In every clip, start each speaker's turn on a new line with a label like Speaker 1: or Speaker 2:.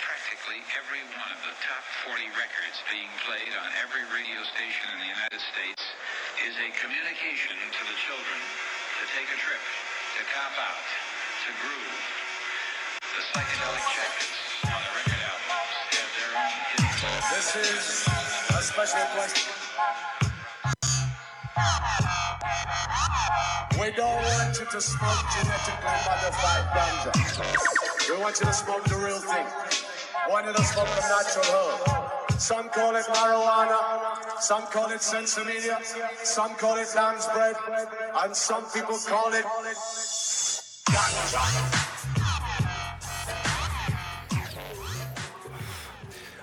Speaker 1: practically every one of the top 40 records being played on every radio station in the United States is a communication to the children to take a trip, to cop out, to groove. The psychedelic jackets on the record albums have their own hidden
Speaker 2: This is a special request. We don't want you to smoke genetically modified ganja. We want you to smoke the real thing. We want you to smoke the natural herb. Some call it marijuana, some call it sensimedia, some call it lamb's bread, and some people call it ganja.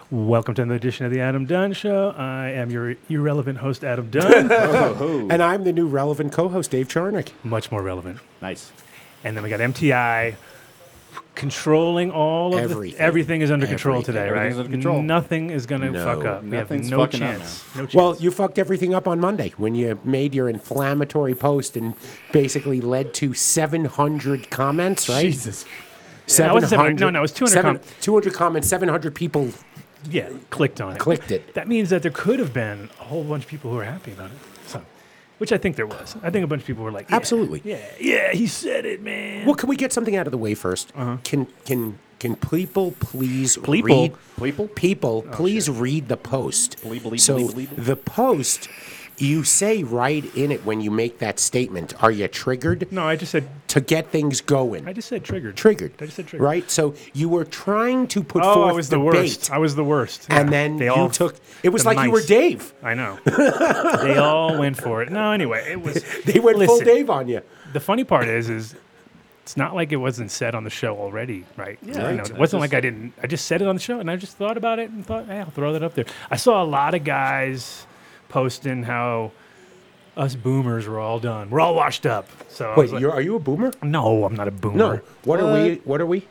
Speaker 3: Welcome to another edition of the Adam Dunn Show. I am your irrelevant host, Adam Dunn.
Speaker 4: And I'm the new relevant co-host, Dave Charnick.
Speaker 3: Much more relevant.
Speaker 5: Nice.
Speaker 3: And then we got MTI controlling all of
Speaker 4: Everything.
Speaker 3: the, everything is under control
Speaker 4: Everything.
Speaker 3: today, right?
Speaker 5: Everything's under control.
Speaker 3: Nothing is going to
Speaker 4: No.
Speaker 3: fuck up. We have
Speaker 5: Nothing's
Speaker 3: no
Speaker 5: fucking up
Speaker 3: chance. No chance.
Speaker 4: Well, you fucked everything up on Monday when you made your inflammatory post and basically led to 700 comments, right?
Speaker 5: Jesus.
Speaker 3: Yeah, it wasn't 700. No, no, it was 200
Speaker 4: seven-
Speaker 3: com-
Speaker 4: 200 comments, 700 people.
Speaker 3: yeah, clicked on it.
Speaker 4: Clicked it.
Speaker 3: That means that there could have been a whole bunch of people who were happy about it. So, which I think there was. I think a bunch of people were like, yeah,
Speaker 4: Absolutely.
Speaker 3: Yeah, yeah, he said it, man.
Speaker 4: Well, can we get something out of the way 1st Can can can people please
Speaker 3: Pleeple.
Speaker 4: read
Speaker 5: Uh-huh. Pleeple?
Speaker 4: people please read the post?
Speaker 5: Pleep, bleep,
Speaker 4: so
Speaker 5: bleep, bleep.
Speaker 4: the post, you say right in it when you make that statement. Are you triggered
Speaker 3: No, I just said
Speaker 4: to get things going?
Speaker 3: I just said triggered.
Speaker 4: triggered.
Speaker 3: I just said triggered.
Speaker 4: Right? So you were trying to put
Speaker 3: Oh,
Speaker 4: forth
Speaker 3: I was the
Speaker 4: debate,
Speaker 3: worst. I was the worst.
Speaker 4: and
Speaker 3: Yeah.
Speaker 4: then
Speaker 3: They
Speaker 4: you
Speaker 3: all-
Speaker 4: took. It was
Speaker 3: the
Speaker 4: like you were
Speaker 3: mice.
Speaker 4: Dave.
Speaker 3: I know. they all went for it. No, anyway, it was.
Speaker 4: They went full
Speaker 3: Listen,
Speaker 4: Dave on you.
Speaker 3: The funny part is, is it's not like it wasn't said on the show already, right? Yeah.
Speaker 5: Right.
Speaker 3: You know, it wasn't like I didn't. I just said it on the show, and I just thought about it and thought, hey, I'll throw that up there. I saw a lot of guys posting how us boomers were all done. We're all washed up. So I was
Speaker 4: Wait,
Speaker 3: like,
Speaker 4: you're, are you a boomer?
Speaker 3: no, Uh, I'm not a boomer.
Speaker 4: No. What are we? What are we?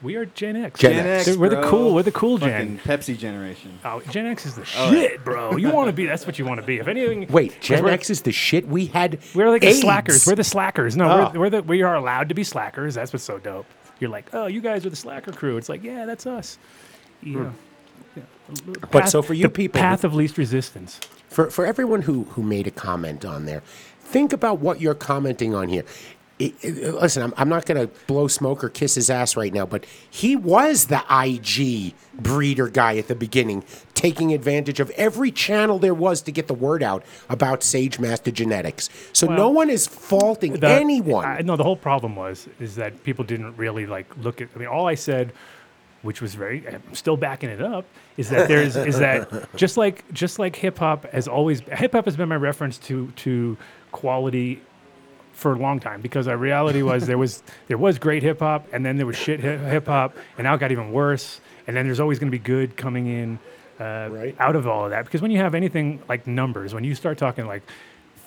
Speaker 3: we are Gen X.
Speaker 4: Gen
Speaker 5: Gen
Speaker 4: X.
Speaker 5: X.
Speaker 3: Dude, we're the
Speaker 5: bro.
Speaker 3: cool- we're the cool gen.
Speaker 5: Fucking Pepsi generation.
Speaker 3: Oh, Gen X is the shit, bro. You want to be? That's what you want to be. If anything,
Speaker 4: Wait,
Speaker 3: 'cause
Speaker 4: Gen
Speaker 3: we're-
Speaker 4: X is the shit. We had.
Speaker 3: We're like
Speaker 4: AIDS. Oh.
Speaker 3: the slackers. We're the slackers. No, we're, we're the we are allowed to be slackers. That's what's so dope. You're like, oh, you guys are the slacker crew. It's like, yeah, that's us. Yeah.
Speaker 4: Hmm. But
Speaker 3: Path-
Speaker 4: so for you
Speaker 3: the
Speaker 4: people,
Speaker 3: path of least resistance.
Speaker 4: for for everyone who who made a comment on there, think about what you're commenting on here. It- it- listen, I'm, I'm not going to blow smoke or kiss his ass right now, but he was the IG breeder guy at the beginning, taking advantage of every channel there was to get the word out about Sage Master Genetics. So no
Speaker 3: Well,
Speaker 4: one is faulting
Speaker 3: The-
Speaker 4: anyone.
Speaker 3: I, no, the whole problem was is that people didn't really like look at. I mean, all I said, which was very, I'm still backing it up, is that there's is that just like just like hip hop has always hip hop has been my reference to to quality for a long time because our reality was there was there was great hip hop and then there was shit hip hop and now it got even worse and then there's always going to be good coming in uh,
Speaker 4: Right.
Speaker 3: out of all of that because when you have anything like numbers when you start talking like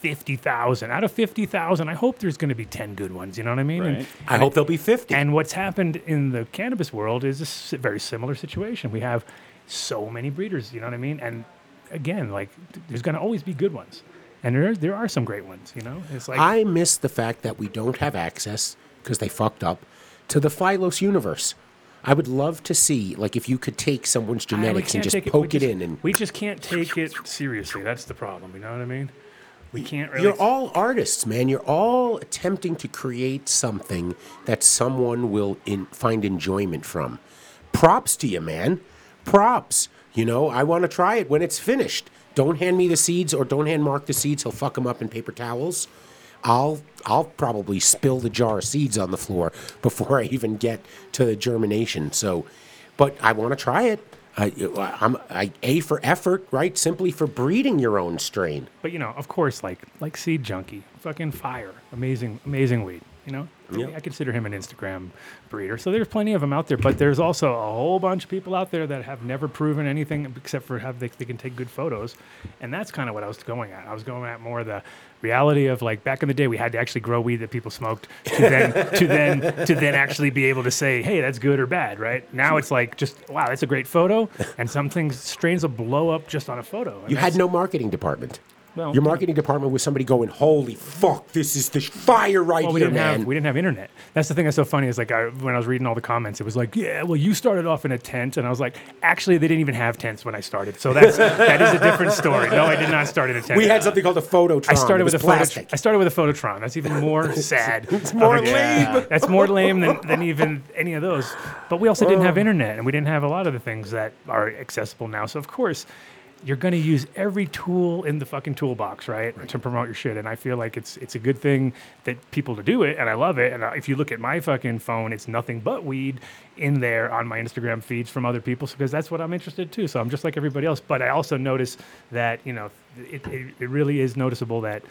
Speaker 3: 50,000 out of 50,000 I hope there's going to be 10 good ones you know what I mean and,
Speaker 5: Right.
Speaker 4: I hope there'll be 50.
Speaker 3: and what's happened in the cannabis world is a s- very similar situation. We have so many breeders, you know what I mean? And again, like th- there's going to always be good ones. And there there are some great ones, you know? It's like
Speaker 4: I miss the fact that we don't have access because they fucked up to the Phylos universe. I would love to see, like, if you could take someone's
Speaker 3: Ah, we
Speaker 4: genetics and
Speaker 3: can't
Speaker 4: just
Speaker 3: take
Speaker 4: poke
Speaker 3: we
Speaker 4: it,
Speaker 3: just-
Speaker 4: in, and
Speaker 3: we just can't take it seriously. That's the problem, you know what I mean? We can't really
Speaker 4: you're all artists, man. You're all attempting to create something that someone will in, find enjoyment from. Props to you, man. Props. You know, I want to try it when it's finished. Don't hand me the seeds, or don't hand Mark the seeds. He'll fuck them up in paper towels. I'll I'll probably spill the jar of seeds on the floor before I even get to the germination. So, but I want to try it. I, I'm I, a for effort, right? Simply for breeding your own strain.
Speaker 3: But you know, of course, like like Seed Junkie, fucking fire, amazing, amazing weed. You know, I consider him an Instagram breeder. So there's plenty of them out there, but there's also a whole bunch of people out there that have never proven anything except for have they, they can take good photos, and that's kind of what I was going at. I was going at more the reality of like back in the day we had to actually grow weed that people smoked to then to then to then actually be able to say hey that's good or bad right now it's like just wow that's a great photo and some things strains will blow up just on a photo and
Speaker 4: You had
Speaker 3: that's-
Speaker 4: no marketing department.
Speaker 3: Well,
Speaker 4: Your marketing department was somebody going, "Holy fuck, this is the fire right
Speaker 3: Well,
Speaker 4: here,
Speaker 3: we didn't
Speaker 4: man!"
Speaker 3: have we didn't have internet. That's the thing that's so funny is like I, when I was reading all the comments, it was like, yeah, well, you started off in a tent, and I was like, actually, they didn't even have tents when I started, so that's that is a different story. No, I did not start in a tent.
Speaker 4: We had something called a phototron.
Speaker 3: I started with a
Speaker 4: plastic.
Speaker 3: phototron. I started with a phototron. That's even more sad.
Speaker 4: it's more
Speaker 3: of a-
Speaker 4: lame.
Speaker 3: That's more lame than, than even any of those. But we also didn't
Speaker 4: Oh.
Speaker 3: have internet, and we didn't have a lot of the things that are accessible now. So of course, you're going to use every tool in the fucking toolbox, right, to promote your shit. And I feel like it's it's a good thing that people to do it, and I love it. And uh, if you look at my fucking phone, it's nothing but weed in there on my Instagram feeds from other people because that's what I'm interested too. So I'm just like everybody else. But I also notice that you know it, it, it really is noticeable that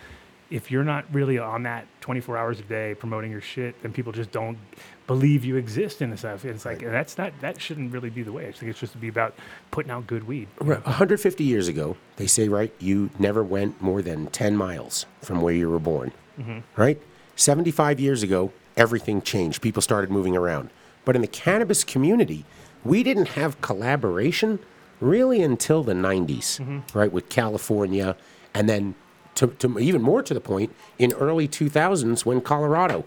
Speaker 3: if you're not really on that 24 hours a day promoting your shit, then people just don't believe you exist in this stuff. It's like that's not that shouldn't really be the way. I think it's just to be about putting out good weed.
Speaker 4: Right, 150 years ago, they say, right, you never went more than 10 miles from where you were born, right? 75 years ago, everything changed. People started moving around. But in the cannabis community, we didn't have collaboration really until the 90s, right, with California. And then, to, to even more to the point, in early 2000s when Colorado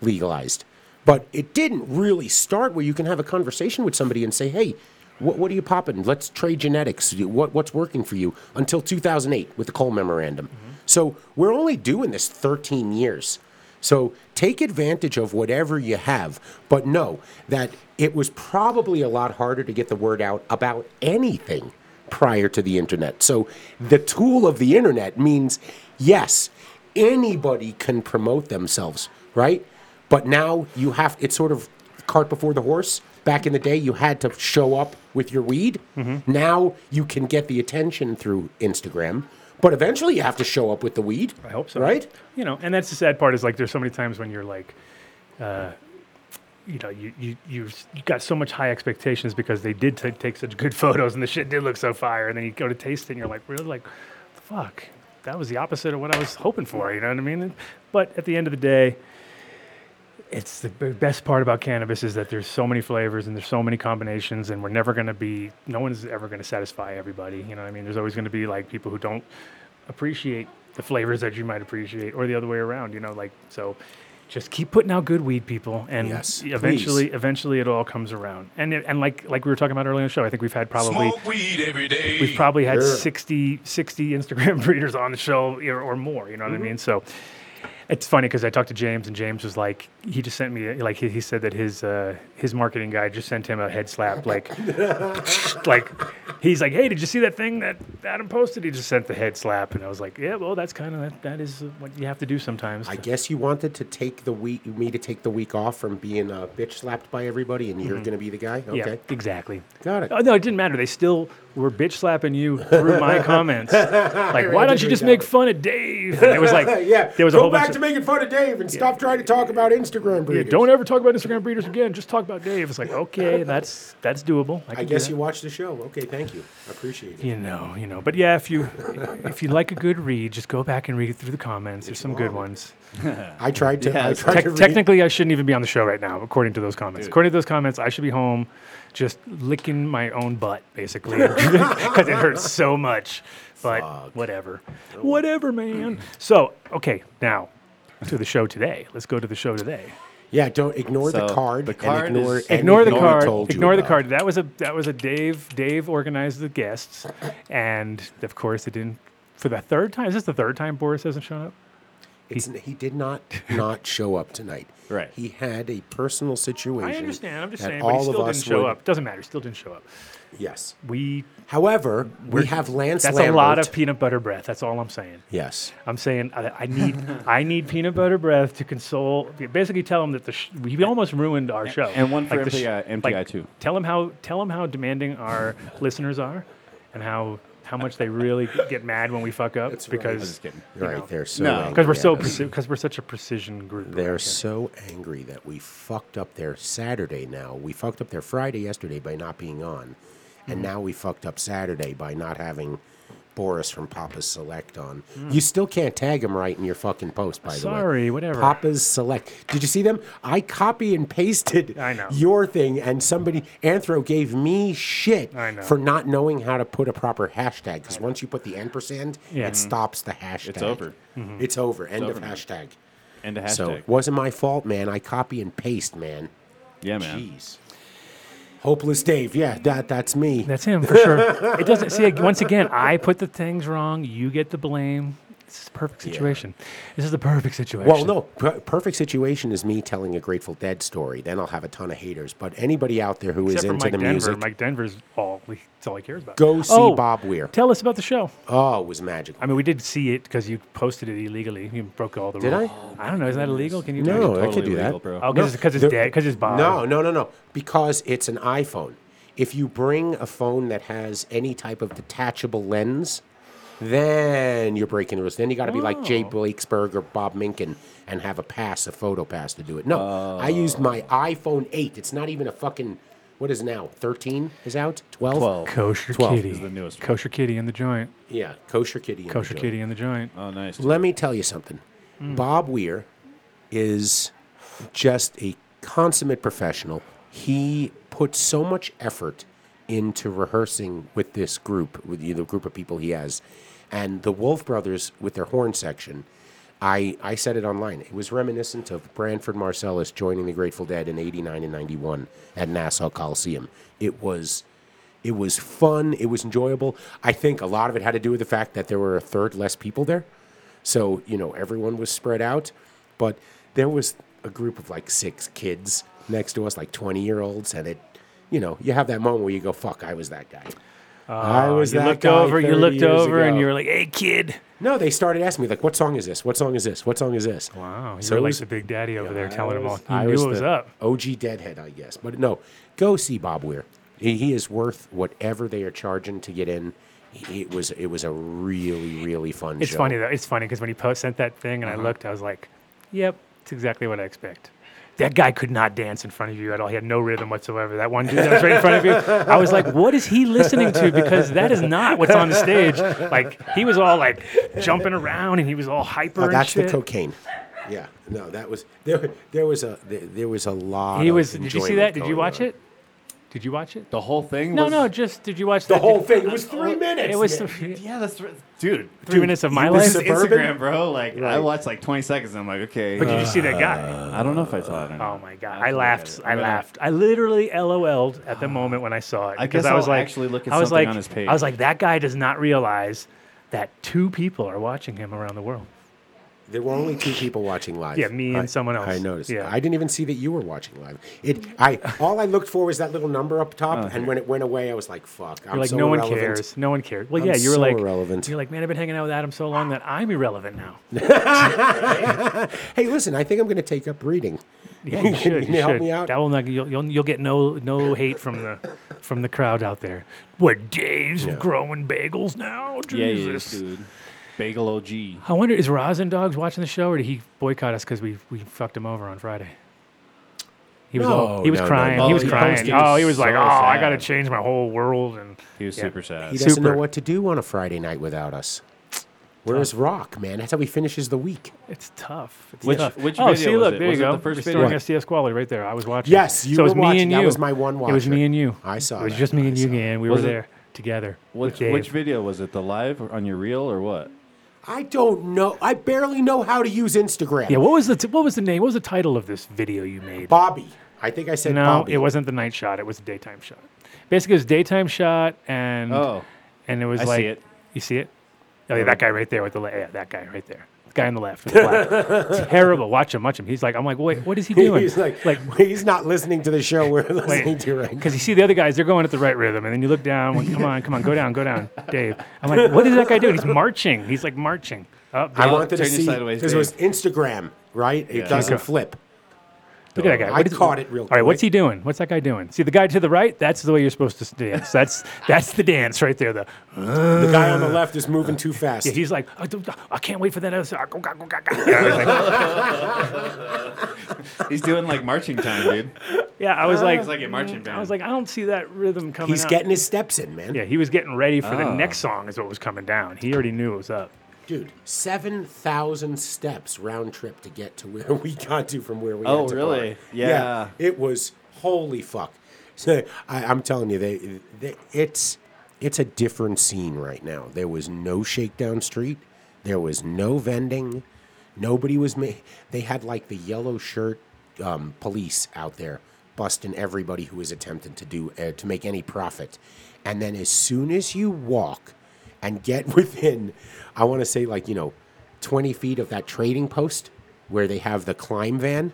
Speaker 4: legalized. But it didn't really start where you can have a conversation with somebody and say, hey, what, what are you popping? Let's trade genetics. What, what's working for you? Until 2008 with the Cole Memorandum. So we're only doing this 13 years. So take advantage of whatever you have, but know that it was probably a lot harder to get the word out about anything prior to the internet. So the tool of the internet means yes, anybody can promote themselves, right? But now you have it's sort of cart before the horse. Back in the day, you had to show up with your weed.
Speaker 3: Mm-hmm.
Speaker 4: Now you can get the attention through Instagram, but eventually you have to show up with the weed.
Speaker 3: I hope so.
Speaker 4: Right?
Speaker 3: You know, and that's the sad part is like there's so many times when you're like, uh, you know, you you you you got so much high expectations because they did ta- take such good photos and the shit did look so fire, and then you go to taste it and you're like, really, like, fuck, that was the opposite of what I was hoping for. You know what I mean? But at the end of the day. It's the b- best part about cannabis is that there's so many flavors and there's so many combinations, and we're never going to be, no one's ever going to satisfy everybody. You know what I mean? There's always going to be like people who don't appreciate the flavors that you might appreciate or the other way around you know like so just keep putting out good weed people and
Speaker 4: Yes,
Speaker 3: eventually eventually it all comes around and it, and like like we were talking about earlier in the show i think we've had probably
Speaker 5: Smoke weed every day.
Speaker 3: we've probably had
Speaker 4: Yeah.
Speaker 3: 60 60 instagram breeders on the show or, or more you know what i mean so it's funny because I talked to James and James was like, he just sent me like he, he said that his uh, his marketing guy just sent him a head slap like like he's like, hey, did you see that thing that Adam posted? He just sent the head slap, and I was like, yeah, well, that's kind of that, that is what you have to do sometimes.
Speaker 4: I guess you wanted to take the week, me to take the week off from being uh, bitch slapped by everybody, and you're going to be the guy. Okay,
Speaker 3: Mm-hmm. Yeah, exactly.
Speaker 4: Got it.
Speaker 3: Oh, no, it didn't matter. They still were bitch slapping you through my comments. Like, why don't you
Speaker 4: did
Speaker 3: just
Speaker 4: read
Speaker 3: make
Speaker 4: that
Speaker 3: fun of Dave? And it was like,
Speaker 4: yeah.
Speaker 3: there was
Speaker 4: go
Speaker 3: a whole
Speaker 4: back
Speaker 3: bunch
Speaker 4: to
Speaker 3: of,
Speaker 4: making fun of Dave and stop trying to talk about Instagram
Speaker 3: yeah,
Speaker 4: breeders.
Speaker 3: don't ever talk about Instagram breeders again. Just talk about Dave. It's like, okay, that's that's doable. I,
Speaker 4: I
Speaker 3: can do
Speaker 4: guess
Speaker 3: that.
Speaker 4: you watched the show. Okay, thank you. I appreciate it.
Speaker 3: You know, you know, but yeah, if you if you like a good read, just go back and read it through the comments. There's some good ones.
Speaker 4: I tried to. I
Speaker 5: Yes.
Speaker 4: tried
Speaker 3: Tec-
Speaker 4: to read-
Speaker 3: technically, I shouldn't even be on the show right now, according to those comments. According to those comments, I should be home, just licking my own butt, basically, because it hurts so much. But whatever, whatever, man. So okay, now to the show today. Let's go to the show today.
Speaker 4: Yeah, don't ignore the
Speaker 5: So,
Speaker 4: card.
Speaker 5: the card
Speaker 4: and ignore,
Speaker 5: is-
Speaker 4: and
Speaker 3: Ignore the
Speaker 4: ignore
Speaker 3: card.
Speaker 4: told you
Speaker 3: Ignore the
Speaker 4: about.
Speaker 3: card. That was a that was a Dave. Dave organized the guests, and of course, it didn't. For the third time, is this the third time Boris hasn't shown up?
Speaker 4: It's, he did not not show up tonight.
Speaker 5: Right.
Speaker 4: He had a personal situation.
Speaker 3: I understand. I'm just
Speaker 4: that
Speaker 3: saying, but he
Speaker 4: all of
Speaker 3: still
Speaker 4: us
Speaker 3: didn't show
Speaker 4: would-
Speaker 3: up. Doesn't matter. Still didn't show up.
Speaker 4: Yes.
Speaker 3: We
Speaker 4: However, we have Lance.
Speaker 3: That's a lot
Speaker 4: Lambert.
Speaker 3: of peanut butter breath. That's all I'm saying.
Speaker 4: Yes.
Speaker 3: I'm saying I, I need I need peanut butter breath to console. Basically, tell him that the sh- we almost ruined our show.
Speaker 5: and one for
Speaker 3: the
Speaker 5: MPI MPI too.
Speaker 3: Tell him how tell him how demanding our listeners are, and how how much they really get mad when we fuck up
Speaker 5: I'm
Speaker 3: because
Speaker 5: just kidding.
Speaker 4: Right. They're so.
Speaker 5: No.
Speaker 4: angry
Speaker 3: because we're so
Speaker 4: at us.
Speaker 3: because we're such a precision group.
Speaker 4: They're so angry that we fucked up their Saturday now. We fucked up their
Speaker 3: Mm-hmm.
Speaker 4: Friday yesterday by not being on. And now we fucked up Saturday by not having Boris from Papa's Select on. You still can't tag him right in your fucking post, by the way.
Speaker 3: Sorry, whatever.
Speaker 4: Papa's Select. Did you see them? I copy and pasted
Speaker 3: I know.
Speaker 4: your thing, and somebody, Anthro, gave me shit
Speaker 3: I know.
Speaker 4: for not knowing how to put a proper hashtag. Because once you put the ampersand,
Speaker 3: Yeah.
Speaker 4: it stops the hashtag.
Speaker 5: over.
Speaker 4: It's over. End of
Speaker 5: over, man.
Speaker 4: hashtag.
Speaker 5: And a hashtag.
Speaker 4: So it wasn't my fault, man. I copy and paste, man.
Speaker 5: yeah, man.
Speaker 4: Jeez. Hopeless Dave. Yeah, that that's me.
Speaker 3: That's him for sure. it doesn't see once again. I put the things wrong. You get the blame. This is the perfect situation. This is the perfect situation.
Speaker 4: Well, no, per- perfect situation is me telling a Grateful Dead story. Then I'll have a ton of haters. But anybody out there who is
Speaker 3: Except for
Speaker 4: into
Speaker 3: Mike
Speaker 4: the
Speaker 3: Denver.
Speaker 4: music,
Speaker 3: Mike Oh. Denver's all. That's all he cares about.
Speaker 4: Go see Bob Weir.
Speaker 3: Tell us about the show.
Speaker 4: oh, it was magical.
Speaker 3: I mean, we did see it because you posted it illegally. You broke all the
Speaker 4: Did
Speaker 3: rules.
Speaker 4: I?
Speaker 3: I don't know. Is that illegal? Can you?
Speaker 4: No,
Speaker 3: do it?
Speaker 4: I could do
Speaker 5: legal,
Speaker 4: that.
Speaker 5: bro.
Speaker 3: Oh, because it's,
Speaker 4: there-
Speaker 3: dead. Because it's Bob.
Speaker 4: No, no, no, no. Because it's an iPhone. If you bring a phone that has any type of detachable lens, then you're breaking the rules. Then you got to be like Jay
Speaker 3: Oh.
Speaker 4: Blakesberg or Bob Minkin and have a pass, a photo pass to do it. No,
Speaker 3: Oh.
Speaker 4: I used my iPhone 8. It's not even a fucking, what is now? 13 is out? 12?
Speaker 3: Kosher
Speaker 4: 12
Speaker 3: Kitty.
Speaker 5: is the newest one.
Speaker 3: Kosher Kitty in the joint.
Speaker 4: Yeah, kosher kitty. in the
Speaker 3: Kosher
Speaker 4: joint.
Speaker 3: Kitty in the joint.
Speaker 5: Oh, nice.
Speaker 4: Let me tell you something. Bob Weir is just a consummate professional. He put so much effort into rehearsing with this group, with the the group of people he has, and the Wolf Brothers with their horn section. I, I said it online. It was reminiscent of Branford Marcellus joining the Grateful Dead in '89 and '91 at Nassau Coliseum. It was it was fun. It was enjoyable. I think a lot of it had to do with the fact that there were a third less people there. So, you know, everyone was spread out. But there was a group of like six kids next to us, like 20 year olds. And it, you know, you have that moment where you go, fuck, I was that guy. I was
Speaker 3: Uh, You
Speaker 4: Oh, that
Speaker 3: looked
Speaker 4: guy
Speaker 3: over. You
Speaker 4: 30
Speaker 3: looked
Speaker 4: years
Speaker 3: over, and
Speaker 4: ago.
Speaker 3: you were like, "Hey, kid."
Speaker 4: No, they started asking me, like, what song is this? What song is this? What song is this?
Speaker 3: Wow. You
Speaker 4: So
Speaker 3: were
Speaker 4: it
Speaker 3: like
Speaker 4: was-
Speaker 3: the big daddy over there
Speaker 4: I
Speaker 3: telling them all.
Speaker 4: was-
Speaker 3: You
Speaker 4: I
Speaker 3: knew
Speaker 4: was
Speaker 3: it was
Speaker 4: the
Speaker 3: up.
Speaker 4: OG Deadhead, I guess. But no, go see Bob Weir. He, he is worth whatever they are charging to get in. He- It was it was a really really fun
Speaker 3: It's
Speaker 4: show.
Speaker 3: funny though. It's funny because when he post sent that thing
Speaker 4: Uh-huh.
Speaker 3: and I looked, I was like, "Yep, it's exactly what I expect." That guy could not dance in front of you at all. He had no rhythm whatsoever. That one dude that was right in front of you, I was like, "What is he listening to?" Because that is not what's on the stage. Like he was all like jumping around and he was all hyper.
Speaker 4: Oh,
Speaker 3: and
Speaker 4: that's the
Speaker 3: shit.
Speaker 4: cocaine. Yeah, no, that was there. There was a there, there was a lot.
Speaker 3: He
Speaker 4: of
Speaker 3: was. Did you see
Speaker 4: enjoyment
Speaker 3: that? Did you
Speaker 4: going
Speaker 3: watch
Speaker 4: on.
Speaker 3: it? Did you watch it?
Speaker 5: The whole thing.
Speaker 3: No,
Speaker 5: was,
Speaker 3: no. Just did you watch
Speaker 4: The
Speaker 3: that?
Speaker 4: whole
Speaker 3: Did-
Speaker 4: thing it was three minutes.
Speaker 3: Uh, It was
Speaker 4: man.
Speaker 3: three, three
Speaker 5: Yeah, that's right. dude.
Speaker 3: minutes of my
Speaker 5: This
Speaker 3: life.
Speaker 5: is
Speaker 4: Suburban?
Speaker 5: Instagram, bro. Like
Speaker 4: Right.
Speaker 5: I watched like 20 seconds. and I'm like, okay.
Speaker 3: But did you see that guy?
Speaker 5: I don't know if I saw it. Or not.
Speaker 3: Oh my god!
Speaker 5: I'll
Speaker 3: I
Speaker 5: look
Speaker 3: laughed.
Speaker 5: at it.
Speaker 3: I
Speaker 5: I'm gonna-
Speaker 3: laughed. I literally LOL'd at the moment when I saw it.
Speaker 5: I
Speaker 3: because
Speaker 5: guess
Speaker 3: was
Speaker 5: I'll
Speaker 3: like,
Speaker 5: actually look at
Speaker 3: I was
Speaker 5: something
Speaker 3: like,
Speaker 5: on his page.
Speaker 3: I was like, that guy does not realize that two people are watching him around the world.
Speaker 4: There were only two people watching live.
Speaker 3: Yeah, me and
Speaker 4: I-
Speaker 3: someone else.
Speaker 4: I noticed.
Speaker 3: Yeah.
Speaker 4: I didn't even see that you were watching live. It. I all I looked for was that little number up top, and when it went away, I was like, "Fuck." I'm
Speaker 3: Oh, You're like,
Speaker 4: so
Speaker 3: no one
Speaker 4: irrelevant."
Speaker 3: cares. No one cares. Well,
Speaker 4: I'm
Speaker 3: yeah, you were
Speaker 4: so
Speaker 3: like,
Speaker 4: irrelevant.
Speaker 3: you're like, man, I've been hanging out with Adam so long that I'm irrelevant now.
Speaker 4: Hey, listen, I think I'm going to take up reading.
Speaker 3: Yeah, you should.
Speaker 4: Can
Speaker 3: You,
Speaker 4: you help
Speaker 3: should.
Speaker 4: me out?
Speaker 3: That will not. You'll, you'll, you'll get no no hate from the from the crowd out there. What Dave's growing bagels now?
Speaker 5: Yeah, yeah,
Speaker 3: Jesus.
Speaker 5: dude. Bagel OG.
Speaker 3: I wonder, is Rosin Dogs watching the show, or did he boycott us because we, we fucked him over on Friday? He was all,
Speaker 4: No,
Speaker 3: he was
Speaker 4: no, no,
Speaker 3: crying.
Speaker 5: no.
Speaker 3: He was
Speaker 5: Oh, he
Speaker 3: crying.
Speaker 5: posted.
Speaker 3: oh,
Speaker 5: He
Speaker 3: he was
Speaker 5: was
Speaker 3: like,
Speaker 5: so
Speaker 3: oh, I got to
Speaker 5: sad.
Speaker 3: change my whole world. And
Speaker 5: He was
Speaker 3: Yeah.
Speaker 5: super sad.
Speaker 4: He doesn't know
Speaker 3: Super.
Speaker 4: what to do on a Friday night without us. Where's Rock, man? That's how he finishes the week.
Speaker 3: it's tough. It's
Speaker 5: Which-
Speaker 3: tough.
Speaker 5: which
Speaker 3: oh,
Speaker 5: video
Speaker 3: see,
Speaker 5: was
Speaker 3: look,
Speaker 5: it?
Speaker 3: there
Speaker 5: Was
Speaker 3: you
Speaker 5: it
Speaker 3: go.
Speaker 5: the first
Speaker 3: Restoring
Speaker 5: video?
Speaker 3: SDS quality right there. I was watching.
Speaker 4: Yes, you
Speaker 3: so it was
Speaker 4: were
Speaker 3: me
Speaker 4: watching.
Speaker 3: and
Speaker 4: That
Speaker 3: you.
Speaker 4: was my one
Speaker 3: It was
Speaker 4: watcher.
Speaker 3: me and you.
Speaker 4: I saw
Speaker 3: It was
Speaker 4: that.
Speaker 3: just me and
Speaker 4: I
Speaker 3: you,
Speaker 4: saw
Speaker 3: and we
Speaker 5: Was
Speaker 3: were
Speaker 5: it-
Speaker 3: there together. with
Speaker 5: Which,
Speaker 3: Dave.
Speaker 5: which video was it? The live or on your reel or what?
Speaker 4: I don't know. I barely know how to use Instagram.
Speaker 3: Yeah. What was the t- what was the name? What was the title of this video you made?
Speaker 4: Bobby. I think I said
Speaker 3: no,
Speaker 4: Bobby.
Speaker 3: it wasn't the night shot. It was the daytime shot. Basically, it was daytime shot, and
Speaker 5: Oh,
Speaker 3: and it was
Speaker 5: I see
Speaker 3: like
Speaker 5: it.
Speaker 3: you see it. Oh yeah, that guy right there with the le- yeah, that guy right there, the guy on the left, with the black. terrible. Watch him, watch him. He's like, I'm like, wait, what is he doing?
Speaker 4: He's like, he's not listening to the show we're listening to right now.
Speaker 3: because you see the other guys, they're going at the right rhythm, and then you look down, like, come on, come on, go down, go down, Dave. I'm like, what is that guy doing? He's marching. He's like marching Oh, up.
Speaker 4: I
Speaker 3: down.
Speaker 4: wanted to
Speaker 5: turn your
Speaker 4: see
Speaker 5: sideways,
Speaker 4: because it was Instagram, right? It doesn't flip.
Speaker 3: Look at that guy.
Speaker 4: I
Speaker 3: What is-
Speaker 4: caught it real
Speaker 3: All right, what's
Speaker 4: quick.
Speaker 3: he doing? What's that guy doing? See the guy to the right? That's the way you're supposed to dance. That's that's the dance right there. The
Speaker 4: The guy on the left is moving too fast.
Speaker 3: Uh, yeah, he's like, I, don't- I can't wait for that. other side. Go, go, go, go, go." Yeah, I was like,
Speaker 5: He's doing like marching time, dude.
Speaker 3: yeah, I was like,
Speaker 5: It's like a marching band.
Speaker 3: I was like, I don't see that rhythm coming.
Speaker 4: Uh, He's
Speaker 3: up.
Speaker 4: getting his steps in, man.
Speaker 3: Yeah, he was getting ready for the
Speaker 5: Ah.
Speaker 3: next song. Is what was coming down. He already knew it was up.
Speaker 4: Dude, 7,000 steps round trip to get to where we got to from where we
Speaker 5: Oh,
Speaker 4: had to
Speaker 5: really?
Speaker 4: park.
Speaker 5: Yeah.
Speaker 4: It was holy fuck. So I, I'm telling you, they, they it's it's a different scene right now. There was no shakedown street. There was no vending. Nobody was ma- They had like the yellow shirt um, police out there busting everybody who was attempting to do uh, to make any profit. And then as soon as you walk and get within, I want to say like you know, 20 feet of that trading post where they have the climb van,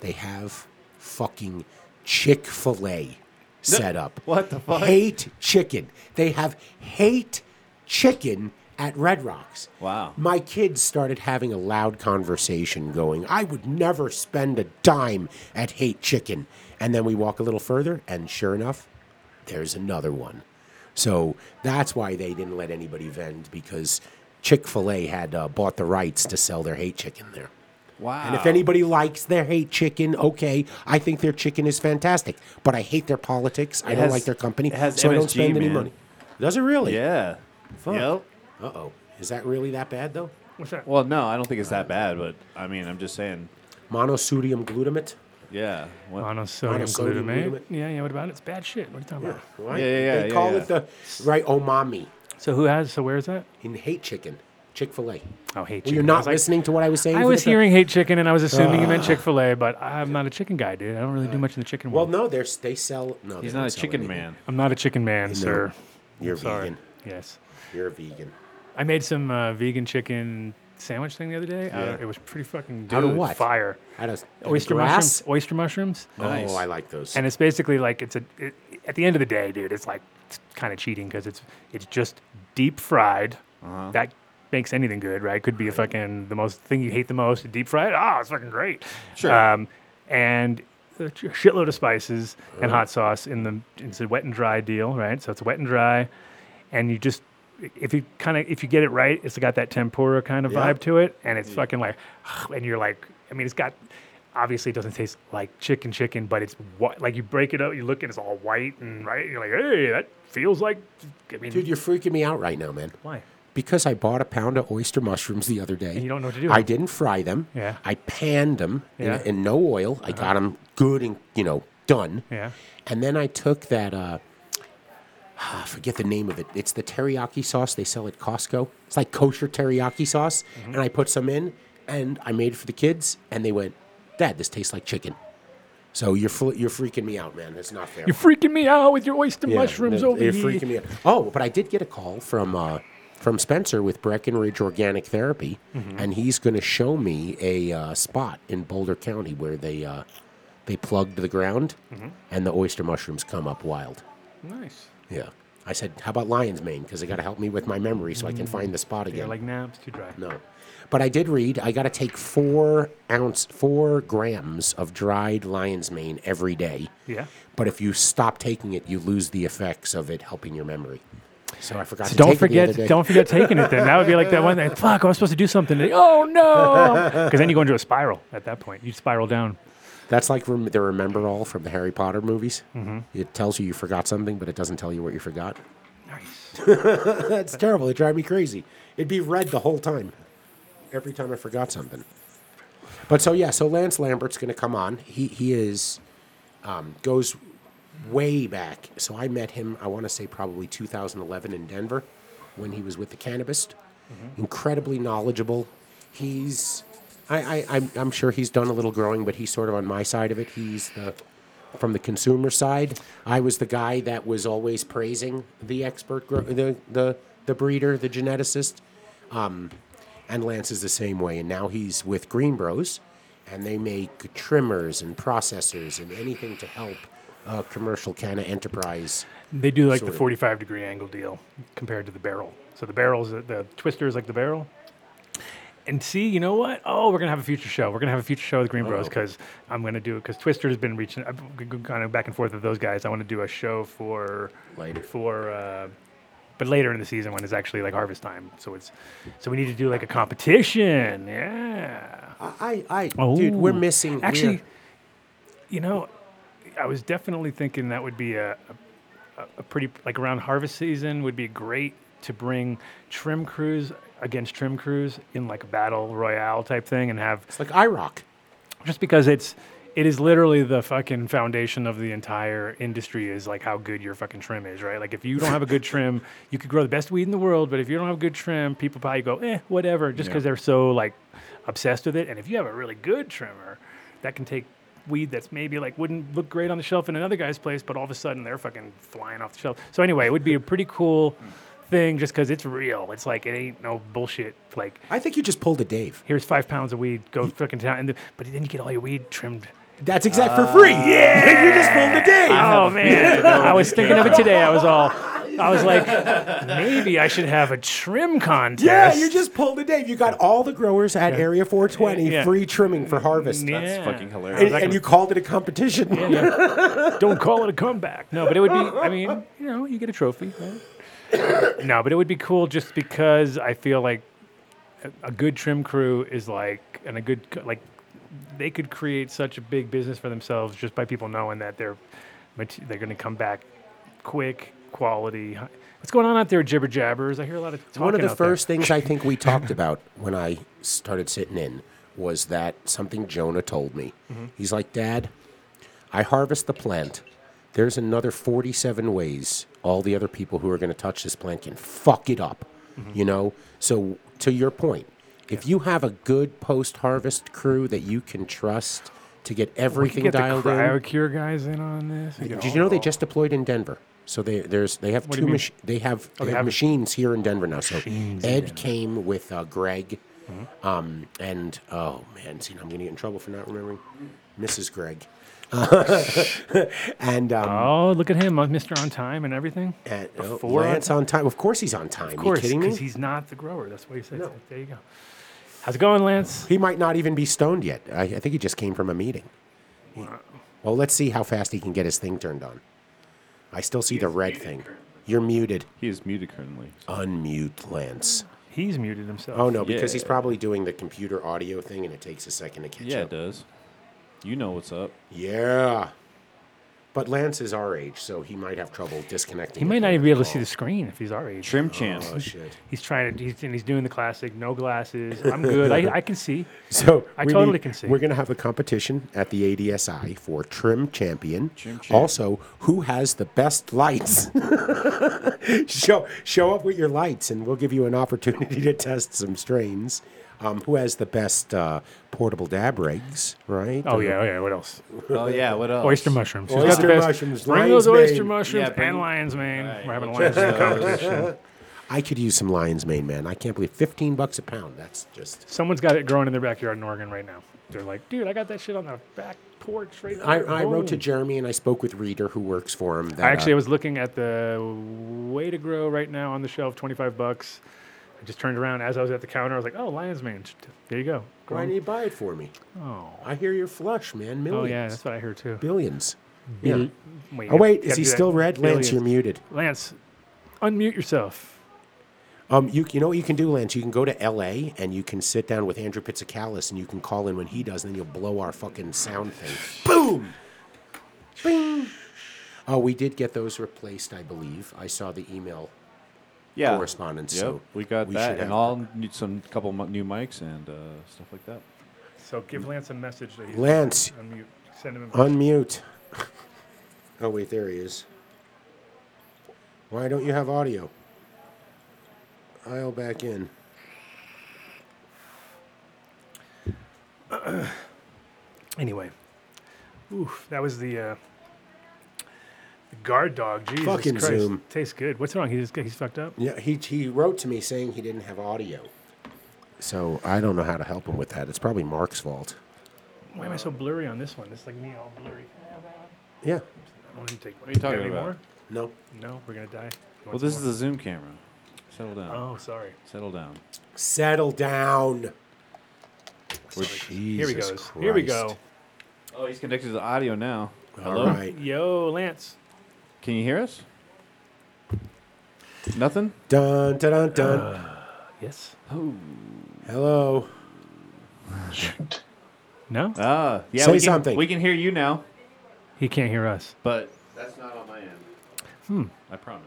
Speaker 4: they have fucking Chick fil A set up.
Speaker 5: what the fuck?
Speaker 4: Hate chicken. They have hate chicken at Red Rocks.
Speaker 5: Wow.
Speaker 4: My kids started having a loud conversation going, I would never spend a dime at hate chicken. And then we walk a little further, and sure enough, there's another one. So that's why they didn't let anybody vend because Chick fil A had uh, bought the rights to sell their hate chicken there.
Speaker 5: wow.
Speaker 4: And if anybody likes their hate chicken, okay, I think their chicken is fantastic, but I hate their politics. I
Speaker 5: It
Speaker 4: don't
Speaker 5: has-
Speaker 4: like their company,
Speaker 5: it has
Speaker 4: so I don't
Speaker 5: MSG,
Speaker 4: spend any
Speaker 5: man.
Speaker 4: money. Does it really?
Speaker 5: Yeah.
Speaker 4: Fuck.
Speaker 5: Yep.
Speaker 4: Uh oh. Is that really that bad though?
Speaker 3: What's that?
Speaker 5: Well, no, I don't think it's that bad, but I mean, I'm just saying.
Speaker 4: Monosodium glutamate.
Speaker 5: Yeah. What-
Speaker 3: Monosodium
Speaker 4: Monosodium
Speaker 3: glutamate.
Speaker 4: glutamate.
Speaker 3: Yeah, yeah. What about it? It's bad shit. What are you talking about?
Speaker 4: Right?
Speaker 5: Yeah, yeah, yeah,
Speaker 4: They
Speaker 5: yeah,
Speaker 4: call
Speaker 5: yeah.
Speaker 4: it the right omami
Speaker 3: So who has? So where's that?
Speaker 4: in hate chicken, Chick Fil A.
Speaker 3: Oh, hate
Speaker 4: Well,
Speaker 3: chicken.
Speaker 4: you're
Speaker 3: I
Speaker 4: not
Speaker 3: was like-
Speaker 4: listening to what I was saying.
Speaker 3: I
Speaker 4: for
Speaker 3: was
Speaker 4: the-
Speaker 3: hearing hate chicken, and I was assuming you meant Chick Fil A, but I'm not a chicken guy, dude. I don't really do much in the chicken
Speaker 4: Well,
Speaker 3: world.
Speaker 4: no, they're, they sell. No,
Speaker 5: He's
Speaker 4: they
Speaker 5: not
Speaker 4: don't
Speaker 5: a
Speaker 4: sell
Speaker 5: chicken
Speaker 4: anything.
Speaker 5: man.
Speaker 3: I'm not a chicken man, sir.
Speaker 4: You're
Speaker 3: Sorry.
Speaker 4: vegan.
Speaker 3: Yes,
Speaker 4: You're a vegan.
Speaker 3: I made some uh, vegan chicken sandwich thing the other day. Uh, it was pretty fucking dude,
Speaker 4: Out of what?
Speaker 3: fire.
Speaker 4: Out of
Speaker 3: Oyster
Speaker 4: grass.
Speaker 3: mushrooms. Oyster mushrooms.
Speaker 4: Oh, I like those.
Speaker 3: And it's basically like it's a. It, at the end of the day, dude, it's like it's kind of cheating because it's it's just deep fried. That makes anything good, right? Could be a fucking the most thing you hate the most. Deep fried. Oh, it's fucking great.
Speaker 5: Sure.
Speaker 3: Um, and a ch- shitload of spices and hot sauce in the it's a wet and dry deal, right? So it's wet and dry, and you just if you kind of if you get it right, it's got that tempura kind of
Speaker 4: Yeah.
Speaker 3: vibe to it, and it's fucking like, and you're like, I mean, it's got obviously it doesn't taste like chicken chicken, but it's what like you break it up, you look and it's all white and right, and you're like, hey, that feels like, I mean,
Speaker 4: Dude, you're freaking me out right now, man.
Speaker 3: why?
Speaker 4: Because I bought a pound of oyster mushrooms the other day.
Speaker 3: And you don't know what to do with
Speaker 4: I
Speaker 3: them.
Speaker 4: didn't fry them.
Speaker 3: Yeah.
Speaker 4: I panned them
Speaker 3: Yeah. Uh-huh.
Speaker 4: in, in no oil. I got them good and, you know, done.
Speaker 3: Yeah.
Speaker 4: And then I took that, uh, ah, I forget the name of it. It's the teriyaki sauce they sell at Costco. It's like kosher teriyaki sauce.
Speaker 3: Mm-hmm.
Speaker 4: And I put some in and I made it for the kids. And they went, Dad, this tastes like chicken. So you're, fl- you're freaking me out, man. That's not fair.
Speaker 3: You're freaking me out with your oyster
Speaker 4: Yeah,
Speaker 3: mushrooms
Speaker 4: they're-
Speaker 3: over
Speaker 4: they're
Speaker 3: here.
Speaker 4: freaking me out. Oh, but I did get a call from uh, from Spencer with Breckenridge Organic Therapy,
Speaker 3: Mm-hmm.
Speaker 4: and he's going to show me a uh, spot in Boulder County where they uh, they plugged the ground
Speaker 3: Mm-hmm.
Speaker 4: and the oyster mushrooms come up wild.
Speaker 3: Nice.
Speaker 4: Yeah, I said, how about Lion's Mane? Because they got to help me with my memory so I can find the spot
Speaker 3: You're
Speaker 4: again.
Speaker 3: Mm. like, nah, it's too dry.
Speaker 4: No. But I did read I got to take four ounce, four grams of dried lion's mane every day.
Speaker 3: Yeah.
Speaker 4: But if you stop taking it, you lose the effects of it helping your memory. So I forgot.
Speaker 3: So
Speaker 4: to
Speaker 3: don't
Speaker 4: take It
Speaker 3: forget,
Speaker 4: the other day.
Speaker 3: don't forget taking it. Then that would be like that one thing. Fuck, I was supposed to do something. Today. Oh no! Because then you go into a spiral. At that point, you spiral down.
Speaker 4: That's like rem- the remember all from the Harry Potter movies. Mm-hmm. It tells you you forgot something, but it doesn't tell you what you forgot.
Speaker 3: Nice.
Speaker 4: That's terrible. It drive me crazy. It'd be red the whole time, every time I forgot something. But so yeah, so Lance Lambert's going to come on. He he is um, goes way back. So I met him. I want to say probably 2011 in Denver, when he was with the Cannabis. Incredibly knowledgeable. He's I, I I'm, I'm sure he's done a little growing, but he's sort of on my side of it. He's the from the consumer side. I was the guy that was always praising the expert, grow, the the the breeder, the geneticist. Um, And Lance is the same way. And now he's with Green Bros, and they make trimmers and processors and anything to help uh, commercial canna enterprise.
Speaker 3: They do like
Speaker 4: Sort
Speaker 3: the
Speaker 4: of.
Speaker 3: 45 degree angle deal compared to the barrel. So the barrel's the, the twister is like the barrel, And see, you know what? Oh, we're gonna have a future show. We're gonna have a future show with Green
Speaker 4: Oh.
Speaker 3: Bros because I'm gonna do it because Twister has been reaching. I've g- g- gone back and forth with those guys. I want to do a show for
Speaker 4: Later.
Speaker 3: for. Uh, but later in the season when it's actually like harvest time, so it's so we need to do like a competition. Yeah.
Speaker 4: I, I, I dude, we're
Speaker 3: Ooh.
Speaker 4: missing. we're-
Speaker 3: Oh. Actually, you know, I was definitely thinking that would be a, a, a pretty like around harvest season would be great to bring trim crews against trim crews in like a battle royale type thing and have
Speaker 4: it's like IROC.
Speaker 3: just because it's it is literally the fucking foundation of the entire industry is like how good your fucking trim is, right? Like if you don't have a good trim, you could grow the best weed in the world, but if you don't have good trim, people probably go, eh, whatever, just because they're so like obsessed with it. And if you have a really good trimmer, that can take weed that's maybe like wouldn't look great on the shelf in another guy's place, but all of a sudden they're fucking flying off the shelf. So anyway, it would be a pretty cool thing just because it's real. It's like it ain't no bullshit. Like
Speaker 4: I think you just pulled a Dave.
Speaker 3: here's five pounds of weed, go fucking town. And the, but then you get all your weed trimmed.
Speaker 4: That's exact
Speaker 3: Uh,
Speaker 4: for free. Yeah, you just pulled a Dave.
Speaker 3: Oh man, I was thinking of it today. I was all, I was like, maybe I should have a trim contest.
Speaker 4: yeah, you just pulled a Dave. You got all the growers at Area 420
Speaker 3: Yeah.
Speaker 4: free trimming for harvest,
Speaker 5: That's
Speaker 3: Yeah.
Speaker 5: fucking hilarious.
Speaker 4: and, and you called it a competition.
Speaker 3: Don't call it a comeback. No, but it would be. I mean, you know, you get a trophy. right? no, but it would be cool just because I feel like a, a good trim crew is like, and a good co- like, they could create such a big business for themselves just by people knowing that they're mate- they're going to come back quick, quality. hi- What's going on out there, jibber jabbers? I hear a lot of talking
Speaker 4: One of the
Speaker 3: out there.
Speaker 4: first things I think we talked about when I started sitting in was that something Jonah told me.
Speaker 3: Mm-hmm.
Speaker 4: He's like, Dad, I harvest the plant. There's another 47 ways all the other people who are going to touch this plant can fuck it up.
Speaker 3: Mm-hmm.
Speaker 4: You know? So, to your point, if you have a good post harvest crew that you can trust to get
Speaker 3: We could
Speaker 4: everything
Speaker 3: get the
Speaker 4: dialed in.
Speaker 3: cryocure guys in on this. We could
Speaker 4: Did
Speaker 3: all-
Speaker 4: you know they just deployed in Denver? So they there's they have
Speaker 3: do
Speaker 4: two
Speaker 3: you mean? Oh,
Speaker 4: mach- they have they have
Speaker 3: have-
Speaker 4: machines here in Denver now. So Ed came with uh, Greg,
Speaker 3: Mm-hmm.
Speaker 4: um, and oh man, see, I'm gonna get in trouble for not remembering Mrs. Greg, and um,
Speaker 3: Oh, look at him, uh, Mr. On Time and everything.
Speaker 4: and, oh,
Speaker 3: before-
Speaker 4: Lance on time. Of course he's on time.
Speaker 3: Of course,
Speaker 4: you kidding me?
Speaker 3: because he's not the grower. That's why he said. that. There you go. How's it going, Lance?
Speaker 4: He might not even be stoned yet. I, I think he just came from a meeting. Well, let's see how fast he can get his thing turned on. I still see the red thing. You're muted.
Speaker 5: he is muted currently.
Speaker 4: Unmute, Lance.
Speaker 3: He's muted himself.
Speaker 4: Oh no, because he's
Speaker 5: Yeah.
Speaker 4: probably doing the computer audio thing, and it takes a second to catch
Speaker 5: Yeah, it
Speaker 4: up.
Speaker 5: does. You know what's up.
Speaker 4: Yeah, but Lance is our age, so he might have trouble disconnecting.
Speaker 3: He might not even be able to see the screen if he's our age.
Speaker 5: Trim champ.
Speaker 4: Oh shit!
Speaker 3: He's trying to, he's, and he's doing the classic, no glasses. I'm good. I, I can see.
Speaker 4: So
Speaker 3: I
Speaker 4: we
Speaker 3: totally
Speaker 4: need-
Speaker 3: can see.
Speaker 4: We're gonna have a competition at the ADSI for trim champion. Also, who has the best lights? show show up with your lights, and we'll give you an opportunity to test some strains. Um, who has the best uh, portable dab rigs? Right?
Speaker 3: Oh yeah, oh yeah. What else?
Speaker 5: Oh yeah, what else?
Speaker 3: Oyster mushrooms. Who's
Speaker 4: Oyster mushrooms,
Speaker 3: Bring those
Speaker 4: lion's
Speaker 3: oyster
Speaker 4: mane.
Speaker 3: mushrooms
Speaker 5: Yeah, bring-
Speaker 3: and lion's mane.
Speaker 5: All right,
Speaker 3: We're having a
Speaker 5: we'll
Speaker 3: lion's
Speaker 5: try
Speaker 3: mane competition.
Speaker 4: I could use some lion's mane, man. I can't believe fifteen bucks a pound. That's just.
Speaker 3: Someone's got it growing in their backyard in Oregon right now. They're like, dude, I got that shit on the back porch right now.
Speaker 4: I, I wrote to Jeremy and I spoke with Reader, who works for him. That,
Speaker 3: Oh. I actually
Speaker 4: uh,
Speaker 3: was looking at the way to grow right now on the shelf, 25 bucks. I just turned around as I was at the counter. I was like, oh, Lion's Mane. There you go. Go
Speaker 4: why
Speaker 3: on.
Speaker 4: didn't you buy it for me?
Speaker 3: Oh.
Speaker 4: I hear you're flush, man.
Speaker 3: Oh,
Speaker 4: Millions.
Speaker 3: yeah, that's what I heard too.
Speaker 4: billions. Yeah.
Speaker 3: Wait,
Speaker 4: Oh wait,
Speaker 3: you
Speaker 4: is
Speaker 3: gotta do
Speaker 4: he
Speaker 3: that.
Speaker 4: still red? Lance,
Speaker 3: Billions.
Speaker 4: you're muted.
Speaker 3: Lance, unmute yourself.
Speaker 4: Um, you you know what you can do, Lance? You can go to L.A. and you can sit down with Andrew Pizzicalis and you can call in when he does, and then you'll blow our fucking sound thing. Boom. Bing. Oh, we did get those replaced, I believe. I saw the email.
Speaker 5: yeah.
Speaker 4: correspondence,
Speaker 5: Yep,
Speaker 4: so
Speaker 5: we got
Speaker 4: we should
Speaker 5: that, and
Speaker 4: have-
Speaker 5: all need some couple mu- new mics and uh, stuff like that.
Speaker 3: So give Lance a message that he's
Speaker 4: Lance,
Speaker 3: unmute. Send him a
Speaker 4: Unmute. Oh, wait, there he is. Why don't you have audio? I'll back in.
Speaker 3: Anyway, oof, that was the, uh, the guard dog. Jesus
Speaker 4: Fucking
Speaker 3: Christ.
Speaker 4: Zoom.
Speaker 3: Tastes good. What's wrong? He's, he's fucked up?
Speaker 4: Yeah, he, he wrote to me saying he didn't have audio. So I don't know how to help him with that. It's probably Mark's fault.
Speaker 3: Why am I so blurry on this one? It's like me all blurry.
Speaker 4: Yeah.
Speaker 3: I want to take what
Speaker 5: are you talking about?
Speaker 4: No.
Speaker 3: No, we're gonna die. Oh, You
Speaker 5: Well,
Speaker 3: want
Speaker 5: this
Speaker 3: some
Speaker 5: is the Zoom camera. Settle down.
Speaker 3: more? Oh, sorry.
Speaker 5: Settle down.
Speaker 4: Settle down.
Speaker 3: Sorry. Here we
Speaker 4: Jesus
Speaker 3: goes. Here we
Speaker 4: Christ.
Speaker 3: go.
Speaker 5: Oh, he's connected to the audio now.
Speaker 4: All right.
Speaker 3: Yo, Lance.
Speaker 5: Can you hear us? Nothing.
Speaker 4: Dun, dun, dun, dun.
Speaker 3: Yes.
Speaker 4: Oh. Hello.
Speaker 3: No,
Speaker 5: Ah, yeah.
Speaker 4: Say
Speaker 5: we can,
Speaker 4: something.
Speaker 5: We can hear you now,
Speaker 3: he can't hear us.
Speaker 5: but that's not on my end. Hmm. I promise.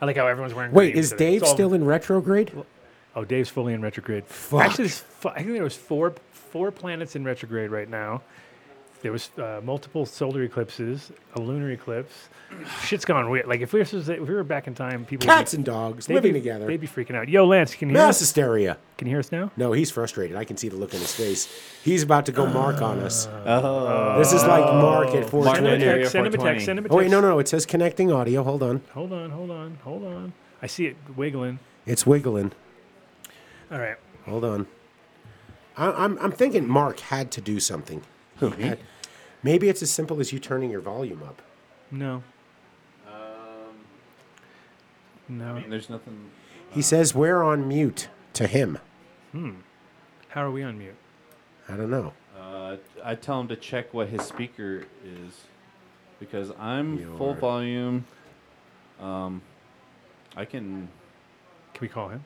Speaker 3: I like how everyone's wearing.
Speaker 4: Wait,
Speaker 3: green
Speaker 4: is
Speaker 3: today.
Speaker 4: Dave
Speaker 3: It's all-
Speaker 4: still in retrograde?
Speaker 3: Oh, Dave's fully in retrograde.
Speaker 4: Fuck.
Speaker 3: Actually, there's fu- I think there was four four planets in retrograde right now. There was uh, multiple solar eclipses, a lunar eclipse. Shit's gone weird. Like if we were supposed to- if we were back in time, people would be-
Speaker 4: Cats and dogs
Speaker 3: they'd
Speaker 4: living
Speaker 3: be-
Speaker 4: together.
Speaker 3: They'd be freaking out. Yo, Lance, can you hear
Speaker 4: Mass
Speaker 3: us?
Speaker 4: hysteria.
Speaker 3: Can you hear us now?
Speaker 4: No, he's frustrated. I can see the look in his face. He's about to go mark on us. This is like mark at
Speaker 5: Mark
Speaker 3: Send him a
Speaker 4: 420.
Speaker 5: Area
Speaker 3: text. Send him a
Speaker 5: 420.
Speaker 3: text. Send him a text.
Speaker 4: Oh, wait, no, no, no. It says connecting audio. Hold on.
Speaker 3: Hold on, hold on, hold on. I see it wiggling.
Speaker 4: It's wiggling.
Speaker 3: All right.
Speaker 4: Hold on. I, I'm, I'm thinking Mark had to do something. Who? maybe it's as simple as you turning your volume up.
Speaker 3: No. Um, No.
Speaker 5: There's nothing.
Speaker 4: He says we're on mute to him.
Speaker 3: How are we on mute?
Speaker 4: I don't know.
Speaker 5: Uh, I tell him to check what his speaker is, because I'm
Speaker 4: You
Speaker 5: full
Speaker 4: are-
Speaker 5: volume. Um, I can.
Speaker 3: Can we call him?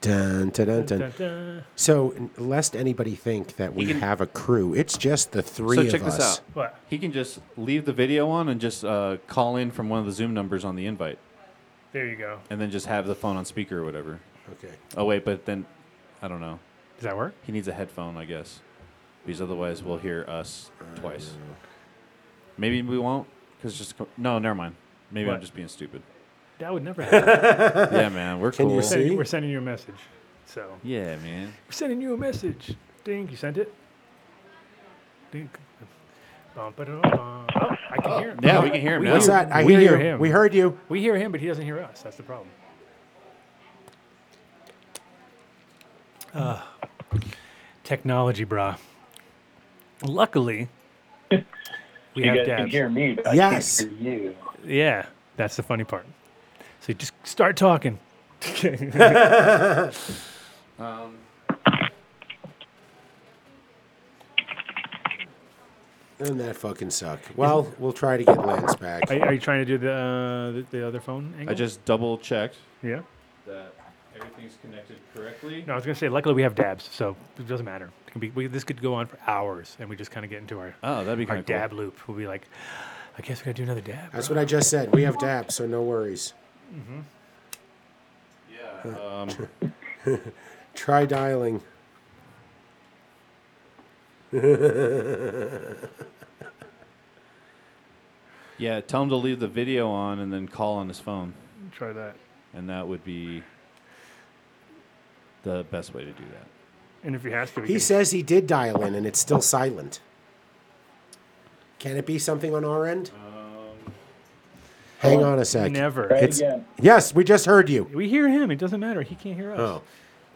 Speaker 4: Dun, dun, dun, dun.
Speaker 3: Dun-dun.
Speaker 4: So, n- lest anybody think that we
Speaker 5: can-
Speaker 4: have a crew, it's just the three
Speaker 5: so
Speaker 4: of
Speaker 5: check
Speaker 4: us.
Speaker 5: this out.
Speaker 3: What?
Speaker 5: He can just leave the video on and just uh, call in from one of the Zoom numbers on the invite,
Speaker 3: There you go.
Speaker 5: and then just have the phone on speaker or whatever.
Speaker 4: Okay.
Speaker 5: Oh wait, but then I don't know.
Speaker 3: Does that work?
Speaker 5: He needs a headphone, I guess, because otherwise we'll hear us twice. Maybe we won't, because just co- no, never mind. Maybe I'm
Speaker 3: What?
Speaker 5: just being stupid.
Speaker 3: That would never happen.
Speaker 5: yeah, man, we're
Speaker 4: Can you
Speaker 5: cool.
Speaker 3: We're
Speaker 4: See?
Speaker 3: sending, we're sending you a message. So
Speaker 5: Yeah, man.
Speaker 3: we're sending you a message. Ding, you sent it. Ding. Bum, ba-dum, bum. Oh, I can hear him.
Speaker 5: Yeah, we can hear him now.
Speaker 4: What's that? I
Speaker 3: we
Speaker 4: hear
Speaker 3: hear
Speaker 4: you.
Speaker 3: him.
Speaker 4: We heard you.
Speaker 3: We hear him, but he doesn't hear us. That's the problem. Ah. technology, brah. Luckily, we
Speaker 6: You
Speaker 3: have
Speaker 6: guys can
Speaker 3: dabs.
Speaker 6: hear me, but I
Speaker 4: Yes.
Speaker 6: can't hear you.
Speaker 3: Yeah, that's the funny part. So just start talking.
Speaker 4: And that fucking sucked. Well, we'll try to get Lance back.
Speaker 3: Are, are you trying to do the, uh, the the other phone angle?
Speaker 5: I just double checked
Speaker 3: yeah.
Speaker 5: that everything's connected correctly.
Speaker 3: No, I was gonna say. Luckily, we have dabs, so it doesn't matter. It can be, we, this could go on for hours, and we just kind of get into our
Speaker 5: Oh, that'd be
Speaker 3: our
Speaker 5: kind of cool.
Speaker 3: dab loop. We'll be like, I guess we gotta do another dab.
Speaker 4: That's what I just said. We have DAP, so no worries.
Speaker 3: Mm-hmm.
Speaker 5: Yeah. Um,
Speaker 4: Try dialing.
Speaker 5: yeah. Tell him to leave the video on and then call on his phone,
Speaker 3: Try that.
Speaker 5: and that would be the best way to do that.
Speaker 3: And if he has to, we
Speaker 4: He
Speaker 3: can-
Speaker 4: says he did dial in and it's still silent. Can it be something on our end?
Speaker 5: Um,
Speaker 4: Hang on a sec.
Speaker 3: never.
Speaker 6: Try
Speaker 4: It's-
Speaker 6: again.
Speaker 4: Yes, we just heard you.
Speaker 3: We hear him. It doesn't matter. He can't hear us.
Speaker 4: Oh.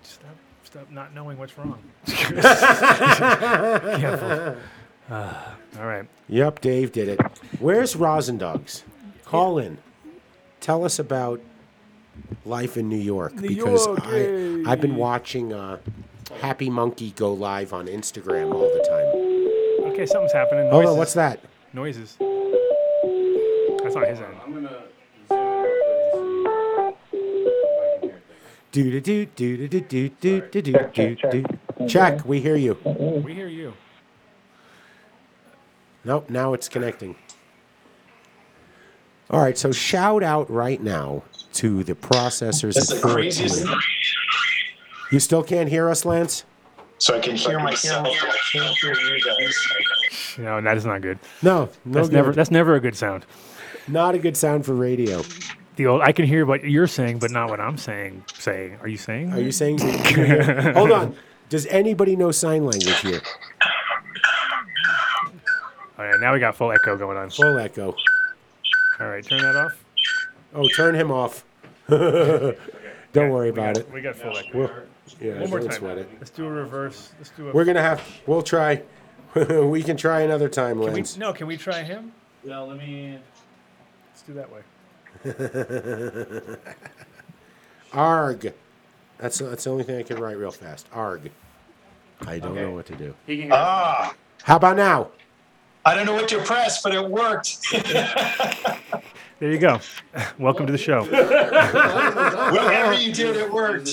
Speaker 3: Stop, stop not knowing what's wrong. Careful. Ah, all right.
Speaker 4: Yep, Dave did it. Where's Rosin Dogs? Call in. Tell us about life in New York because
Speaker 3: York,
Speaker 4: I I've been watching uh, Happy Monkey go live on Instagram all the time.
Speaker 3: Okay, something's happening.
Speaker 6: Oh,
Speaker 4: Hold
Speaker 3: Noises.
Speaker 4: on, what's that?
Speaker 3: Noises. That's not his end.
Speaker 5: I'm gonna zoom in real quick and see if I can hear things.
Speaker 4: Do do do do do do do do do
Speaker 6: Check,
Speaker 4: do
Speaker 6: check, check.
Speaker 4: do. Check, we hear you.
Speaker 3: We hear you.
Speaker 4: Nope, now it's connecting. All right, so shout out right now to the processors.
Speaker 7: That's
Speaker 4: at
Speaker 7: the craziest
Speaker 4: Fort
Speaker 7: thing.
Speaker 4: Wayne. You still can't hear us, Lance?
Speaker 7: So I can hear myself, but I can't hear you guys.
Speaker 3: No, that is not good.
Speaker 4: No, no,
Speaker 3: That's never.
Speaker 4: good.
Speaker 3: That's never a good sound.
Speaker 4: not a good sound for radio.
Speaker 3: The old. I can hear what you're saying, but not what I'm saying. Saying. Are you saying?
Speaker 4: Are you saying? Hold on. Does anybody know sign language here?
Speaker 3: All right. Now we got full echo going on.
Speaker 4: Full echo.
Speaker 3: All right. Turn that off.
Speaker 4: Oh, turn him off. Don't worry
Speaker 3: We got-
Speaker 4: about it.
Speaker 3: We got full echo.
Speaker 4: We'll, yeah,
Speaker 3: One more
Speaker 4: don't
Speaker 3: time.
Speaker 4: sweat it.
Speaker 3: Let's do a reverse. Let's do a.
Speaker 4: We're gonna have. We'll try. we can try another time,
Speaker 3: Can we,
Speaker 4: Lance.
Speaker 3: no, can we try him?
Speaker 5: No, let me.
Speaker 3: Let's do that way.
Speaker 4: Arg. That's that's the only thing I can write real fast. Arg. I don't know what to do.
Speaker 5: He can
Speaker 7: Ah,
Speaker 4: How about now?
Speaker 7: I don't know what to press, but it worked.
Speaker 3: There you go. Welcome to the show.
Speaker 7: Whatever you did, it worked.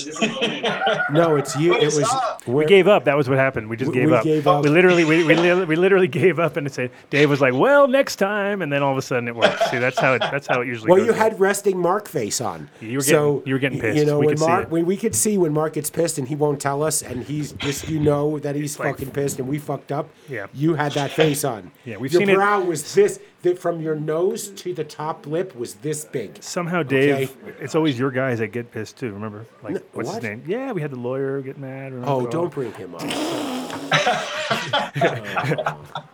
Speaker 4: No, it's you.
Speaker 7: What
Speaker 4: It
Speaker 7: is
Speaker 4: was.
Speaker 7: up?
Speaker 3: We
Speaker 4: we're-
Speaker 3: gave up. That was what happened. We just
Speaker 4: We-
Speaker 3: gave,
Speaker 4: we
Speaker 3: up.
Speaker 4: gave up.
Speaker 3: We literally, we, we, li- we literally gave up, and it said Dave was like, "Well, next time," and then all of a sudden it worked. See, that's how it. That's how it usually.
Speaker 4: Well,
Speaker 3: goes
Speaker 4: you had resting Mark face on.
Speaker 3: You were
Speaker 4: so
Speaker 3: getting- you were getting
Speaker 4: You
Speaker 3: pissed.
Speaker 4: know
Speaker 3: We
Speaker 4: when
Speaker 3: could see
Speaker 4: Mark,
Speaker 3: it.
Speaker 4: when we could see when Mark gets pissed and he won't tell us, and he's just you know that he's
Speaker 3: like-
Speaker 4: fucking pissed and we fucked up.
Speaker 3: Yeah.
Speaker 4: you had that face on.
Speaker 3: Yeah, we've
Speaker 4: your
Speaker 3: seen it-
Speaker 4: brow was this that from your nose to the top lip was this big.
Speaker 3: Somehow, Dave, it's always your guys that get pissed too. Remember, like, what's
Speaker 4: what?
Speaker 3: his name? Yeah, we had the lawyer get mad. remember
Speaker 4: Oh,
Speaker 3: all-
Speaker 4: don't bring him up.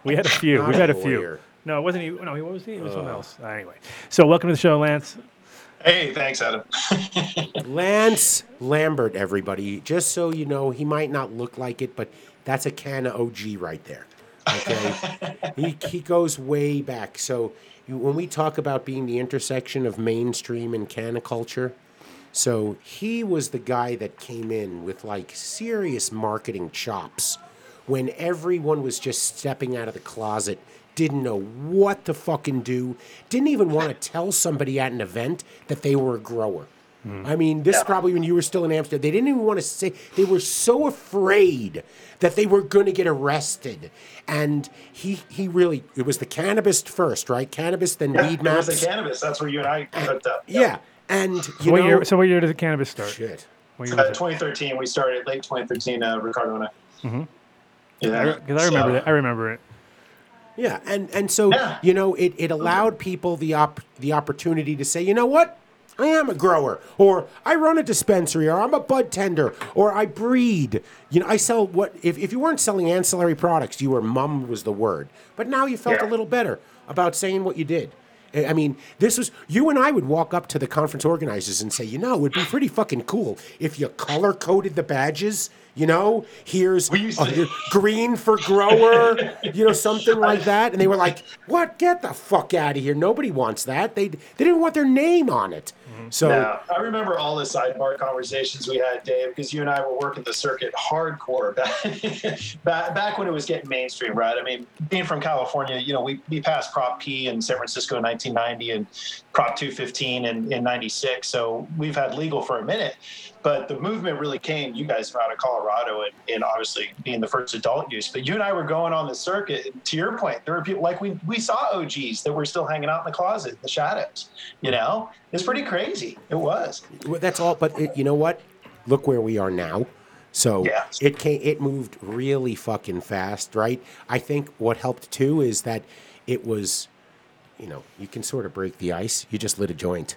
Speaker 3: We had a few.
Speaker 4: Not
Speaker 3: We've
Speaker 4: a
Speaker 3: had a few.
Speaker 4: lawyer. Uh.
Speaker 3: No, it wasn't he? No, he what was he. It was someone else. Ah, Anyway, so welcome to the show, Lance.
Speaker 7: Hey, thanks, Adam.
Speaker 4: Lance Lambert, everybody. Just so you know, he might not look like it, but that's a can of OG right there. Okay, he he goes way back. So you, when we talk about being the intersection of mainstream and can culture, so he was the guy that came in with like serious marketing chops when everyone was just stepping out of the closet, didn't know what to fucking do, didn't even want to tell somebody at an event that they were a grower.
Speaker 3: Hmm.
Speaker 4: I mean, this is probably when you were still in Amsterdam. They didn't even want to say, they were so afraid that they were going to get arrested. And he, he really, it was the cannabis first, right? Cannabis, then weed
Speaker 7: It was
Speaker 4: maps.
Speaker 7: the cannabis. That's where you and I hooked up.
Speaker 4: yeah. And, you
Speaker 3: what
Speaker 4: know,
Speaker 3: year? So what year did the cannabis start?
Speaker 4: shit.
Speaker 3: What year
Speaker 7: Uh,
Speaker 3: was it?
Speaker 7: 2013, we started late 2013, uh, Ricardo and I.
Speaker 3: Mm-hmm. I
Speaker 7: Yeah,
Speaker 3: re- 'cause I remember
Speaker 7: so-
Speaker 3: that. I remember it.
Speaker 4: Yeah, and and so
Speaker 7: Yeah.
Speaker 4: you know, it, it allowed people the op- the opportunity to say, you know what, I am a grower, or I run a dispensary, or I'm a bud tender, or I breed. You know, I sell what if if you weren't selling ancillary products, you were mum was the word, but now you felt a
Speaker 7: Yeah.
Speaker 4: little better about saying what you did. I I mean, this was you and I would walk up to the conference organizers and say, you know, it would be pretty fucking cool if you color coded the badges. You know, here's
Speaker 7: We used
Speaker 4: a-
Speaker 7: to-
Speaker 4: here- green for grower, you know, something like that. And they were like, "What? Get the fuck out of here! Nobody wants that. They they didn't want their name on it." So
Speaker 7: Yeah, I remember all the sidebar conversations we had, Dave, because you and I were working the circuit hardcore back, back back when it was getting mainstream, right? I mean, being from California, you know, we, we passed Prop P in San Francisco in 1990 and Prop 215 in, in 96. So we've had legal for a minute, but the movement really came, you guys from out of Colorado and, and obviously being the first adult use. But you and I were going on the circuit. and To your point, there were people like we, we saw OGs that were still hanging out in the closet, in the shadows, you know? It's pretty crazy. It was.
Speaker 4: well, that's all. But it, you know what? Look where we are now. So
Speaker 7: Yeah.
Speaker 4: it came, it moved really fucking fast, right? I think what helped too is that it was, you know, you can sort of break the ice. You just lit a joint.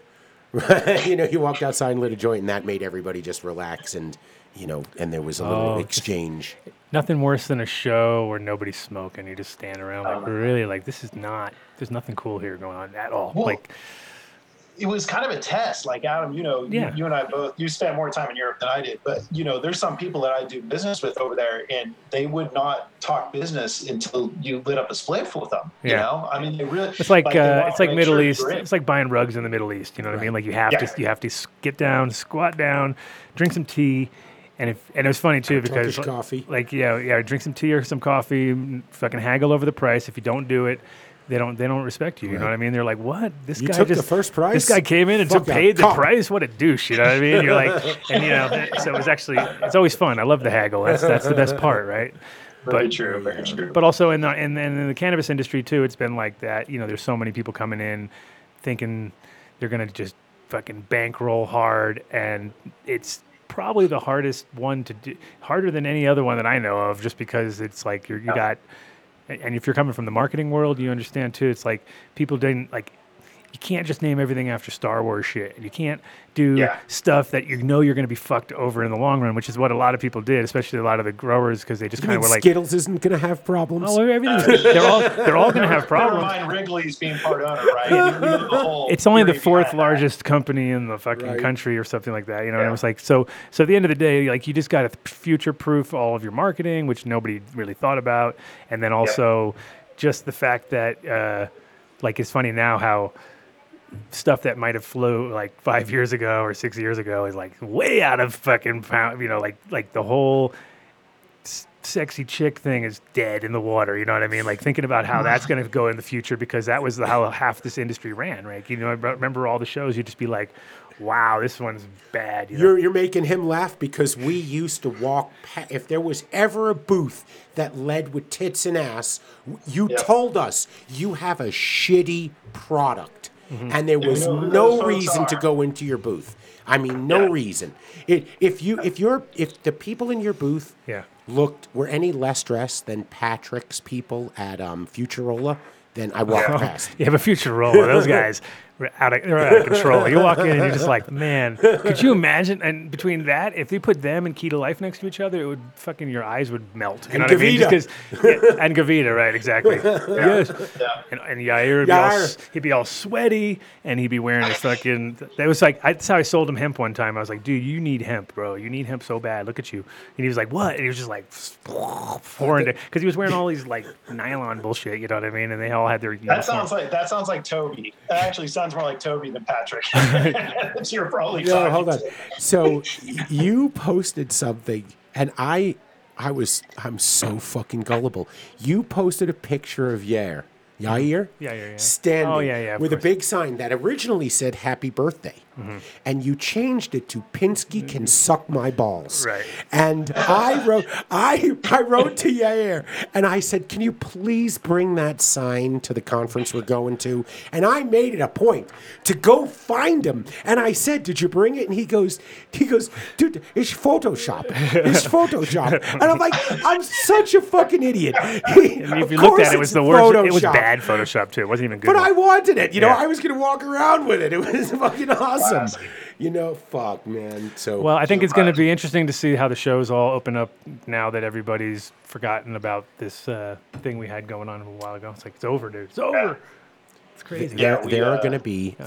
Speaker 4: you know, you walked outside and lit a joint, and that made everybody just relax, and you know, and there was a little
Speaker 3: Oh, just-
Speaker 4: exchange.
Speaker 3: Nothing worse than a show where nobody's smoking. You just stand around like really like this is not. There's nothing cool here going on at all.
Speaker 7: Well,
Speaker 3: like
Speaker 7: it was kind of a test. Like Adam, you know,
Speaker 3: Yeah.
Speaker 7: you, you and I both you spent more time in Europe than I did, but you know, there's some people that I do business with over there, and they would not talk business until you lit up a spliff with them. You
Speaker 3: Yeah.
Speaker 7: know, I mean, they really.
Speaker 3: it's like,
Speaker 7: they
Speaker 3: uh,
Speaker 7: want
Speaker 3: it's
Speaker 7: to
Speaker 3: like
Speaker 7: make
Speaker 3: Middle
Speaker 7: sure
Speaker 3: East.
Speaker 7: you're in.
Speaker 3: It's like buying rugs in the Middle East. You know what I mean? Like you have
Speaker 7: Yeah.
Speaker 3: to you have to s- get down, squat down, drink some tea, and if and it was funny too because
Speaker 4: Turkish coffee.
Speaker 3: Like yeah, yeah, drink some tea or some coffee. m- Fucking haggle over the price. If you don't do it. They don't. They don't respect you. You know what I mean? They're like, "What? This
Speaker 4: You
Speaker 3: guy
Speaker 4: took the
Speaker 3: just
Speaker 4: first
Speaker 3: This
Speaker 4: price?
Speaker 3: guy came in and
Speaker 4: Fuck
Speaker 3: took,
Speaker 4: a
Speaker 3: paid the
Speaker 4: cop."
Speaker 3: price. What a douche! You know what I mean? You're like, and you know, th- so it was actually. It's always fun. I love the haggle. That's that's the best part, right?
Speaker 7: very
Speaker 3: But
Speaker 7: true, very true.
Speaker 3: but also in the in, in, in the cannabis industry too, it's been like that. You know, there's so many people coming in thinking they're gonna just fucking bankroll hard, and it's probably the hardest one to do, harder than any other one that I know of, just because it's like you're, you got. And if you're coming from the marketing world, you understand too. It's like people didn't like. You can't just name everything after Star Wars shit. You can't do
Speaker 7: Yeah.
Speaker 3: stuff that you know you're going to be fucked over in the long run, which is what a lot of people did, especially a lot of the growers, because they just
Speaker 4: You
Speaker 3: kind of
Speaker 4: mean
Speaker 3: were like,
Speaker 4: Skittles isn't going to have problems.
Speaker 3: Oh, everything's they're all they're all gonna have
Speaker 7: Never
Speaker 3: problems.
Speaker 7: mind Wrigley's being part owner, right? You knew the whole
Speaker 3: It's only the
Speaker 7: theory
Speaker 3: fourth
Speaker 7: behind that.
Speaker 3: largest company in the fucking
Speaker 4: Right.
Speaker 3: country or something like that. You know, and
Speaker 7: Yeah.
Speaker 3: it was like so. So at the end of the day, like you just got to future proof all of your marketing, which nobody really thought about, and then also just the fact that, uh, like, it's funny now how stuff that might have flew like five years ago or six years ago is like way out of fucking pound. You know, like like the whole s- sexy chick thing is dead in the water. You know what I mean? Like thinking about how that's going to go in the future because that was the, how half this industry ran. Right? You know, I remember all the shows. You'd just be like, "Wow, this one's bad." You know?
Speaker 4: You're, you're making him laugh because we used to walk. Pa- if there was ever a booth that led with tits and ass, w- you
Speaker 7: Yeah.
Speaker 4: told us you have a shitty product, and there was
Speaker 7: know who those
Speaker 4: no
Speaker 7: folks
Speaker 4: reason to
Speaker 7: are.
Speaker 4: go into your booth. I mean, no reason. It, if you if you're if the people in your booth
Speaker 3: Yeah.
Speaker 4: looked were any less dressed than Patrick's people at um, Futurola, then I walked past.
Speaker 3: You have a future role. Those guys were out of, they're out of control. You walk in and you're just like, man, could you imagine? And between that, if they put them and Key to Life next to each other, it would fucking your eyes would melt. You
Speaker 4: And
Speaker 3: know what I mean?
Speaker 4: Gavita.
Speaker 3: Just 'cause- yeah, and Gavita, right? Exactly. Yes. And, and Yair would be all,
Speaker 4: Yair.
Speaker 3: s- he'd be all sweaty and he'd be wearing his fucking. That was like I, that's how I sold him hemp one time. I was like, dude, you need hemp, bro. You need hemp so bad. Look at you. And he was like, what? And he was just like, pouring it because he was wearing all these like nylon bullshit. You know what I mean? And they all had their.
Speaker 7: That sounds like that sounds like Toby. That actually sounds more like Toby than Patrick. That's you're probably
Speaker 4: No,
Speaker 7: talking
Speaker 4: hold on.
Speaker 7: to.
Speaker 4: So y- you posted something, and I, I was, I'm so fucking gullible. You posted a picture of Yair, Yair,
Speaker 3: Yeah, yeah, yeah.
Speaker 4: standing
Speaker 3: Oh, yeah, yeah, of
Speaker 4: with a
Speaker 3: course.
Speaker 4: big sign that originally said "Happy Birthday,"
Speaker 3: Mm-hmm.
Speaker 4: and you changed it to "Pinsky can suck my balls."
Speaker 3: Right.
Speaker 4: And I wrote, I, I wrote to Yair, and I said, "Can you please bring that sign to the conference we're going to?" And I made it a point to go find him, and I said, "Did you bring it?" And he goes, "He goes, dude, it's Photoshop, it's Photoshop." And I'm like, "I'm such a fucking idiot."
Speaker 3: I mean, if you looked at it, it was the worst. It was bad Photoshop too. It wasn't even good.
Speaker 4: But I wanted it. You know,
Speaker 3: Yeah.
Speaker 4: I was going to walk around with it. It was fucking awesome.
Speaker 7: Classic.
Speaker 4: You know, fuck, man. So
Speaker 3: well, I think it's going to be interesting to see how the shows all open up now that everybody's forgotten about this uh, thing we had going on a while ago. It's like it's over, dude. It's over. It's crazy. uh-huh.
Speaker 4: there,
Speaker 7: we,
Speaker 4: there are
Speaker 7: uh,
Speaker 4: going to be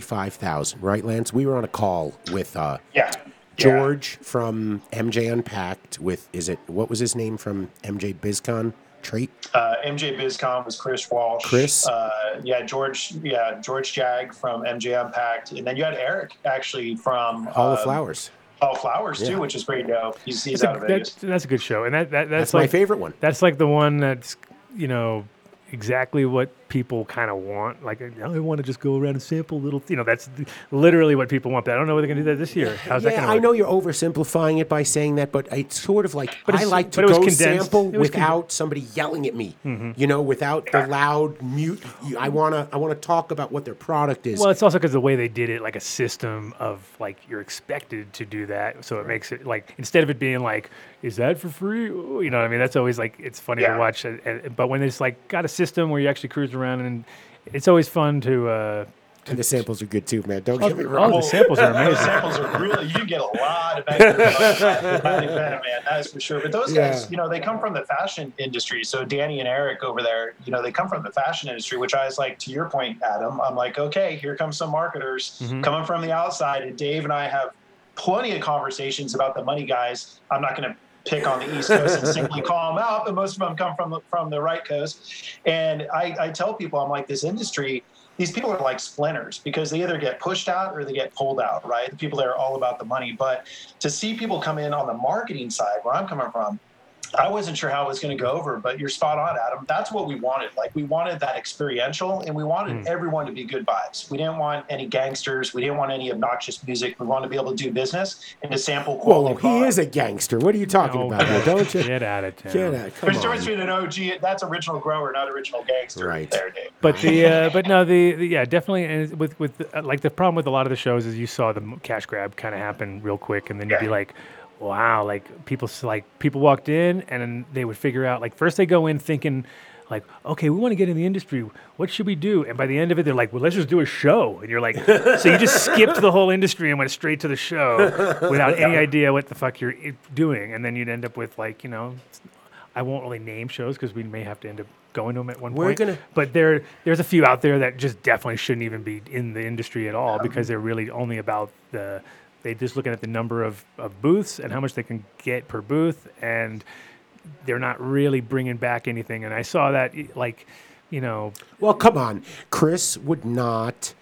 Speaker 4: 35,000, right, Lance? We were on a call with uh,
Speaker 7: Yeah.
Speaker 4: George from MJ Unpacked with, is it, what was his name from MJ BizCon? Trait?
Speaker 7: Yeah. Uh, MJ BizCon was Chris Walsh.
Speaker 4: Chris?
Speaker 7: Uh, yeah, George. Yeah, George Jag from MJ Unpacked, and then you had Eric actually from
Speaker 4: All the
Speaker 7: um,
Speaker 4: Flowers.
Speaker 7: All Flowers
Speaker 4: Yeah.
Speaker 7: too, which is pretty dope. He's, he's
Speaker 3: That's a-
Speaker 7: out of
Speaker 3: that's,
Speaker 7: Vegas.
Speaker 3: that's a good show, and that, that that's,
Speaker 4: That's my
Speaker 3: like-
Speaker 4: favorite one.
Speaker 3: That's like the one that's you know exactly what people kind of want. Like I want to just go around and sample little. You know, that's th- literally what people want. But I don't know whether they're going to do that this year. How's that
Speaker 4: Yeah,
Speaker 3: going to
Speaker 4: I know you're oversimplifying it by saying that, but it's sort of like
Speaker 3: But
Speaker 4: I
Speaker 3: it's-
Speaker 4: like to
Speaker 3: but it was
Speaker 4: go
Speaker 3: condensed.
Speaker 4: sample
Speaker 3: It was con- Mm-hmm.
Speaker 4: without somebody yelling at me. You know, without the loud mute. You- I wanna I wanna talk about what their product is.
Speaker 3: Well, it's also because the way they did it, like a system of like you're expected to do that, so it makes it like instead of it being like, is that for free? Ooh, you know what I mean? That's always like it's funny
Speaker 7: Yeah.
Speaker 3: to watch. And, and- but when it's like got a system where you actually cruise around, and it's always fun to. Uh,
Speaker 4: and the samples are good too, man. Don't get me wrong.
Speaker 3: oh, the samples are
Speaker 7: Those
Speaker 3: amazing.
Speaker 7: samples are really, you get a lot of extra money out of that, man, that is for sure. But those
Speaker 4: Yeah.
Speaker 7: guys, you know, they come from the fashion industry. So Danny and Eric over there, you know, they come from the fashion industry, which I was like, to your point, Adam, I'm like, okay, here come some marketers coming from the outside. And Dave and I have plenty of conversations about the money guys. I'm not going to pick on the East Coast and simply call them out, but most of them come from the, from the right coast. And I, I tell people, I'm like, this industry, these people are like splinters because they either get pushed out or they get pulled out, right? The people that are all about the money. But to see people come in on the marketing side, where I'm coming from, I wasn't sure how it was going to go over, but you're spot on, Adam. That's what we wanted. Like we wanted that experiential, and we wanted
Speaker 4: Hmm.
Speaker 7: everyone to be good vibes. We didn't want any gangsters. We didn't want any obnoxious music. We wanted to be able to do business and to sample
Speaker 4: Whoa,
Speaker 7: quality.
Speaker 4: whoa, he
Speaker 7: product.
Speaker 4: is a gangster. What are you talking
Speaker 3: No,
Speaker 4: about? Now, don't you?
Speaker 3: Oh, Get out of town.
Speaker 4: Get out. Come
Speaker 7: There's a difference
Speaker 4: on.
Speaker 7: between an OG. That's original grower, not original gangster.
Speaker 4: Right.
Speaker 7: there, Dave.
Speaker 3: But the uh, but no the, the yeah definitely and with with uh, like the problem with a lot of the shows is you saw the m- cash grab kind of happen real quick and then you'd be
Speaker 7: Yeah.
Speaker 3: like wow like people s- like people walked in and then they would figure out like first they go in thinking like okay we want to get in the industry what should we do and by the end of it they're like well let's just do a show and you're like so you just skipped the whole industry and went straight to the show without any idea what the fuck you're i- doing and then you'd end up with like you know I won't really name shows because we may have to end up going to them at one
Speaker 4: We're
Speaker 3: point
Speaker 4: gonna-
Speaker 3: but there there's a few out there that just definitely shouldn't even be in the industry at all because they're really only about the they just looking at the number of, of booths and how much they can get per booth and they're not really bringing back anything and i saw that like e, you know
Speaker 4: Well, come on. Chris would not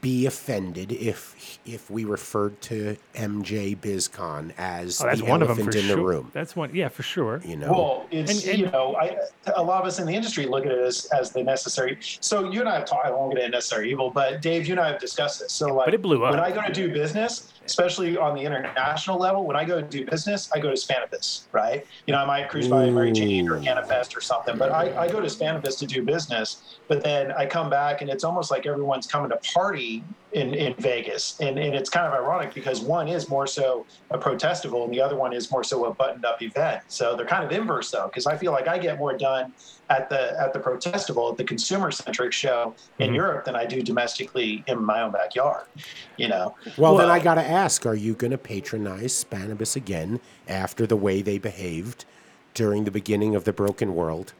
Speaker 4: be offended if if we referred to MJ BizCon as
Speaker 3: Oh, that's
Speaker 4: the
Speaker 3: one of them
Speaker 4: elephant
Speaker 3: for
Speaker 4: in
Speaker 3: sure.
Speaker 4: the room.
Speaker 3: That's one. Yeah, for sure.
Speaker 4: You know,
Speaker 7: Well, it's
Speaker 3: And- and-
Speaker 7: you know, I, a lot of us in the industry look at it as, as the necessary. So you and I have talked. I won't get into necessary evil, but Dave, you and I have discussed this. So like,
Speaker 3: But it blew up.
Speaker 7: When I go to do business, especially on the international level, when I go to do business, I go to Spanibus, right? You know, I might cruise by Mary Jane or Canifest or something, but I, I go to Spanibus to do business. But then I come back, and it's almost like everyone's coming to party in, in Vegas, and and it's kind of ironic because one is more so a protestival, and the other one is more so a buttoned-up event. So they're kind of inverse, though, because I feel like I get more done at the at the protestival, at the consumer-centric show in
Speaker 4: Mm-hmm.
Speaker 3: Mhm.
Speaker 7: Europe than I do domestically in my own backyard. You know,
Speaker 4: Well, then
Speaker 7: Well-
Speaker 4: I got to ask: Are you going to patronize Spanibus again after the way they behaved during the beginning of the Broken World?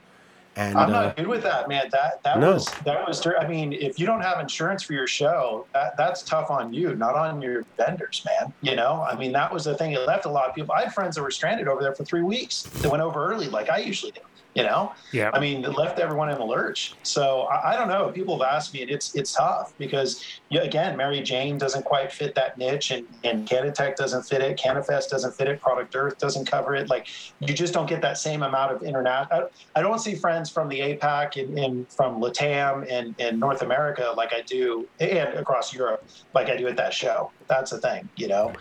Speaker 4: And
Speaker 7: I'm
Speaker 4: uh,
Speaker 7: not good with that, man. That that
Speaker 4: No.
Speaker 7: was that was. dir- I mean, if you don't have insurance for your show, that that's tough on you, not on your vendors, man. You know, I mean, that was the thing. It left a lot of people. I had friends that were stranded over there for three weeks. That went over early, like I usually do. You know,
Speaker 3: Yeah.
Speaker 7: I mean, it left everyone in the lurch. So I, I don't know. People have asked me, and it's it's tough because yeah, again, Mary Jane doesn't quite fit that niche, and and Canatech doesn't fit it, Canifest doesn't fit it, Product Earth doesn't cover it. Like you just don't get that same amount of international. I, I don't see friends from the APAC and, and from LATAM and and North America like I do, and across Europe like I do at that show. That's the thing, you know.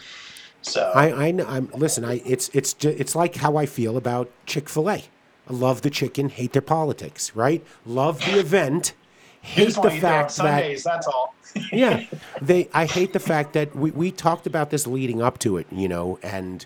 Speaker 7: So
Speaker 4: I, I know. I'm, listen, I it's it's ju- it's like how I feel about Chick Fil A. I love the chicken, hate their politics. Right? Love the event,
Speaker 7: You
Speaker 4: hate
Speaker 7: just wanna
Speaker 4: the
Speaker 7: eat there on
Speaker 4: fact that
Speaker 7: Sundays. That's all.
Speaker 4: yeah, they. I hate the fact that we we talked about this leading up to it. You know, and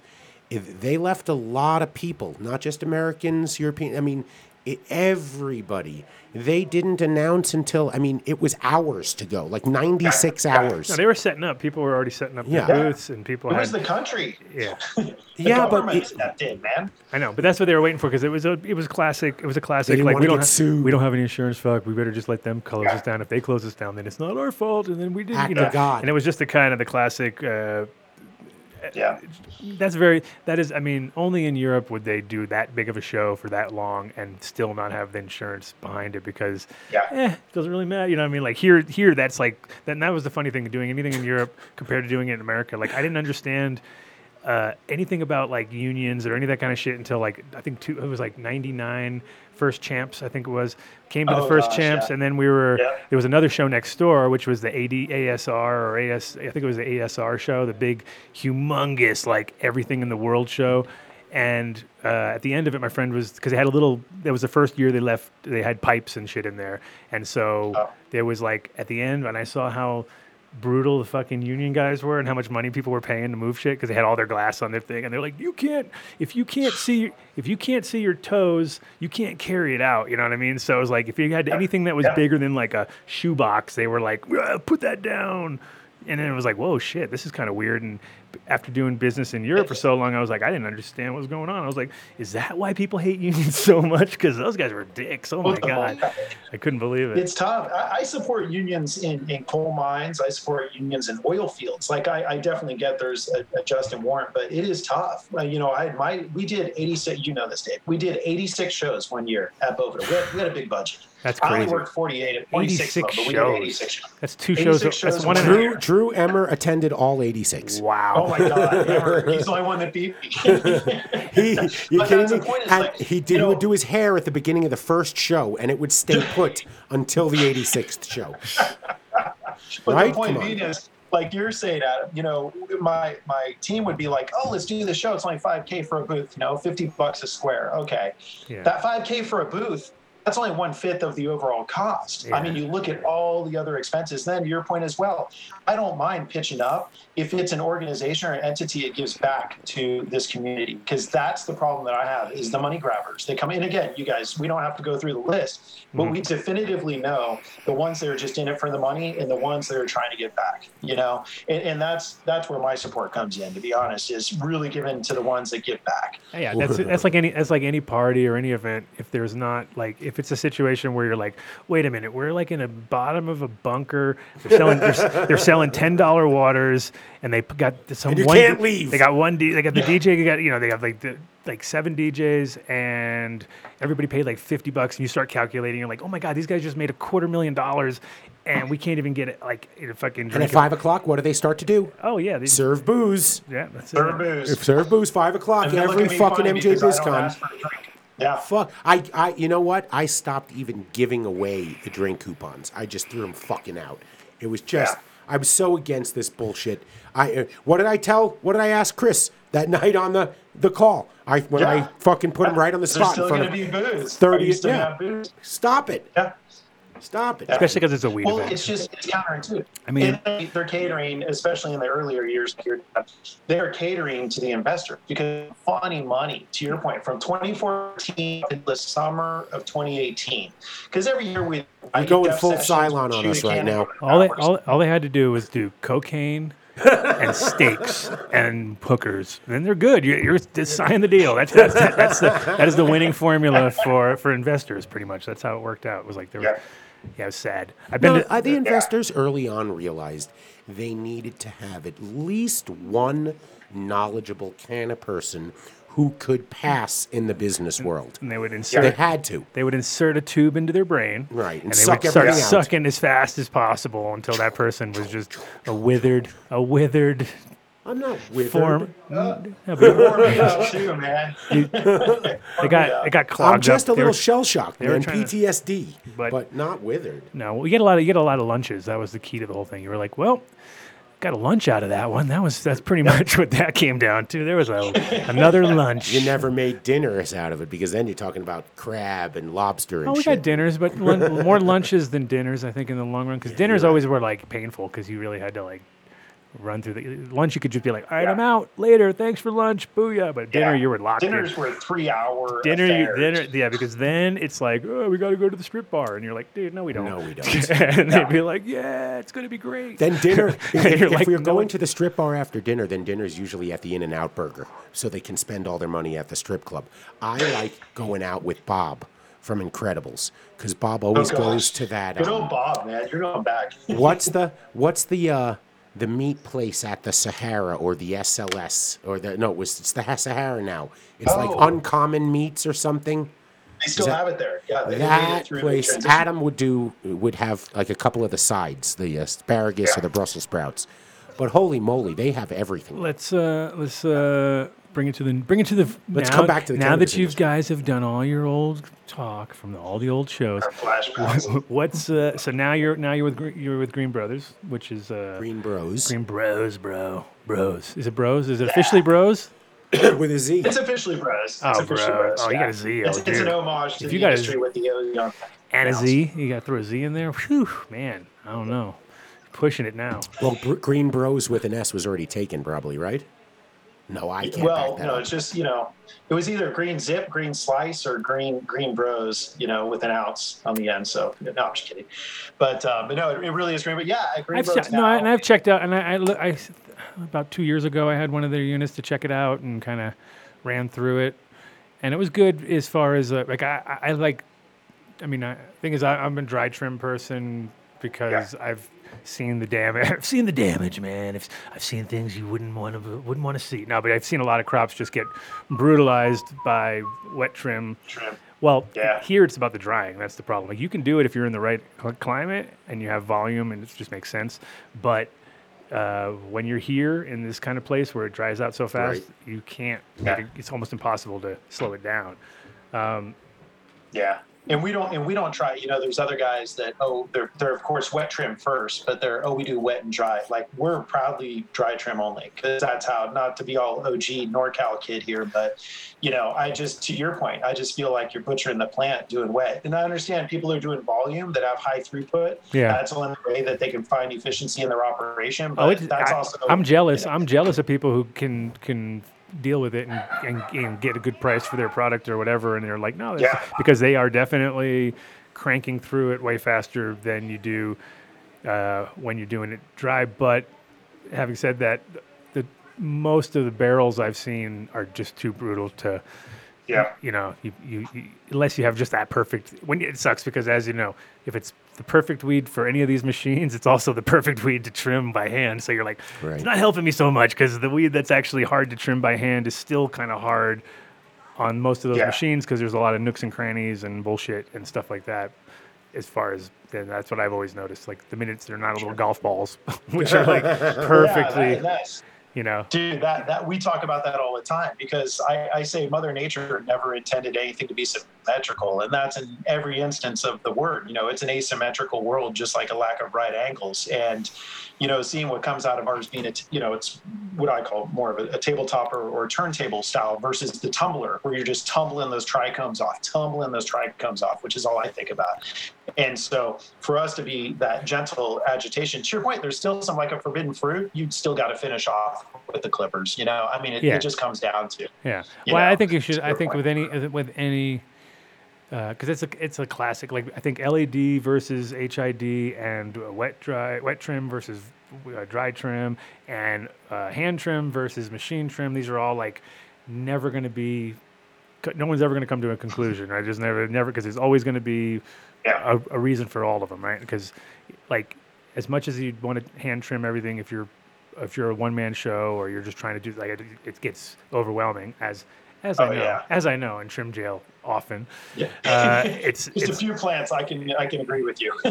Speaker 4: if they left a lot of people, not just Americans, European. I mean. It, everybody they didn't announce until i mean it was hours to go like 96 hours
Speaker 3: No, they were setting up. People were already setting up their
Speaker 4: Yeah.
Speaker 3: booths, and people
Speaker 7: It
Speaker 3: had.
Speaker 7: was the country.
Speaker 3: yeah,
Speaker 7: The
Speaker 4: Yeah, but
Speaker 7: government
Speaker 4: it-
Speaker 7: stepped in, man.
Speaker 3: I know, but that's what they were waiting for because it was a it was classic. It was a classic.
Speaker 4: didn't
Speaker 3: Like we
Speaker 4: wanna
Speaker 3: don't
Speaker 4: get
Speaker 3: have,
Speaker 4: sued.
Speaker 3: we don't have any insurance. Fuck, we better just let them close us down. If they close us down, then it's not our fault, and then we didn't.
Speaker 4: Act
Speaker 3: you know,
Speaker 4: of God.
Speaker 3: and it was just the kind of the classic. Uh,
Speaker 7: Yeah.
Speaker 3: that's very that is. I mean, only in Europe would they do that big of a show for that long and still not have the insurance behind it because
Speaker 7: Yeah.
Speaker 3: eh, it doesn't really matter. You know what I mean? Like here, here, that's like that. And that was the funny thing doing anything in Europe compared to doing it in America. Like I didn't understand uh, anything about like unions or any of that kind of shit until like I think two, it was like 99 first champs I think it was came to the
Speaker 7: Oh,
Speaker 3: first
Speaker 7: gosh,
Speaker 3: champs
Speaker 7: yeah.
Speaker 3: and then we were
Speaker 7: Yeah.
Speaker 3: there was another show next door which was the AD ASR or AS I think it was the ASR show the big humongous like everything in the world show and uh, at the end of it my friend was because they had a little that was the first year they left they had pipes and shit in there and so there was like at the end when I saw how brutal the fucking union guys were and how much money people were paying to move shit because they had all their glass on their thing and they're like you can't if you can't see if you can't see your toes you can't carry it out you know what i mean so it was like if you had anything that was bigger than like a shoebox they were like "Ugh, put that down and then it was like whoa shit this is kind of weird and after doing business in europe for so long i was like i didn't understand what was going on i was like is that why people hate unions so much because those guys were dicks oh my
Speaker 7: the
Speaker 3: god
Speaker 7: fuck?
Speaker 3: i couldn't believe it
Speaker 7: It's tough. I, I support unions in, in coal mines. I support unions in oil fields. Like I, I definitely get there's a, a just and warrant, but it is tough. Like, you know, I had my we did 86. You know this, Dave. We did 86 shows one year at Bovada. We had, we had a big budget.
Speaker 3: That's
Speaker 7: I only
Speaker 3: crazy.
Speaker 7: worked 48 at 46 of
Speaker 3: 86
Speaker 7: them, but we
Speaker 3: shows.
Speaker 7: did 86 shows.
Speaker 3: that's two shows
Speaker 7: 86
Speaker 3: that's
Speaker 7: shows
Speaker 3: one
Speaker 7: in
Speaker 3: and
Speaker 7: a
Speaker 3: a
Speaker 4: drew, drew emmer attended all 86
Speaker 3: wow
Speaker 7: Oh my God! Ever. He's the only one that beat me.
Speaker 4: He, you
Speaker 7: But
Speaker 4: kidding
Speaker 7: that's
Speaker 4: me?
Speaker 7: the point, it's
Speaker 4: And
Speaker 7: like,
Speaker 4: he
Speaker 7: you
Speaker 4: did
Speaker 7: know-
Speaker 4: would do his hair at the beginning of the first show, and it would stay put until the 86th show.
Speaker 7: But
Speaker 4: Right?
Speaker 7: the point
Speaker 4: Come on.
Speaker 7: being is, like you're saying, Adam, you know, my my team would be like, oh, let's do the show. It's only 5K for a booth. You know, 50 bucks a square. Okay.
Speaker 3: Yeah.
Speaker 7: That 5K for a booth, that's only one fifth of the overall cost.
Speaker 3: Yeah.
Speaker 7: I mean, you look at all the other expenses. Then your point as well, I don't mind pitching up if it's an organization or an entity, it gives back to this community because that's the problem that I have is the money grabbers. They come in again, you guys, we don't have to go through the list, but we
Speaker 4: Mm-hmm.
Speaker 7: definitively know the ones that are just in it for the money and the ones that are trying to get back, you know, and, and that's, that's where my support comes in, to be honest, is really giving to the ones that give back.
Speaker 3: Yeah, that's that's like any that's like any party or any event. If there's not like if it's a situation where you're like, wait a minute, we're like in a bottom of a bunker. They're selling they're, s- they're selling ten dollar waters, and they p- got some
Speaker 4: you
Speaker 3: one.
Speaker 4: can't leave.
Speaker 3: They got one. D, they got the DJ. They got you know they got like the like seven DJs, and everybody paid like fifty bucks. And you start calculating, you're like, oh my god, these guys just made a quarter million dollars and we can't even get it like in a fucking
Speaker 4: And
Speaker 3: drink.
Speaker 4: at
Speaker 3: it.
Speaker 4: five o'clock, what do they start to do?
Speaker 3: Oh yeah, they,
Speaker 4: Serve booze.
Speaker 3: yeah, that's it.
Speaker 7: They're booze.
Speaker 4: Serve booze. Five o'clock.
Speaker 7: And they're looking
Speaker 4: Every
Speaker 7: at me
Speaker 4: fucking
Speaker 7: funny
Speaker 4: MJ
Speaker 7: because I don't
Speaker 4: BizCon.
Speaker 7: ask for a drink. Yeah.
Speaker 4: Fuck. I, I. You know what? I stopped even giving away the drink coupons. I just threw them fucking out. It was just.
Speaker 7: Yeah.
Speaker 4: I was so against this bullshit. I. Uh, what did I tell? What did I ask Chris that night on the the call? I when
Speaker 7: Yeah.
Speaker 4: I fucking put him right on the
Speaker 7: There's
Speaker 4: spot in
Speaker 7: still
Speaker 4: front
Speaker 7: going to
Speaker 4: of.
Speaker 7: be booze.
Speaker 4: 30
Speaker 7: Are you still
Speaker 4: yeah.
Speaker 7: gonna have booze?
Speaker 4: Stop it.
Speaker 7: Yeah.
Speaker 4: Stop it.
Speaker 3: especially because it's a weed
Speaker 7: Well,
Speaker 3: event.
Speaker 7: it's just it's counterintuitive.
Speaker 3: I mean-
Speaker 7: And they're catering, especially in the earlier years. here, They're catering to the investor because funny money. To your point, from 2014 to the summer of 2018, because every year we I
Speaker 4: going full Cylon on us right now.
Speaker 3: all they all, all they had to do was do cocaine and steaks and hookers. Then they're good. You're, you're just sign the deal. That's that's that's the that is the winning formula for for investors. Pretty much. That's how it worked out. It was like there.
Speaker 7: Yeah.
Speaker 3: Yeah. yeah, it was sad. I've been.
Speaker 4: No,
Speaker 3: to,
Speaker 4: uh, the investors early on realized they needed to have at least one knowledgeable kind of person who could pass in the business world.
Speaker 3: and they would
Speaker 4: They
Speaker 3: insert.
Speaker 4: had to.
Speaker 3: They would insert a tube into their brain,
Speaker 4: Right, and
Speaker 3: And, they
Speaker 4: suck
Speaker 3: would start
Speaker 4: everything out.
Speaker 3: sucking as fast as possible until that person was just a withered, a withered
Speaker 4: I'm not withered.
Speaker 3: form.
Speaker 4: Uh,
Speaker 3: No, but
Speaker 7: too, man.
Speaker 3: they got they got clogged
Speaker 4: I'm just
Speaker 3: up.
Speaker 4: a
Speaker 3: They
Speaker 4: little
Speaker 3: were-
Speaker 4: shell shocked,
Speaker 3: were
Speaker 4: man.
Speaker 3: trying to-
Speaker 4: PTSD, but,
Speaker 3: but-
Speaker 4: not withered.
Speaker 3: No, we get a lot of you get a lot of lunches. That was the key to the whole thing. You were like, well, got a lunch out of that one. That was that's pretty much what that came down to. There was a, another lunch.
Speaker 4: You never made dinners out of it because then you're talking about crab and lobster and
Speaker 3: Oh, we
Speaker 4: shit.
Speaker 3: got dinners, but lun- more lunches than dinners, I think, in the long run. Because dinners always were like painful because you really had to like run through the lunch. You could just be like, all right, I'm out later. Thanks for lunch, booyah. But dinner, you were locked in.
Speaker 7: Dinners were three hour.
Speaker 3: Dinner, you, dinner, yeah, because then it's like, oh, we got to go to the strip bar, and you're like, dude, no, we don't.
Speaker 4: No, we don't.
Speaker 3: and they'd be like, yeah, it's gonna be great.
Speaker 4: Then dinner. if,
Speaker 3: And
Speaker 4: if
Speaker 3: you're like,
Speaker 4: we are
Speaker 3: "No,
Speaker 4: going
Speaker 3: it's
Speaker 4: to the strip bar after dinner, then dinner is usually at the In and Out Burger, so they can spend all their money at the strip club. I like going out with Bob from Incredibles because Bob always
Speaker 7: gosh.
Speaker 4: goes to that.
Speaker 7: Good
Speaker 4: um,
Speaker 7: old Bob, man. You're going back.
Speaker 4: what's the what's the uh, the meat place at the Sahara or the SLS or the no? It was it's the Sahara now. It's
Speaker 7: Oh.
Speaker 4: like Uncommon Meats or something.
Speaker 7: They still
Speaker 4: that-
Speaker 7: have it there. Yeah, they made it
Speaker 4: That
Speaker 7: through the
Speaker 4: place,
Speaker 7: transition.
Speaker 4: Adam would do would have like a couple of the sides, the asparagus or the Brussels sprouts. But holy moly, they have everything.
Speaker 3: Let's uh, let's uh, bring it to the bring it to the.
Speaker 4: Let's
Speaker 3: now-
Speaker 4: come back to the
Speaker 3: now that
Speaker 4: cannabis
Speaker 3: you
Speaker 4: industry.
Speaker 3: guys have done all your old talk from the, all the old shows.
Speaker 7: Flashbacks.
Speaker 3: What's uh, so now you're now you're with Gre- you're with Green Brothers, which is uh, Green,
Speaker 4: Green Bros
Speaker 3: Bros, bro, Bros. Is it Bros? Is it officially Bros?
Speaker 4: with a Z.
Speaker 7: It's officially Bros. It's
Speaker 3: Oh,
Speaker 7: officially
Speaker 3: bro.
Speaker 7: Bros.
Speaker 3: Oh, you got a Z,
Speaker 7: It's,
Speaker 3: oh,
Speaker 7: it's an
Speaker 3: dude.
Speaker 7: homage to
Speaker 3: If
Speaker 7: the
Speaker 3: you got a
Speaker 7: industry
Speaker 3: Z-
Speaker 7: with the O's on.
Speaker 3: And a Z. You got to throw a Z in there. Whew, man, I don't know. Pushing it now.
Speaker 4: Well, Br- Green Bros with an S was already taken, probably right? No, I can't.
Speaker 7: Well,
Speaker 4: back that
Speaker 7: no,
Speaker 4: up.
Speaker 7: it's just you know, it was either green zip, green slice, or green green Bros. You know, with an ounce on the end. So no, I'm just kidding. But uh, but no, it, it really is green. But yeah, green
Speaker 3: I've
Speaker 7: Bros.
Speaker 3: checked,
Speaker 7: now.
Speaker 3: no, I, and I've checked out, and I, I, lo- I s- about two years ago, I had one of their units to check it out and kind of ran through it, and it was good as far as uh, like I, I I like, I mean, I, thing is, I, I'm a dry trim person because I've seen the damage. I've seen the damage, man. I've, I've seen things you wouldn't want to wouldn't want to see. No, but I've seen a lot of crops just get brutalized by wet trim.
Speaker 7: Trim.
Speaker 3: Well,
Speaker 7: Yeah.
Speaker 3: here it's about the drying. That's the problem. Like you can do it if you're in the right cl- climate and you have volume, and it just makes sense. But uh, when you're here in this kind of place where it dries out so fast,
Speaker 4: Right.
Speaker 3: you can't.
Speaker 7: Yeah.
Speaker 3: Like, it's almost impossible to slow it down.
Speaker 7: Yeah. And we don't, and we don't try. You know, there's other guys that oh, they're they're of course wet trim first, but they're oh, we do wet and dry. Like we're proudly dry trim only because that's how. Not to be all OG NorCal kid here, but you know, I just to your point, I just feel like you're butchering the plant doing wet. And I understand people are doing volume that have high throughput.
Speaker 3: Yeah.
Speaker 7: that's the only way that they can find efficiency in their operation. But
Speaker 3: Oh, it's,
Speaker 7: that's
Speaker 3: I,
Speaker 7: also
Speaker 3: I'm jealous.
Speaker 7: you know,
Speaker 3: I'm jealous of people who can can deal with it and, and, and get a good price for their product or whatever, and they're like, no, that's-
Speaker 7: Yeah.
Speaker 3: because they are definitely cranking through it way faster than you do uh, when you're doing it dry. But having said that, the most of the barrels I've seen are just too brutal to
Speaker 7: yeah.
Speaker 3: you know, you, you, you unless you have just that perfect. When it sucks because, as you know, if it's the perfect weed for any of these machines, it's also the perfect weed to trim by hand. So you're like,
Speaker 4: Right.
Speaker 3: it's not helping me so much because the weed that's actually hard to trim by hand is still kind of hard on most of those
Speaker 7: Yeah.
Speaker 3: machines because there's a lot of nooks and crannies and bullshit and stuff like that. as far as and that's what I've always noticed. Like the minutes they're not little golf balls, which are like perfectly,
Speaker 7: Yeah, that- that's-
Speaker 3: you know.
Speaker 7: dude that that we talk about that all the time because I, I say mother nature never intended anything to be symmetrical and that's in every instance of the word you know it's an asymmetrical world just like a lack of right angles and you know seeing what comes out of ours being a t- you know it's what i call more of a, a tabletop or, or turntable style versus the tumbler where you're just tumbling those trichomes off tumbling those trichomes off which is all i think about and so for us to be that gentle agitation, to your point, there's still some like a forbidden fruit. You'd still got to finish off with the Clippers. You know, I mean, it,
Speaker 3: Yeah.
Speaker 7: it just comes down to
Speaker 3: Yeah.
Speaker 7: You
Speaker 3: well, I
Speaker 7: know,
Speaker 3: think you should.
Speaker 7: it's
Speaker 3: I
Speaker 7: your
Speaker 3: think
Speaker 7: point.
Speaker 3: with any with any because it's a it's a classic. Like I think LED versus HID and uh, wet dry wet trim versus uh, dry trim and uh, hand trim versus machine trim. These are all like never going to be. co- No one's ever going to come to a conclusion, right? There's never never because there's always going to be
Speaker 7: Yeah.
Speaker 3: a, a reason for all of them, right? Because like as much as you'd want to hand trim everything if you're if you're a one man show or you're just trying to do like it, it gets overwhelming as as I
Speaker 7: Oh,
Speaker 3: know
Speaker 7: yeah.
Speaker 3: as I know in trim jail often.
Speaker 7: Yeah.
Speaker 3: Uh, it's
Speaker 7: just a
Speaker 3: it's
Speaker 7: few plants. I can I can agree with you.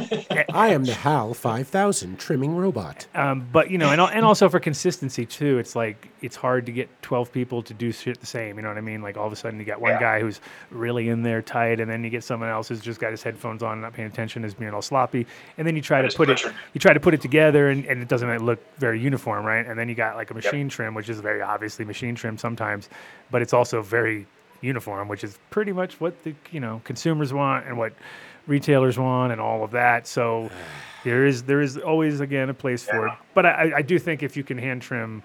Speaker 4: I am the HAL 5000 trimming robot.
Speaker 3: um, but you know and al- and also for consistency too. It's like it's hard to get twelve people to do shit the same. You know what I mean? Like all of a sudden you got one
Speaker 7: Yeah.
Speaker 3: guy who's really in there tight, and then you get someone else who's just got his headphones on, not paying attention, is being all sloppy, and then you try to
Speaker 7: just
Speaker 3: put it
Speaker 7: picture-
Speaker 3: you try to put it together and, and it doesn't look very uniform, right? And then you got like a machine trim, which is very obviously machine trim sometimes, but it's also very uniform, which is pretty much what the you know consumers want and what retailers want and all of that. So there is there is always again a place for it. But I, I- I do think if you can hand trim,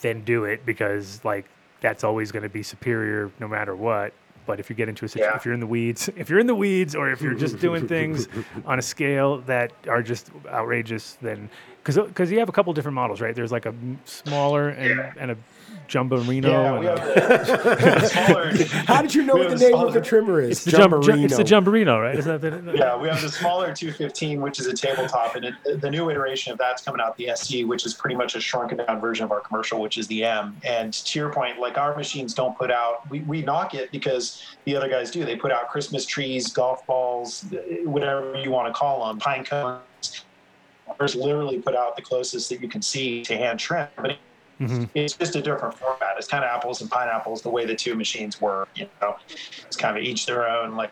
Speaker 3: then do it because like that's always going to be superior no matter what. But if you get into a situation,
Speaker 7: Yeah.
Speaker 3: if you're in the weeds, if you're in the weeds, or if you're just doing things on a scale that are just outrageous, then because because you have a couple different models, right? There's like a m- smaller and, and a jumborino.
Speaker 7: yeah,
Speaker 3: and
Speaker 7: we
Speaker 3: a-
Speaker 7: have the smaller.
Speaker 4: How did you know
Speaker 7: we
Speaker 4: what the
Speaker 7: have
Speaker 4: name
Speaker 7: smaller-
Speaker 4: of the trimmer is?
Speaker 3: it's the jum- ju- it's the jumborino, right? Isn't that the,
Speaker 7: Yeah, we have the smaller 215, which is a tabletop, and it, the new iteration of that's coming out, the SE, which is pretty much a shrunken down version of our commercial, which is the M. And to your point, like our machines don't put out, we, we knock it because the other guys do. They put out Christmas trees, golf balls, whatever you want to call them, pine cones. Ours literally put out the closest that you can see to hand trim, but
Speaker 3: Mhm.
Speaker 7: it's just a different format. It's kind of apples and pineapples the way the two machines were. You know, it's kind of each their own. Like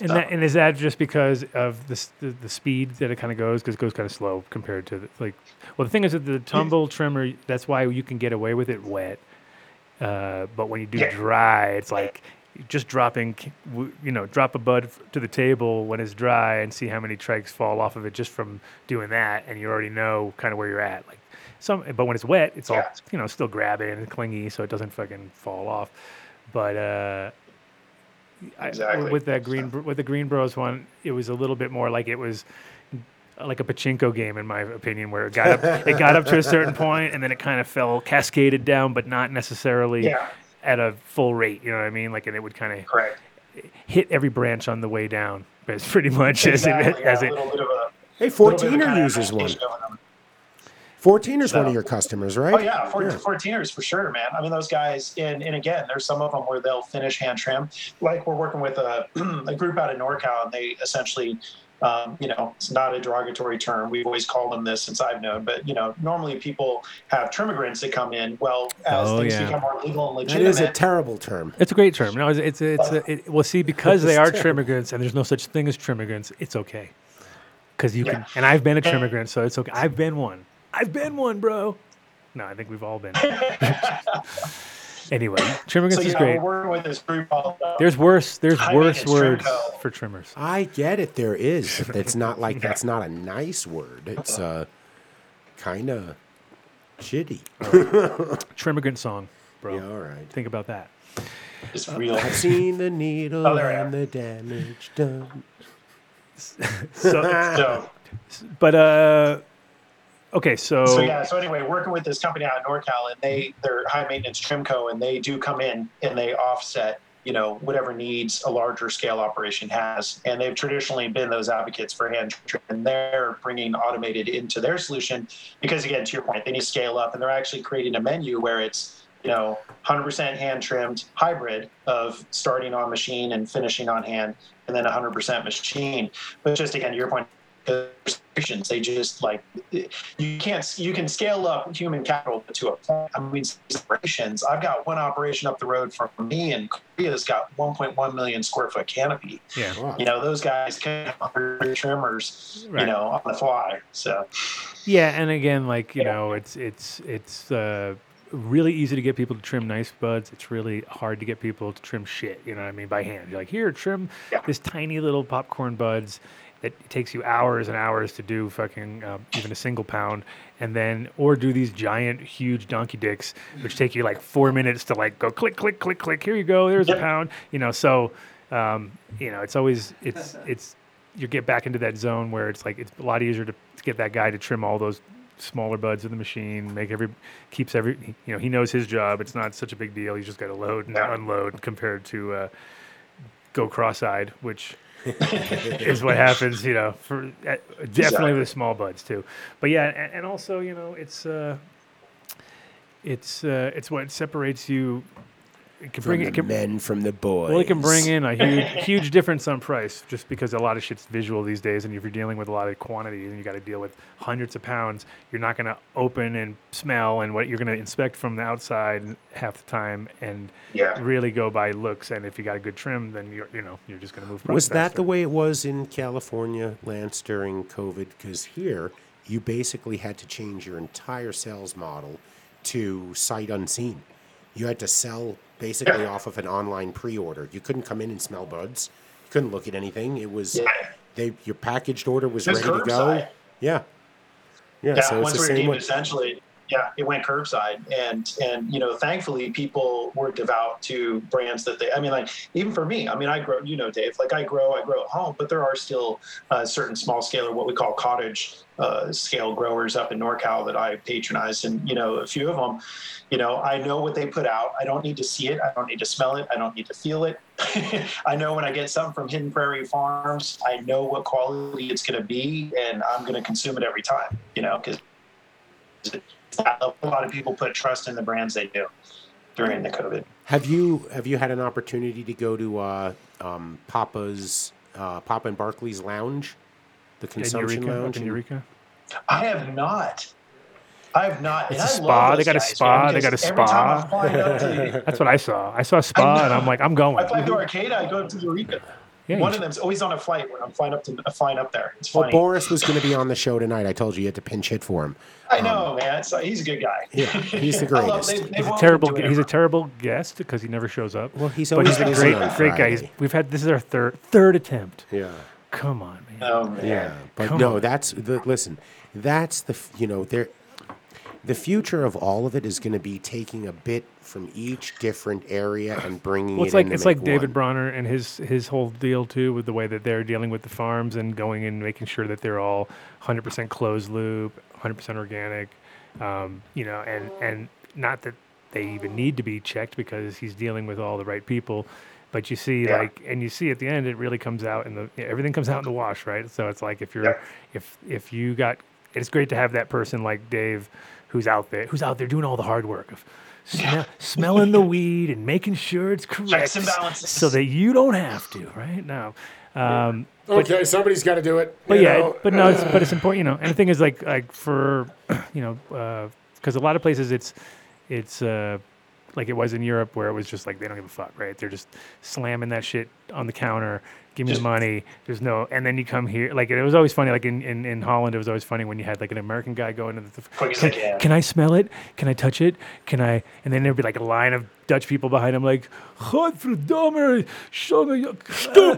Speaker 3: And, that, and is that just because of the s- the, the speed that it kind of goes? Because it goes kind of slow compared to the, like. Well, the thing is that the tumble trimmer, that's why you can get away with it wet. Uh, but when you do
Speaker 7: Yeah.
Speaker 3: dry, it's like just dropping, c- w- you know, drop a bud f- to the table when it's dry and see how many trikes fall off of it just from doing that, and you already know kind of where you're at. Like some, but when it's wet, it's all
Speaker 7: Yeah.
Speaker 3: you know, still grabby and clingy, so it doesn't fucking fall off. But uh, I-
Speaker 7: Exactly.
Speaker 3: with that green Bro- with the Green Bros one, it was a little bit more like it was like a pachinko game in my opinion, where it got up it got up to a certain point and then it kind of fell cascaded down, but not necessarily
Speaker 7: Yeah.
Speaker 3: at a full rate. You know what I mean? Like, and it would kind of
Speaker 7: correct.
Speaker 3: hit every branch on the way down. But it's pretty much as it
Speaker 7: Exactly,
Speaker 3: as
Speaker 7: yeah,
Speaker 3: it.
Speaker 7: a little bit of a-
Speaker 4: Hey,
Speaker 7: little bit of a
Speaker 4: 14er
Speaker 7: kind of
Speaker 4: uses one.
Speaker 7: adaptation going on.
Speaker 4: 14 is one of
Speaker 7: So-
Speaker 4: your customers, right?
Speaker 7: Oh yeah, 14, 14ers for sure, man. I mean, those guys, and and again, there's some of them where they'll finish hand trim. Like we're working with a, a group out of NorCal, and they essentially, um, you know, it's not a derogatory term. We've always called them this since I've known, but you know, normally people have trimmigrants that come in. Well, as
Speaker 3: Oh,
Speaker 7: things
Speaker 3: yeah.
Speaker 7: become more legal and
Speaker 4: That is a
Speaker 7: legitimate,
Speaker 4: terrible term.
Speaker 3: It's a great term. No, it's it's, it's a, it, well, see, because they
Speaker 4: It's
Speaker 3: are
Speaker 4: terrible.
Speaker 3: trimmigrants, and there's no such thing as trimmigrants. It's okay, because you can.
Speaker 7: Yeah.
Speaker 3: And I've been a trimmigrant, so it's okay. I've been one. I've been one, bro. No, I think we've all been. anyway, trimmigrants
Speaker 7: so
Speaker 3: is
Speaker 7: yeah,
Speaker 3: great.
Speaker 7: we're working with this group. called, uh,
Speaker 3: There's worse. There's
Speaker 7: Timing
Speaker 3: worse
Speaker 7: is trim
Speaker 3: words
Speaker 7: code.
Speaker 3: for trimmers.
Speaker 4: I get it. There is. but It's not like that's not a nice word. It's uh, kind of shitty.
Speaker 7: Oh.
Speaker 3: Trimmigrant song, bro.
Speaker 4: Yeah, all right.
Speaker 3: Think about that.
Speaker 7: this real.
Speaker 4: I've seen the needle
Speaker 7: Oh, there we
Speaker 4: and the damage done. Ah,
Speaker 3: So,
Speaker 7: So,
Speaker 3: but uh, okay. So,
Speaker 7: So yeah, so anyway, working with this company out of NorCal, and they they're high maintenance trimco, and they do come in and they offset you know whatever needs a larger scale operation has, and they've traditionally been those advocates for hand trim, and they're bringing automated into their solution because again, to your point, they need to scale up, and they're actually creating a menu where it's you know, 100% hand trimmed hybrid of starting on machine and finishing on hand, and then 100% machine. But just again, to your point, the restrictions, they just like, you can't, you can scale up human capital to a point. I mean, operations, I've got one operation up the road from me, and Korea's got 1.1 million square foot canopy.
Speaker 3: Yeah.
Speaker 4: Wow.
Speaker 7: You know, those guys can have 100 trimmers,
Speaker 3: Right.
Speaker 7: you know, on the fly. So,
Speaker 3: Yeah, and again, like you
Speaker 7: Yeah.
Speaker 3: know, it's it's it's uh, really easy to get people to trim nice buds. It's really hard to get people to trim shit. You know what I mean? By hand, you're like, here, trim
Speaker 7: Yeah.
Speaker 3: this tiny little popcorn buds. That takes you hours and hours to do fucking um, even a single pound, and then or do these giant, huge donkey dicks, which take you like four minutes to like go click, click, click, click. Here you go. There's a
Speaker 7: Yep.
Speaker 3: pound. You know, so um, you know, it's always it's it's you get back into that zone where it's like it's a lot easier to, to get that guy to trim all those smaller buds of the machine, make every keeps every he- you know he knows his job. It's not such a big deal. You just got to load and
Speaker 7: Yeah.
Speaker 3: unload compared to uh, go cross-eyed, which is what happens. You know, for uh, definitely with small buds too. But yeah, and, and also you know it's. Uh, it's uh, it's what separates you. It can
Speaker 4: From
Speaker 3: bring
Speaker 4: the
Speaker 3: it can,
Speaker 4: men from the boys.
Speaker 3: well, it can bring in a huge, huge difference on price just because a lot of shit's visual these days. And if you're dealing with a lot of quantities and you got to deal with hundreds of pounds, you're not going to open and smell and what you're going to inspect from the outside half the time and
Speaker 7: Yeah.
Speaker 3: really go by looks. And if you got a good trim, then you're, you know, you're just going to move. products
Speaker 4: Was that
Speaker 3: faster.
Speaker 4: the way it was in California, Lance, during COVID? Because here, you basically had to change your entire sales model to sight unseen. You had to sell basically off of an online pre-order. You couldn't come in and smell buds. You couldn't look at anything. It was they your packaged order was
Speaker 7: Just
Speaker 4: ready to go.
Speaker 7: curbside.
Speaker 4: Yeah. yeah,
Speaker 7: yeah,
Speaker 4: So it's
Speaker 7: once
Speaker 4: the
Speaker 7: we
Speaker 4: same
Speaker 7: redeemed,
Speaker 4: way.
Speaker 7: essentially, yeah, it went curbside, and and you know, thankfully, people were devout to brands that they. I mean, like even for me, I mean, I grow, you know, Dave, like I grow, I grow at home, but there are still uh, certain small scale or what we call cottage uh, scale growers up in NorCal that I patronize, and you know, a few of them, you know, I know what they put out. I don't need to see it. I don't need to smell it. I don't need to feel it. I know when I get something from Hidden Prairie Farms, I know what quality it's going to be, and I'm going to consume it every time. You know, because a lot of people put trust in the brands they do during the COVID.
Speaker 4: Have you have you had an opportunity to go to uh, um, Papa's uh, Papa and Barkley's Lounge, the
Speaker 3: in
Speaker 4: consumption
Speaker 3: Eureka? Up
Speaker 4: lounge?
Speaker 3: in
Speaker 4: in-
Speaker 3: Eureka?
Speaker 7: I have not. I have not.
Speaker 3: It's a
Speaker 7: and I love
Speaker 3: spa.
Speaker 7: those
Speaker 3: They got a
Speaker 7: guys, man,
Speaker 3: spa. They
Speaker 7: because
Speaker 3: got a
Speaker 7: every time
Speaker 3: spa.
Speaker 7: I fly up to-
Speaker 3: That's what I saw. I saw a spa and I'm like, I'm
Speaker 7: I
Speaker 3: going.
Speaker 7: fly to Arcata. I go to Eureka.
Speaker 3: Yeah,
Speaker 7: One
Speaker 3: you
Speaker 7: of them's always on a flight when I'm flying up to flying up there. It's
Speaker 4: Well,
Speaker 7: funny.
Speaker 4: Boris was going to be on the show tonight. I told you you had to pinch hit for him.
Speaker 7: I know, man. So he's a good guy.
Speaker 4: Yeah, he's the
Speaker 7: I love-
Speaker 4: greatest.
Speaker 7: they- they
Speaker 3: He's a
Speaker 7: won't
Speaker 3: terrible.
Speaker 7: do it
Speaker 3: He's a
Speaker 7: ever.
Speaker 3: terrible guest because he never shows up. Well,
Speaker 4: he's
Speaker 3: but
Speaker 4: always
Speaker 3: he's a
Speaker 4: busy
Speaker 3: great,
Speaker 4: on
Speaker 3: great guy. He's,
Speaker 4: Friday.
Speaker 3: we've had this is our third third attempt.
Speaker 4: Yeah,
Speaker 3: Come on, man.
Speaker 7: Oh, man.
Speaker 4: yeah. But
Speaker 3: Come
Speaker 4: no,
Speaker 3: on.
Speaker 4: that's the, listen. That's the f- you know there. The future of all of it is going to be taking a bit from each different area and bringing
Speaker 3: well,
Speaker 4: it
Speaker 3: it's like
Speaker 4: in to
Speaker 3: it's like
Speaker 4: make
Speaker 3: David
Speaker 4: one.
Speaker 3: Bronner and his his whole deal too with the way that they're dealing with the farms and going and making sure that they're all 100% closed loop, 100% organic, um, you know, and and not that they even need to be checked because he's dealing with all the right people. But you see,
Speaker 7: Yeah.
Speaker 3: like, and you see at the end, it really comes out in the yeah, everything comes out in the wash, right? So it's like if you're
Speaker 7: Yeah.
Speaker 3: if if you got, it's great to have that person like Dave, who's out there, who's out there doing all the hard work of smell, smelling the weed and making sure it's correct,
Speaker 7: Checks and balances.
Speaker 3: so that you don't have to, right? No. Um,
Speaker 4: Okay, somebody's got to do it.
Speaker 3: but
Speaker 4: you
Speaker 3: yeah,
Speaker 4: know?
Speaker 3: it- but no, it's, but it's important, you know. And the thing is, like, like for, you know, because a lot of places it's, it's uh, like it was in Europe where it was just like they don't give a fuck, right? They're just slamming that shit on the counter. Give me the money. There's no, and then you come here. Like it was always funny. Like in, in, in Holland, it was always funny when you had like an American guy going into the
Speaker 7: Quick as
Speaker 3: can,
Speaker 7: they can.
Speaker 3: can I smell it? Can I touch it? Can I? And then there'd be like a line of Dutch people behind him, like Godverdomme, stoop,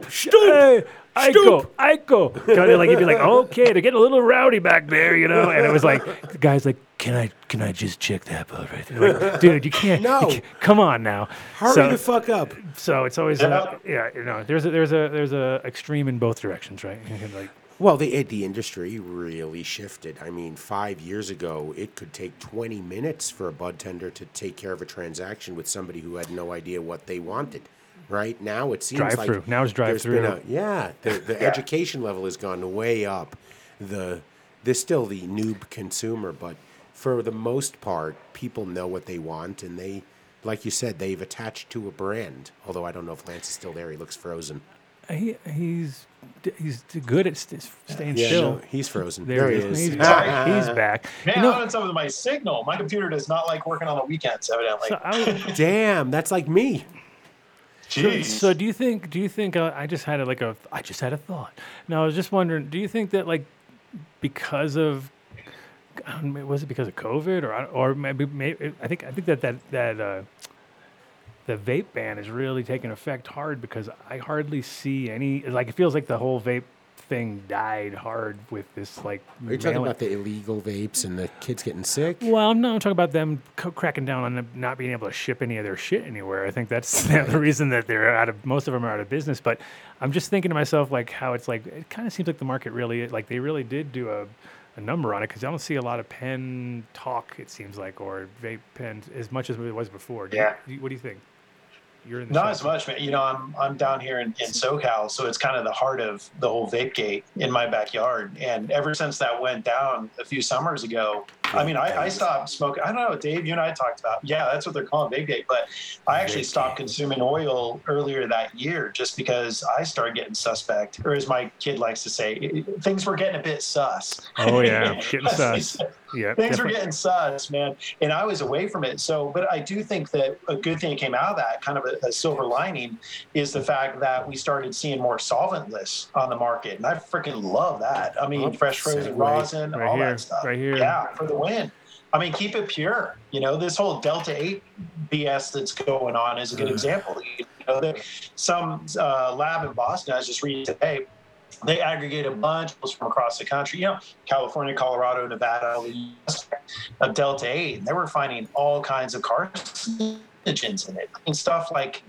Speaker 3: stoop, Iko, Iko. You know, Like he'd be like, okay, they're getting a little rowdy back there, you know. And it was like the guy's like, can I, can I just check that boat right there? Like, Dude, you can't. you
Speaker 4: No.
Speaker 3: can't- come on now.
Speaker 4: hurry
Speaker 3: so,
Speaker 4: the fuck up.
Speaker 3: so it's always, uh, yeah, you know, there's a, there's a, there's a extreme in both directions, right? You can, like,
Speaker 4: Well, the it- the industry really shifted. I mean, five years ago, it could take twenty minutes for a bud tender to take care of a transaction with somebody who had no idea what they wanted. Right now, it seems like
Speaker 3: Drive-through. Now it's
Speaker 4: there's been
Speaker 3: drive-through.
Speaker 4: a- yeah, the, the education level has gone way up. The there's still the noob consumer, but for the most part, people know what they want and they like you said, they've attached to a brand. Although I don't know if Lance is still there. He looks frozen.
Speaker 3: He, he's he's good at st- staying
Speaker 4: Yeah,
Speaker 3: still.
Speaker 4: no, he's frozen.
Speaker 3: There, he is. He's back. He's back.
Speaker 7: Man,
Speaker 3: You know,
Speaker 7: I don't some of my signal. My computer does not like working on the weekends, evidently.
Speaker 3: so, I was-
Speaker 4: Damn, that's like me.
Speaker 3: so,
Speaker 7: Jeez.
Speaker 3: so do you think? Do you think? Uh, I just had a, like a. I just had a thought. Now I was just wondering. Do you think that like because of I don't know, was it because of COVID or I- or maybe, maybe I think I think that that that uh, the vape ban is really taking effect hard because I hardly see any. Like it feels like the whole vape thing died hard with this like.
Speaker 4: Are you talking
Speaker 3: mailing-
Speaker 4: about the illegal vapes and the kids getting sick?
Speaker 3: Well, I'm not talking about them co- cracking down on them not being able to ship any of their shit anywhere. I think that's the reason that they're out of most of them are out of business. But I'm just thinking to myself like how it's like it kind of seems like the market really like they really did do a, a number on it because I don't see a lot of pen talk. It seems like or vape pens as much as it was before. Do you-
Speaker 7: Yeah.
Speaker 3: do you- what do you think? You're in the
Speaker 7: Not
Speaker 3: shop.
Speaker 7: as much, man. You know, I'm I'm down here in, in SoCal, so it's kind of the heart of the whole vape gate in my backyard. And ever since that went down a few summers ago, I mean, I, I stopped smoking. I don't know, Dave. You and I talked about, yeah, that's what they're calling vape gate. But I actually stopped consuming oil earlier that year just because I started getting suspect, or as my kid likes to say, it- it- things were getting a bit sus.
Speaker 3: Oh yeah, getting sus. Yeah,
Speaker 7: Things were
Speaker 3: definitely.
Speaker 7: getting sus, man. And I was away from it. So, but I do think that a good thing that came out of that, kind of a, a silver lining, is the fact that we started seeing more solventless on the market. And I freaking love that. I mean,
Speaker 4: Oh,
Speaker 7: fresh frozen
Speaker 4: segue.
Speaker 7: rosin,
Speaker 3: Right
Speaker 7: all
Speaker 3: here,
Speaker 7: that stuff.
Speaker 3: right here.
Speaker 7: Yeah, for the win. I mean, keep it pure. You know, this whole Delta 8 BS that's going on is a good example. You know, there- some uh, lab in Boston, I was just reading today, they aggregate a bunch of people from across the country, you know, California, Colorado, Nevada, all the US, of Delta 8. And they were finding all kinds of carcinogens in it and stuff like,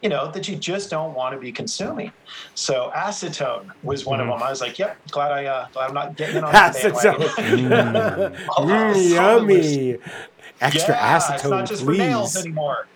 Speaker 7: you know, that you just don't want to be consuming. So acetone was one
Speaker 4: Mm-hmm.
Speaker 7: of them. I was like, yep, glad I, uh, glad I'm not getting in on that bandwagon.
Speaker 4: Acetone.
Speaker 7: Oh,
Speaker 4: Mm,
Speaker 7: solventless.
Speaker 4: yummy. Extra
Speaker 7: yeah,
Speaker 4: acetone,
Speaker 7: it's not just
Speaker 4: please.
Speaker 7: for nails anymore.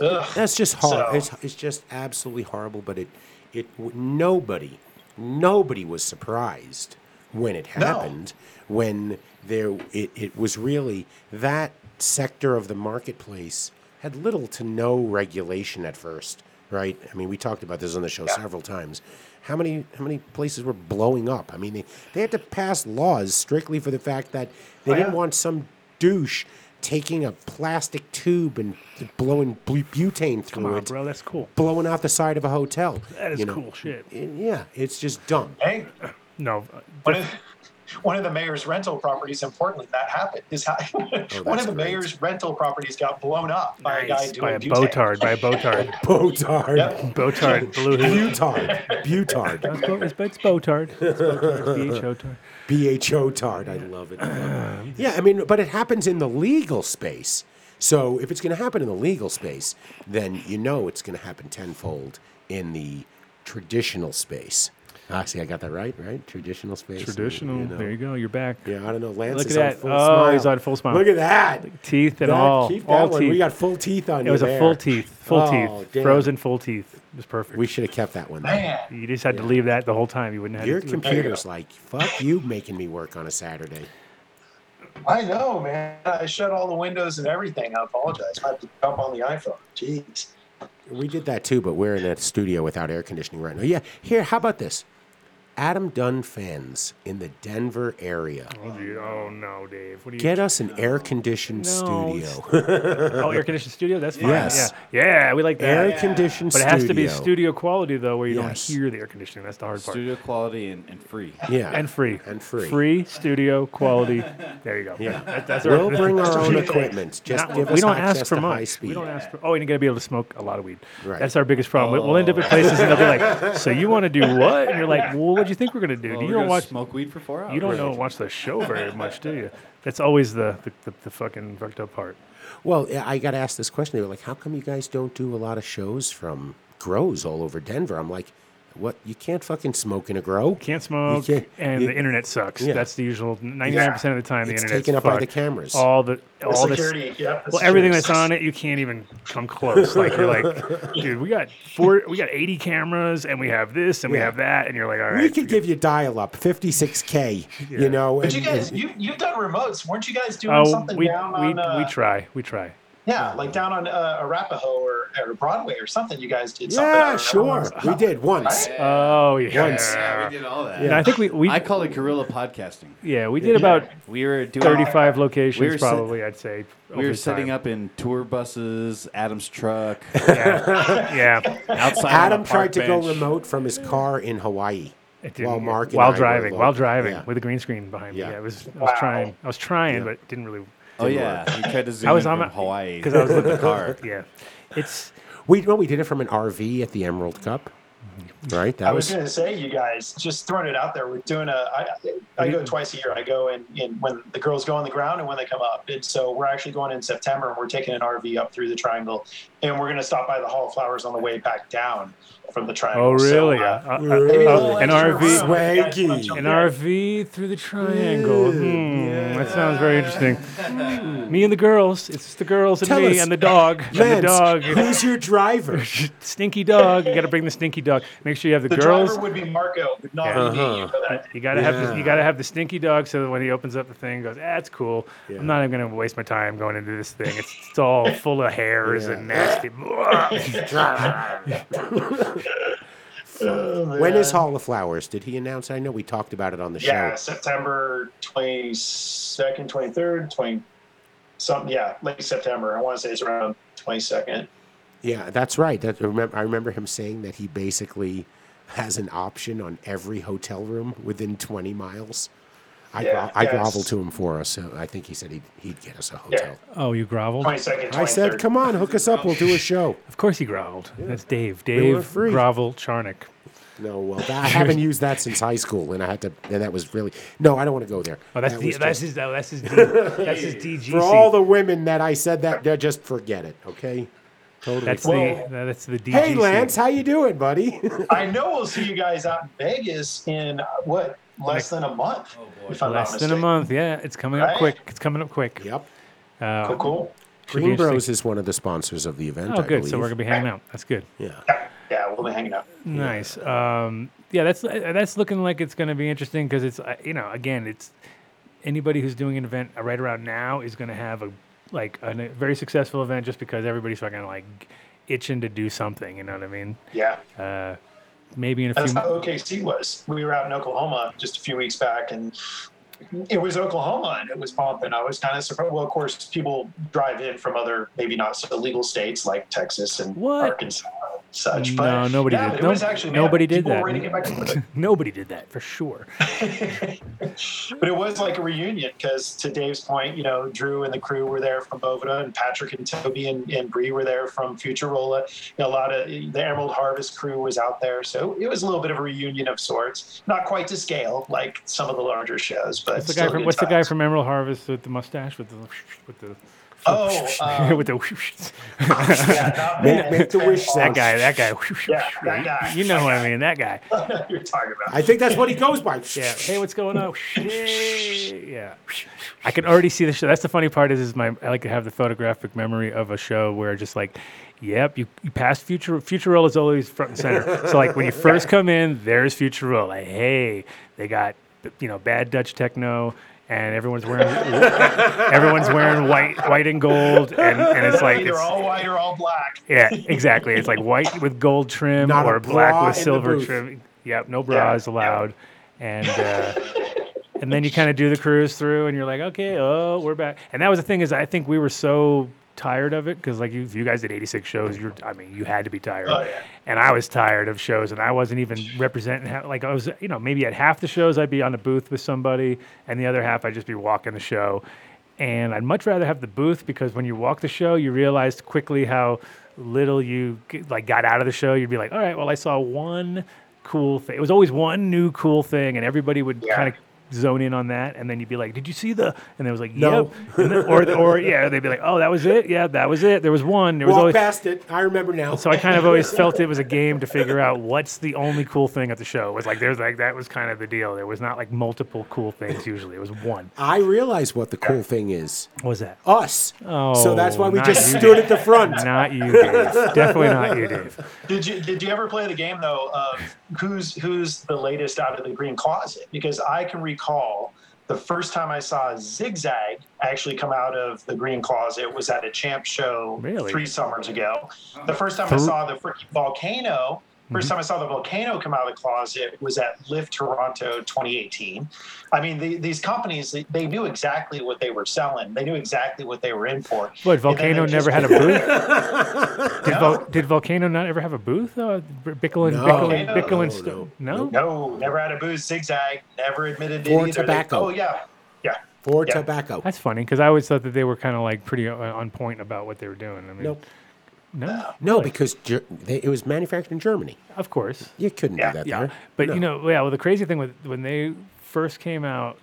Speaker 7: Ugh.
Speaker 4: That's just horrible.
Speaker 7: So-
Speaker 4: It's, it's just absolutely horrible. But it, it w- nobody, nobody was surprised when it happened. When there, it, it was really that sector of the marketplace had little to no regulation at first, right? I mean, we talked about this on the show several times. How many how many places were blowing up? I mean, they, they had to pass laws strictly for the fact that they
Speaker 7: Oh,
Speaker 4: didn't
Speaker 7: yeah.
Speaker 4: want want some douche taking a plastic tube and blowing bu- butane through
Speaker 3: Come on,
Speaker 4: it,
Speaker 3: bro. That's cool.
Speaker 4: blowing out the side of a hotel.
Speaker 3: That is
Speaker 4: you know.
Speaker 3: cool shit.
Speaker 4: And yeah, it's just dumb.
Speaker 7: Hey,
Speaker 3: No, uh,
Speaker 7: one of, one of the mayor's rental properties in Portland that happened. Is how,
Speaker 3: Oh,
Speaker 7: one
Speaker 4: that's
Speaker 7: of the
Speaker 4: great.
Speaker 7: mayor's rental properties got blown up by a guy
Speaker 3: nice. by
Speaker 7: doing
Speaker 3: a
Speaker 7: butane.
Speaker 3: botard, by a botard,
Speaker 4: Botard.
Speaker 7: Yep.
Speaker 3: botard blew his
Speaker 4: Butard. Butard.
Speaker 3: It's, bo- it's, it's Botard. It's Botard. B H O Tard.
Speaker 4: BHO tard. I love it. yeah, I mean, but it happens in the legal space. So if it's going to happen in the legal space, then you know it's going to happen tenfold in the traditional space. Ah, see, I got that right, right? Traditional space.
Speaker 3: Traditional.
Speaker 4: you know.
Speaker 3: There you go. You're back.
Speaker 4: Yeah, I don't know. Lance
Speaker 3: Look
Speaker 4: is
Speaker 3: at that.
Speaker 4: on full
Speaker 3: Oh,
Speaker 4: smile.
Speaker 3: he's on full smile.
Speaker 4: Look at that.
Speaker 3: Teeth and
Speaker 4: That-
Speaker 3: all.
Speaker 4: Keep that
Speaker 3: all
Speaker 4: one.
Speaker 3: teeth.
Speaker 4: We got full teeth on
Speaker 3: it
Speaker 4: you.
Speaker 3: was a
Speaker 4: there.
Speaker 3: full teeth. Full
Speaker 4: Oh,
Speaker 3: teeth.
Speaker 4: damn.
Speaker 3: Frozen full teeth. It was perfect.
Speaker 4: We should have kept that one. there.
Speaker 7: Man,
Speaker 3: you just had to leave that the whole time. You wouldn't have
Speaker 4: Your
Speaker 3: to do it.
Speaker 4: computer's like, fuck you making me work on a Saturday.
Speaker 7: I know, man. I shut all the windows and everything. I apologize. I have to jump on the iPhone. Jeez.
Speaker 4: We did that too, but we're in a studio without air conditioning right now. Yeah, here, how about this? Adam Dunn fans in the Denver area.
Speaker 3: Oh, dude. Oh, no, Dave. What are you
Speaker 4: Get us an air conditioned
Speaker 3: No,
Speaker 4: studio.
Speaker 3: Oh, air conditioned studio? That's fine.
Speaker 4: Yes.
Speaker 3: Yeah. Yeah, we like that.
Speaker 4: air conditioned
Speaker 3: But it
Speaker 4: studio.
Speaker 3: has to be studio quality, though, where you
Speaker 4: Yes.
Speaker 3: don't hear the air conditioning. That's the hard part.
Speaker 5: Studio quality and, and free.
Speaker 4: Yeah.
Speaker 3: And free.
Speaker 4: And free.
Speaker 3: Free studio quality. There you go. Yeah. that's
Speaker 4: We'll
Speaker 3: our-
Speaker 4: bring our own equipment. Just
Speaker 3: Not-
Speaker 4: give
Speaker 3: we
Speaker 4: us
Speaker 3: don't
Speaker 4: access
Speaker 3: ask for
Speaker 4: to
Speaker 3: much.
Speaker 4: high speed.
Speaker 3: We don't ask for. Oh, and you got to be able to smoke a lot of weed.
Speaker 4: Right.
Speaker 3: That's our biggest problem. We- We'll end up at places and they'll be like, "So you want to do what?" And you're like, "Well, what do you think we're gonna do?
Speaker 5: Well,
Speaker 3: do
Speaker 5: we're
Speaker 3: you don't
Speaker 5: gonna
Speaker 3: watch?
Speaker 5: smoke weed for four hours.
Speaker 3: You don't know watch the show very much, do you?" That's always the the, the, the fucking fucked up part.
Speaker 4: Well, yeah, I got asked this question. They were like, "How come you guys don't do a lot of shows from grows all over Denver?" I'm like, What you can't fucking smoke in a grow.
Speaker 3: Can't smoke,
Speaker 4: can't-
Speaker 3: and
Speaker 4: you-
Speaker 3: the internet sucks.
Speaker 4: yeah.
Speaker 3: That's the usual. Ninety-nine percent of the time, the
Speaker 4: It's
Speaker 3: internet's
Speaker 4: taken up by
Speaker 3: fucked.
Speaker 4: the cameras.
Speaker 3: All the
Speaker 7: The
Speaker 3: all this.
Speaker 7: security. yep,
Speaker 3: Well, everything
Speaker 7: true.
Speaker 3: that's on it, you can't even come close. Like you're like, dude, we got four, we got eighty cameras, and we have this, and we
Speaker 4: Yeah.
Speaker 3: have that, and you're like, all
Speaker 4: We
Speaker 3: right,
Speaker 4: could give you dial up, 56K, you know.
Speaker 7: But you
Speaker 4: and-
Speaker 7: guys,
Speaker 4: and-
Speaker 7: you you've done remotes, weren't you guys doing
Speaker 3: oh,
Speaker 7: something
Speaker 3: we,
Speaker 7: down
Speaker 3: we,
Speaker 7: on? uh,
Speaker 3: we try, we try.
Speaker 7: Yeah, like down on uh, Arapahoe or, or Broadway or something. You guys did something. I
Speaker 4: yeah,
Speaker 7: don't
Speaker 4: sure.
Speaker 7: remember.
Speaker 4: We did once.
Speaker 3: Oh yeah,
Speaker 4: Once.
Speaker 6: Yeah, we did all that.
Speaker 3: And I think we, we
Speaker 5: I call it guerrilla podcasting.
Speaker 3: yeah we did about
Speaker 5: We were doing
Speaker 3: thirty-five locations
Speaker 5: We were sit-
Speaker 3: probably. I'd say
Speaker 5: We were sitting up in tour buses, Adam's truck,
Speaker 3: Yeah,
Speaker 5: outside. on
Speaker 4: Adam
Speaker 5: a park
Speaker 4: tried to
Speaker 5: bench.
Speaker 4: go remote from his car in Hawaii.
Speaker 3: it
Speaker 4: While
Speaker 3: didn't-
Speaker 4: Mark and I
Speaker 3: while
Speaker 4: were
Speaker 3: driving, while
Speaker 4: local.
Speaker 3: driving
Speaker 4: Yeah.
Speaker 3: with a green screen behind
Speaker 4: Yeah.
Speaker 3: me. Yeah, it was. I was
Speaker 7: Wow.
Speaker 3: trying. I was trying, but didn't really.
Speaker 5: Oh yeah, he tried to zoom
Speaker 3: was
Speaker 5: in
Speaker 3: on
Speaker 5: from
Speaker 3: my-
Speaker 5: Hawaii
Speaker 3: 'cause I was
Speaker 5: with the car.
Speaker 3: Yeah, it's
Speaker 4: We well, we did it from an RV at the Emerald Cup,
Speaker 3: Mm-hmm.
Speaker 4: right? That
Speaker 7: I was going to say, you guys, just throwing it out there. We're doing a. I, I go twice a year. I go in, in when the girls go on the ground and when they come up. And so we're actually going in September and we're taking an RV up through the triangle, and we're going to stop by the Hall of Flowers on the way back down from the triangle.
Speaker 3: oh really?
Speaker 7: So, uh,
Speaker 3: Uh, uh, uh,
Speaker 7: maybe a
Speaker 3: uh,
Speaker 7: little
Speaker 3: an
Speaker 7: extra
Speaker 3: RV.
Speaker 7: room if you guys wanna
Speaker 4: Swanky.
Speaker 7: jump
Speaker 3: An
Speaker 7: in.
Speaker 3: RV through the triangle. Hmm, That sounds very interesting. me and the girls. It's just the girls and
Speaker 4: Tell
Speaker 3: me
Speaker 4: us.
Speaker 3: and the dog. and the
Speaker 4: Lance,
Speaker 3: dog.
Speaker 4: who's your driver?
Speaker 3: stinky dog. You got to bring the stinky dog. Make sure you have the,
Speaker 7: The
Speaker 3: girls.
Speaker 7: driver would be Marco, would not
Speaker 3: Yeah.
Speaker 7: be me. You know that.
Speaker 3: You gotta have the, you
Speaker 4: Yeah.
Speaker 3: gotta have the stinky dog so that when he opens up the thing, he goes, ah, it's cool.
Speaker 4: Yeah.
Speaker 3: I'm not even gonna waste my time going into this thing. It's, it's all full of hairs
Speaker 4: Yeah.
Speaker 3: and nasty.
Speaker 7: Oh,
Speaker 4: when is Hall of Flowers? Did he announce? I know we talked about it on the
Speaker 7: Yeah,
Speaker 4: show.
Speaker 7: September 22nd, 23rd, 20 something. Yeah, late September. I want to say it's around 22nd.
Speaker 4: Yeah, that's right. That remember, I remember him saying that he basically has an option on every hotel room within 20 miles. I,
Speaker 7: Yeah,
Speaker 4: gro- I
Speaker 7: yes.
Speaker 4: groveled to him for us. So I think he said he'd, he'd get us a hotel.
Speaker 3: oh, you groveled?
Speaker 7: 22nd, 23rd.
Speaker 4: I said, come on, hook us up. We'll do a show.
Speaker 3: Of course he groveled. That's Dave.
Speaker 4: We were
Speaker 3: Dave
Speaker 4: free.
Speaker 3: Grovel Charnick.
Speaker 4: No, well, that- I haven't used that since high school, and I had to. And that was really no. I don't want to go there.
Speaker 3: Oh, that's
Speaker 4: That
Speaker 3: the,
Speaker 4: was
Speaker 3: that's
Speaker 4: just-
Speaker 3: his oh, that's his D, that's his DGC.
Speaker 4: for all the women that I said that. they're Just forget it, okay? Totally.
Speaker 3: that's
Speaker 7: Well-
Speaker 3: the that's the DGC.
Speaker 4: hey, Lance, how you doing, buddy?
Speaker 7: I know we'll see you guys out in Vegas in uh, what, less than a month? if I'm not
Speaker 3: Less than a
Speaker 7: mistaken.
Speaker 3: month. Yeah, it's coming up
Speaker 7: Right?
Speaker 3: quick. It's coming up quick.
Speaker 4: yep.
Speaker 3: Uh,
Speaker 7: Cool, cool.
Speaker 3: should be
Speaker 4: Green Bros
Speaker 3: interesting.
Speaker 4: is one of the sponsors of the event.
Speaker 3: Oh,
Speaker 4: I
Speaker 3: good.
Speaker 4: Believe.
Speaker 3: So we're gonna be hanging out. That's good.
Speaker 4: yeah.
Speaker 7: Yeah, we'll be hanging out.
Speaker 3: Nice. Um, yeah, that's uh, that's looking like it's going to be interesting because it's uh, you know again it's anybody who's doing an event right around now is going to have a like an- a very successful event just because everybody's fucking like itching to do something. You know what I mean?
Speaker 7: Yeah.
Speaker 3: Uh, maybe in a
Speaker 7: That's
Speaker 3: few.
Speaker 7: how OKC was. We were out in Oklahoma just a few weeks back, and it was Oklahoma, and it was pumping. I was kind of surprised. Well, of course, people drive in from other, maybe not so legal states like Texas and
Speaker 3: What?
Speaker 7: Arkansas and such.
Speaker 3: No,
Speaker 7: But
Speaker 3: nobody did-
Speaker 7: yeah, but It
Speaker 3: no-
Speaker 7: was actually
Speaker 3: nobody did
Speaker 7: people
Speaker 3: that.
Speaker 7: Were ready to get back to work.
Speaker 3: Nobody did that for sure.
Speaker 7: but it was like a reunion because, to Dave's point, you know, Drew and the crew were there from Bovada, and Patrick and Toby and, and Bree were there from Futurola. A lot of the Emerald Harvest crew was out there, so it was a little bit of a reunion of sorts. Not quite to scale like some of the larger shows, but
Speaker 3: What's the
Speaker 7: still
Speaker 3: guy from
Speaker 7: good
Speaker 3: What's the guy
Speaker 7: times.
Speaker 3: from Emerald Harvest with the mustache with the with the
Speaker 7: Oh, um,
Speaker 3: with the
Speaker 7: Yeah, not bad.
Speaker 4: make the wish
Speaker 3: that guy that guy
Speaker 7: Yeah, that guy.
Speaker 3: you know what I mean that guy
Speaker 7: You're talking about.
Speaker 4: I think that's what he goes by.
Speaker 3: Yeah. Hey, what's going on? Hey. yeah. I can already see the show. That's the funny part is, is my I like to have the photographic memory of a show where just like, yep, you, you pass Future Futurola is always front and center. so like when you first come in, there's Futurola. Hey, they got you know bad Dutch techno. And everyone's wearing everyone's wearing white white and gold, and, and it's like
Speaker 7: Either
Speaker 3: it's,
Speaker 7: all white or all black.
Speaker 3: yeah, exactly. It's like white with gold trim
Speaker 4: Not a
Speaker 3: or black
Speaker 4: bra
Speaker 3: with
Speaker 4: in the
Speaker 3: silver
Speaker 4: booth.
Speaker 3: trim. Yep, no bras
Speaker 7: yeah.
Speaker 3: allowed. And uh, and then you kind of do the cruise through, and you're like, okay, oh, we're back. And that was the thing is, I think we were so tired of it because like you, you guys did 86 shows. You're, I mean, you had to be tired.
Speaker 7: Oh, yeah.
Speaker 3: And I was tired of shows, and I wasn't even representing. ha- Like I was, you know, maybe at half the shows I'd be on a booth with somebody, and the other half I'd just be walking the show. And I'd much rather have the booth because when you walk the show, you realize quickly how little you g- like got out of the show. You'd be like, all right, well, I saw one cool thing. It was always one new cool thing, and everybody would
Speaker 7: Yeah.
Speaker 3: kind of zone in on that, and then you'd be like, "Did you see the?" And they was like,
Speaker 4: No.
Speaker 3: "Yep." And then- or, or yeah, they'd be like, "Oh, that was it. Yeah, that was it. There was one. There was
Speaker 4: Walk
Speaker 3: always."
Speaker 4: past it. I remember now.
Speaker 3: So I kind of always felt it was a game to figure out what's the only cool thing at the show. It was like there's like that was kind of the deal. There was not like multiple cool things usually. It was one.
Speaker 4: I realize what the cool thing is.
Speaker 3: What was that?
Speaker 4: Us. so that's why we
Speaker 3: not
Speaker 4: just
Speaker 3: Oh, you,
Speaker 4: stood
Speaker 3: Dave.
Speaker 4: at the front.
Speaker 3: Not you, Dave. Definitely not you, Dave.
Speaker 7: Did you did you ever play the game though of who's who's the latest out of the green closet? Because I can recall the first time I saw Zigzag actually come out of the green closet was at a champ show
Speaker 3: Really?
Speaker 7: three summers ago. The first time I
Speaker 3: Thr-
Speaker 7: saw the freaking volcano. 1st
Speaker 3: Mm-hmm.
Speaker 7: time I saw the volcano come out of the closet was at Lift Toronto 2018. I mean, the, these companies, they, they knew exactly what they were selling. They knew exactly what they were in for.
Speaker 3: What
Speaker 7: And then
Speaker 3: Volcano
Speaker 7: they
Speaker 3: never
Speaker 7: just-
Speaker 3: had a booth? did, Vol- did Volcano not ever have a booth? Uh, B- Bickle and
Speaker 4: No.
Speaker 3: Bickle and
Speaker 7: No,
Speaker 3: Bickle and
Speaker 4: no,
Speaker 3: Sto-
Speaker 4: no.
Speaker 3: no.
Speaker 7: No, never had a booze. Zigzag never admitted to
Speaker 4: Or
Speaker 7: it either.
Speaker 4: tobacco.
Speaker 7: They- oh yeah, yeah.
Speaker 4: For
Speaker 7: Yeah.
Speaker 4: tobacco.
Speaker 3: That's funny because I always thought that they were kind of like pretty uh, on point about what they were doing. I mean,
Speaker 4: Nope.
Speaker 3: no,
Speaker 4: No, because Ger- they, it was manufactured in Germany.
Speaker 3: of course.
Speaker 4: You couldn't
Speaker 7: Yeah,
Speaker 4: do that
Speaker 3: Yeah,
Speaker 4: there.
Speaker 3: but
Speaker 4: No.
Speaker 3: you know, yeah. Well, the crazy thing with when they first came out,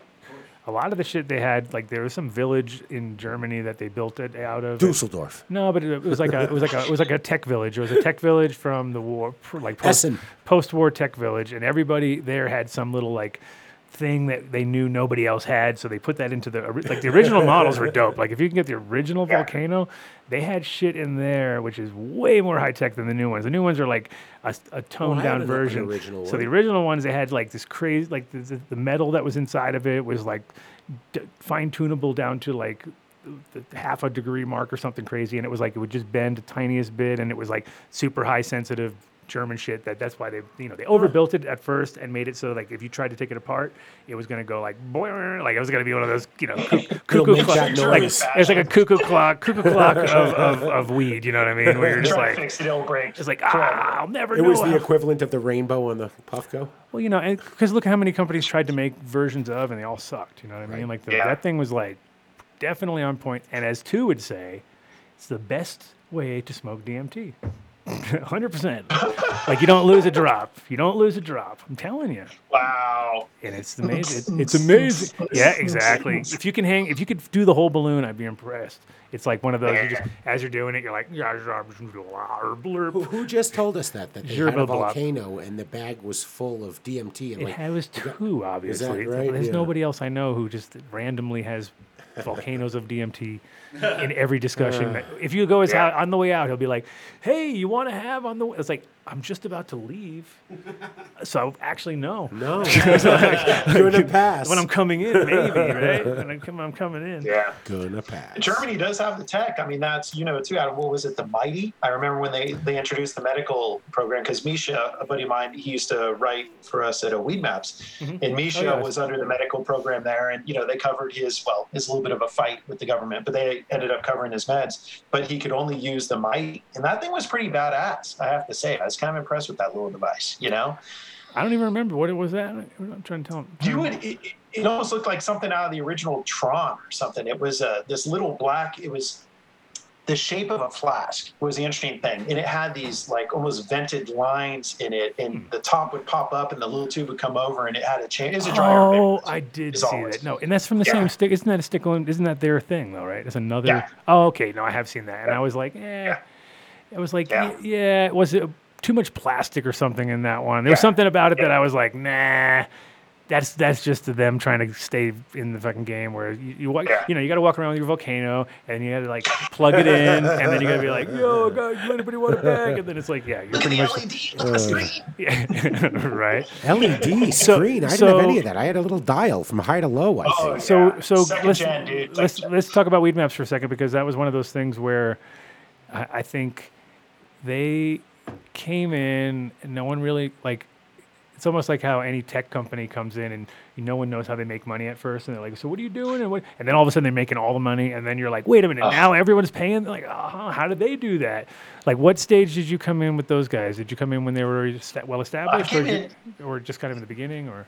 Speaker 3: a lot of the shit they had, like there was some village in Germany that they built it out of.
Speaker 4: Dusseldorf.
Speaker 3: No, but it, it was like a it was like a it was like a tech village. It was a tech village from the war, pr- like post,
Speaker 4: Essen.
Speaker 3: post-war tech village, and everybody there had some little like thing that they knew nobody else had, so they put that into the ori- like the original models were dope. Like if you can get the original volcano, they had shit in there which is way more high tech than the new ones. The new ones are like a, s- a toned
Speaker 4: I
Speaker 3: down
Speaker 4: haven't looked at the
Speaker 3: version.
Speaker 4: original
Speaker 3: so the
Speaker 4: one.
Speaker 3: original ones they had like this crazy like the, the, the metal that was inside of it was like d- fine tunable down to like the half a degree mark or something crazy and it was like it would just bend the tiniest bit and it was like super high sensitive german shit that that's why they you know they overbuilt it at first and made it so like if you tried to take it apart it was going to go like boing, like it was going to be one of those you know cuck- cuckoo
Speaker 4: make
Speaker 3: clock
Speaker 4: that
Speaker 3: like,
Speaker 4: noise.
Speaker 3: it's like a cuckoo clock cuckoo clock of, of, of weed you know what i mean where you're just
Speaker 7: Try to
Speaker 3: like
Speaker 7: fix it, it'll break.
Speaker 3: it's like ah, i'll never
Speaker 4: It
Speaker 3: know
Speaker 4: was the
Speaker 3: how-
Speaker 4: equivalent of the rainbow on the Puffco.
Speaker 3: well, you know, because look at how many companies tried to make versions of, and they all sucked. You know what I mean? Like the,
Speaker 7: Yeah.
Speaker 3: that thing was like definitely on point. And as two would say, it's the best way to smoke DMT. 100%. like you don't lose a drop. You don't lose a drop. I'm telling you.
Speaker 7: wow.
Speaker 3: And it's amazing. It's amazing. Yeah, exactly. If you can hang, if you could do the whole balloon, I'd be impressed. It's like one of those. You just as you're doing it, you're like, yeah,
Speaker 4: Who,
Speaker 3: blurp.
Speaker 4: who just told us that? That they
Speaker 3: Gerbil
Speaker 4: had a
Speaker 3: blob.
Speaker 4: volcano and the bag was full of DMT. And
Speaker 3: It
Speaker 4: like,
Speaker 3: ha- was two, obviously.
Speaker 4: right?
Speaker 3: There's
Speaker 4: Yeah.
Speaker 3: nobody else I know who just randomly has volcanoes of DMT in every discussion.
Speaker 4: Uh.
Speaker 3: if you go his out, on the way out, he'll be like, "Hey, you want to have on the?" way? It's like I'm just about to leave, so actually no.
Speaker 4: no, gonna pass.
Speaker 3: When I'm coming in, maybe right? When I'm, com- I'm coming in.
Speaker 7: Yeah.
Speaker 4: gonna pass.
Speaker 7: Germany does have the tech. I mean, that's you know too. Out of what was it, the Mighty? I remember when they they introduced the medical program because Misha, a buddy of mine, he used to write for us at a Weed Maps,
Speaker 3: Mm-hmm.
Speaker 7: and Misha
Speaker 4: Oh,
Speaker 3: yeah.
Speaker 7: was under the medical program there, and you know they covered his well his little bit of a fight with the government, but they ended up covering his meds. But he could only use the Mighty, and that thing was pretty badass. I have to say, I was kind of impressed with that little device. You know.
Speaker 3: I don't even remember what it was that. I'm trying to tell him.
Speaker 7: you would it, it- it almost looked like something out of the original tron or something it was uh, this little black it was the shape of a flask was the interesting thing and it had these like almost vented lines in it and the top would pop up and the little tube would come over and it had a chain it was a dryer
Speaker 3: Oh,
Speaker 7: paper.
Speaker 3: I did
Speaker 7: It's
Speaker 3: see
Speaker 7: always-
Speaker 3: that. No, and that's from the
Speaker 7: Yeah.
Speaker 3: same stick. Isn't that a stick on? Isn't that their thing though? Right? It's another.
Speaker 7: Yeah.
Speaker 3: Oh, okay. No, I have seen that, and I was like, eh. I was like, yeah.
Speaker 7: Yeah.
Speaker 3: yeah. Was it too much plastic or something in that one? There was something about it that I was like, nah. That's that's just to them trying to stay in the fucking game where you you, wa-
Speaker 7: Yeah.
Speaker 3: you know you got to walk around with your volcano and you got to like plug it in and then you got to be like yo God, you anybody want a bag and then it's like yeah you're pretty much Uh, yeah, right
Speaker 4: LED E screen. I didn't
Speaker 3: so-
Speaker 4: have any of that. I had a little dial from high to low. I
Speaker 7: Oh,
Speaker 4: think.
Speaker 3: So
Speaker 7: yeah.
Speaker 3: so
Speaker 7: Second
Speaker 3: let's
Speaker 7: gen, dude.
Speaker 3: let's
Speaker 7: Second gen.
Speaker 3: let's talk about weed maps for a second because that was one of those things where I, I think they came in and no one really like it's almost like how any tech company comes in and no one knows how they make money at first and they're like so what are you doing and what and then all of a sudden they're making all the money and then you're like wait a minute now everyone's paying They're like uh how did they do that like what stage did you come in with those guys did you come in when they were already sta- well established or,
Speaker 7: came
Speaker 3: did- or just kind of in the beginning or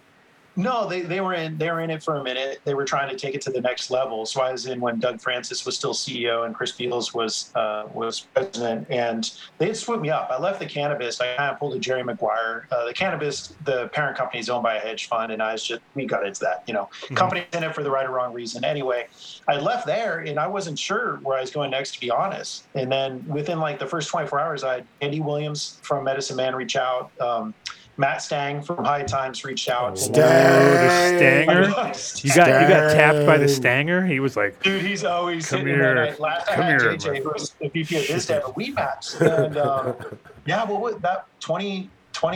Speaker 7: No, they, they were in they were in it for a minute. They were trying to take it to the next level. So I was in when Doug Francis was still CEO and Chris Beals was uh, was president, and they had swooped me up. I left the cannabis. I kind of pulled a Jerry Maguire. Uh, the cannabis, the parent company is owned by a hedge fund, and I was just we got into that. You know, company's in it for the right or wrong reason. Anyway, I left there, and I wasn't sure where I was going next, to be honest. And then within like the first 24 hours, I had Andy Williams from Medicine Man reach out. Um, Matt Stang from High Times reached out.
Speaker 3: Oh, the Stanger. You got you got tapped by the
Speaker 4: Stang.
Speaker 3: Stanger. He was like,
Speaker 7: Dude, he's always
Speaker 3: Come
Speaker 7: sitting there.
Speaker 3: here.
Speaker 7: Like, last I
Speaker 3: Come
Speaker 7: had
Speaker 3: here,
Speaker 7: JJ,
Speaker 3: my-
Speaker 7: who was the VP of his at Weed Maps. And, um, yeah, well, what, that 20,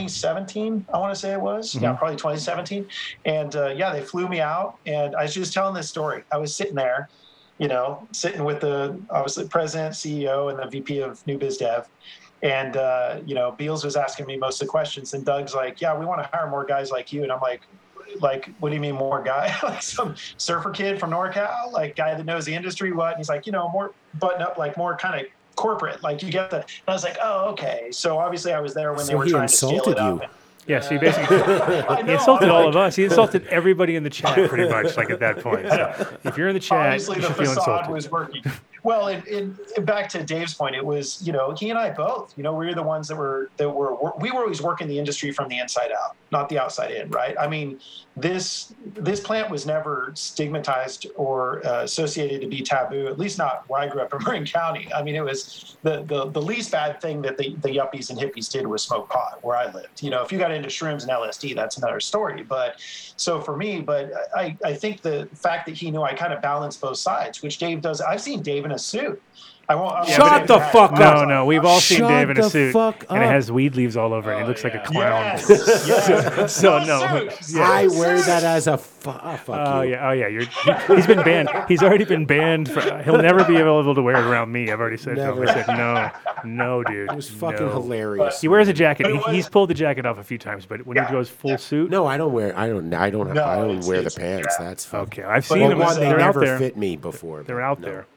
Speaker 7: 2017, I want to say it was. Yeah,
Speaker 3: Mm-hmm.
Speaker 7: probably 2017. And uh, yeah, they flew me out, and I was just telling this story. I was sitting there, you know, sitting with the obviously president, CEO, and the VP of New Biz Dev. And uh, you know, Beals was asking me most of the questions, and Doug's like, "Yeah, we want to hire more guys like you." And I'm like, "Like, what do you mean more guy? like some surfer kid from NorCal, like guy that knows the industry, what?" And he's like, "You know, more button up, like more kind of corporate, like you get the." And I was like, "Oh, okay." So obviously, I was there when they
Speaker 4: So
Speaker 7: were
Speaker 4: he
Speaker 7: trying to scale
Speaker 4: insulted
Speaker 7: it
Speaker 4: you.
Speaker 7: up.
Speaker 3: yeah. So he basically
Speaker 7: I
Speaker 3: he
Speaker 7: know,
Speaker 3: insulted
Speaker 7: I'm
Speaker 3: all
Speaker 7: like,
Speaker 3: of us. He insulted everybody in the chat, pretty much. Like at that point, so if you're in the chat,
Speaker 7: obviously
Speaker 3: you
Speaker 7: the
Speaker 3: should feel
Speaker 7: facade
Speaker 3: insulted.
Speaker 7: was working. Well, and, and and back to Dave's point, it was you know he and I both. You know, we were the ones that were that were we were always working the industry from the inside out, not the outside in, right? I mean, this this plant was never stigmatized or uh, associated to be taboo, at least not where I grew up in Marin County. I mean, it was the the, the least bad thing that the, the yuppies and hippies did was smoke pot where I lived. You know, if you got into shrooms and LSD, that's another story. But so for me, but I, I think the fact that he knew I kind of balanced both sides, which Dave does. I've seen Dave in a suit. I won't. I won't
Speaker 3: Yeah,
Speaker 4: Shut
Speaker 3: but
Speaker 7: say
Speaker 3: it-
Speaker 4: the
Speaker 7: that.
Speaker 4: fuck
Speaker 3: No,
Speaker 4: up.
Speaker 3: no, we've all seen
Speaker 4: Shut
Speaker 3: Dave in a
Speaker 4: the
Speaker 3: suit,
Speaker 4: fuck
Speaker 3: and it
Speaker 4: up.
Speaker 3: has weed leaves all over, it. and he looks like a clown.
Speaker 7: Oh, Yes, yes.
Speaker 3: So, no.
Speaker 7: suit.
Speaker 3: Yeah.
Speaker 4: I wear that as a fu- oh, fuck
Speaker 3: Oh
Speaker 4: you.
Speaker 3: yeah, oh yeah. You're, he, he's been banned. He's already been banned. For, he'll never be able to wear it around me. I've already said. No. I
Speaker 4: Never.
Speaker 3: said no, no, dude.
Speaker 4: It was fucking
Speaker 3: no.
Speaker 4: hilarious.
Speaker 3: He wears a jacket.
Speaker 7: But it
Speaker 3: He, he's
Speaker 7: was-
Speaker 3: pulled the jacket off a few times, but when
Speaker 7: Yeah,
Speaker 3: he goes full
Speaker 7: yeah.
Speaker 3: suit,
Speaker 4: No, I don't wear. I don't. I don't.
Speaker 7: No,
Speaker 4: I don't
Speaker 7: it's-
Speaker 4: wear the
Speaker 7: it's-
Speaker 4: pants.
Speaker 7: yeah.
Speaker 4: That's fucking.
Speaker 3: okay. I've seen
Speaker 7: Well,
Speaker 3: them.
Speaker 7: it
Speaker 4: one,
Speaker 7: was, uh,
Speaker 4: they
Speaker 3: They're out
Speaker 4: never
Speaker 3: there.
Speaker 4: fit me before.
Speaker 3: They're
Speaker 4: but
Speaker 3: out
Speaker 4: no.
Speaker 3: there.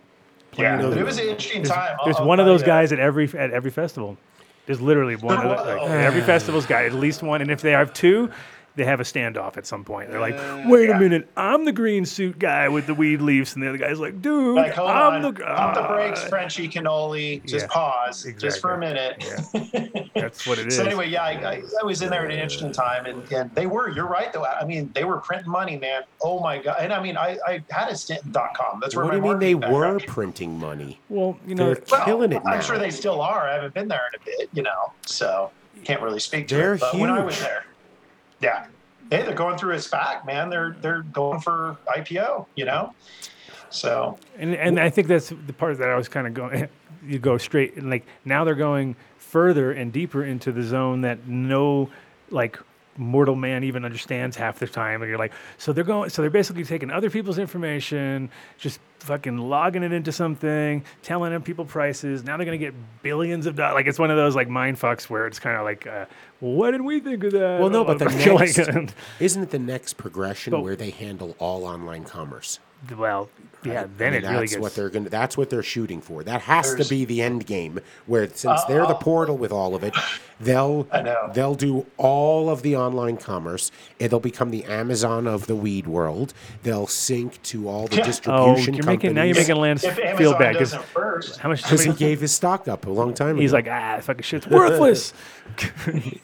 Speaker 7: Yeah, but it was an interesting time. Oh, I'll-
Speaker 3: There's
Speaker 7: I'll
Speaker 3: one of
Speaker 7: tell
Speaker 3: those
Speaker 7: you.
Speaker 3: guys at every at every festival. There's literally one. Of the,
Speaker 7: Oh,
Speaker 3: like, every festival's got at least one, and if they have two, they have a standoff at some point. They're like, "Wait a minute, I'm the green suit guy with the weed leaves," and the other guy's like, "Dude,
Speaker 7: Like, hold
Speaker 3: I'm
Speaker 7: on,
Speaker 3: the
Speaker 7: pump the brakes,
Speaker 3: Ah,
Speaker 7: Frenchie cannoli. Just
Speaker 3: Yeah,
Speaker 7: pause, just for a
Speaker 3: exactly.
Speaker 7: minute.
Speaker 3: That's what it is.
Speaker 7: So anyway, yeah, I, I, I was in there at an interesting time, and, and they were. You're right, though. I mean, they were printing money, man. Oh my god! And I mean, I, I had a stint in dot com. That's where
Speaker 4: What do
Speaker 7: my
Speaker 4: you mean they
Speaker 7: marketing background-
Speaker 4: were printing money?
Speaker 3: well, you know,
Speaker 4: They're killing it now.
Speaker 7: I'm sure they still are. I haven't been there in a bit, you know, so can't really speak to
Speaker 4: They're
Speaker 7: it. But when I was
Speaker 4: huge.
Speaker 7: there, yeah, hey, they're going through his fact, man. They're they're going for IPO, you know. So
Speaker 3: And and I think that's the part that I was kind of going. You go straight and like now they're going further and deeper into the zone that no like mortal man even understands half the time. And you're like, so they're going, so they're basically taking other people's information, just fucking logging it into something, telling them people prices. Now they're gonna get billions of dollars. Like it's one of those like mind fucks where it's kind of like, uh, well, what did we think of that?
Speaker 4: Well, no, but the
Speaker 3: Like,
Speaker 4: next isn't it the next progression
Speaker 3: But-
Speaker 4: where they handle all online commerce?
Speaker 3: well, yeah. Then
Speaker 4: And
Speaker 3: it really
Speaker 4: that's
Speaker 3: gets
Speaker 4: what they're going. to That's what they're shooting for. That has to
Speaker 7: There's- Uh,
Speaker 4: be the end game. Where since they're the portal with all of it, they'll
Speaker 7: I know.
Speaker 4: they'll do all of the online commerce. And they'll become the Amazon of the weed world. They'll sync to all the
Speaker 7: Yeah. Oh,
Speaker 3: Oh,
Speaker 4: distribution
Speaker 3: you're
Speaker 4: companies.
Speaker 3: making now you're making Lance
Speaker 7: if
Speaker 3: feel
Speaker 7: Amazon
Speaker 3: bad because
Speaker 7: doesn't first,
Speaker 3: how much
Speaker 4: because he gave his stock up a long time ago.
Speaker 3: He's like, ah, this fucking shit's worthless.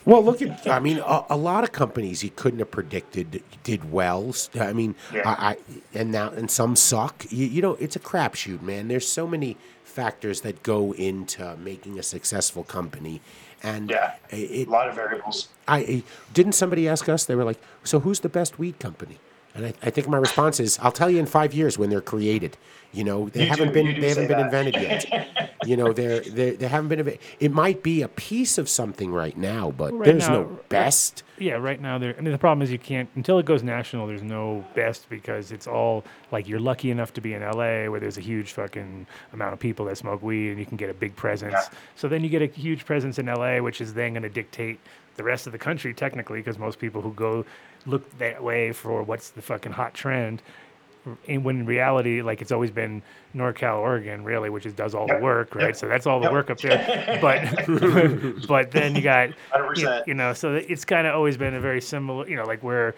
Speaker 4: Well, look at, I mean, a, a lot of companies you couldn't have predicted did well. S- I mean,
Speaker 7: Yeah.
Speaker 4: I, I and now and some suck. You, you know, it's a crapshoot, man. There's so many factors that go into making a successful company, and
Speaker 7: Yeah.
Speaker 4: it,
Speaker 7: a lot of variables.
Speaker 4: I I- didn't somebody ask us. They were like, "So who's the best weed company?" And I, I think my response is, "I'll tell you in five years when they're created. You know, they
Speaker 7: You
Speaker 4: haven't
Speaker 7: do-
Speaker 4: been
Speaker 7: you do
Speaker 4: they haven't
Speaker 7: say
Speaker 4: been
Speaker 7: that.
Speaker 4: invented yet. you know, they're, they're they haven't been. inve- It might be a piece of something right now, but
Speaker 3: Well, right
Speaker 4: there's
Speaker 3: now-
Speaker 4: no best.
Speaker 3: yeah, right now there. I mean, the problem is you can't until it goes national. There's no best because it's all like you're lucky enough to be in LA where there's a huge fucking amount of people that smoke weed and you can get a big presence.
Speaker 7: Yeah.
Speaker 3: So then you get a huge presence in LA, which is then going to dictate the rest of the country technically because most people who go look that way for what's the fucking hot trend. And when in reality, like it's always been NorCal, Oregon, really, which is, does all the work, right? So that's all the work up there. But but then you got you-
Speaker 7: 100%.
Speaker 3: you know, so it's kind of always been a very similar, you know, like where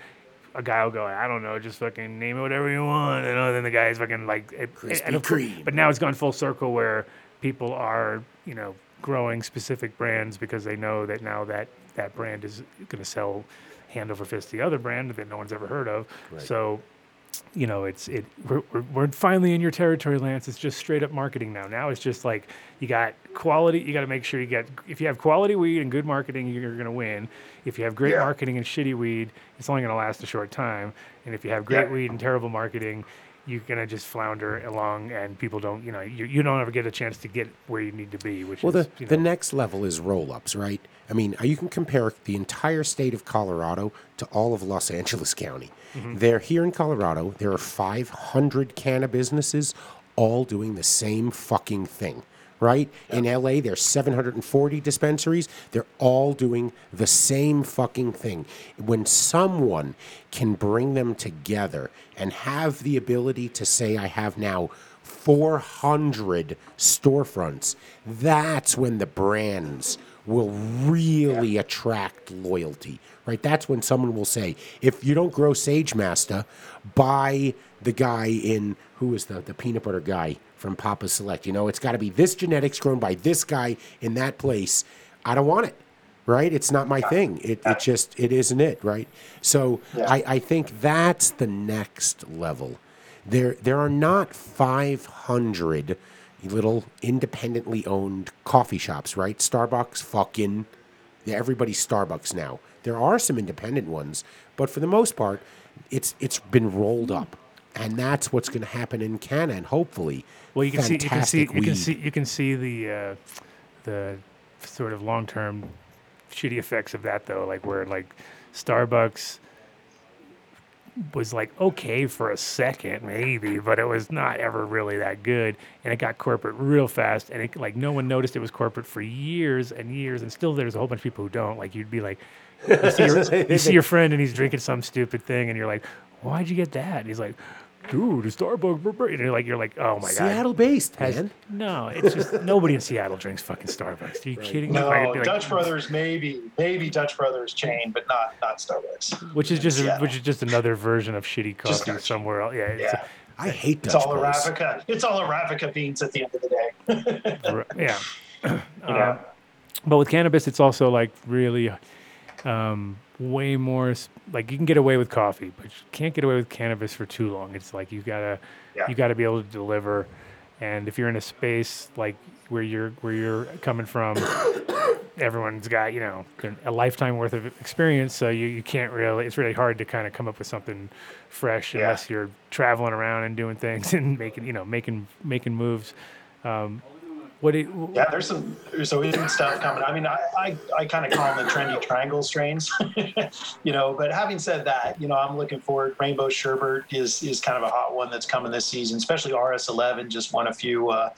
Speaker 3: a guy will go, I don't know, just fucking name it whatever you want. And then the guy's fucking like it-
Speaker 4: Krispy
Speaker 3: and of cour-
Speaker 4: Kreme.
Speaker 3: But now it's gone full circle where people are, you know, growing specific brands because they know that now that that brand is going to sell hand over fist the other brand that no one's ever heard of. So you know, it's it. We're, we're, we're finally in your territory, Lance. It's just straight up marketing now. Now it's just like you got quality. You got to make sure you get. If you have quality weed and good marketing, you're gonna win. If you have great
Speaker 7: Yeah.
Speaker 3: marketing and shitty weed, it's only gonna last a short time. And if you have great
Speaker 7: Yeah.
Speaker 3: weed and terrible marketing, you're gonna just flounder along, and people don't. You know, you, you don't ever get a chance to get where you need to be. Which
Speaker 4: Well,
Speaker 3: is
Speaker 4: the,
Speaker 3: you
Speaker 4: the
Speaker 3: know,
Speaker 4: next level is roll ups, right? I mean, uh, you can compare the entire state of Colorado to all of Los Angeles County.
Speaker 3: Mm-hmm.
Speaker 4: There, here in Colorado, there are 500 canna businesses all doing the same fucking thing, right? In LA, there's 740 dispensaries. They're all doing the same fucking thing. When someone can bring them together and have the ability to say, I have now 400 storefronts, that's when the brands will really attract loyalty, right? That's when someone will say, if you don't grow Sage Master, buy the guy in, who is the, the peanut butter guy from Papa Select? You know, it's got to be this genetics grown by this guy in that place. I don't want it right? It's not my thing. It, it just it isn't it, right? So I, I think that's the next level. There there are not five hundred little independently owned coffee shops, right? Starbucks, fucking yeah, everybody's Starbucks now. There are some independent ones, but for the most part, it's it's been rolled up. And that's what's going to happen in Canada, and hopefully,
Speaker 3: Well, you can see, you can see,
Speaker 4: fantastic
Speaker 3: you can
Speaker 4: weed.
Speaker 3: see, you can see the uh, the sort of long term shitty effects of that, though. Like where like Starbucks was like okay for a second, maybe, but it was not ever really that good, and it got corporate real fast, and it like no one noticed it was corporate for years and years, and still there's a whole bunch of people who don't. Like you'd be like, you see your, you see your friend and he's drinking some stupid thing, and you're like, why'd you get that? And he's like. Dude, a Starbucks, br- br-" and you're like, you're like, oh my god,
Speaker 4: Seattle-based,
Speaker 3: has-
Speaker 4: man.
Speaker 3: No, it's just nobody in Seattle drinks fucking Starbucks. Are you kidding me? If I could
Speaker 7: No,
Speaker 3: be like-
Speaker 7: Dutch Brothers maybe, maybe Dutch Brothers chain, but not not Starbucks.
Speaker 3: which is just
Speaker 7: Seattle.
Speaker 3: which is just another version of shitty
Speaker 7: Just
Speaker 3: coffee
Speaker 7: Dutch.
Speaker 3: somewhere else. Yeah, it's,
Speaker 7: Yeah,
Speaker 4: I hate
Speaker 7: it's
Speaker 4: Dutch
Speaker 7: all
Speaker 4: Bros.
Speaker 7: Arabica. It's all Arabica beans at the end of the day.
Speaker 3: r- yeah. Um,
Speaker 7: Yeah.
Speaker 3: But with cannabis, it's also like really um, way more. s- Like you can get away with coffee, but you can't get away with cannabis for too long. It's like you gotta
Speaker 7: Yeah.
Speaker 3: you gotta be able to deliver. And if you're in a space like where you're where you're coming from, everyone's got you know a lifetime worth of experience, so you, you can't really. It's really hard to kind of come up with something fresh
Speaker 7: Yeah.
Speaker 3: unless you're traveling around and doing things and making you know making making moves. Um, what do you,
Speaker 7: Yeah, there's some there's always some stuff coming. I mean, I I, I kind of call them the trendy triangle strains, you know. But having said that, you know, I'm looking forward. Rainbow Sherbert is is kind of a hot one that's coming this season, especially RS11. Just won a few uh,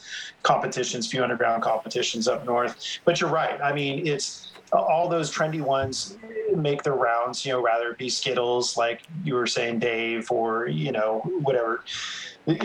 Speaker 7: competitions, few underground competitions up north. But you're right. I mean, it's all those trendy ones make their rounds. You know, rather it be Skittles, like you were saying, Dave, or you know, whatever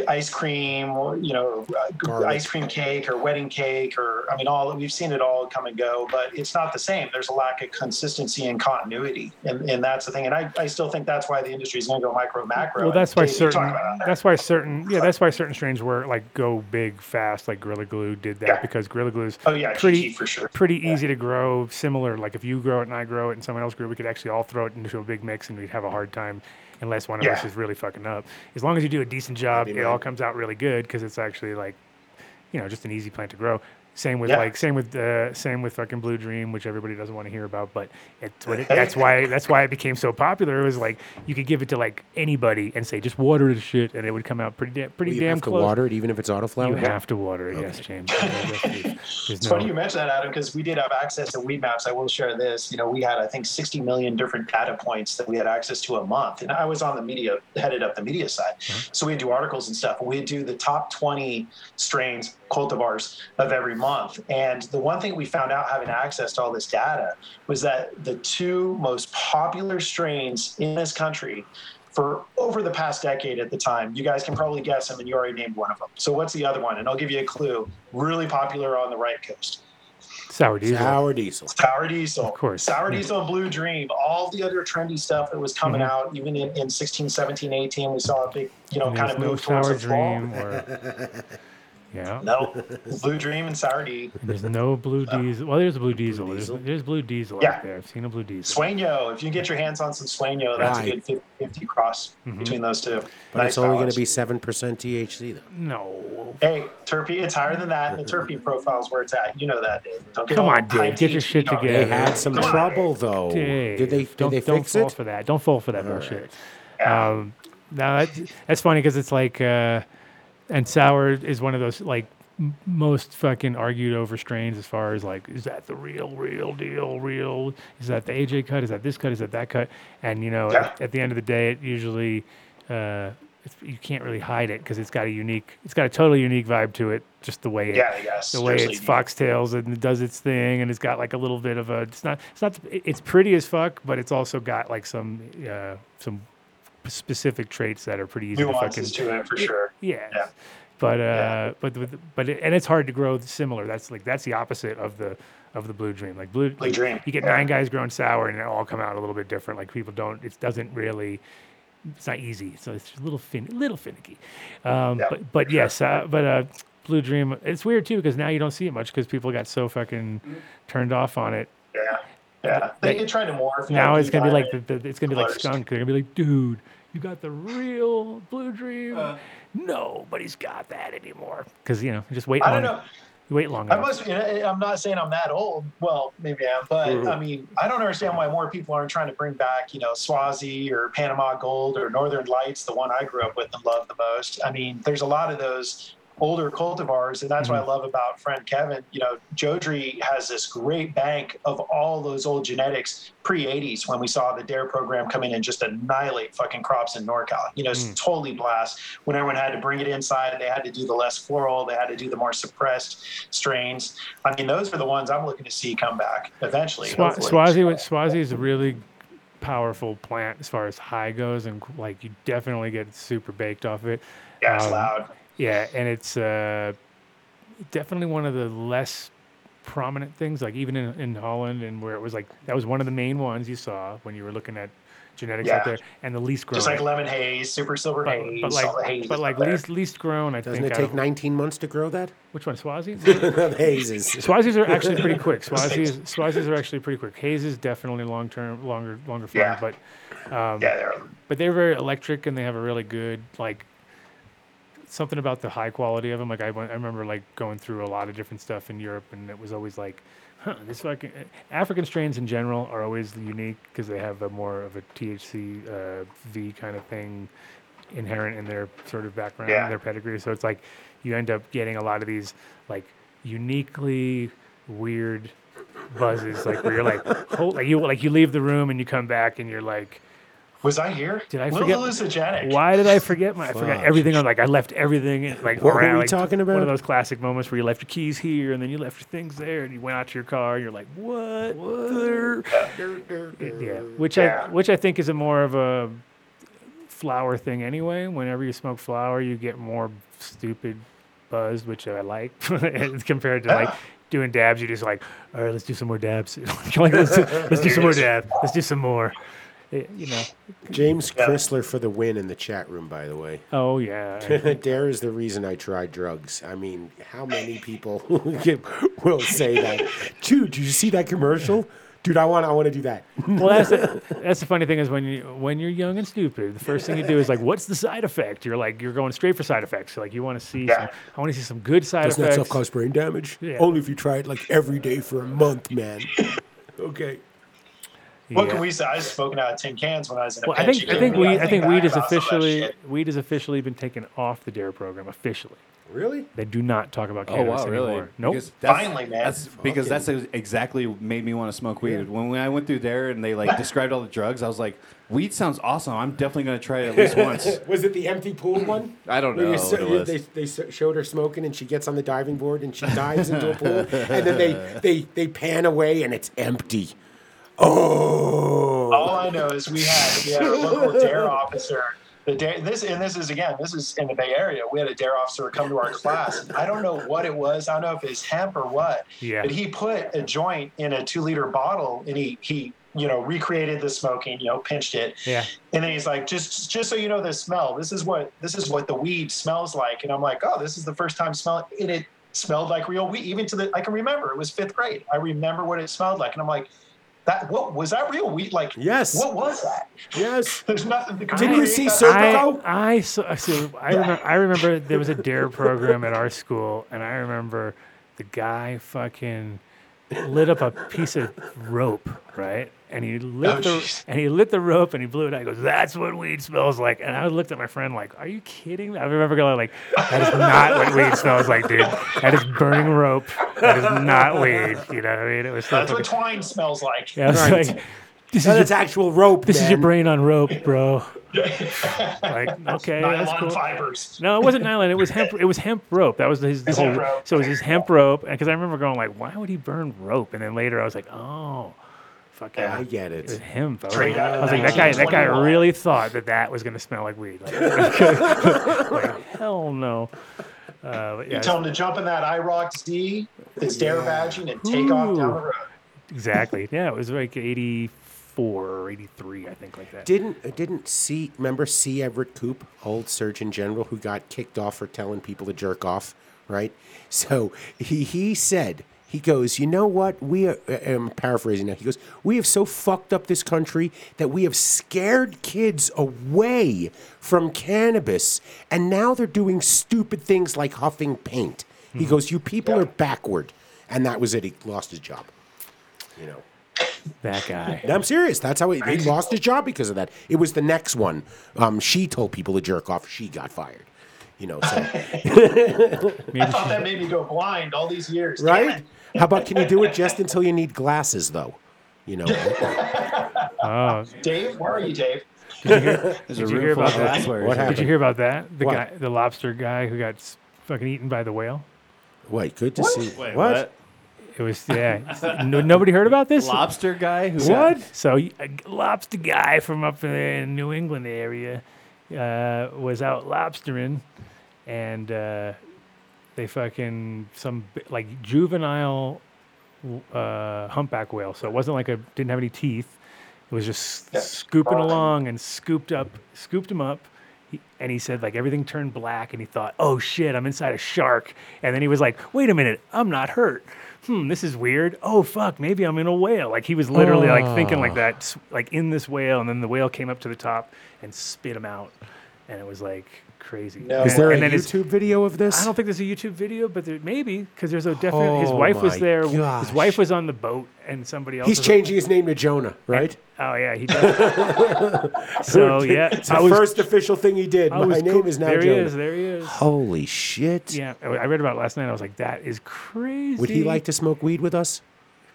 Speaker 7: ice cream, or, you know, uh,
Speaker 4: Garlic.
Speaker 7: ice cream cake or wedding cake, or I mean, all we've seen it all come and go, but it's not the same. There's a lack of consistency and continuity, and, and that's the thing. And I, I still think that's why the industry is going to go micro macro.
Speaker 3: Well, that's why
Speaker 7: Dave, you talk
Speaker 3: certain.
Speaker 7: about that.
Speaker 3: That's why certain. Yeah, that's why certain strains were like go big fast, like Gorilla Glue did that
Speaker 7: Yeah.
Speaker 3: because Gorilla Glue's
Speaker 7: Oh yeah,
Speaker 3: pretty
Speaker 7: GG for sure.
Speaker 3: pretty easy to grow, similar. Like if you grow it and I grow it and someone else grew, it, we could actually all throw it into a big mix and we'd have a hard time unless one of us
Speaker 7: Yeah.
Speaker 3: is really fucking up. As long as you do a decent job, it all comes out really good because it's actually like, you know, just an easy plant to grow. Same with
Speaker 7: Yeah.
Speaker 3: like same with uh, same with fucking Blue Dream, which everybody doesn't want to hear about, but it's what it, that's why that's why it became so popular. It was like you could give it to like anybody and say just water the shit, and it would come out pretty da- pretty
Speaker 4: You
Speaker 3: damn
Speaker 4: have to
Speaker 3: close.
Speaker 4: water it, even if it's autoflower.
Speaker 3: You have to water it, yes, James.
Speaker 7: It's funny you mention that, Adam, because we did have access to Weed Maps. I will share this. You know, we had I think 60 million different data points that we had access to a month, and I was on the media, headed up the media side. So we'd do articles and stuff. We'd do the top 20 strains, cultivars of every month, and the one thing we found out having access to all this data was that the two most popular strains in this country. For over the past decade at the time, you guys can probably guess them, and you already named one of them. So, what's the other one? And I'll give you a clue really popular on the right coast
Speaker 3: Sour diesel.
Speaker 4: Sour diesel.
Speaker 7: Sour Diesel. Of
Speaker 3: course.
Speaker 7: Sour
Speaker 3: Yeah.
Speaker 7: Diesel and Blue Dream, all the other trendy stuff that was coming out, even in, in 16, 17, 18, we saw a big, you know,
Speaker 3: There's
Speaker 7: kind of
Speaker 3: no
Speaker 7: move towards
Speaker 3: sour
Speaker 7: the fall.
Speaker 3: dream or yeah.
Speaker 7: No, Blue Dream and Sour D.
Speaker 3: There's no blue diesel. Well, there's a blue diesel.
Speaker 4: diesel.
Speaker 3: There's, there's blue diesel
Speaker 7: Yeah.
Speaker 3: out there. I've seen a blue diesel.
Speaker 7: Sueño, if you can get your hands on some Sueño, that's
Speaker 4: Right.
Speaker 7: a good 50, 50 cross between those two.
Speaker 4: But it's only going to be 7% THC, though.
Speaker 3: No.
Speaker 7: Hey, Terpy, it's higher than that. The Terpy profile's where it's at. You know that. Dave. Don't get
Speaker 3: Come
Speaker 7: all
Speaker 3: on, Dave,
Speaker 7: high
Speaker 3: get your
Speaker 7: THC
Speaker 3: shit
Speaker 7: on me.
Speaker 4: They
Speaker 3: together. Yeah.
Speaker 4: had some
Speaker 7: Come on.
Speaker 4: trouble, though.
Speaker 3: Dave,
Speaker 4: Did they, did
Speaker 3: don't,
Speaker 4: they
Speaker 3: don't
Speaker 4: fix
Speaker 3: fall
Speaker 4: it?
Speaker 3: for that. Don't fall for that bullshit. Um, no, that, that's funny because it's like, uh, and sour is one of those like m- most fucking argued over strains as far as like, is that the real, real deal, real? Is that the AJ cut? Is that this cut? Is that that cut? And you know,
Speaker 7: Yeah.
Speaker 3: at, at the end of the day, it usually uh, it's, you can't really hide it because it's got a unique, it's got a totally unique vibe to it, just the way it
Speaker 7: Yeah, yes.
Speaker 3: the way
Speaker 7: seriously.
Speaker 3: it's foxtails and it does its thing and it's got like a little bit of a it's not it's not it- it's pretty as fuck but it's also got like some uh some specific traits that are pretty easy
Speaker 7: Nuances
Speaker 3: to fucking
Speaker 7: to it for sure.
Speaker 3: yeah.
Speaker 7: Yeah.
Speaker 3: but uh but the- but it, and it's hard to grow similar that's like that's the opposite of the of the blue dream like blue,
Speaker 7: Blue Dream,
Speaker 3: you get
Speaker 7: yeah.
Speaker 3: nine guys growing sour and it all come out a little bit different like people don't it doesn't really it's not easy, so it's a little fin, little finicky. Um,
Speaker 7: Yeah,
Speaker 3: but but yes, uh, but uh, Blue Dream, it's weird too because now you don't see it much because people got so fucking
Speaker 7: Mm-hmm.
Speaker 3: turned off on it.
Speaker 7: Yeah. Yeah. They, they tried to morph. you
Speaker 3: Now
Speaker 7: know,
Speaker 3: it's gonna be
Speaker 7: Levi
Speaker 3: like
Speaker 7: and-
Speaker 3: the, the, it's gonna be like
Speaker 7: Closed.
Speaker 3: skunk. They're gonna be like, dude, you got the real Blue Dream.
Speaker 7: Uh,
Speaker 3: Nobody's got that anymore because you know you just wait.
Speaker 7: I
Speaker 3: long,
Speaker 7: don't know.
Speaker 3: You wait long
Speaker 7: I
Speaker 3: enough.
Speaker 7: must. You know, I'm not saying I'm that old. Well, maybe I am, but
Speaker 4: Mm-hmm.
Speaker 7: I mean, I don't understand why more people aren't trying to bring back, you know, Swazi or Panama Gold or Northern Lights, the one I grew up with and loved the most. I mean, there's a lot of those older cultivars, and that's
Speaker 3: Mm-hmm.
Speaker 7: what I love about friend Kevin. You know, Jodri has this great bank of all those old genetics pre 80s when we saw the DARE E program come in and just annihilate fucking crops in NorCal. You know, it's
Speaker 3: Mm.
Speaker 7: totally blast when everyone had to bring it inside, they had to do the less floral, they had to do the more suppressed strains. I mean, those are the ones I'm looking to see come back eventually.
Speaker 3: Swa-
Speaker 7: hopefully.
Speaker 3: Swazi, wa- Swazi is a really powerful plant as far as high goes, and like you definitely get super baked off it.
Speaker 7: Yeah, it's
Speaker 3: Um,
Speaker 7: loud.
Speaker 3: Yeah, and it's uh, definitely one of the less prominent things. Like even in, in Holland, and where it was like that was one of the main ones you saw when you were looking at genetics out
Speaker 7: Yeah.
Speaker 3: there, and the least grown.
Speaker 7: Just like lemon haze, super silver
Speaker 3: but,
Speaker 7: haze,
Speaker 3: but
Speaker 7: all the haze
Speaker 3: like, but like
Speaker 7: there.
Speaker 3: least least grown. I
Speaker 4: Doesn't
Speaker 3: think.
Speaker 4: it
Speaker 3: out
Speaker 4: take
Speaker 3: of-
Speaker 4: 19 months to grow that?
Speaker 3: which one? Swazi.
Speaker 4: The hazes.
Speaker 3: Swazis are actually pretty quick. Swazis, Swazis are actually pretty quick. Haze is definitely long term, longer, longer flowering,
Speaker 7: Yeah.
Speaker 3: but
Speaker 7: yeah, they're
Speaker 3: but they're very electric and they have a really good like something about the high quality of them like i, went, I remember like going through a lot of different stuff in europe and it was always like huh this fucking eh, african strains in general are always unique because they have a more of a thc uh, v kind of thing inherent in their sort of background
Speaker 7: Yeah.
Speaker 3: and their pedigree so it's like you end up getting a lot of these like uniquely weird buzzes like where you're like, whole, like you like you leave the room and you come back and you're like
Speaker 7: was I here?
Speaker 3: Did I
Speaker 7: Little
Speaker 3: forget-
Speaker 7: hallucinogenic.
Speaker 3: why did I forget my? I
Speaker 4: Fuck.
Speaker 3: forgot everything. I'm like, I left everything. in, Like,
Speaker 4: What were
Speaker 3: around,
Speaker 4: we
Speaker 3: like,
Speaker 4: talking
Speaker 3: One
Speaker 4: about?
Speaker 3: of those classic moments where you left your keys here and then you left your things there and you went out to your car and you're like, what? Yeah, which
Speaker 7: Yeah.
Speaker 3: I which I think is a more of a flower thing anyway. Whenever you smoke flower, you get more stupid buzz, which I like compared to like. Doing dabs, you're just like, all right, let's do some more dabs. like, let's, do, let's do some more dabs. Let's do some more. Eh, You know,
Speaker 4: James Chrysler for the win in the chat room, by the way.
Speaker 3: oh yeah,
Speaker 4: Dare is the reason I tried drugs. I mean, how many people give- will say that? Dude, did you see that commercial? Dude, I want, I want to do that.
Speaker 3: Well, that's the, that's the funny thing is when you when you're young and stupid, the first thing you do is like, what's the side effect? You're like, you're going straight for side effects. So, like, you want to see,
Speaker 7: Yeah.
Speaker 3: some, I want to see some good side
Speaker 4: Doesn't that
Speaker 3: effects.
Speaker 4: stuff cause brain damage?
Speaker 3: Yeah.
Speaker 4: Only if you try it like every day for a month, man. okay.
Speaker 7: What
Speaker 3: Yeah.
Speaker 7: can we say? I was smoking out of tin cans when I was in a
Speaker 3: Well, I
Speaker 7: pinch,
Speaker 3: think
Speaker 7: you
Speaker 3: I think
Speaker 7: know,
Speaker 3: weed I think weed
Speaker 7: back
Speaker 3: is
Speaker 7: about some of that
Speaker 3: officially
Speaker 7: shit.
Speaker 3: weed has officially been taken off the Dare program officially.
Speaker 4: Really?
Speaker 3: They do not talk about
Speaker 5: Oh
Speaker 3: cannabis
Speaker 5: wow, really?
Speaker 3: anymore. Nope.
Speaker 5: Because that's-
Speaker 7: Finally, man.
Speaker 5: That's because that's ex- exactly what made me want to smoke weed. When, when I went through there and they like described all the drugs, I was like, "Weed sounds awesome. I'm definitely gonna try it at least once."
Speaker 4: Was it the empty pool one?
Speaker 5: I don't
Speaker 4: Where you
Speaker 5: know
Speaker 4: s-
Speaker 5: what it
Speaker 4: you-
Speaker 5: was.
Speaker 4: They, they s- showed her smoking, and she gets on the diving board and she dives into a pool, and then they, they, they pan away, and it's empty. Oh,
Speaker 3: Oh.
Speaker 7: All I know is we had, we had a local dare officer the dare this and this is again this is in the Bay Area. We had a dare officer come to our class. I don't know what it was. I don't know if it's hemp or what.
Speaker 3: Yeah.
Speaker 7: But he put a joint in a two liter bottle and he he you know recreated the smoking. You know pinched it.
Speaker 3: Yeah.
Speaker 7: And then he's like, just just so you know the smell. This is what this is what the weed smells like. And I'm like, oh, this is the first time smell. And it smelled like real weed. Even to the I can remember it was fifth grade. I remember what it smelled like. And I'm like. That what was that real weed? Like
Speaker 4: Yes.
Speaker 7: what was that?
Speaker 4: Yes.
Speaker 7: There's nothing to
Speaker 4: Didn't you
Speaker 7: compare
Speaker 4: see
Speaker 7: that.
Speaker 4: Sir
Speaker 3: I, I, so, I so I remember, I remember there was a dare program at our school, and I remember the guy fucking lit up a piece of rope, right? And he lit
Speaker 7: Oh,
Speaker 3: the
Speaker 7: jeez.
Speaker 3: and he lit the rope and he blew it out. He goes, "That's what weed smells like." And I looked at my friend like, "Are you kidding?" me?" I remember going like, "That is not what weed smells like, dude. That is burning rope. That is not weed." You know what I mean? It was so
Speaker 7: That's what
Speaker 3: fucking-
Speaker 7: twine smells like.
Speaker 3: yeah, I was
Speaker 4: Right.
Speaker 3: like, "This
Speaker 4: No,
Speaker 3: is your
Speaker 4: that's actual rope.
Speaker 3: this is your
Speaker 4: man.
Speaker 3: brain on rope, bro. like, okay,
Speaker 7: Nylon
Speaker 3: that's cool.
Speaker 7: fibers.
Speaker 3: No, it wasn't nylon. It was hemp. It was hemp rope. That was his
Speaker 7: It's
Speaker 3: whole.
Speaker 7: hemp rope.
Speaker 3: So it was his hemp rope. Because I remember going like, why would he burn rope? And then later I was like, oh, fuck yeah.
Speaker 4: I get
Speaker 3: It was
Speaker 4: it.
Speaker 3: hemp. I was,
Speaker 7: Straight
Speaker 3: like,
Speaker 7: out
Speaker 3: I
Speaker 7: of
Speaker 3: was like, that guy. That guy
Speaker 7: 1921.
Speaker 3: really thought that that was gonna smell like weed. Like, like, hell no. Uh, but yeah,
Speaker 7: Tell them to jump in that IROC Z, this dare badging, and take off down the road.
Speaker 3: exactly. Yeah, it was like eighty-four or eighty-three, I think, like that.
Speaker 4: Didn't didn't see remember C. Everett Koop, old Surgeon General, who got kicked off for telling people to jerk off, right? So he he said he goes, you know what? We are, uh, I'm paraphrasing now. He goes, we have so fucked up this country that we have scared kids away from cannabis, and now they're doing stupid things like huffing paint. He goes, you people are backward, and that was it. He lost his job. You know.
Speaker 3: that guy.
Speaker 4: No, I'm serious. That's how he, he lost his job because of that. It was the next one. Um, she told people to jerk off. She got fired. You know, so,
Speaker 7: I thought that made me go blind all these years. Damn
Speaker 4: right?
Speaker 7: it.
Speaker 4: How about can you do it just until you need glasses, though? You know,
Speaker 3: Oh,
Speaker 7: Dave, where are you, Dave?
Speaker 5: There's
Speaker 3: Did
Speaker 5: a
Speaker 3: you
Speaker 5: room
Speaker 3: hear
Speaker 5: full
Speaker 3: about
Speaker 5: of
Speaker 3: that?
Speaker 5: glass wares.
Speaker 4: What happened?
Speaker 3: did you hear about that? The
Speaker 4: What?
Speaker 3: guy, the lobster guy who got s- fucking eaten by the whale.
Speaker 4: wait, good to see. what?
Speaker 5: Wait, what?
Speaker 3: It was yeah. no, nobody heard about this.
Speaker 5: Lobster guy who
Speaker 3: What?
Speaker 5: got-
Speaker 3: So y- a g- lobster guy from up in the New England area uh, was out lobstering, and uh, they fucking some bi- like juvenile w- uh, humpback whale. So it wasn't like a didn't have any teeth. It was just s- scooping along and scooped up, scooped him up. He, and he said like everything turned black, and he thought, "Oh shit, I'm inside a shark." And then he was like, "Wait a minute, I'm not hurt. Hmm, this is weird. Oh fuck, maybe I'm in a whale." Like he was literally like thinking like that, s- like in this whale, and then the whale came up to the top and spit him out, and it was like crazy.
Speaker 7: No
Speaker 4: Is there
Speaker 3: and
Speaker 4: a
Speaker 3: then his-
Speaker 4: YouTube video of this?
Speaker 3: I don't think there's a YouTube video, but there maybe because there's a definite. his wife was
Speaker 4: Oh my
Speaker 3: there.
Speaker 4: gosh.
Speaker 3: His wife was on the boat, and somebody else.
Speaker 4: He's
Speaker 3: was-
Speaker 4: changing his name to Jonah, right?
Speaker 3: Oh yeah, he does. so Oh, yeah,
Speaker 4: it's the first official thing he did.
Speaker 3: I
Speaker 4: My
Speaker 3: was
Speaker 4: name
Speaker 3: cool-
Speaker 4: is now
Speaker 3: There
Speaker 4: Jonah.
Speaker 3: he is. There he is.
Speaker 4: Holy shit!
Speaker 3: Yeah, I I read about it last night. I was like, that is crazy.
Speaker 4: Would he like to smoke weed with us?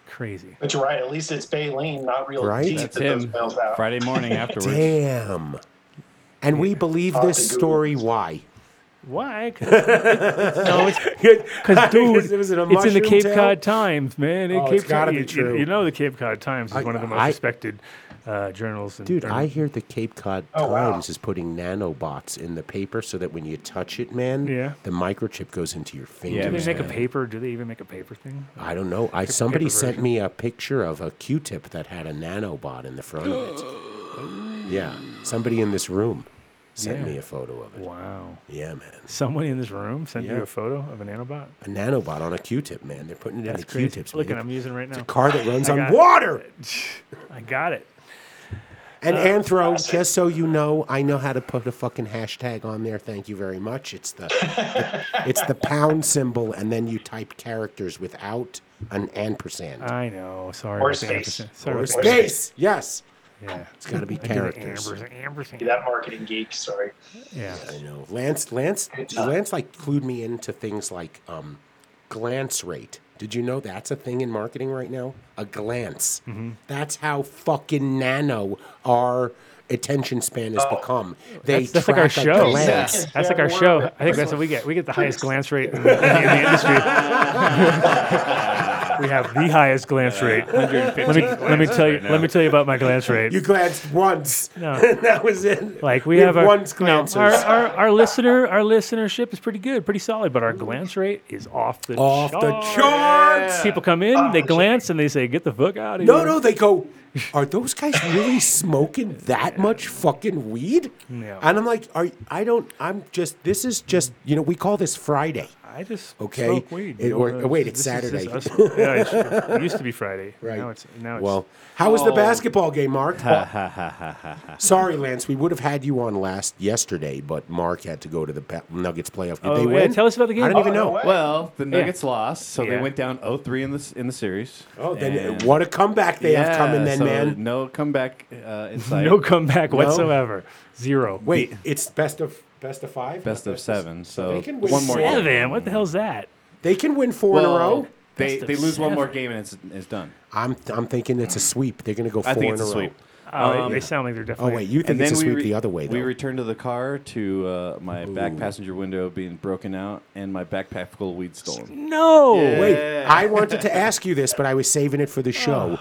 Speaker 3: crazy?
Speaker 7: But you're right. At least it's baleen, not real
Speaker 4: Right?
Speaker 7: teeth
Speaker 4: That's
Speaker 5: That's
Speaker 7: that those
Speaker 5: him.
Speaker 7: smells out.
Speaker 5: Friday morning afterwards.
Speaker 4: Damn. And we believe
Speaker 7: Off
Speaker 4: this
Speaker 7: the Google.
Speaker 4: story. Why?
Speaker 3: Why? 'Cause it's- no, it's because dude,
Speaker 4: It was in a
Speaker 3: it's in the
Speaker 4: mushroom
Speaker 3: Cape
Speaker 4: tale?
Speaker 3: Cod Times, man. It
Speaker 4: Oh,
Speaker 3: Cape
Speaker 4: it's
Speaker 3: Cod,
Speaker 4: gotta be
Speaker 3: you- you-
Speaker 4: true.
Speaker 3: You, know, the Cape Cod Times is
Speaker 4: I-
Speaker 3: one of the most
Speaker 4: I-
Speaker 3: respected uh, journals. In,
Speaker 4: Dude,
Speaker 3: or-
Speaker 4: I hear the Cape Cod
Speaker 7: Oh, wow.
Speaker 4: Times is putting nanobots in the paper so that when you touch it, man,
Speaker 3: Yeah.
Speaker 4: the microchip goes into your
Speaker 5: Yeah,
Speaker 3: do
Speaker 4: fingers.
Speaker 3: they make a paper? Do they even make a paper thing?
Speaker 4: I don't know. I somebody
Speaker 3: paper
Speaker 4: sent
Speaker 3: version.
Speaker 4: me a picture of a Q-tip that had a nanobot in the front of it. Yeah, somebody in this room sent
Speaker 3: Yeah.
Speaker 4: me a photo of it.
Speaker 3: Wow.
Speaker 4: Yeah, man,
Speaker 3: Someone in this room sent
Speaker 4: Yeah.
Speaker 3: you a photo of a nanobot.
Speaker 4: a nanobot on a Q-tip, man. They're putting it in
Speaker 3: That's
Speaker 4: the
Speaker 3: crazy.
Speaker 4: Q-tips.
Speaker 3: Look
Speaker 4: man.
Speaker 3: at I'm using it right now.
Speaker 4: Car that runs on
Speaker 3: got-
Speaker 4: water
Speaker 3: I got it.
Speaker 4: and anthro. Just so you know, I know how to put a fucking hashtag on there. Thank you very much. It's the It's the pound symbol, and then you type characters without an ampersand.
Speaker 3: I know. Sorry.
Speaker 7: Or
Speaker 3: about the
Speaker 7: space.
Speaker 3: ampersand. Sorry
Speaker 4: or
Speaker 3: about the
Speaker 4: space. Yes.
Speaker 3: ampersand. Yeah.
Speaker 4: It's got to be
Speaker 3: I do the
Speaker 4: characters.
Speaker 3: ampersand- ampersand.
Speaker 7: Be That marketing geek, sorry.
Speaker 3: Yeah.
Speaker 4: I know. Lance, Lance, Lance, like clued me into things like um, glance rate. Did you know that's a thing in marketing right now? A glance.
Speaker 3: Mm-hmm.
Speaker 4: That's how fucking nano our attention span has become. They
Speaker 3: That's, that's like
Speaker 4: track
Speaker 3: our
Speaker 4: a
Speaker 3: show.
Speaker 4: glance.
Speaker 7: Yeah.
Speaker 3: That's like our show. I think that's what we get. We get the highest glance rate in the, in the industry. we have the highest glance rate. Let me let me tell you let me tell you about my glance rate.
Speaker 4: You glanced once.
Speaker 3: No.
Speaker 4: and that was it.
Speaker 3: Like we
Speaker 4: You
Speaker 3: have our,
Speaker 4: once
Speaker 3: no,
Speaker 4: glances.
Speaker 3: our, our our listener our listenership is pretty good, pretty solid, but our glance rate is off the
Speaker 4: off the
Speaker 3: charts.
Speaker 4: charts.
Speaker 3: People come in, they glance, and they say, "Get the fuck out of
Speaker 4: Oh, No,
Speaker 3: here!"
Speaker 4: no, they go, are those guys really smoking that much fucking weed?
Speaker 3: No.
Speaker 4: And I'm like, are I don't I'm just this is just you know, we call this Friday.
Speaker 3: I just
Speaker 4: Okay.
Speaker 3: smoke weed.
Speaker 4: It-
Speaker 3: No,
Speaker 4: or-
Speaker 3: uh,
Speaker 4: oh, wait, it's
Speaker 3: this is just
Speaker 4: Saturday.
Speaker 3: us- yeah, it's true. it used to be Friday.
Speaker 4: Right.
Speaker 3: Now it's now it's
Speaker 4: well, how was the
Speaker 5: Oh.
Speaker 4: basketball game, Mark? Sorry, Lance. We would have had you on last yesterday, but Mark had to go to the Pa- Nuggets playoff. Did
Speaker 3: Oh,
Speaker 4: they
Speaker 3: yeah,
Speaker 4: win?
Speaker 3: tell us about the game.
Speaker 4: I don't even
Speaker 7: Oh, no
Speaker 4: know.
Speaker 7: way.
Speaker 5: Well, the Nuggets lost, so
Speaker 3: Yeah.
Speaker 5: they went down 0-3 in the s- in the series.
Speaker 4: Oh, then
Speaker 5: And-
Speaker 4: what a comeback they have coming then,
Speaker 5: so
Speaker 4: man.
Speaker 5: No comeback uh, inside.
Speaker 3: no comeback whatsoever. Zero.
Speaker 4: Wait, it's best of best of five.
Speaker 5: best
Speaker 4: Not
Speaker 5: of seven. So
Speaker 4: they can win
Speaker 5: one more. game.
Speaker 3: Seven. What the hell's that?
Speaker 4: They can win four
Speaker 5: Well,
Speaker 4: in a row.
Speaker 5: They
Speaker 3: Best of
Speaker 5: they lose one more
Speaker 3: seven.
Speaker 5: game and it's it's done.
Speaker 4: I'm I'm thinking it's a sweep. They're gonna go four
Speaker 5: I think it's
Speaker 4: in
Speaker 5: a
Speaker 4: a, row.
Speaker 5: sweep.
Speaker 3: Oh, they sound like they're
Speaker 4: Oh
Speaker 3: definitely.
Speaker 4: wait, you think it's a sweep
Speaker 5: re-
Speaker 4: the other way though?
Speaker 5: We returned to the car to uh, my back passenger window being broken out and my backpack full of weed stolen.
Speaker 3: No.
Speaker 4: Wait, I wanted to ask you this, but I was saving it for the show.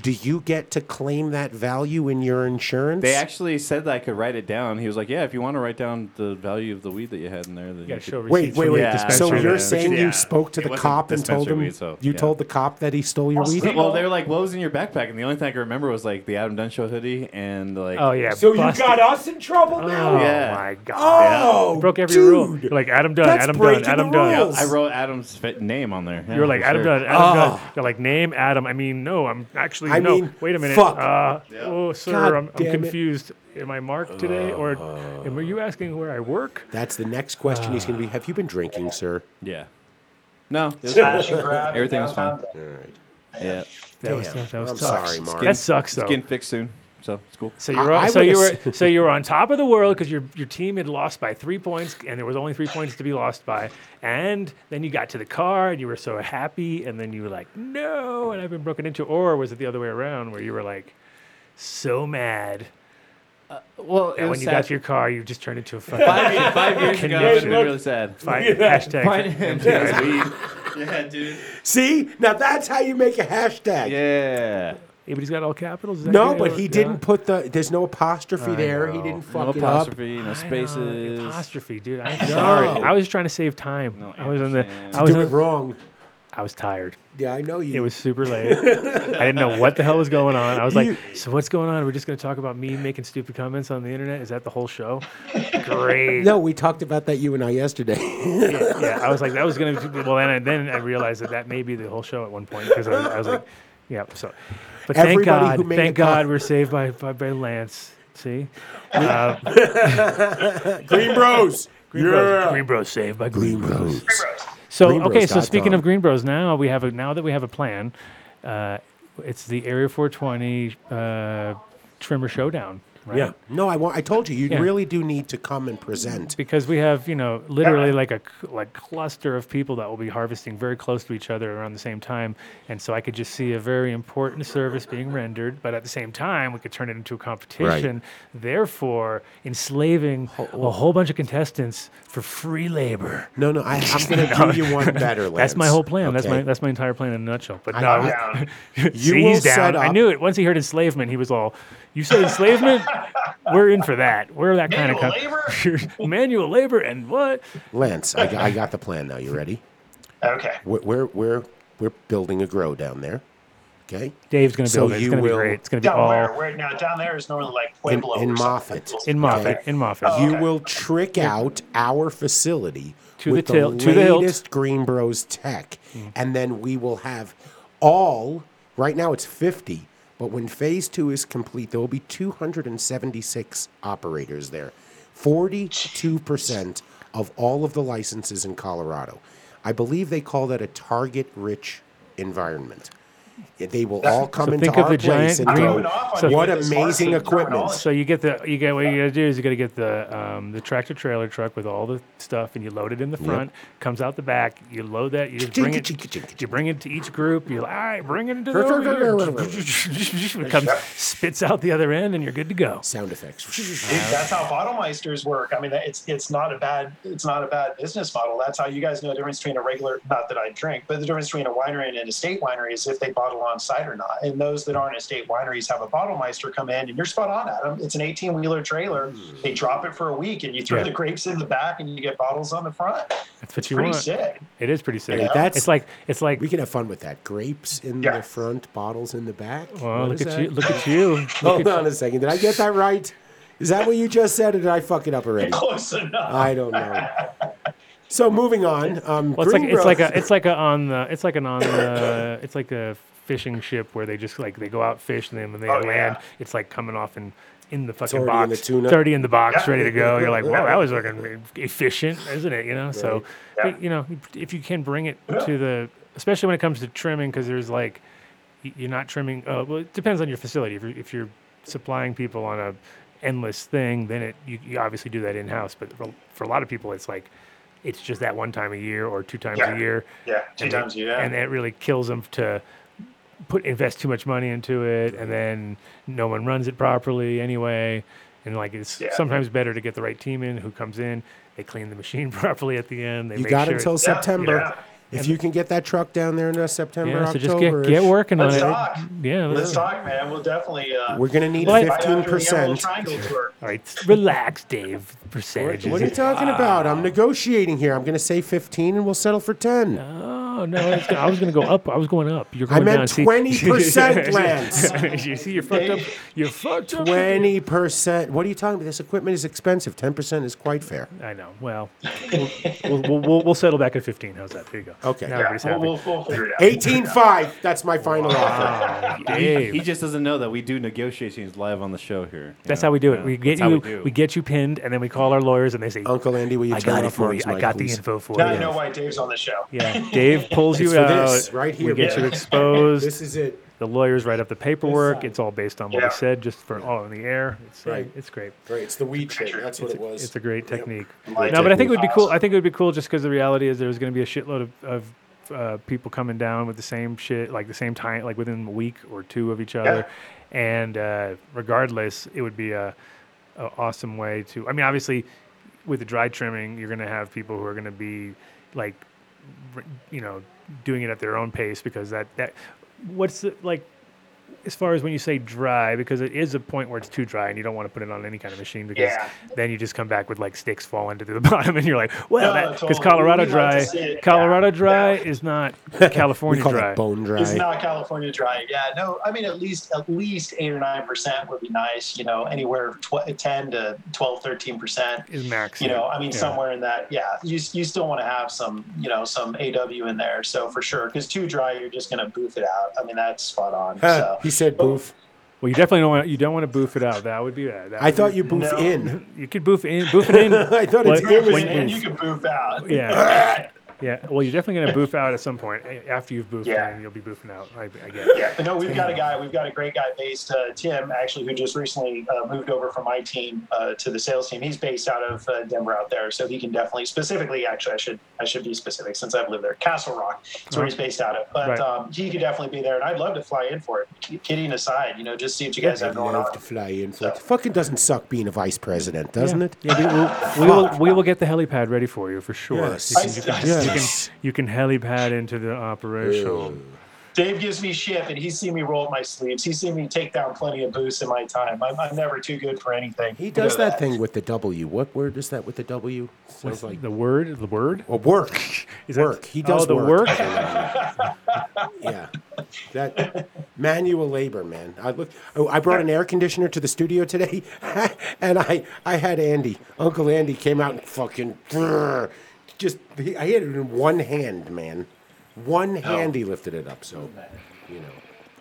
Speaker 4: Do you get to claim that value in your insurance?
Speaker 5: They actually said that I could write it down. He was like, "Yeah, if you want to write down the value of the weed that you had in there, then
Speaker 3: You gotta
Speaker 5: could-
Speaker 3: show
Speaker 4: Wait,
Speaker 3: receipts
Speaker 4: wait,
Speaker 3: from
Speaker 4: wait.
Speaker 3: the
Speaker 5: Yeah.
Speaker 4: So
Speaker 3: dispensary
Speaker 4: you're
Speaker 3: there.
Speaker 4: saying
Speaker 5: Yeah.
Speaker 4: you spoke to
Speaker 5: It
Speaker 4: the
Speaker 5: wasn't
Speaker 4: cop and told
Speaker 5: dispensary
Speaker 4: him
Speaker 5: weed, so,
Speaker 4: you
Speaker 5: yeah. Oh,
Speaker 4: told the cop that he stole your weed?
Speaker 5: Well, they were like, "What was in your backpack?" And the only thing I could remember was like the Adam Dunshow hoodie and like.
Speaker 3: Oh yeah. busted.
Speaker 4: us in trouble
Speaker 3: Oh
Speaker 5: Yeah.
Speaker 3: my god.
Speaker 4: Oh,
Speaker 3: You broke every rule.
Speaker 4: dude.
Speaker 3: You're like Adam Dunn.
Speaker 4: That's
Speaker 3: Adam Dunn.
Speaker 4: breaking
Speaker 3: Adam
Speaker 4: the
Speaker 3: Dunn.
Speaker 4: rules.
Speaker 5: I wrote Adam's fit name on there. Yeah,
Speaker 3: You're like
Speaker 5: for
Speaker 3: Adam
Speaker 5: sure.
Speaker 3: Dunn. Adam Dunn. You're like name Adam. I mean no. I'm actually
Speaker 4: Ah. I
Speaker 3: no.
Speaker 4: mean,
Speaker 3: Wait a minute.
Speaker 4: fuck.
Speaker 3: Uh, Oh sir, I'm,
Speaker 4: God
Speaker 3: I'm
Speaker 4: damn it.
Speaker 3: confused. Am I marked today or? And were you asking where I work?
Speaker 4: That's the next question. He's going to be. Have you been drinking, sir?
Speaker 5: Yeah. No. it was fine.
Speaker 7: Smash Oh. and grab.
Speaker 5: Everything was fine. Yeah.
Speaker 3: That was,
Speaker 4: Damn.
Speaker 3: that was
Speaker 4: I'm
Speaker 3: tough.
Speaker 4: sorry, Mark.
Speaker 3: That sucks though.
Speaker 5: It's getting fixed soon, so it's cool.
Speaker 3: So
Speaker 4: I-
Speaker 3: you're
Speaker 4: I
Speaker 3: so
Speaker 4: would
Speaker 3: you
Speaker 4: ass-
Speaker 3: were so you were on top of the world because your your team had lost by three points and there was only three points to be lost by, and then you got to the car and you were so happy and then you were like no and I've been broken into or was it the other way around where you were like so mad
Speaker 5: Well,
Speaker 3: that when you got to your car you just turned into a fucking
Speaker 5: five, years, five years ago, it would have been really sad.
Speaker 3: fight, hashtag
Speaker 5: yeah, dude.
Speaker 4: See, now that's how you make a hashtag.
Speaker 5: Yeah.
Speaker 3: Yeah, but he's got all capitals is that
Speaker 4: No,
Speaker 3: good?
Speaker 4: but he
Speaker 3: Yeah.
Speaker 4: didn't put the. There's no apostrophe there. He didn't
Speaker 5: No
Speaker 4: fuck it up.
Speaker 5: apostrophe, no
Speaker 3: I know, Oh, the
Speaker 5: spaces.
Speaker 3: apostrophe dude I'm sorry I was trying to save time I was on the I was
Speaker 4: Do it
Speaker 3: on,
Speaker 4: wrong.
Speaker 3: I was tired.
Speaker 4: Yeah, I know you.
Speaker 3: It was super late. I didn't know what the hell was going on. I was like,
Speaker 4: You-
Speaker 3: "So what's going on? We're just going to talk about me making stupid comments on the internet? Is that the whole show?" Great.
Speaker 4: no, we talked about that you and I yesterday.
Speaker 3: Yeah, I was like, "That was going to." Well, then I, then I realized that that may be the whole show at one point because I, was- I was like, "Yeah." So, but thank
Speaker 4: Everybody
Speaker 3: God,
Speaker 4: who made
Speaker 3: thank
Speaker 4: a com-
Speaker 3: God, we're saved by by, by Lance. See,
Speaker 4: Green Bros.
Speaker 3: Green Bros. Green Bros. Saved by Green, Bros. So
Speaker 4: Green
Speaker 3: okay, so
Speaker 4: Bros.com.
Speaker 3: speaking of Green Bros, now we have a now that we have a plan, uh, it's the Area 420 uh, trimmer showdown. Right?
Speaker 4: Yeah. No, I want. I told you, you
Speaker 3: Yeah.
Speaker 4: really do need to come and present.
Speaker 3: because we have you know literally like a c- like cluster of people that will be harvesting very close to each other around the same time and so i could just see a very important service being rendered but at the same time we could turn it into a competition therefore enslaving a whole bunch of contestants for free labor
Speaker 4: No, no, I, I'm going to do you one better. Lance.
Speaker 3: that's my whole plan. That's my
Speaker 4: Okay.
Speaker 3: that's my entire plan in a nutshell. But
Speaker 4: I-
Speaker 3: no,
Speaker 4: I'm
Speaker 3: I-
Speaker 4: You
Speaker 3: See, he's
Speaker 4: will
Speaker 3: down.
Speaker 4: set
Speaker 3: I
Speaker 4: up-
Speaker 3: knew it. Once he heard enslavement, he was all, "You said enslavement? We're in for that. We're that kind of
Speaker 7: Manual
Speaker 3: labor, manual labor, and what?
Speaker 4: Lance. I, got- I got the plan now. You ready?
Speaker 7: Okay.
Speaker 4: We're we're we're, we're building a grow down there. Okay.
Speaker 3: Dave's gonna
Speaker 4: So
Speaker 3: build it. It's
Speaker 4: you
Speaker 3: gonna be
Speaker 4: will-
Speaker 3: great. It's gonna be
Speaker 7: Down where?
Speaker 3: all
Speaker 7: Where now? Down there is normally like Pueblo.
Speaker 4: in
Speaker 7: or something.
Speaker 4: Moffett.
Speaker 3: in Moffat. In Moffat.
Speaker 4: You will trick out our facility
Speaker 3: To
Speaker 4: with
Speaker 3: the til- to the hilt. Mm.
Speaker 4: latest Green Bros tech, and then we will have all. Right now, it's fifty, but when Phase Two is complete, there will be two hundred and seventy-six operators there. Forty-two percent of all of the licenses in Colorado. I believe they call that a target-rich environment. They will all come
Speaker 3: So
Speaker 4: into
Speaker 3: think of
Speaker 4: our
Speaker 3: the
Speaker 4: place
Speaker 3: giant
Speaker 4: and
Speaker 3: green-
Speaker 7: I
Speaker 4: go,
Speaker 7: went off on
Speaker 3: So-
Speaker 7: you
Speaker 4: what
Speaker 7: with this
Speaker 4: amazing
Speaker 7: marketing
Speaker 4: equipment.
Speaker 7: terminology.
Speaker 3: So you get the you get what you gotta do is you gotta get the um, the tractor trailer truck with all the stuff and you load it in the front, comes out the back, you load that, you just bring it you bring it to each group, you're like, all right, bring it into the over here." it comes spits out the other end and you're good to go.
Speaker 4: Sound effects.
Speaker 7: Dude, that's how bottlemeisters work. I mean, that- it's it's not a bad it's not a bad business model. That's how you guys know the difference between a regular not that I drink, but the difference between a winery and an estate winery is if they bottle on site or not. And those that aren't estate wineries have a bottlemeister come in, and you're spot on, Adam. It's an 18 wheeler trailer.
Speaker 4: Hmm.
Speaker 7: They drop it for a week, and you throw
Speaker 3: Yeah.
Speaker 7: the grapes in the back, and you get bottles on the front.
Speaker 3: That's what you
Speaker 7: Pretty
Speaker 3: want.
Speaker 7: sick.
Speaker 3: It is pretty sick.
Speaker 4: Yeah, that's-
Speaker 3: it's like it's like
Speaker 4: We can have fun with that. Grapes in
Speaker 7: Yeah.
Speaker 4: the front, bottles in the back.
Speaker 3: well,
Speaker 4: What
Speaker 3: look at
Speaker 4: is that? Oh,
Speaker 3: you look at you. Look
Speaker 4: Hold
Speaker 3: at
Speaker 4: on a second. Did I get that right? Is that what you just said, or did I fuck it up already?
Speaker 7: Close enough.
Speaker 4: I don't know. So moving on. Um,
Speaker 3: Well, it's like it's
Speaker 4: Greenbrook-
Speaker 3: like a it's like a on the it's like an on the it's like a fishing ship where they just like they go out fish and then when they
Speaker 7: Oh,
Speaker 3: land
Speaker 7: yeah.
Speaker 3: it's like coming off and in the fucking
Speaker 4: already in
Speaker 3: box,
Speaker 4: the tuna.
Speaker 3: it's already in the box,
Speaker 7: Yeah.
Speaker 3: ready to go. You're like, wow, that was fucking efficient, isn't it? You know, so
Speaker 7: Yeah.
Speaker 3: but, you know if you can bring it to the especially when it comes to trimming because there's like y- you're not trimming. Uh, well, it depends on your facility. If you're, if you're supplying people on a endless thing, then it you, you obviously do that in house. But for, for a lot of people, it's like it's just that one time a year or two times
Speaker 7: Yeah.
Speaker 3: a Uh, year.
Speaker 7: Yeah, two
Speaker 3: and
Speaker 7: times
Speaker 3: it,
Speaker 7: a year.
Speaker 3: and that really kills them to put invest too much money into it,
Speaker 7: Mm-hmm.
Speaker 3: and then no one runs it properly anyway. And like it's
Speaker 7: Yeah.
Speaker 3: sometimes better to get the right team in who comes in, they clean the machine properly at the end. They
Speaker 4: you
Speaker 3: make
Speaker 4: got
Speaker 3: sure
Speaker 4: until
Speaker 3: it's-
Speaker 4: September.
Speaker 7: yeah.
Speaker 4: If you can get that truck down there in uh, September,
Speaker 3: yeah. So just
Speaker 4: October,
Speaker 3: get get working on
Speaker 7: Let's
Speaker 3: it.
Speaker 7: talk.
Speaker 3: Yeah,
Speaker 7: Let's talk, man. We'll definitely. Uh,
Speaker 4: We're gonna need
Speaker 3: Like-
Speaker 7: fight
Speaker 4: fifteen
Speaker 7: after the Emerald
Speaker 4: percent.
Speaker 7: Triangle tour.
Speaker 3: All right, s- relax, Dave. Percentages.
Speaker 4: What are you talking about? I'm negotiating here. I'm gonna say fifteen, and we'll settle for ten.
Speaker 3: Oh no, it's gonna, I was going to go up. I was going up. You're
Speaker 4: I
Speaker 3: going down.
Speaker 4: meant
Speaker 3: See-
Speaker 4: twenty percent, Lance.
Speaker 3: you see, you're fucked up. You're fucked up.
Speaker 4: Twenty percent. What are you talking about? This equipment is expensive. Ten percent is quite fair.
Speaker 3: I know. Well, we'll, we'll, we'll, we'll settle back at 15. How's that? There you go.
Speaker 4: Okay.
Speaker 3: Now
Speaker 4: Yeah,
Speaker 3: everybody's
Speaker 7: We'll,
Speaker 3: happy.
Speaker 7: we'll, we'll figure it out.
Speaker 4: Eighteen five. That's my final offer.
Speaker 3: Oh,
Speaker 5: He,
Speaker 3: Dave.
Speaker 5: he just doesn't know that we do negotiations live on the show here. you
Speaker 3: That's
Speaker 5: know?
Speaker 3: how we do
Speaker 5: Yeah,
Speaker 3: it. We get
Speaker 5: that's how
Speaker 3: you.
Speaker 5: do.
Speaker 3: We, get you pinned, and then we call our lawyers, and they say,
Speaker 4: Uncle Andy, will you
Speaker 3: "I
Speaker 4: turn
Speaker 3: got it
Speaker 4: off
Speaker 3: for you.
Speaker 4: Ron's
Speaker 3: I
Speaker 4: mic,
Speaker 3: got the
Speaker 4: please?
Speaker 3: info for
Speaker 7: Now you
Speaker 3: you."
Speaker 7: know why Dave's on the show.
Speaker 3: Yeah, Dave pulls you
Speaker 4: for
Speaker 3: out.
Speaker 4: this, right here.
Speaker 3: We get
Speaker 7: Yeah.
Speaker 3: you exposed.
Speaker 4: This is it.
Speaker 3: the lawyers write up the paperwork. It's all based on what
Speaker 7: Yeah.
Speaker 3: we said, just for all in the air. It's uh,
Speaker 4: Right.
Speaker 3: it's great.
Speaker 4: Right, it's the weed shit. That's what it was.
Speaker 3: It's a great technique.
Speaker 7: Great
Speaker 3: no, but I think it would be
Speaker 7: technique.
Speaker 3: cool. I think it would be cool just because the reality is there's going to be a shitload of, of uh, people coming down with the same shit, like the same time, like within a week or two of each other. And uh, regardless, it would be a, a awesome way to. I mean, obviously, with the dry trimming, you're going to have people who are going to be like, r- you know, doing it at their own pace because that that what's the, like as far as when you say dry, because it is a point where it's too dry and you don't want to put it on any kind of machine because
Speaker 7: Yeah.
Speaker 3: then you just come back with like sticks falling to the bottom and you're like, well,
Speaker 7: No,
Speaker 3: because
Speaker 7: totally.
Speaker 3: Colorado
Speaker 7: We like
Speaker 3: dry,
Speaker 7: to see it.
Speaker 3: Colorado
Speaker 7: Yeah.
Speaker 3: dry is not
Speaker 4: we
Speaker 3: California
Speaker 4: call
Speaker 3: dry.
Speaker 4: it bone dry.
Speaker 7: It's not California dry. Yeah, no. I mean, at least at least eight or nine percent would be nice. You know, anywhere tw- ten to 12, 13 percent.
Speaker 3: Is max.
Speaker 7: You know, I mean,
Speaker 3: Yeah.
Speaker 7: somewhere in that. Yeah, you s- you still want to have some you know some AW in there. So for sure, because too dry, you're just gonna boof it out. I mean, that's spot on.
Speaker 4: Huh,
Speaker 7: So
Speaker 4: Uh, he said boof.
Speaker 3: Well, you definitely don't want you don't want to boof it out. That would be bad. That
Speaker 4: I
Speaker 3: would
Speaker 4: thought
Speaker 3: be-
Speaker 4: you boof
Speaker 7: No.
Speaker 4: in.
Speaker 3: you could boof in boof it in.
Speaker 4: I thought it's
Speaker 3: Like-
Speaker 4: in was
Speaker 7: and,
Speaker 3: when-
Speaker 7: you can boof out.
Speaker 3: yeah. Yeah, well, you're definitely gonna boof out at some point. A- After you've boofed
Speaker 7: Yeah.
Speaker 3: in, you'll be boofing out. I, I get it.
Speaker 7: Yeah, but no, we've got a guy. We've got a great guy based, uh, Tim, actually, who just recently uh, moved over from my team uh, to the sales team. He's based out of uh, Denver, out there, so he can definitely, specifically, actually, I should, I should be specific since I've lived there. Castle Rock, that's where he's based out of. But
Speaker 3: Right.
Speaker 7: um, he could definitely be there, and I'd love to fly in for it. K- Kidding aside, you know, just see what you guys
Speaker 4: I
Speaker 7: have going on.
Speaker 4: love to fly in. For it. Fucking doesn't suck being a vice president, doesn't
Speaker 3: yeah.
Speaker 4: it?
Speaker 3: Yeah, we, will we will we will get the helipad ready for you for sure.
Speaker 4: Yes.
Speaker 3: You can
Speaker 7: I-
Speaker 3: get-
Speaker 4: Yes.
Speaker 3: You can helipad into the operation.
Speaker 7: Dave gives me shit, and he's seen me roll up my sleeves. He's seen me take down plenty of boosts in my time. I'm, I'm never too good for anything.
Speaker 4: He
Speaker 7: You know
Speaker 4: does that thing with the W. What word is that with the W? Sounds like
Speaker 3: The word, the word.
Speaker 4: well, work.
Speaker 3: Is that-
Speaker 4: work. He does
Speaker 3: oh, the
Speaker 4: work.
Speaker 3: work.
Speaker 4: Yeah, that manual labor, man. I look. Oh, I brought an air conditioner to the studio today, and I I had Andy, Uncle Andy, came out and fucking brrr, just he, I hit it in one hand, man. One
Speaker 3: Oh.
Speaker 4: hand he lifted it up. So you know,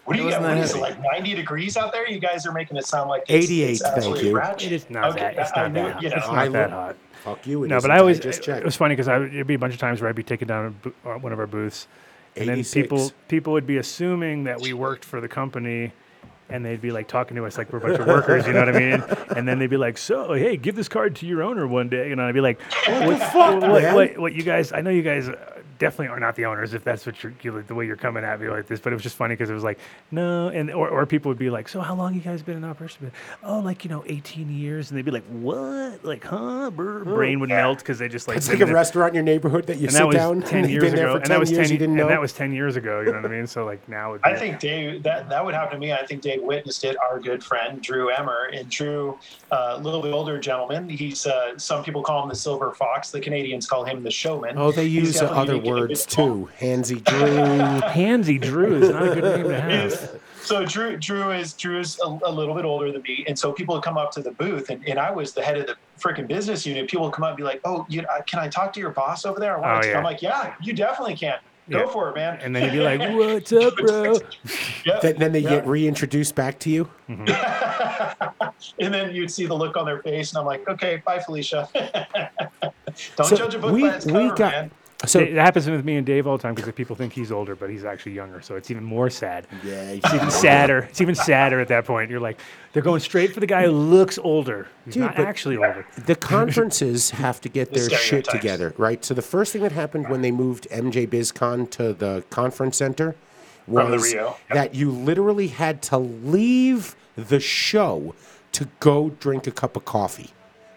Speaker 7: What do you
Speaker 5: It wasn't
Speaker 7: got? What
Speaker 5: that
Speaker 7: is it,
Speaker 5: heavy.
Speaker 7: like 90 degrees out there? You guys are making it sound like it's,
Speaker 4: 88,
Speaker 7: it's
Speaker 4: thank
Speaker 7: absolutely
Speaker 4: you.
Speaker 7: ratchet.
Speaker 3: It is not
Speaker 7: Okay,
Speaker 3: that. It's
Speaker 7: I- I
Speaker 3: not
Speaker 7: knew-
Speaker 3: that. hot.
Speaker 7: you know.
Speaker 3: It's
Speaker 4: I
Speaker 3: not that
Speaker 4: look-
Speaker 3: hot.
Speaker 4: fuck you. it
Speaker 3: No, but
Speaker 4: isn't.
Speaker 3: I always.
Speaker 4: just
Speaker 3: it
Speaker 4: checked.
Speaker 3: was funny because I would- there'd be a bunch of times where I'd be taking down a bo- uh, one of our booths, and then
Speaker 4: 86.
Speaker 3: people people would be assuming that we worked for the company and they'd be like talking to us like we're a bunch of workers, you know what I mean? And then they'd be like, "So, hey, give this card to your owner one day," and I'd be like, "What, what, what,
Speaker 4: man?"
Speaker 3: what, what you guys? I know you guys." uh, Definitely are not the owners if that's what you're you, the way you're coming at me like this. But it was just funny because it was like no, and or, or people would be like, so how long you guys been in operation? Oh, like you know, 18 years, and they'd be like, what? Like, huh? Brr. Brain would melt because they just like
Speaker 4: It's
Speaker 3: been
Speaker 4: like a
Speaker 3: there-
Speaker 4: restaurant in your neighborhood that you
Speaker 3: and
Speaker 4: sit
Speaker 3: that was
Speaker 4: down
Speaker 3: 10
Speaker 4: and you've
Speaker 3: years
Speaker 4: been there
Speaker 3: ago
Speaker 4: for
Speaker 3: and
Speaker 4: 10
Speaker 3: that was
Speaker 4: years
Speaker 3: 10
Speaker 4: you didn't know.
Speaker 3: and that was 10 years ago you know what i mean so like now it'd be,
Speaker 7: I think Dave that that would happen to me. I think Dave witnessed it. Our good friend Drew Emmer and Drew, uh, a little bit older gentleman. He's uh, some people call him the silver fox. The Canadians call him the showman.
Speaker 4: oh, they
Speaker 7: He's
Speaker 4: use uh,
Speaker 7: definitely
Speaker 4: other
Speaker 7: unique in his
Speaker 4: words
Speaker 7: ball.
Speaker 4: too. Hansy Drew.
Speaker 3: pansy drew is not a good name to have
Speaker 7: Yes. So Drew, Drew is Drew is a, a little bit older than me, and so people would come up to the booth, and, and I was the head of the freaking business unit. People would come up and be like, "Oh, you know, can I talk to your boss over there?" I
Speaker 3: Oh,
Speaker 7: want to
Speaker 3: yeah.
Speaker 7: I'm like, "Yeah, you definitely can. Go
Speaker 3: Yeah.
Speaker 7: for it, man."
Speaker 3: and then you'd be like what's up bro
Speaker 7: Yep.
Speaker 4: Th- then they
Speaker 7: Yeah.
Speaker 4: get reintroduced back to you.
Speaker 7: and then you'd see the look on their face, and I'm like, "Okay, bye, Felicia." Don't
Speaker 4: So
Speaker 7: judge a book
Speaker 4: we-
Speaker 7: by its
Speaker 4: we
Speaker 7: cover,
Speaker 4: got-
Speaker 7: man.
Speaker 4: So
Speaker 3: it happens with me and dave all the time because people think he's older but he's actually younger so it's even more sad
Speaker 4: yeah,
Speaker 3: it's even sadder it's even sadder at that point you're like they're going straight for the guy who looks older he's
Speaker 4: Dude,
Speaker 3: not
Speaker 4: but-
Speaker 3: actually older
Speaker 4: the conferences have to get
Speaker 7: The
Speaker 4: their shit
Speaker 7: stereotypes.
Speaker 4: together, right? So the first thing that happened when they moved MJ BizCon to the conference center
Speaker 7: From the
Speaker 4: was
Speaker 7: Rio, yep.
Speaker 4: that you literally had to leave the show to go drink a cup of coffee,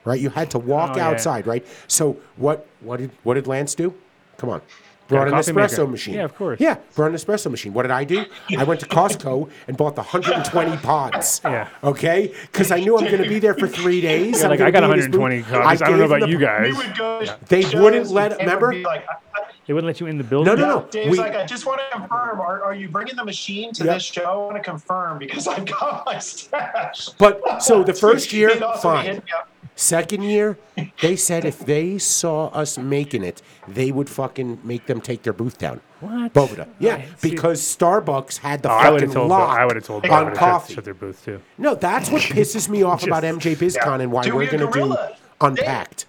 Speaker 4: right? You had to walk
Speaker 3: Oh, yeah.
Speaker 4: outside, right? So what? What did what did Lance do? Come on. Brought an
Speaker 3: coffee
Speaker 4: espresso
Speaker 3: maker.
Speaker 4: machine.
Speaker 3: Yeah, of course.
Speaker 4: Yeah, brought an espresso machine. What did I do? I went to Costco and bought the 120 pods.
Speaker 3: Yeah.
Speaker 4: Okay, because I knew I'm going to be there for three days.
Speaker 3: You're
Speaker 4: I'm
Speaker 3: like
Speaker 4: gonna
Speaker 3: i got
Speaker 4: be in his booth.
Speaker 3: 120 copies i don't
Speaker 4: gave
Speaker 3: know
Speaker 4: him
Speaker 3: about
Speaker 4: the-
Speaker 3: you
Speaker 7: We
Speaker 3: guys
Speaker 7: would go. to
Speaker 4: They
Speaker 7: shows,
Speaker 4: wouldn't let-
Speaker 7: and it would
Speaker 4: remember?
Speaker 7: be like, I- I-
Speaker 3: they wouldn't let you in the building
Speaker 4: No, no, no.
Speaker 7: Dave's
Speaker 4: We-
Speaker 7: like, I just want to confirm. Are, are you bringing the machine to
Speaker 4: Yep.
Speaker 7: this show? I want to confirm because I've got my stash.
Speaker 4: But so the first year,
Speaker 7: They'd also
Speaker 4: fine.
Speaker 7: hit me up.
Speaker 4: Second year, they said if they saw us making it, they would fucking make them take their booth down.
Speaker 3: What?
Speaker 4: Bovada. Yeah,
Speaker 3: I see.
Speaker 4: because Starbucks had the
Speaker 3: Oh, I would
Speaker 4: fucking
Speaker 3: have told. Bo-
Speaker 4: lock
Speaker 3: I would have told. Bo I
Speaker 4: on
Speaker 3: would've shut-
Speaker 4: coffee.
Speaker 3: Shut their booth too.
Speaker 4: No, that's what pisses me off about
Speaker 3: Just-
Speaker 4: MJ BizCon and why
Speaker 7: Do
Speaker 4: we're
Speaker 7: your
Speaker 4: going to do
Speaker 7: gorilla.
Speaker 4: Unpacked.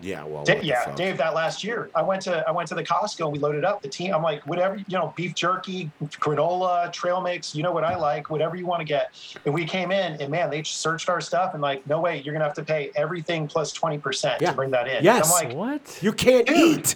Speaker 4: Yeah, well,
Speaker 7: Da-
Speaker 4: what the
Speaker 7: yeah,
Speaker 4: fuck?
Speaker 7: Dave. That last year, I went to I went to the Costco and we loaded up the team. I'm like, whatever you know, beef jerky, granola, trail mix. You know what I like, whatever you want to get. And we came in and man, they searched our stuff and like, no way, you're gonna have to pay everything plus twenty percent
Speaker 4: Yeah.
Speaker 7: to bring that in.
Speaker 4: Yes.
Speaker 7: I'm like,
Speaker 3: What?
Speaker 4: You can't eat.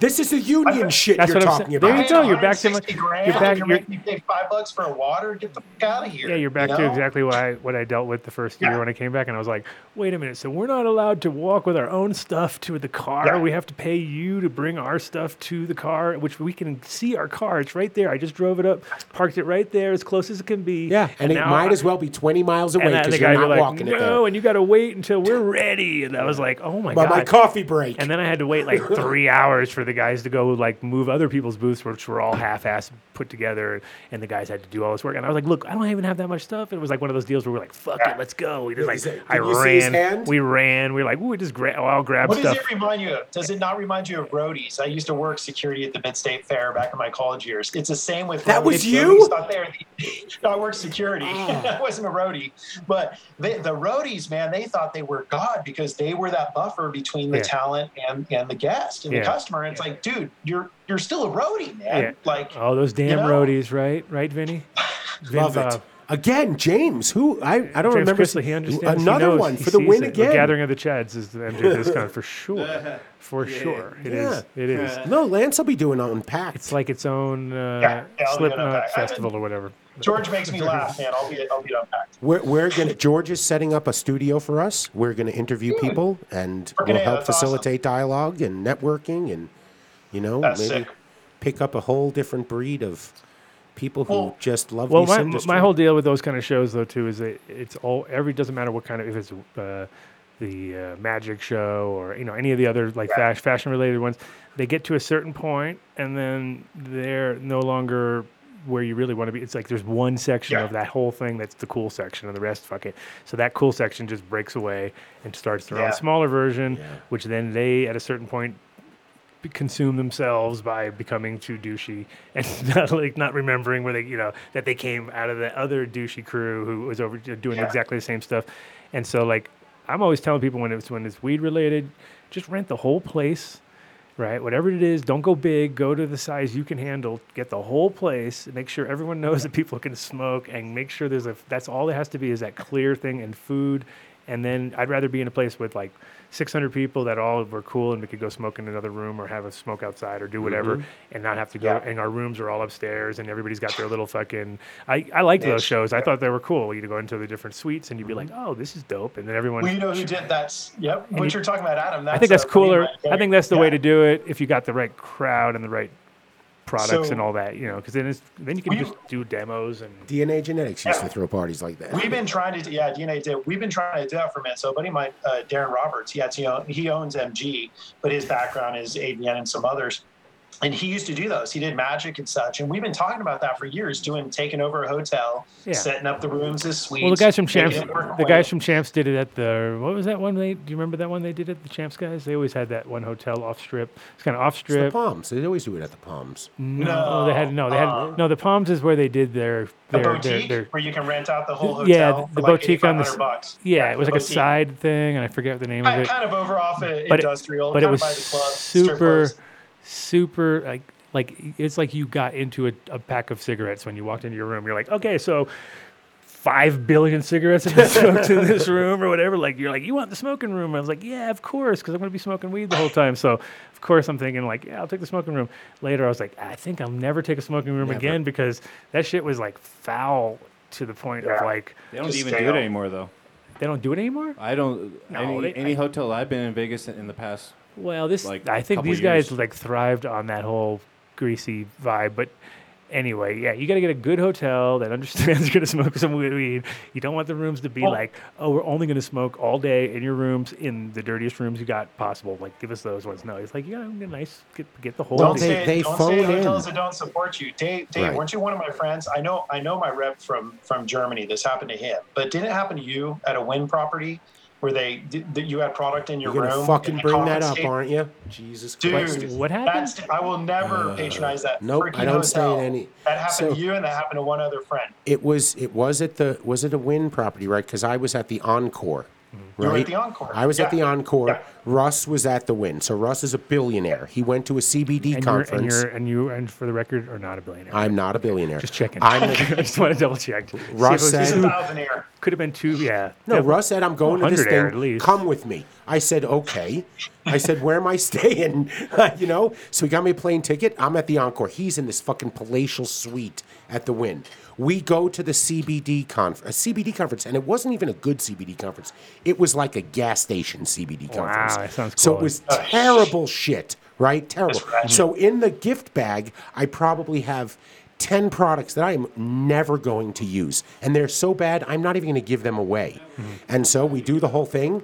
Speaker 4: This is the union shit
Speaker 3: That's
Speaker 4: you're
Speaker 3: what I'm
Speaker 4: talking
Speaker 3: saying.
Speaker 4: about.
Speaker 3: There you go. You're back to my-
Speaker 7: 160 grand,
Speaker 3: you're back-
Speaker 7: You're,
Speaker 3: you're-
Speaker 7: making me pay five bucks for a water. Get the fuck out of here.
Speaker 3: Yeah, you're back
Speaker 7: you
Speaker 3: to
Speaker 7: know?
Speaker 3: exactly what I, what I dealt with the first year
Speaker 7: Yeah.
Speaker 3: when I came back, and I was like, "Wait a minute! So we're not allowed to walk with our own stuff to the car.
Speaker 7: Yeah.
Speaker 3: We have to pay you to bring our stuff to the car, which we can see our car. It's right there. I just drove it up, parked it right there, as close as it can be.
Speaker 4: Yeah, and it
Speaker 3: now
Speaker 4: might
Speaker 3: I-
Speaker 4: as well be 20 miles away
Speaker 3: And then
Speaker 4: because
Speaker 3: the guy
Speaker 4: you're not
Speaker 3: would be like,
Speaker 4: walking it there.
Speaker 3: "No, and you got to wait until we're ready." And I was like, "Oh my
Speaker 4: By
Speaker 3: god!"
Speaker 4: my coffee break.
Speaker 3: And then I had to wait like three hours for the guys to go like move other people's booths, which were all half-assed put together, and the guys had to do all this work. And I was like, "Look, I don't even have that much stuff." And it was like one of those deals where we're like, "Fuck it, let's go." We just
Speaker 4: Is
Speaker 3: like
Speaker 4: it-
Speaker 3: I
Speaker 4: did you see his
Speaker 3: ran,
Speaker 4: hand?
Speaker 3: we ran, we were like, "Ooh, we just gra- oh, I'll grab
Speaker 7: What
Speaker 3: stuff."
Speaker 7: does it remind you of? Does it not remind you of roadies? I used to work security at the Mid State Fair back in my college years. It's the same with
Speaker 4: That
Speaker 7: roadies.
Speaker 4: was
Speaker 7: Roadies
Speaker 4: you?
Speaker 7: out there. no, I worked security. I wasn't a roadie, but they, the roadies, man, they thought they were god because they were that buffer between the
Speaker 3: Yeah.
Speaker 7: talent and and the guest and
Speaker 3: Yeah.
Speaker 7: the customer. And it's like, dude, you're you're still a roadie, man.
Speaker 3: Yeah.
Speaker 7: Like,
Speaker 3: oh, those damn
Speaker 7: know?
Speaker 3: roadies, right? Right, Vinny? uh, Vin
Speaker 4: Love it.
Speaker 3: Bob.
Speaker 4: Again, James, who I, I don't
Speaker 3: James
Speaker 4: remember.
Speaker 3: Chrisley, he understands. He
Speaker 4: Another
Speaker 3: knows.
Speaker 4: one
Speaker 3: He
Speaker 4: for the
Speaker 3: sees
Speaker 4: win
Speaker 3: it. The
Speaker 4: again.
Speaker 3: gathering of the Chads is the MJ discount for sure. For sure. it is.
Speaker 4: Yeah.
Speaker 3: It is.
Speaker 4: No, Lance will be doing unpacked.
Speaker 3: It's like its own uh,
Speaker 7: Yeah, yeah, I'll be doing
Speaker 3: Slipknot
Speaker 7: that.
Speaker 3: festival or whatever.
Speaker 7: George makes me laugh, man. I'll be I'll be unpacked.
Speaker 4: we're, we're gonna. George is setting up a studio for us. We're gonna interview people, and
Speaker 7: Freaking
Speaker 4: we'll
Speaker 7: A,
Speaker 4: help
Speaker 7: that's awesome.
Speaker 4: facilitate dialogue and networking, and you know
Speaker 7: That's
Speaker 4: maybe
Speaker 7: sick.
Speaker 4: pick up a whole different breed of people who
Speaker 7: Well-
Speaker 4: just love
Speaker 3: Well,
Speaker 4: this
Speaker 3: my,
Speaker 4: industry.
Speaker 3: my whole deal with those kind of shows though too is that it's all every doesn't matter what kind of if it's uh, the uh, magic show or you know any of the other like fas- fashion related ones, they get to a certain point and then they're no longer where you really want to be. It's like there's one section
Speaker 7: Yeah.
Speaker 3: of that whole thing that's the cool section, and the rest fuck it. So that cool section just breaks away and starts their
Speaker 7: Yeah.
Speaker 3: own smaller version, which then they at a certain point be- consume themselves by becoming too douchey and not like not remembering where they you know that they came out of the other douchey crew who was over uh, doing
Speaker 7: Yeah.
Speaker 3: exactly the same stuff and so like i'm always telling people when it's when it's weed related just rent the whole place right? Whatever it is, don't go big. Go to the size you can handle. Get the whole place. Make sure everyone knows that people can smoke, and make sure there's a. That's all it has to be is that clear thing and food. And then I'd rather be in a place with like 600 people that all were cool and we could go smoke in another room or have a smoke outside or do whatever and not have to go.
Speaker 7: Mm-hmm. Yeah.
Speaker 3: And our rooms are all upstairs and everybody's got their little fucking. I, I liked those
Speaker 7: Niche. Mm-hmm.
Speaker 3: shows. I thought they were cool. You'd go into the different suites and you'd be like, oh, this is dope. And then everyone.
Speaker 7: Well, you know who did that? Yep. What
Speaker 3: you-
Speaker 7: you, are talking about, Adam. That's
Speaker 3: I think that's
Speaker 7: uh, Remy
Speaker 3: cooler.
Speaker 7: right
Speaker 3: I
Speaker 7: there.
Speaker 3: think that's the way
Speaker 7: Yeah.
Speaker 3: to do it if you got the right crowd and the right products
Speaker 7: So-
Speaker 3: and all that, you know, because then it's then you can
Speaker 7: We-
Speaker 3: just do demos and
Speaker 4: DNA Genetics used
Speaker 7: Yeah.
Speaker 4: to throw parties like that.
Speaker 7: We've been trying to, yeah, DNA did. We've been trying to do that for a minute. So, a buddy of mine, uh, Darren Roberts, he, has, he, own, he owns MG, but his background is ABN and some others. And he used to do those. He did magic and such. And we've been talking about that for years, doing taking over a hotel,
Speaker 3: Yeah.
Speaker 7: setting up the rooms as suites.
Speaker 3: well, the guys from
Speaker 7: making
Speaker 3: Champs,
Speaker 7: it work
Speaker 3: the
Speaker 7: for
Speaker 3: guys
Speaker 7: you.
Speaker 3: from Champs did it at the what was that one? They do you remember that one they did at the Champs guys? They always had that one hotel off strip. It's kind of off
Speaker 4: It's the
Speaker 3: strip.
Speaker 4: Palms. They always do it at the Palms.
Speaker 3: No, they had no, they had
Speaker 7: uh,
Speaker 3: no. The Palms is where they did their
Speaker 7: the
Speaker 3: their, their,
Speaker 7: boutique
Speaker 3: their
Speaker 7: where you can rent out the whole hotel.
Speaker 3: yeah
Speaker 7: for
Speaker 3: the
Speaker 7: like
Speaker 3: boutique on the
Speaker 7: 8,500
Speaker 3: s-
Speaker 7: bucks.
Speaker 3: yeah it was
Speaker 7: the
Speaker 3: like a
Speaker 7: boutique.
Speaker 3: side thing and I forget the name of
Speaker 7: Kind
Speaker 3: it.
Speaker 7: kind of over off a
Speaker 3: But it-
Speaker 7: industrial,
Speaker 3: but it
Speaker 7: kind
Speaker 3: was
Speaker 7: of by the club, strip
Speaker 3: super,
Speaker 7: clubs.
Speaker 3: super like like it's like you got into a, a pack of cigarettes when you walked into your room. You're like, okay, so five billion cigarettes have been smoked in this room or whatever. Like you're like, you want the smoking room? I was like, yeah, of course, because I'm gonna be smoking weed the whole time. So of course I'm thinking like, yeah, I'll take the smoking room. Later I was like, I think I'll never take a smoking room again because that shit was like foul to the point of
Speaker 7: Yeah.
Speaker 3: like
Speaker 5: They don't
Speaker 7: Just
Speaker 5: even
Speaker 7: stay
Speaker 5: do it
Speaker 7: out.
Speaker 5: anymore, though.
Speaker 3: they don't do it anymore.
Speaker 5: I don't.
Speaker 3: No,
Speaker 5: any
Speaker 3: they-
Speaker 5: any
Speaker 3: I-
Speaker 5: hotel I've been in Vegas in the past,
Speaker 3: Well, this
Speaker 5: like,
Speaker 3: I think
Speaker 5: couple
Speaker 3: these guys
Speaker 5: years.
Speaker 3: like thrived on that whole greasy vibe. But anyway, yeah, you got to get a good hotel that understands you're gonna smoke some weed. You don't want the rooms to be
Speaker 7: Well-
Speaker 3: like, oh, we're only gonna smoke all day in your rooms in the dirtiest rooms you got possible. Like, give us those ones. No, it's like you gotta get nice, get get the whole.
Speaker 4: Don't
Speaker 7: Don't
Speaker 3: thing.
Speaker 4: they-
Speaker 7: stay,
Speaker 4: they
Speaker 7: don't stay at
Speaker 4: phone in.
Speaker 7: hotels that don't support you. Dave, Dave,
Speaker 4: Right.
Speaker 7: weren't you one of my friends? I know, I know my rep from from Germany. This happened to him, but didn't it happen to you at a Wynn property where they did, that you had product in your
Speaker 4: You're going to
Speaker 7: room?
Speaker 4: fucking
Speaker 7: and they
Speaker 4: bring that up,
Speaker 7: confiscate-
Speaker 4: aren't you? Jesus Christ.
Speaker 7: Dude,
Speaker 3: What happened?
Speaker 7: that's- I will never patronize that.
Speaker 4: nope,
Speaker 7: freaking
Speaker 4: I don't stay in
Speaker 7: hotel.
Speaker 4: any-
Speaker 7: That happened
Speaker 4: So-
Speaker 7: to you, and that happened to one other friend.
Speaker 4: It was it was at the was it a Wynn property, right? Because I was at the Encore.
Speaker 7: Mm-hmm. You
Speaker 4: Right?
Speaker 7: were at the Encore.
Speaker 4: I was at the
Speaker 7: Yeah.
Speaker 4: Encore.
Speaker 7: Yeah.
Speaker 4: Russ was at the Wynn. So Russ is a billionaire. He went to a CBD
Speaker 3: And you're,
Speaker 4: conference.
Speaker 3: and you're and you and for the record, are not a billionaire.
Speaker 4: I'm not a billionaire.
Speaker 3: just checking.
Speaker 4: I'm
Speaker 3: I just want to double check. See if it was
Speaker 4: said-
Speaker 3: two-
Speaker 7: Thousandere.
Speaker 3: could have been two. Yeah.
Speaker 4: no.
Speaker 3: Def-
Speaker 4: Russ said I'm going to this
Speaker 3: 100 air at
Speaker 4: thing.
Speaker 3: least.
Speaker 4: Come with me. I said okay. I said where am I staying? you know. So he got me a plane ticket. I'm at the Encore. He's in this fucking palatial suite at the Wynn. We go to the CBD conference, a CBD conference, and it wasn't even a good CBD conference. It was like a gas station CBD conference.
Speaker 3: that sounds
Speaker 4: So
Speaker 3: cool.
Speaker 4: it was terrible shit, right? Terrible.
Speaker 7: right.
Speaker 4: So in the gift bag, I probably have 10 products that I am never going to use. And they're so bad, I'm not even going to give them away.
Speaker 3: Mm-hmm.
Speaker 4: And so we do the whole thing,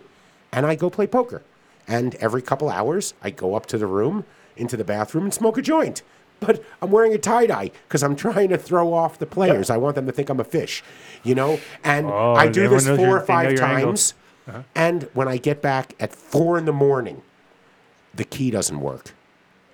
Speaker 4: and I go play poker. And every couple hours, I go up to the room, into the bathroom, and smoke a joint. But I'm wearing a tie dye because I'm trying to throw off the players. I want them to think I'm a fish, you know? And
Speaker 3: Oh,
Speaker 4: I do
Speaker 3: everyone
Speaker 4: this
Speaker 3: knows
Speaker 4: four
Speaker 3: your-
Speaker 4: or
Speaker 3: they know
Speaker 4: five
Speaker 3: your angles.
Speaker 4: times.
Speaker 3: Uh-huh.
Speaker 4: And when I get back at four in the morning, the key doesn't work.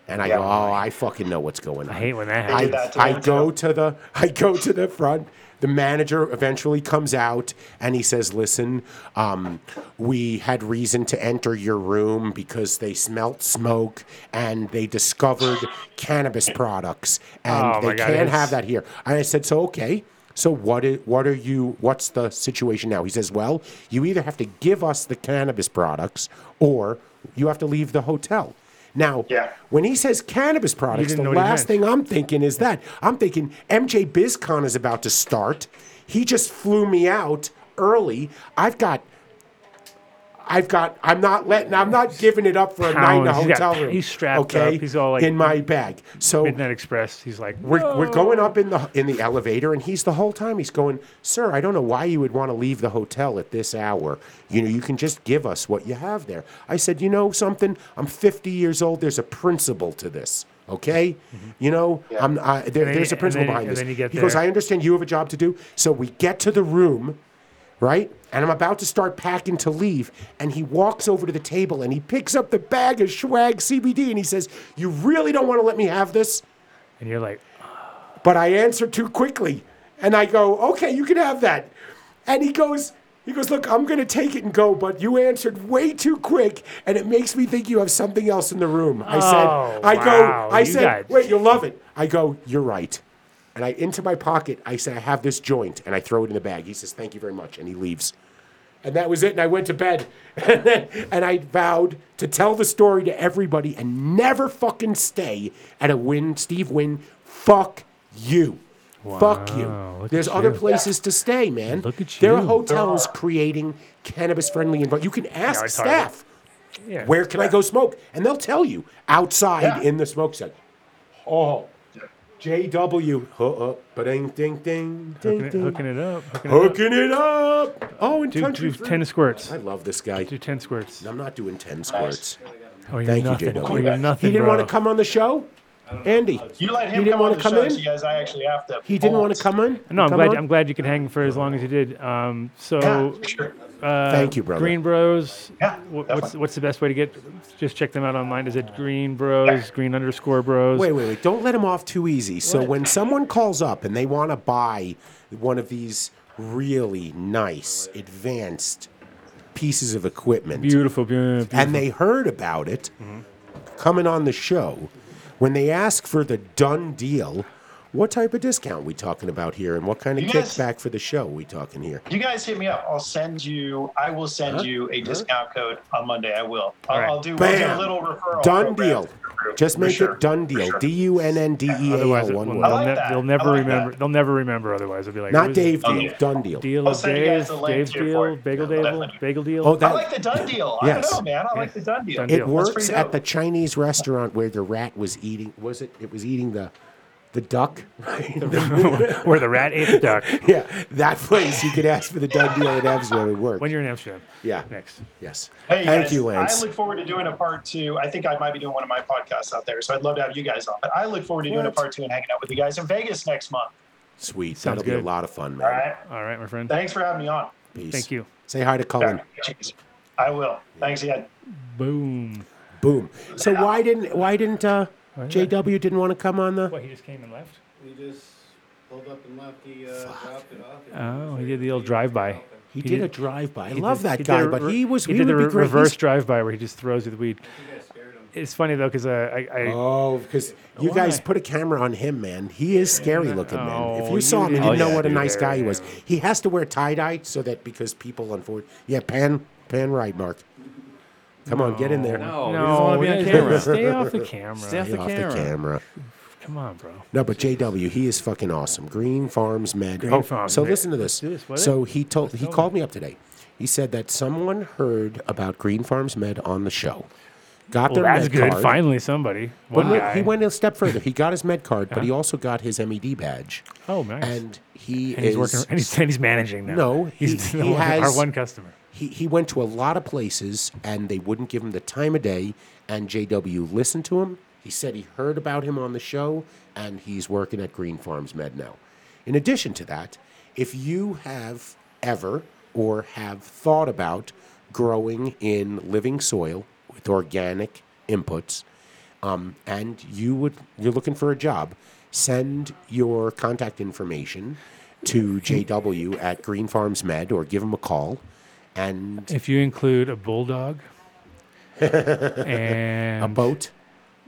Speaker 4: And I go, oh, I fucking know what's going on.
Speaker 3: I hate when that
Speaker 4: I,
Speaker 3: happens.
Speaker 7: did that to
Speaker 4: I
Speaker 7: him,
Speaker 4: go
Speaker 7: too.
Speaker 4: to the I go to the front. The manager eventually comes out and he says, "Listen, um, we had reason to enter your room because they smelt smoke and they discovered cannabis products, and
Speaker 3: Oh, my
Speaker 4: they
Speaker 3: God,
Speaker 4: can't
Speaker 3: it's-
Speaker 4: have that here." And I said, "So okay." So what is, what are you what's the situation now? He says, "Well, you either have to give us the cannabis products or you have to leave the hotel." Now,
Speaker 7: Yeah.
Speaker 4: when he says cannabis products,
Speaker 3: didn't
Speaker 4: the
Speaker 3: know what he
Speaker 4: last
Speaker 3: meant.
Speaker 4: thing I'm thinking is that I'm thinking MJ BizCon is about to start. He just flew me out early. I've got. I've got. I'm not letting. I'm not giving it up for a night in a
Speaker 3: Pounds. He's got-
Speaker 4: hotel room.
Speaker 3: he's strapped up. He's all, like,
Speaker 4: in my bag. So
Speaker 3: Midnight Express. He's like,
Speaker 4: we're, we're
Speaker 3: "No."
Speaker 4: going up in the in the elevator, and he's the whole time he's going, "Sir, I don't know why you would want to leave the hotel at this hour. You know, you can just give us what you have there." I said, "You know something? I'm 50 years old. There's a principle to this." Okay, you know, I'm, I, there,
Speaker 3: then
Speaker 4: there's
Speaker 3: you-
Speaker 4: a principle
Speaker 3: Mm-hmm. and then-
Speaker 4: behind
Speaker 3: and
Speaker 4: this.
Speaker 3: then you get
Speaker 4: he goes,
Speaker 3: there.
Speaker 4: "I understand you have a job to do." So we get to the room, right? And I'm about to start packing to leave. And he walks over to the table and he picks up the bag of swag CBD and he says, "You really don't want to let me have this?"
Speaker 3: And you're like,
Speaker 4: but I answer too quickly. And I go, okay, you can have that. And he goes, He goes, Look, I'm going to take it and go, but you answered way too quick, and it makes me think you have something else in the room. I said,
Speaker 3: Oh,
Speaker 4: I
Speaker 3: wow,
Speaker 4: go, I
Speaker 3: you
Speaker 4: said,
Speaker 3: got-
Speaker 4: Wait, you'll love it. I go, You're right. And I, into my pocket, I say, I have this joint, and I throw it in the bag. He says, Thank you very much. And he leaves. And that was it. And I went to bed. and, then, and I vowed to tell the story to everybody and never fucking stay at a win, Steve Wynn. Fuck you. Fuck
Speaker 3: Wow,
Speaker 4: you.
Speaker 3: look
Speaker 4: There's
Speaker 3: at
Speaker 4: other
Speaker 3: you.
Speaker 4: places to stay, man.
Speaker 3: Look at
Speaker 4: There are
Speaker 3: you.
Speaker 4: hotels creating cannabis friendly environment. You can ask
Speaker 3: it's hard.
Speaker 4: staff,
Speaker 3: Yeah.
Speaker 4: where can I go smoke? And they'll tell you outside
Speaker 7: Yeah.
Speaker 4: in the smoke section. Oh, JW. Uh-uh. Ba-ding, ding, ding, ding,
Speaker 3: hooking it,
Speaker 4: ding.
Speaker 3: hooking it up? Hooking it up.
Speaker 4: Hooking it up. Oh, and
Speaker 3: Do,
Speaker 4: country
Speaker 3: do
Speaker 4: fruit.
Speaker 3: ten squirts.
Speaker 4: I love this guy.
Speaker 3: Do ten squirts.
Speaker 4: I'm not doing 10 squirts.
Speaker 3: Oh, you're
Speaker 4: Thank you,
Speaker 3: nothing.
Speaker 4: JW.
Speaker 3: you're nothing.
Speaker 4: he didn't
Speaker 3: bro.
Speaker 4: want to come on the show? Andy,
Speaker 7: You let
Speaker 4: He
Speaker 7: him
Speaker 4: didn't
Speaker 7: come
Speaker 4: wanna
Speaker 7: on the
Speaker 4: come
Speaker 7: show,
Speaker 4: in?
Speaker 7: so you guys. I actually have to.
Speaker 4: he didn't
Speaker 7: pull.
Speaker 4: want to come in?
Speaker 3: No, I'm
Speaker 4: Come
Speaker 3: glad.
Speaker 4: on?
Speaker 3: I'm glad you could hang for as long as you did. Um, so,
Speaker 7: Yeah, sure.
Speaker 3: uh,
Speaker 4: Thank you, brother.
Speaker 3: Green Bros.
Speaker 7: Yeah,
Speaker 3: wh- what's what's the best way to get? Just check them out online. Is it Green Bros? Green underscore Bros.
Speaker 4: Wait, wait, wait. Don't let him off too easy. So when someone calls up and they want to buy one of these really nice, advanced pieces of equipment,
Speaker 3: Beautiful, beautiful. Mm-hmm.
Speaker 4: and they heard about it coming on the show, when they ask for the done deal, what type of discount we talking about here, and what kind of
Speaker 7: You guys-
Speaker 4: kickback for the show we talking here?
Speaker 7: You guys hit me up. I'll send you. I will send you a discount code on Monday. I will. I'll,
Speaker 3: right.
Speaker 7: I'll do, I'll do
Speaker 4: Bam.
Speaker 7: a little referral.
Speaker 4: Done
Speaker 7: program
Speaker 4: deal.
Speaker 7: for group,
Speaker 4: Just
Speaker 7: Oh, for
Speaker 4: make
Speaker 7: sure,
Speaker 4: it done
Speaker 7: for
Speaker 4: deal.
Speaker 7: sure.
Speaker 4: D U N N D E A
Speaker 3: Otherwise,
Speaker 4: L.
Speaker 3: it-
Speaker 4: One
Speaker 3: well,
Speaker 4: word.
Speaker 7: I like
Speaker 3: they'll,
Speaker 7: that.
Speaker 3: they'll never
Speaker 7: I like
Speaker 3: remember.
Speaker 7: that.
Speaker 3: They'll never remember. Otherwise, I'll be like,
Speaker 4: Not
Speaker 3: who's this
Speaker 4: Dave
Speaker 7: Okay.
Speaker 4: deal. Done deal.
Speaker 3: Deal
Speaker 7: I'll
Speaker 3: of
Speaker 7: send you
Speaker 3: Dave.
Speaker 7: guys the link
Speaker 3: Dave's
Speaker 7: here for
Speaker 3: deal.
Speaker 7: it.
Speaker 3: Bagel
Speaker 7: Yeah,
Speaker 3: Dave.
Speaker 7: definitely.
Speaker 3: Bagel deal.
Speaker 4: Oh,
Speaker 7: I
Speaker 4: that
Speaker 7: like the done deal.
Speaker 4: Yes.
Speaker 7: I don't know, man. I like the done deal.
Speaker 3: Done
Speaker 4: It
Speaker 3: deal. That's
Speaker 4: works
Speaker 7: pretty
Speaker 4: at
Speaker 7: dope.
Speaker 4: the Chinese restaurant where the rat was eating. Was it? It was eating the, the duck. Right?
Speaker 3: Where the rat ate the duck.
Speaker 4: yeah, that place. You could ask for the done deal. It absolutely work.
Speaker 3: When you're in Amsterdam.
Speaker 4: yeah.
Speaker 3: Next.
Speaker 4: Yes.
Speaker 7: Hey,
Speaker 4: Thank
Speaker 7: guys,
Speaker 4: you, Lance.
Speaker 7: I look forward to doing a part two. I think I might be doing one of my podcasts out there, so I'd love to have you guys on. But I look forward to doing a
Speaker 4: What?
Speaker 7: part two and hanging out with you guys in Vegas next month.
Speaker 4: Sweet.
Speaker 3: Sounds
Speaker 4: That'll be a
Speaker 3: good.
Speaker 4: lot of fun, man.
Speaker 7: All right.
Speaker 3: All right, my friend.
Speaker 7: Thanks for having me on.
Speaker 4: Peace.
Speaker 3: Thank you.
Speaker 4: Say hi to Cullen.
Speaker 7: Cheers. I will. Thanks again.
Speaker 3: Boom.
Speaker 4: Boom. So why didn't why didn't uh, JW didn't want to come on the?
Speaker 3: What? He just came and left.
Speaker 6: He just pulled up and left. He uh, dropped it off.
Speaker 3: Oh, he did the old drive-by.
Speaker 4: He, did, a drive by. I
Speaker 3: he
Speaker 4: love
Speaker 3: did-
Speaker 4: that
Speaker 3: he did
Speaker 4: guy,
Speaker 3: a
Speaker 4: but
Speaker 3: re-
Speaker 4: he was
Speaker 3: he
Speaker 4: we
Speaker 3: did
Speaker 4: would
Speaker 3: the
Speaker 4: be
Speaker 3: re-
Speaker 4: great.
Speaker 3: reverse
Speaker 4: He's-
Speaker 3: drive-by where he just throws you the weed. It's funny though because uh, I, I
Speaker 4: Oh, because you guys
Speaker 3: Why?
Speaker 4: put a camera on him, man. He is scary looking, man. If
Speaker 3: Oh,
Speaker 4: you
Speaker 3: you
Speaker 4: saw him, you
Speaker 3: didn't
Speaker 4: didn't know
Speaker 5: Oh, yeah,
Speaker 4: what a
Speaker 3: dude,
Speaker 4: nice guy he
Speaker 3: yeah.
Speaker 4: was. He has to wear tie dye so that because people, unfortunately, yeah, pan pan right, Mark. Come on, get in there.
Speaker 5: No, he doesn't
Speaker 3: no,
Speaker 5: want to be on
Speaker 3: yeah,
Speaker 5: camera.
Speaker 3: stay off the camera.
Speaker 5: Stay off
Speaker 4: Get
Speaker 5: the
Speaker 4: off the
Speaker 5: camera.
Speaker 4: camera.
Speaker 3: Come on, bro.
Speaker 4: No, but JW, he is fucking awesome. Green Farms Med.
Speaker 3: Green
Speaker 4: oh,
Speaker 3: Farms
Speaker 4: so
Speaker 3: Med.
Speaker 4: listen to this.
Speaker 3: do this, what
Speaker 4: so he told he called me up today. He said that someone heard about Green Farms Med on the show. Got
Speaker 3: Well,
Speaker 4: their
Speaker 3: that's
Speaker 4: med
Speaker 3: good.
Speaker 4: card.
Speaker 3: Finally, somebody.
Speaker 4: But
Speaker 3: One
Speaker 4: wait,
Speaker 3: guy.
Speaker 4: he went a step further. He got his med card, but he also got his MED badge.
Speaker 3: Oh, nice.
Speaker 4: And he
Speaker 3: and
Speaker 4: is
Speaker 3: he's working. And he's, and he's managing now.
Speaker 4: No,
Speaker 3: he's
Speaker 4: he-
Speaker 3: the
Speaker 4: he
Speaker 3: one- our
Speaker 4: has-
Speaker 3: one customer.
Speaker 4: he, he went to a lot of places and they wouldn't give him the time of day. And JW listened to him. He said he heard about him on the show and he's working at Green Farms Med now. In addition to that, if you have ever or have thought about growing in living soil with organic inputs, um, and you would you're looking for a job, send your contact information to JW at Green Farms Med or give them a call. And
Speaker 3: If you include a bulldog and
Speaker 4: a boat,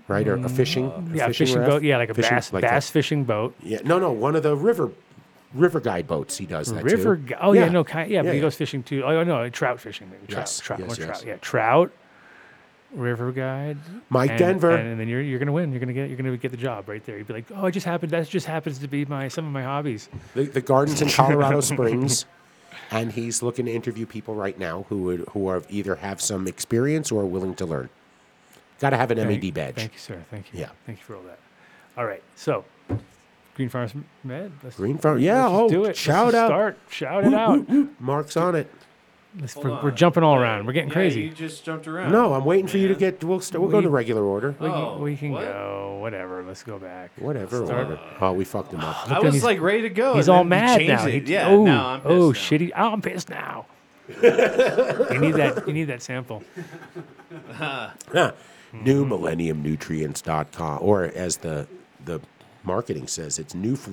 Speaker 4: right? Or a fishing, a
Speaker 3: Mm, yeah, fishing,
Speaker 4: raft?
Speaker 3: boat, yeah, like a
Speaker 4: Fishing-
Speaker 3: bass
Speaker 4: like a-
Speaker 3: bass fishing boat.
Speaker 4: yeah, no, no, one of the river river guide boats. He does that
Speaker 3: River.
Speaker 4: too.
Speaker 3: gu- Oh yeah, no, kind, yeah, but he
Speaker 4: yeah.
Speaker 3: goes fishing too. Oh no, trout fishing. Trout,
Speaker 4: Yes,
Speaker 3: trout,
Speaker 4: yes,
Speaker 3: more
Speaker 4: yes.
Speaker 3: trout. Yeah, trout. River guide.
Speaker 4: Mike
Speaker 3: and,
Speaker 4: Denver.
Speaker 3: and then you're you're gonna win. You're gonna get you're gonna get the job right there. You'd be like, oh, it just happened. That just happens to be my some of my hobbies.
Speaker 4: the, the gardens in Colorado Springs, and he's looking to interview people right now who would who are either have some experience or are willing to learn. Got to have an
Speaker 3: Thank-
Speaker 4: MED badge.
Speaker 3: Thank you, sir. Thank you.
Speaker 4: Yeah.
Speaker 3: Thank you for all that. All right. So, Green Farms Med. Let's,
Speaker 4: Green farm, yeah.
Speaker 3: let's
Speaker 4: oh,
Speaker 3: do it.
Speaker 4: shout
Speaker 3: let's just
Speaker 4: out,
Speaker 3: Start. Shout it out.
Speaker 4: Mark's on it.
Speaker 3: Let's-
Speaker 6: Hold
Speaker 3: we're, we're
Speaker 6: on.
Speaker 3: jumping all
Speaker 6: Yeah,
Speaker 3: around. We're getting
Speaker 6: yeah,
Speaker 3: crazy.
Speaker 6: You just jumped around.
Speaker 4: No, I'm waiting for you to
Speaker 6: man.
Speaker 4: get. We'll st- we'll go
Speaker 3: Oh, We-
Speaker 4: to regular order.
Speaker 3: we, can-
Speaker 6: Oh,
Speaker 3: we can
Speaker 6: what?
Speaker 3: go. Whatever. Let's go back.
Speaker 4: Whatever. whatever. Oh, we fucked him up.
Speaker 6: I
Speaker 3: him,
Speaker 6: was
Speaker 3: he's-
Speaker 6: like ready to go.
Speaker 3: He's
Speaker 6: and
Speaker 3: all
Speaker 6: then he
Speaker 3: mad
Speaker 6: changed
Speaker 3: now.
Speaker 6: It.
Speaker 3: He-
Speaker 6: yeah,
Speaker 3: oh,
Speaker 6: now I'm pissed
Speaker 3: oh
Speaker 6: now.
Speaker 3: shitty. Oh, I'm pissed now. you need that. You need that sample.
Speaker 4: Huh. New millenniumnutrients.com, or as the the Marketing says it's new. For,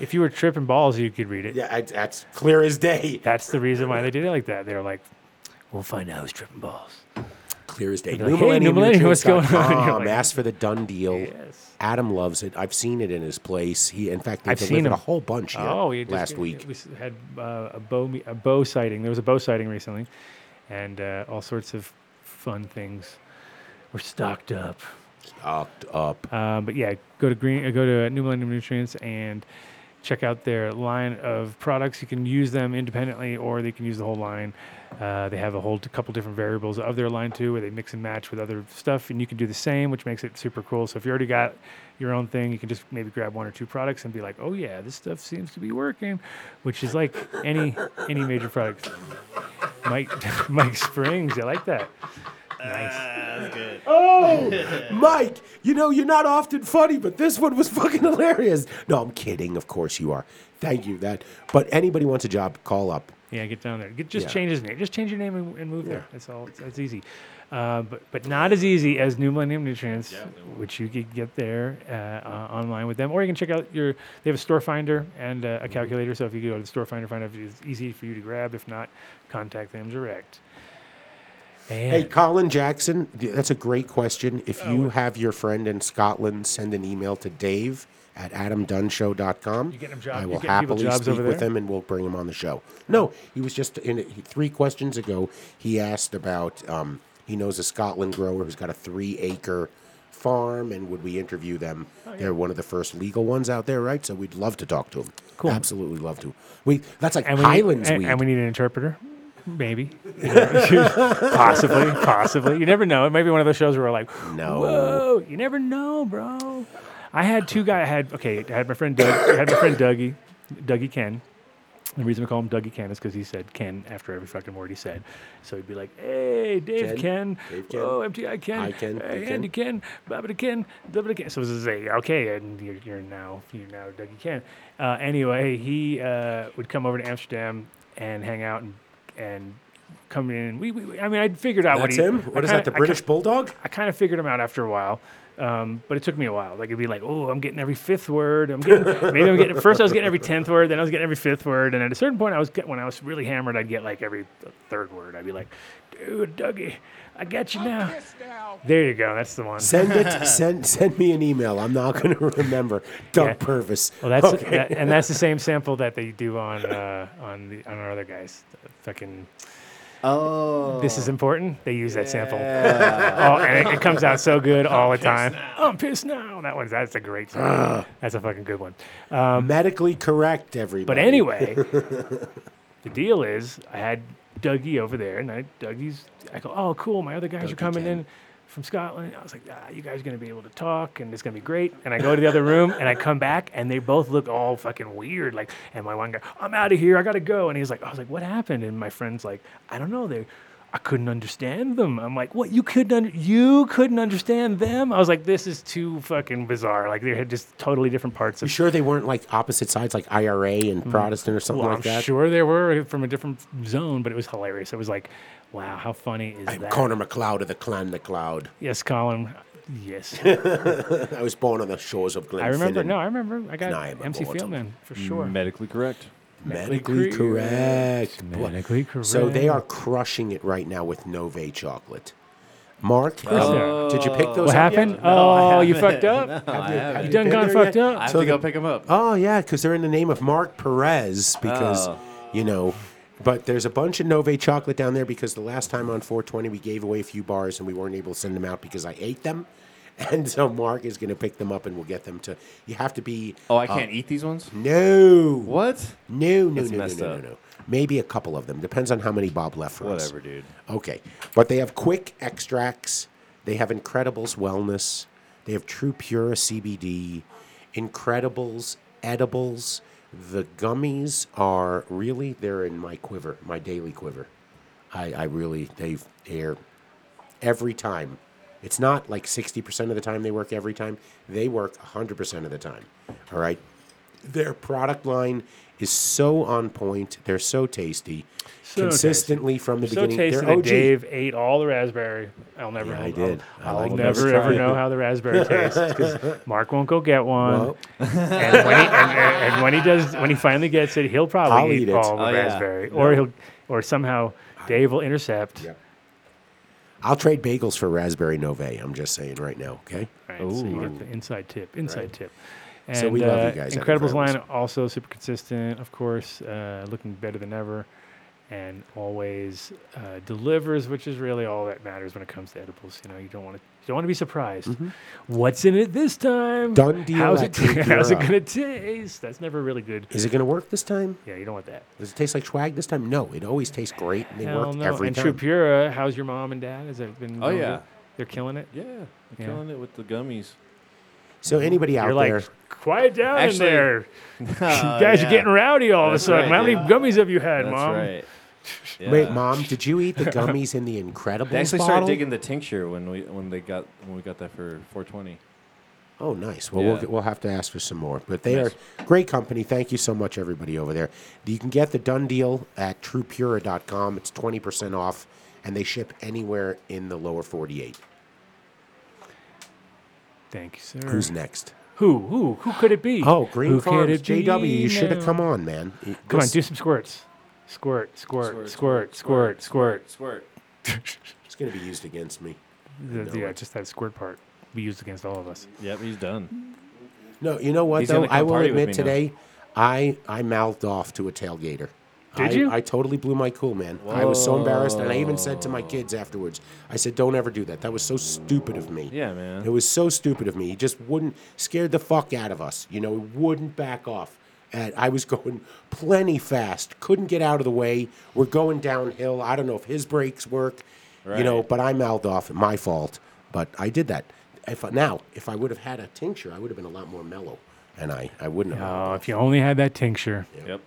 Speaker 3: if you were tripping balls, you could read it.
Speaker 4: yeah, I, that's clear as day.
Speaker 3: That's the reason why they did it like that. They were like, we'll find out who's tripping balls.
Speaker 4: Clear as day.
Speaker 3: You're like, "Hey, New Millennium, what's going on?"
Speaker 4: nutrients.com.
Speaker 3: You're like,
Speaker 4: Ask for the done deal.
Speaker 3: Yes.
Speaker 4: Adam loves it. I've seen it in his place. He, in fact, they
Speaker 3: I've
Speaker 4: delivered
Speaker 3: seen him.
Speaker 4: a whole bunch here
Speaker 3: Oh, you just-
Speaker 4: last week.
Speaker 3: We s- had uh, a bow me- a bow sighting. There was a bow sighting recently, and uh, all sorts of fun things were stocked up.
Speaker 4: Opt up.
Speaker 3: Uh, but yeah, go to green, uh, go to New Millennium Nutrients and check out their line of products. You can use them independently, or they can use the whole line. Uh, they have a whole t- couple different variables of their line too, where they mix and match with other stuff, and you can do the same, which makes it super cool. So if you already got your own thing, you can just maybe grab one or two products and be like, "Oh yeah, this stuff seems to be working," which is like any any major product. Mike Mike Springs, I like that. Nice.
Speaker 4: Mike, you know, you're not often funny, but this one was fucking hilarious. No, I'm kidding. Of course you are. Thank you. That. But anybody wants a job, call up.
Speaker 3: Yeah, get down there. Get, just
Speaker 4: Yeah.
Speaker 3: change his name. Just change your name and, and move there. That's all. It's- That's easy. Uh, but but not as easy as New Millennium Nutrients, which you could get there uh, uh, online with them, or you can check out your. They have a store finder and uh, a
Speaker 4: Mm-hmm.
Speaker 3: calculator. So if you go to the store finder, find out if it's easy for you to grab. If not, contact them direct.
Speaker 4: Hey,
Speaker 3: And
Speaker 4: Colin Jackson, that's a great question. If
Speaker 3: Oh,
Speaker 4: you have your friend in Scotland, send an email to Dave at adamdunshow.com. You
Speaker 3: getting him job-
Speaker 4: I
Speaker 3: you
Speaker 4: will
Speaker 3: getting people
Speaker 4: happily
Speaker 3: jobs
Speaker 4: speak
Speaker 3: over
Speaker 4: with
Speaker 3: there?
Speaker 4: him and we'll bring him on the show. No, he was just in it, he- three questions ago. He asked about um, he knows a Scotland grower who's got a three acre farm and would we interview them?
Speaker 3: Oh,
Speaker 4: They're one of the first legal ones out there, right? So we'd love to talk to him. Cool. Absolutely love to. We that's like
Speaker 3: and we,
Speaker 4: Highlands
Speaker 3: need,
Speaker 4: weed.
Speaker 3: and, and we need an interpreter. Maybe, You know, possibly, possibly. You never know. It might be one of those shows where we're like,
Speaker 4: No.
Speaker 3: whoa, you never know, bro." I had two guys. I had okay. I had my friend Doug. I had my friend Dougie, Dougie Ken. The reason we call him Dougie Ken is because he said Ken after every fucking word he said. So he'd be like, "Hey, Dave Ken,
Speaker 4: Ken, Dave Ken.
Speaker 3: oh MTI Ken,
Speaker 4: Hi, Ken,
Speaker 3: hey,
Speaker 4: Big Ken."
Speaker 3: Andy Ken, Baba Ken, Double Ken." So this is a okay, and you're, you're now you're now Dougie Ken. Uh, anyway, he uh, would come over to Amsterdam and hang out and and come in. We, we I mean, I figured out
Speaker 4: that's
Speaker 3: what he,
Speaker 4: him?
Speaker 3: I
Speaker 4: What is
Speaker 3: kinda-
Speaker 4: that, the
Speaker 3: I
Speaker 4: British Bulldog?
Speaker 3: I kind of figured him out after a while. Um, but it took me a while. Like it'd be like, oh, I'm getting every fifth word. I'm getting maybe I'm getting first I was getting every tenth word, then I was getting every fifth word, and at a certain point I was get, when I was really hammered, I'd get like every third word. I'd be like, dude, Dougie, I got you now. There you go. That's the one.
Speaker 4: Send it. send send me an email. I'm not going to remember. Doug Purvis.
Speaker 3: Well, that's
Speaker 4: Okay.
Speaker 3: that, and that's the same sample that they do on uh, on the on our other guys. Fucking.
Speaker 5: Oh,
Speaker 3: This is important. They use that sample, oh, and it, it comes out so good all the time. I'm pissed now. That one's that's a great. Song. That's a fucking good one.
Speaker 4: medically correct, everybody.
Speaker 3: But anyway, the deal is I had Dougie over there, and I Dougie's. I go, oh, cool. My other guys are coming in from Scotland. I was like, ah, you guys are gonna be able to talk, and it's gonna be great. And I go to the other room, and I come back, and they both look all fucking weird. Like, and my one guy, I'm out of here. I gotta go. And he's like, I was like, what happened? And my friend's like, I don't know. They. I couldn't understand them. I'm like, what? You couldn't? Under- you couldn't understand them? I was like, this is too fucking bizarre. Like they had just totally different parts
Speaker 4: you
Speaker 3: of
Speaker 4: sure they weren't like opposite sides, like IRA and Protestant or something
Speaker 3: Mm-hmm. well,
Speaker 4: like
Speaker 3: I'm
Speaker 4: that?
Speaker 3: sure there were from a different zone, but it was hilarious. It was like, wow, how funny is
Speaker 4: I'm
Speaker 3: that?
Speaker 4: Connor McLeod of the Clan McLeod.
Speaker 3: Yes, Colin. Yes,
Speaker 4: I was born on the shores of Glenfinnan.
Speaker 3: I remember. No, I remember. I got
Speaker 4: And I am
Speaker 3: MC
Speaker 4: immortal.
Speaker 3: Fieldman for sure.
Speaker 4: Mm.
Speaker 5: medically correct.
Speaker 4: medically correct. Boy.
Speaker 3: Medically correct.
Speaker 4: So they are crushing it right now with Nove chocolate. Mark,
Speaker 3: they
Speaker 4: um, did you pick those?
Speaker 3: What
Speaker 4: up yet?
Speaker 3: happened? oh, you fucked up.
Speaker 5: No, I
Speaker 3: You
Speaker 5: haven't.
Speaker 3: done
Speaker 4: been
Speaker 3: gone
Speaker 4: there
Speaker 3: fucked
Speaker 4: yet?
Speaker 5: I
Speaker 3: up.
Speaker 5: have
Speaker 4: So
Speaker 5: to go
Speaker 4: the-
Speaker 5: pick them up.
Speaker 4: Oh yeah, because they're in the name of Mark Perez. Because
Speaker 5: Oh.
Speaker 4: you know, but there's a bunch of Nove chocolate down there because the last time on 420 we gave away a few bars and we weren't able to send them out because I ate them, and so Mark is going to pick them up and we'll get them to. You have to be. uh,
Speaker 5: Oh, I can't eat these ones.
Speaker 4: No.
Speaker 5: What?
Speaker 4: No. No.
Speaker 5: That's
Speaker 4: No. No.
Speaker 5: messed
Speaker 4: No. No.
Speaker 5: up.
Speaker 4: no. Maybe a couple of them. Depends on how many Bob left for us.
Speaker 5: Whatever, dude.
Speaker 4: Okay. But they have quick extracts. They have Incredibles Wellness. They have True Pura CBD, Incredibles Edibles. The gummies are really, they're in my quiver, my daily quiver. I, I really, they've, they're every time. It's not like 60% of the time they work every time. They work 100% of the time. All right. Their product line is so on point. They're so tasty.
Speaker 3: So
Speaker 4: Consistently from the
Speaker 3: So
Speaker 4: beginning,
Speaker 3: tasty
Speaker 4: they're
Speaker 3: that
Speaker 4: OG.
Speaker 3: Dave ate all the raspberry. I'll never.
Speaker 4: Yeah, I
Speaker 3: I'll-
Speaker 4: did. I
Speaker 3: I'll,
Speaker 4: like the
Speaker 3: never
Speaker 4: raspberry.
Speaker 3: ever know how the raspberry tastes 'cause Mark won't go get one.
Speaker 4: Well,
Speaker 3: and, when he, and, and, and when he does, when he finally gets it, he'll
Speaker 4: I'll
Speaker 3: probably
Speaker 4: eat
Speaker 3: eat
Speaker 4: it.
Speaker 3: all
Speaker 5: Oh,
Speaker 3: the
Speaker 5: yeah.
Speaker 3: raspberry, or he'll, or somehow Dave will intercept.
Speaker 4: Yep. I'll trade bagels for raspberry nove. I'm just saying right now. Okay.
Speaker 3: Right, so you get the inside tip, inside tip. And, uh,
Speaker 4: So we love you guys at
Speaker 3: Incredibles
Speaker 4: Incredibles.
Speaker 3: line also super consistent, of course, uh, looking better than ever, and always uh, delivers, which is really all that matters when it comes to edibles. You know, you don't want to you don't want to be surprised. What's in it this time?
Speaker 4: Mm-hmm. Done deal
Speaker 3: How's
Speaker 4: at
Speaker 3: it?
Speaker 4: Cape
Speaker 3: how's it
Speaker 4: Europe.
Speaker 3: gonna taste? That's never really good.
Speaker 4: Is it going to work this time?
Speaker 3: Yeah, you don't want that.
Speaker 4: Does it taste like swag this time? No, it always tastes great and they
Speaker 3: Hell
Speaker 4: work
Speaker 3: no.
Speaker 4: every
Speaker 3: and
Speaker 4: time.
Speaker 3: Trupura, how's your mom and dad? Has it been?
Speaker 5: Oh,
Speaker 3: going
Speaker 5: yeah.
Speaker 3: good? they're killing it.
Speaker 5: Yeah, I'm
Speaker 3: Yeah.
Speaker 5: killing it with the gummies.
Speaker 4: So anybody out
Speaker 3: You're like,
Speaker 4: there,
Speaker 3: quiet down in
Speaker 5: Actually-
Speaker 3: there.
Speaker 5: Oh,
Speaker 3: You guys are getting rowdy all
Speaker 5: Uh, That's
Speaker 3: of a sudden.
Speaker 5: right,
Speaker 3: How many
Speaker 5: dude.
Speaker 3: gummies have you had,
Speaker 5: That's
Speaker 3: mom?
Speaker 5: right. Yeah.
Speaker 4: wait, mom, did you eat the gummies in the Incredibles
Speaker 5: They actually
Speaker 4: bottle?
Speaker 5: started digging the tincture when we when they got when we got that for 420.
Speaker 4: Oh, nice. Well,
Speaker 5: Yeah.
Speaker 4: we'll, get- we'll have to ask for some more. But they
Speaker 5: Nice.
Speaker 4: are great company. Thank you so much, everybody over there. You can get the done deal at TruePura.com. It's twenty percent off, and they ship anywhere in the lower forty-eight.
Speaker 3: Thank you, sir.
Speaker 4: Who's next?
Speaker 3: who? Who? Who could it be?
Speaker 4: Oh, Green
Speaker 3: who could
Speaker 4: Farms,
Speaker 3: it be
Speaker 4: JW. You should have
Speaker 3: now?
Speaker 4: come on, man. It-
Speaker 3: Come on,
Speaker 4: this-
Speaker 3: do some squirts. Squirt, squirt, squirt, squirt, squirt.
Speaker 5: squirt.
Speaker 4: It's going to be used against me.
Speaker 3: The- the- yeah, just that squirt part we used against all of us.
Speaker 5: Yep, he's done.
Speaker 4: No, you know what
Speaker 5: He's
Speaker 4: though?
Speaker 5: gonna come
Speaker 4: I will
Speaker 5: party with
Speaker 4: admit
Speaker 5: me now.
Speaker 4: today, I I mouthed off to a tailgater.
Speaker 3: Did
Speaker 4: I,
Speaker 3: you?
Speaker 4: I totally blew my cool, man. I was so embarrassed, and I even said to my kids afterwards, I said, "Don't ever do that. That was so stupid of me."
Speaker 5: Yeah, man.
Speaker 4: It was so stupid of me. He just wouldn't scared the fuck out of us. You know, he wouldn't back off. And I was going plenty fast. Couldn't get out of the way. We're going downhill. I don't know if his brakes work. You know,
Speaker 5: Right.
Speaker 4: but I mouthed off. My fault. But I did that. If I, now, if I would have had a tincture, I would have been a lot more mellow, and I, I wouldn't have. mouthed
Speaker 3: Oh,
Speaker 4: off.
Speaker 3: if you only had that tincture,
Speaker 5: Yep.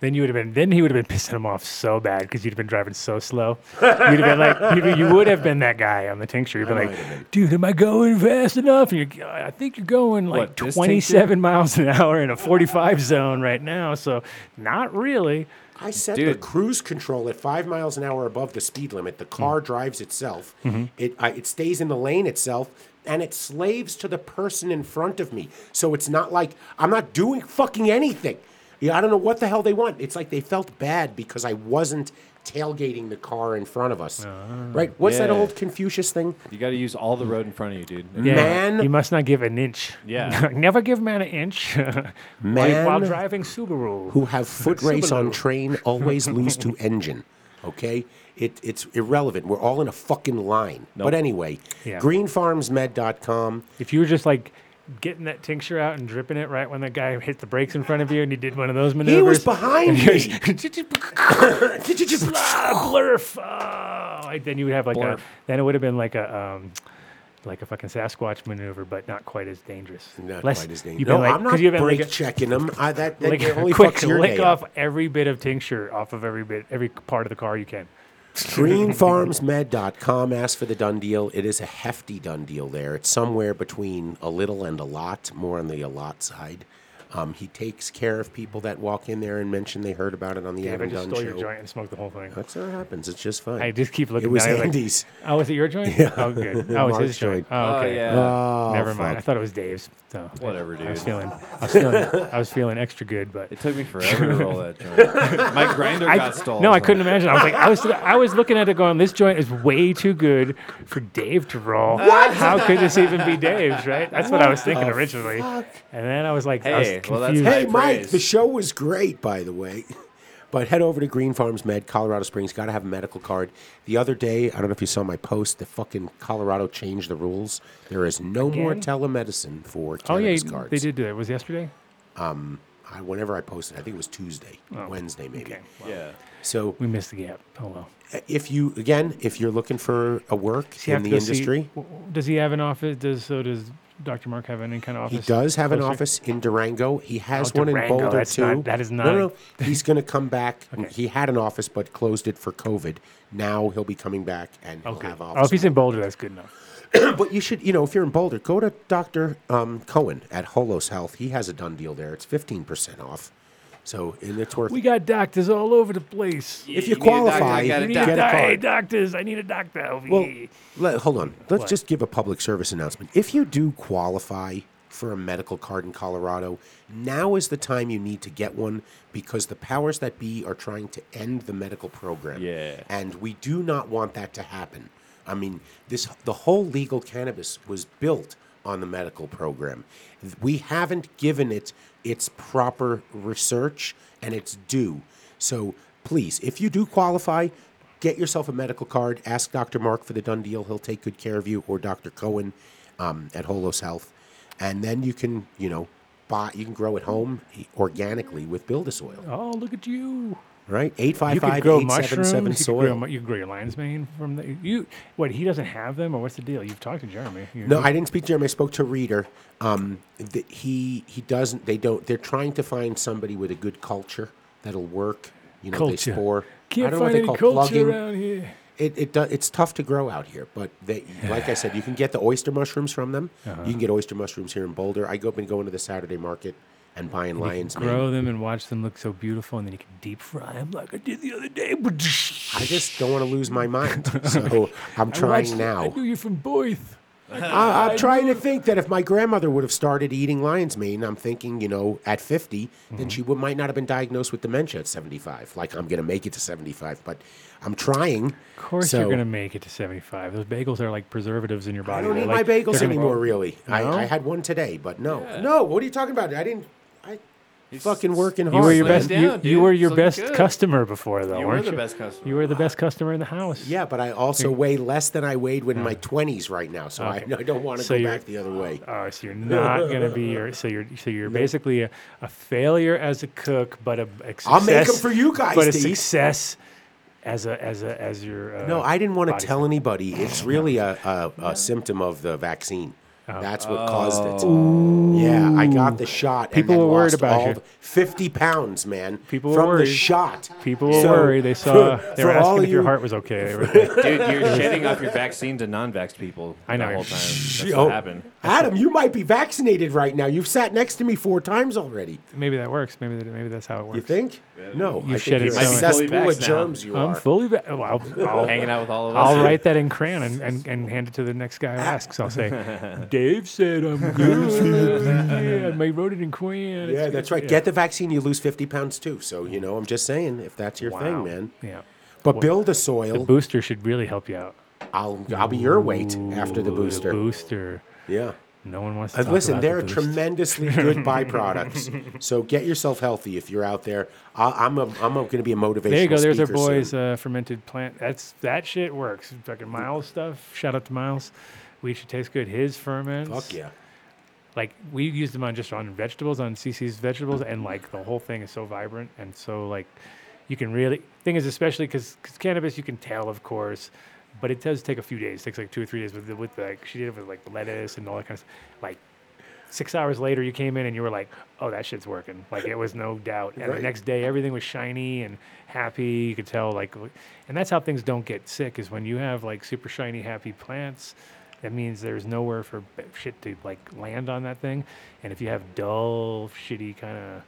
Speaker 3: then you would have been. Then he would have been pissing him off so bad because you'd have been driving so slow. You'd have been like, you'd be- you would have been that guy on the tincture. You'd be
Speaker 4: I
Speaker 3: like,
Speaker 4: might have been.
Speaker 3: dude, am I going fast enough? And you're, I think you're going like
Speaker 5: What, this tincture?
Speaker 3: 27 miles an hour in a 45 zone right now. So not really.
Speaker 4: I set the
Speaker 5: Dude.
Speaker 4: cruise control at five miles an hour above the speed limit. The
Speaker 5: Mm-hmm.
Speaker 4: car drives itself. It I, it stays in the lane itself, and it slaves to the person in front of me. So it's not like I'm not doing fucking anything. Yeah, I don't know what the hell they want. It's like they felt bad because I wasn't tailgating the car in front of us. right? What's that
Speaker 5: Ah, Yeah.
Speaker 4: old Confucius thing?
Speaker 5: You got to use all the road in front of you, dude.
Speaker 3: Yeah,
Speaker 4: Man-
Speaker 3: you must not give an inch.
Speaker 5: Yeah.
Speaker 3: never give man an inch.
Speaker 4: Man-
Speaker 3: while, while driving Subaru.
Speaker 4: who have foot race on
Speaker 3: Subaru.
Speaker 4: train always lose to engine. Okay, it, it's irrelevant. We're all in a fucking line. But anyway,
Speaker 3: Yeah.
Speaker 4: greenfarmsmed.com.
Speaker 3: If you were just like getting that tincture out and dripping it right when that guy hit the brakes in front of you and you did one of those maneuvers.
Speaker 4: He was behind
Speaker 3: and you
Speaker 4: me.
Speaker 3: just-
Speaker 4: Did you just?
Speaker 3: ah, blurf. Oh, like, then you would have like
Speaker 5: Blurf.
Speaker 3: a. Then it would have been like a. Um, like a fucking Sasquatch maneuver, but not quite as dangerous.
Speaker 4: Not
Speaker 3: Less-
Speaker 4: quite as dangerous.
Speaker 3: you'd
Speaker 4: No,
Speaker 3: be like-
Speaker 4: I'm not
Speaker 3: 'cause you'd been
Speaker 4: brake
Speaker 3: like a-
Speaker 4: checking them. I, that that
Speaker 3: like a
Speaker 4: only
Speaker 3: quick
Speaker 4: fucks your
Speaker 3: lick
Speaker 4: day
Speaker 3: off
Speaker 4: up.
Speaker 3: every bit of tincture off of every bit, every part of the car you can.
Speaker 4: greenfarmsmed.com ask for the done deal it is a hefty done deal there it's somewhere between a little and a lot more on the a lot side um, he takes care of people that walk in there and mention they heard about it on the
Speaker 3: Dave, I
Speaker 4: Evan
Speaker 3: just
Speaker 4: Dunn
Speaker 3: stole your
Speaker 4: show.
Speaker 3: joint and smoked the whole thing.
Speaker 4: that's what happens it's just fine
Speaker 3: I just keep looking.
Speaker 4: it was
Speaker 3: down, like,
Speaker 4: andy's
Speaker 3: oh, was it your joint? Yeah. Oh, good. Oh, it's his
Speaker 4: Mark's
Speaker 3: joint.
Speaker 4: joint.
Speaker 3: Oh, okay.
Speaker 5: yeah.
Speaker 4: oh,
Speaker 3: Never mind. I
Speaker 4: fuck.
Speaker 3: thought it was Dave's. So
Speaker 5: Whatever,
Speaker 3: I was
Speaker 5: dude.
Speaker 3: feeling, I was feeling, I was feeling extra good, but
Speaker 5: It took me forever to roll that joint. My grinder
Speaker 3: I,
Speaker 5: got stolen.
Speaker 3: no, I couldn't imagine. I was like, I was, I was looking at it going, this joint is way too good for Dave to roll. What? How could this even be Dave's? Right? That's what, I was thinking originally. And then I was like, I was
Speaker 5: Hey, well, that's
Speaker 3: confused.
Speaker 5: high
Speaker 4: Hey, Mike,
Speaker 5: praise.
Speaker 4: the show was great, by the way. But head over to Green Farms Med, Colorado Springs. Got to have a medical card. The other day, I don't know if you saw my post. The fucking Colorado changed the rules. There is no more
Speaker 3: Again?
Speaker 4: telemedicine for
Speaker 3: oh yeah,
Speaker 4: cannabis cards.
Speaker 3: they did do that. Was it yesterday?
Speaker 4: I, whenever I posted, I think it was Tuesday, Wednesday maybe.
Speaker 3: Oh, Okay.
Speaker 5: Yeah.
Speaker 4: So
Speaker 3: We missed the gap. Oh well.
Speaker 4: if you again, if you're looking for a work
Speaker 3: Does he
Speaker 4: in
Speaker 3: have to
Speaker 4: the
Speaker 3: go see-
Speaker 4: industry,
Speaker 3: w- w- does he have an office? Does so does Dr. Mark have any kind of
Speaker 4: He
Speaker 3: office?
Speaker 4: does have an
Speaker 3: closer?
Speaker 4: office in Durango. He has
Speaker 3: Oh,
Speaker 4: one
Speaker 3: Durango,
Speaker 4: in Boulder
Speaker 3: that's
Speaker 4: too.
Speaker 3: not- that is not-
Speaker 4: No, no. He's going to come back. He had an office but closed it for COVID. Now he'll be coming back and he'll
Speaker 3: Okay.
Speaker 4: have
Speaker 3: Oh, if
Speaker 4: office.
Speaker 3: he's in Boulder, that's good enough.
Speaker 4: but you should, you know, if you're in Boulder, go to Doctor um, Cohen at Holos Health. He has a done deal there. It's fifteen percent off. So and it's worth.
Speaker 3: We got doctors all over the place.
Speaker 4: if
Speaker 5: You
Speaker 4: you
Speaker 5: need a doctor,
Speaker 4: qualify,
Speaker 5: you
Speaker 4: you
Speaker 5: gotta
Speaker 4: get
Speaker 5: die.
Speaker 4: a
Speaker 3: Doc- Hey,
Speaker 4: card.
Speaker 3: doctors, I need a doctor. over
Speaker 4: Well,
Speaker 3: here.
Speaker 4: let, hold on. Let's just give a public service announcement. If you do qualify for a medical card in Colorado, now is the time you need to get one because the powers that be are trying to end the medical program.
Speaker 5: Yeah.
Speaker 4: And we do not want that to happen. I mean, this the whole legal cannabis was built on the medical program. We haven't given it its proper research and its due. So please, if you do qualify, get yourself a medical card. Ask Dr. Mark for the done deal. He'll take good care of you, or Dr. Cohen um, at Holos Health, and then you can, you know, buy. You can grow at home e, organically with Buildasoil,
Speaker 3: Oh, look at you.
Speaker 4: right?
Speaker 3: You
Speaker 4: 855
Speaker 3: could grow mushrooms.
Speaker 4: 877
Speaker 3: you, could grow,
Speaker 4: soil.
Speaker 3: mu- you could grow your lion's mane from the. You, what, he doesn't have them? Or what's the deal? You've talked to Jeremy. You-
Speaker 4: No, I didn't speak to Jeremy. I spoke to Reader. Um, th- he he doesn't. They don't. They're trying to find somebody with a good culture that'll work. You know,
Speaker 3: Culture.
Speaker 4: they spore.
Speaker 3: Can't
Speaker 4: I don't
Speaker 3: find
Speaker 4: know
Speaker 3: any
Speaker 4: what they
Speaker 3: culture
Speaker 4: call plugging.
Speaker 3: around here.
Speaker 4: It, it do, it's tough to grow out here, but they, like I said, you can get the oyster mushrooms from them.
Speaker 3: Uh-huh.
Speaker 4: You can get oyster mushrooms here in Boulder. I go been going to the Saturday market and buying lion's mane.
Speaker 3: Grow them and watch them look so beautiful, and then you can deep fry them like I did the other day.
Speaker 4: I just don't want to lose my mind, so I'm
Speaker 3: I
Speaker 4: trying
Speaker 3: watched- I
Speaker 4: now.
Speaker 3: knew you from Boyth.
Speaker 4: I, I'm trying to think that if my grandmother would have started eating lion's mane, I'm thinking, you know, at 50,
Speaker 3: Mm-hmm.
Speaker 4: then she would, might not have been diagnosed with dementia at 75. Like I'm going to make it to 75, but I'm trying.
Speaker 3: Of course,
Speaker 4: so
Speaker 3: you're gonna make it to 75. Those bagels are like preservatives in your body.
Speaker 4: I don't
Speaker 3: They're
Speaker 4: eat
Speaker 3: like-
Speaker 4: my
Speaker 3: they're
Speaker 4: bagels
Speaker 3: gonna-
Speaker 4: anymore, really.
Speaker 3: No?
Speaker 4: I, I had one today, but no. No, what are you talking about? I didn't. I fucking working hard.
Speaker 3: You were your
Speaker 4: man.
Speaker 3: best.
Speaker 5: down,
Speaker 3: you, you
Speaker 5: dude.
Speaker 3: were your
Speaker 5: It's looking
Speaker 3: best
Speaker 5: good.
Speaker 3: customer before, though,
Speaker 5: You were
Speaker 3: weren't
Speaker 5: the
Speaker 3: you?
Speaker 5: best customer.
Speaker 3: You were the best customer in the house.
Speaker 4: Yeah, but I also weigh less than I weighed when my 20s right now, so I, I don't want to
Speaker 3: So
Speaker 4: go
Speaker 3: you're-
Speaker 4: back the other way.
Speaker 3: Oh, so you're not gonna be your. So you're. So you're basically a, a failure as a cook, but a, a success.
Speaker 4: I'll make 'em for you guys
Speaker 3: But a
Speaker 4: to eat.
Speaker 3: success as a as a as your. Uh,
Speaker 4: No, I didn't want
Speaker 3: body
Speaker 4: to tell anybody. It's really a, a, a symptom of the vaccine.
Speaker 3: Uh-huh.
Speaker 4: That's what caused it. Yeah, I got the shot.
Speaker 3: People
Speaker 4: and then
Speaker 3: were worried
Speaker 4: lost
Speaker 3: about
Speaker 4: all
Speaker 3: you.
Speaker 4: the- Fifty pounds, man.
Speaker 3: People were
Speaker 4: from
Speaker 3: worried.
Speaker 4: the shot.
Speaker 3: People were
Speaker 4: So,
Speaker 3: worried. They saw.
Speaker 4: for-
Speaker 3: they were
Speaker 4: for all
Speaker 3: asking if your
Speaker 4: you-
Speaker 3: heart was okay. They were-
Speaker 5: Dude, you're shedding off your vaccine to non-vax people.
Speaker 3: I know.
Speaker 5: The whole time. That's
Speaker 4: Oh,
Speaker 5: what happened.
Speaker 4: Adam, you might be vaccinated right now. You've sat next to me four times already.
Speaker 3: maybe that works. Maybe that, maybe that's how it works.
Speaker 4: You think? No, I
Speaker 3: shed
Speaker 4: think you're
Speaker 3: it
Speaker 4: a
Speaker 3: so much.
Speaker 4: cesspool
Speaker 5: Fully
Speaker 4: of
Speaker 5: vaxxed now.
Speaker 4: germs. You
Speaker 3: I'm
Speaker 4: are.
Speaker 3: fully. Va- well, I'll, I'll,
Speaker 5: Hanging out with all of us.
Speaker 3: I'll write that in crayon and, and, and hand it to the next
Speaker 4: Ah.
Speaker 3: guy who asks. I'll say, Dave said I'm good. yeah, and I wrote it in crayon. It's
Speaker 4: Yeah,
Speaker 3: good."
Speaker 4: that's right.
Speaker 3: Yeah.
Speaker 4: Get the vaccine, you lose fifty pounds too. So you know, I'm just saying, if that's your
Speaker 3: Wow.
Speaker 4: thing, man.
Speaker 3: Yeah.
Speaker 4: But build a soil.
Speaker 3: Booster should really help you out.
Speaker 4: I'll I'll be your weight after the
Speaker 3: Ooh,
Speaker 4: booster.
Speaker 3: Booster.
Speaker 4: Yeah.
Speaker 3: No one wants to.
Speaker 4: Uh,
Speaker 3: talk
Speaker 4: listen,
Speaker 3: about the
Speaker 4: they're
Speaker 3: boost.
Speaker 4: tremendously good byproducts. so get yourself healthy if you're out there. I, I'm a, I'm going to be a motivational.
Speaker 3: There you go. There's our
Speaker 4: speaker soon.
Speaker 3: boys. Uh, fermented plant. That's that shit works. Fucking Miles stuff. Shout out to Miles. We should taste good. His ferments.
Speaker 4: Fuck yeah.
Speaker 3: like we used them on just on vegetables on cc's vegetables and like the whole thing is so vibrant and so like you can really thing is especially because cannabis you can tell of course but it does take a few days takes like two or three days with the, with like she did it with like lettuce and all that kind of stuff like six hours later you came in and you were like oh that shit's working like it was no doubt and the
Speaker 4: Right.
Speaker 3: next day everything was shiny and happy you could tell like w- and that's how things don't get sick is when you have like super shiny happy plants that means there's nowhere for b- shit to like land on that thing and if you have dull shitty kind of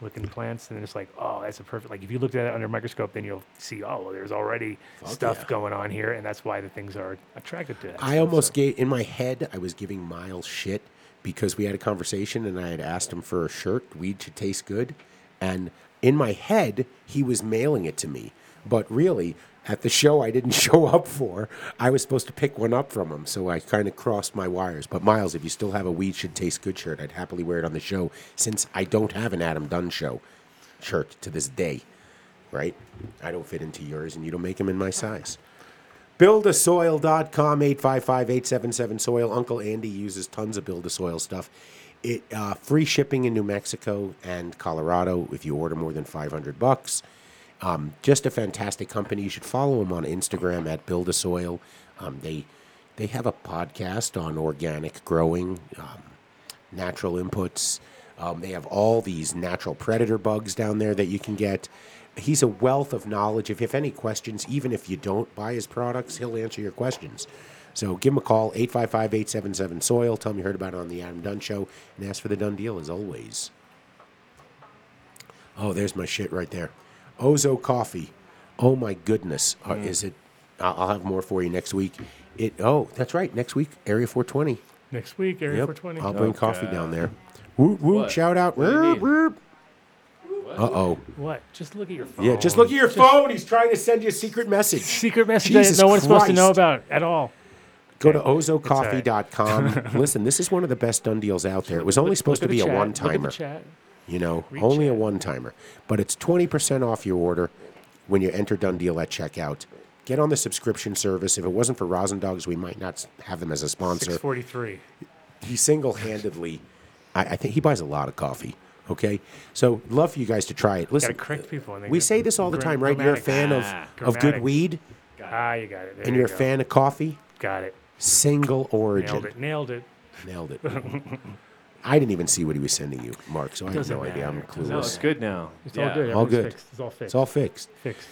Speaker 3: looking plants then it's like oh that's a perfect like if you looked at it under a microscope then you'll see oh well, there's already stuff
Speaker 4: yeah.
Speaker 3: going on here and that's why the things are attracted to that
Speaker 4: I almost gave in my head. I was giving Miles shit because we had a conversation and I had asked him for a shirt. Weed should taste good, and in my head he was mailing it to me. But really, at the show I didn't show up for. I was supposed to pick one up from him, so I kind of crossed my wires. But Miles, if you still have a weed should taste good shirt, I'd happily wear it on the show since I don't have an Adam Dunn show shirt to this day. Right? I don't fit into yours, and you don't make them in my size. Buildasoil.com, 855-877-SOIL. Uncle Andy uses tons of Build a Soil stuff. It uh, Free shipping in New Mexico and Colorado if you order more than 500 bucks. Um, just a fantastic company. You should follow them on Instagram at Build a Soil. Um, they They have a podcast on organic growing, um, natural inputs. Um, they have all these natural predator bugs down there that you can get. He's a wealth of knowledge. If you have any questions, even if you don't buy his products, he'll answer your questions. So give him a call, 855 877 Soil. Tell him you heard about it on The Adam Dunn Show and ask for the Dunn Deal as always. Oh, there's my shit right there. Ozo Coffee. Oh my goodness, Uh, is it? I- I'll have more for you next week. It. Oh, that's right. Next week, Area 420.
Speaker 3: Next week, Area
Speaker 4: Yep. Um,
Speaker 3: 420.
Speaker 4: I'll bring coffee
Speaker 5: Okay.
Speaker 4: down there. Woot woot!
Speaker 5: What?
Speaker 4: Shout out.
Speaker 5: What do you
Speaker 4: Uh
Speaker 5: need?
Speaker 4: oh.
Speaker 3: What? Just look at your phone.
Speaker 4: Yeah, just look at your
Speaker 3: Just
Speaker 4: phone. He's trying to send you a secret message.
Speaker 3: Secret message
Speaker 4: Jesus
Speaker 3: that no one's supposed to know
Speaker 4: Christ.
Speaker 3: about at all.
Speaker 4: Go to
Speaker 3: all right.
Speaker 4: ozocoffee.com. Listen, this is one of the best done deals out there. It was only
Speaker 3: Look-
Speaker 4: supposed to
Speaker 3: look at
Speaker 4: be
Speaker 3: the
Speaker 4: a
Speaker 3: chat,
Speaker 4: one
Speaker 3: Look
Speaker 4: timer.
Speaker 3: at the chat.
Speaker 4: You know,
Speaker 3: Reach
Speaker 4: only a
Speaker 3: out.
Speaker 4: one timer, but it's 20% off your order when you enter Done Deal at checkout. Get on the subscription service. If it wasn't for Rosin Dogs, we might not s- have them as a sponsor.
Speaker 3: 643.
Speaker 4: He single handedly, I, I think he buys a lot of coffee. Okay, so love for you guys to try it. Listen,
Speaker 3: correct people when they
Speaker 4: we
Speaker 3: get
Speaker 4: say this all the
Speaker 3: gram-
Speaker 4: time, right? You're a fan
Speaker 3: grammatics.
Speaker 4: of,
Speaker 3: Ah,
Speaker 4: of good
Speaker 3: grammatics.
Speaker 4: weed
Speaker 3: Ah, you got it. There
Speaker 4: and
Speaker 3: you
Speaker 4: you're a
Speaker 3: go.
Speaker 4: fan of coffee.
Speaker 3: Got it.
Speaker 4: Single origin.
Speaker 3: Nailed it. Nailed it.
Speaker 4: Nailed it. I didn't even see what he was sending you, Mark, so I have
Speaker 3: Doesn't
Speaker 4: no idea. I'm
Speaker 3: matter. Doesn't
Speaker 5: No,
Speaker 4: clueless.
Speaker 5: it's good now.
Speaker 3: It's
Speaker 5: Yeah.
Speaker 3: all good.
Speaker 4: All
Speaker 3: Everything's
Speaker 4: good.
Speaker 3: Fixed. It's all fixed.
Speaker 4: It's all fixed.
Speaker 3: fixed.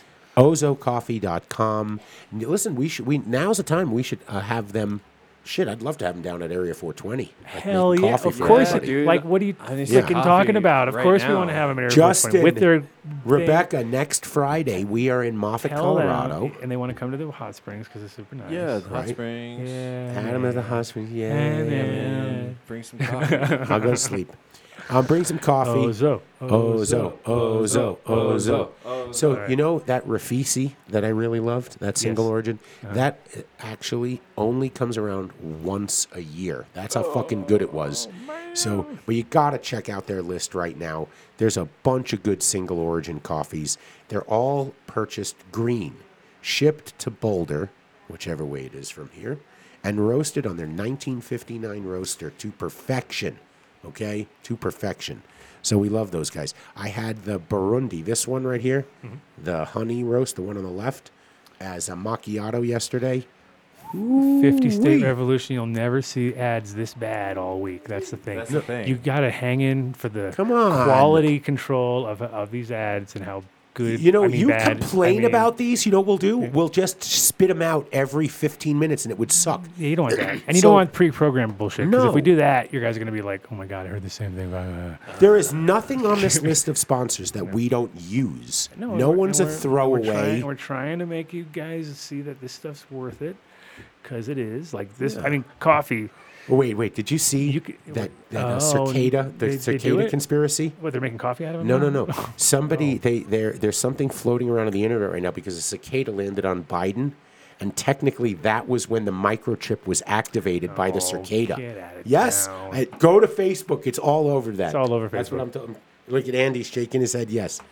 Speaker 4: ozocoffee.com. N- Listen, we should we now's the time we should uh, have them. Shit, I'd love to have them down at Area 420. like,
Speaker 3: Hell
Speaker 4: making
Speaker 3: yeah!
Speaker 4: coffee
Speaker 3: Of
Speaker 4: for
Speaker 3: course,
Speaker 4: everybody.
Speaker 5: do. dude.
Speaker 3: like what are you
Speaker 5: I need some
Speaker 3: freaking
Speaker 5: coffee
Speaker 3: talking about? Of
Speaker 5: right
Speaker 3: course, we
Speaker 5: now.
Speaker 3: want to have them at Air
Speaker 4: Justin,
Speaker 3: with their
Speaker 4: Rebecca, next Friday we are in
Speaker 3: they
Speaker 4: Moffat,
Speaker 3: tell them,
Speaker 4: Colorado.
Speaker 3: and they want to come to the hot springs because it's super nice.
Speaker 5: Yeah, the
Speaker 4: Right?
Speaker 5: hot springs.
Speaker 3: yeah.
Speaker 4: Adam of the hospital.
Speaker 3: And
Speaker 4: Yeah,
Speaker 3: then-
Speaker 5: Bring some coffee.
Speaker 4: I'll go to sleep. Um, bring some coffee.
Speaker 3: Ozo.
Speaker 4: Ozo, Ozo, Ozo.
Speaker 5: Ozo,
Speaker 4: So you know that Rafisi that I really loved, that single
Speaker 3: Yes.
Speaker 4: origin, that uh, actually only comes around once a year. That's how fucking good it was. So, but you gotta check out their list right now. There's a bunch of good single origin coffees. They're all purchased green, shipped to Boulder, whichever way it is from here, and roasted on their 1959 roaster to perfection okay, to perfection. So we love those guys. I had the Burundi, this one right here,
Speaker 3: Mm-hmm.
Speaker 4: the honey roast, the one on the left, as a macchiato yesterday.
Speaker 3: 50 State
Speaker 4: Ooh-wee.
Speaker 3: Revolution. You'll never see ads this bad all week. That's the thing.
Speaker 5: That's the thing.
Speaker 3: You got to hang in for the
Speaker 4: Come on.
Speaker 3: quality control of, of these ads and how good.
Speaker 4: You know,
Speaker 3: I mean,
Speaker 4: you
Speaker 3: bad, I
Speaker 4: complain
Speaker 3: mean,
Speaker 4: about these. You know what we'll do? We'll just spit them out every 15 minutes, and it would suck.
Speaker 3: Yeah, you don't want that. And you
Speaker 4: So-
Speaker 3: don't want pre-programmed bullshit. Because if we
Speaker 4: No.
Speaker 3: do that, your guys are going to be like, oh my God, I heard the same thing. uh, Blah, blah, blah."
Speaker 4: There is nothing on this list of sponsors that we don't use. No,
Speaker 3: we're-
Speaker 4: one's a
Speaker 3: we're- We're
Speaker 4: throwaway.
Speaker 3: trying, we're trying to make you guys see that this stuff's worth it. Because it is. Like this, I mean, coffee.
Speaker 4: Oh, wait, wait. Did you see
Speaker 3: You c-
Speaker 4: that, that uh,
Speaker 3: oh,
Speaker 4: cicada, the
Speaker 3: they- they do
Speaker 4: cicada
Speaker 3: it?
Speaker 4: conspiracy?
Speaker 3: What, they're making coffee out of it?
Speaker 4: No,
Speaker 3: now?
Speaker 4: no, no. Somebody, they, there, there's something floating around on the internet right now because a cicada landed on Biden, and technically that was when the microchip was activated by the
Speaker 3: Oh,
Speaker 4: cicada.
Speaker 3: get at it
Speaker 4: yes,
Speaker 3: now.
Speaker 4: I- go to Facebook. It's all over that.
Speaker 3: It's all over
Speaker 4: That's what
Speaker 3: Facebook.
Speaker 4: I'm talking. Look at Andy shaking his head. Yes.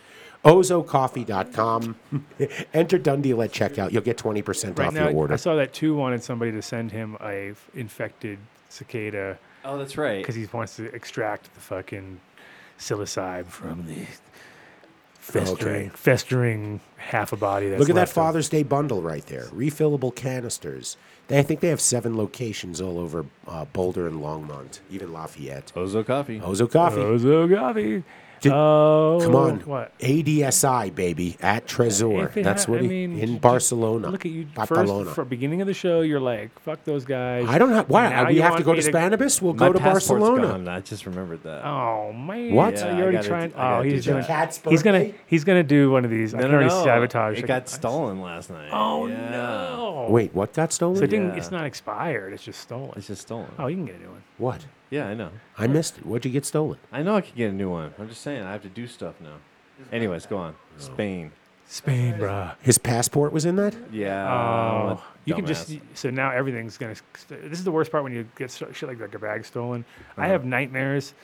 Speaker 4: Ozocoffee.com. Enter Dundee at checkout. You'll get 20%
Speaker 3: Right
Speaker 4: off
Speaker 3: now,
Speaker 4: your order.
Speaker 3: I saw that two wanted somebody to send him a f- infected cicada
Speaker 5: oh, that's right.
Speaker 3: because he wants to extract the fucking psilocybe from the festering, festering half a body. That's
Speaker 4: Look at that
Speaker 3: left of-
Speaker 4: Father's Day bundle right there. Refillable canisters. They, I think they have seven locations all over uh, Boulder and Longmont, even Lafayette.
Speaker 5: Ozo coffee.
Speaker 3: Oh.
Speaker 4: Ozo Coffee.
Speaker 3: Ozo Gavi.
Speaker 4: Did-
Speaker 3: oh,
Speaker 4: Come on.
Speaker 3: What?
Speaker 4: ADSI, baby, at Trezor.
Speaker 3: If they
Speaker 4: That's
Speaker 3: ha-
Speaker 4: what
Speaker 3: I
Speaker 4: he,
Speaker 3: mean,
Speaker 4: in
Speaker 3: j-
Speaker 4: Barcelona.
Speaker 3: Look at you.
Speaker 4: Barcelona.
Speaker 3: First, from beginning of the show, you're like, "Fuck those guys."
Speaker 4: I don't have. Why?
Speaker 3: Now
Speaker 4: We
Speaker 3: you
Speaker 4: have to
Speaker 3: want
Speaker 4: go to
Speaker 3: me
Speaker 4: Spanibus? We'll
Speaker 5: My
Speaker 4: go to
Speaker 5: passport's
Speaker 4: Barcelona.
Speaker 5: gone. I just remembered that.
Speaker 3: Oh man!
Speaker 4: What?
Speaker 5: Yeah,
Speaker 3: Are
Speaker 5: I
Speaker 3: you already
Speaker 5: gotta
Speaker 3: trying?
Speaker 5: do- I
Speaker 3: Oh,
Speaker 5: gotta
Speaker 3: he's
Speaker 5: do
Speaker 3: doing.
Speaker 5: that.
Speaker 4: Cat's
Speaker 3: he's gonna.
Speaker 4: birthday?
Speaker 3: He's gonna do one of these. I
Speaker 5: no,
Speaker 3: can
Speaker 5: no,
Speaker 3: already
Speaker 5: no.
Speaker 3: sabotage. I
Speaker 5: It
Speaker 3: can-
Speaker 5: got stolen last night.
Speaker 3: Oh
Speaker 5: Yeah.
Speaker 3: no!
Speaker 4: Wait, what got stolen?
Speaker 3: So it didn't,
Speaker 5: Yeah.
Speaker 3: it's not expired. It's just stolen.
Speaker 5: It's just stolen.
Speaker 3: oh, you can get a new one.
Speaker 4: what?
Speaker 5: Yeah, I know.
Speaker 4: I missed it. What'd you get stolen?
Speaker 5: I know I could get a new one. I'm just saying I have to do stuff now. Anyways, go on. Spain.
Speaker 3: Spain, bruh.
Speaker 4: His passport was in that?
Speaker 5: Yeah. what
Speaker 3: Oh, you can just.
Speaker 5: dumbass.
Speaker 3: So now everything's gonna. This is the worst part when you get st- shit like that, your bag stolen. I
Speaker 5: Uh-huh.
Speaker 3: have nightmares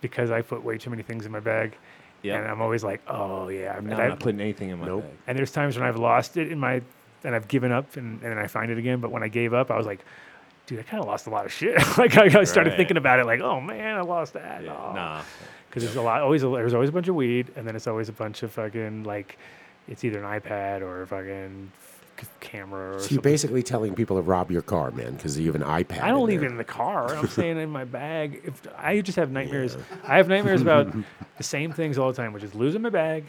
Speaker 3: because I put way too many things in my bag,
Speaker 5: Yep.
Speaker 3: and I'm always like, oh yeah.
Speaker 5: No,
Speaker 3: and, I-
Speaker 5: I'm not putting anything in my
Speaker 4: Nope.
Speaker 5: bag.
Speaker 3: and there's times when I've lost it in my, and I've given up, and, and then I find it again. But when I gave up, I was like. Dude, I kind of lost a lot of shit. like I, I started
Speaker 5: Right.
Speaker 3: thinking about it, like, oh man, I lost that. Oh.
Speaker 5: Nah.
Speaker 3: because there's a lot always a, there's always a bunch of weed and then it's always a bunch of fucking like it's either an iPad or a fucking c- camera. Or
Speaker 4: So you're
Speaker 3: something.
Speaker 4: basically telling people to rob your car, man, because you have an iPad.
Speaker 3: I don't
Speaker 4: in
Speaker 3: leave it
Speaker 4: there.
Speaker 3: in the car. I'm saying in my bag. If I just have nightmares, I have nightmares about the same things all the time, which is losing my bag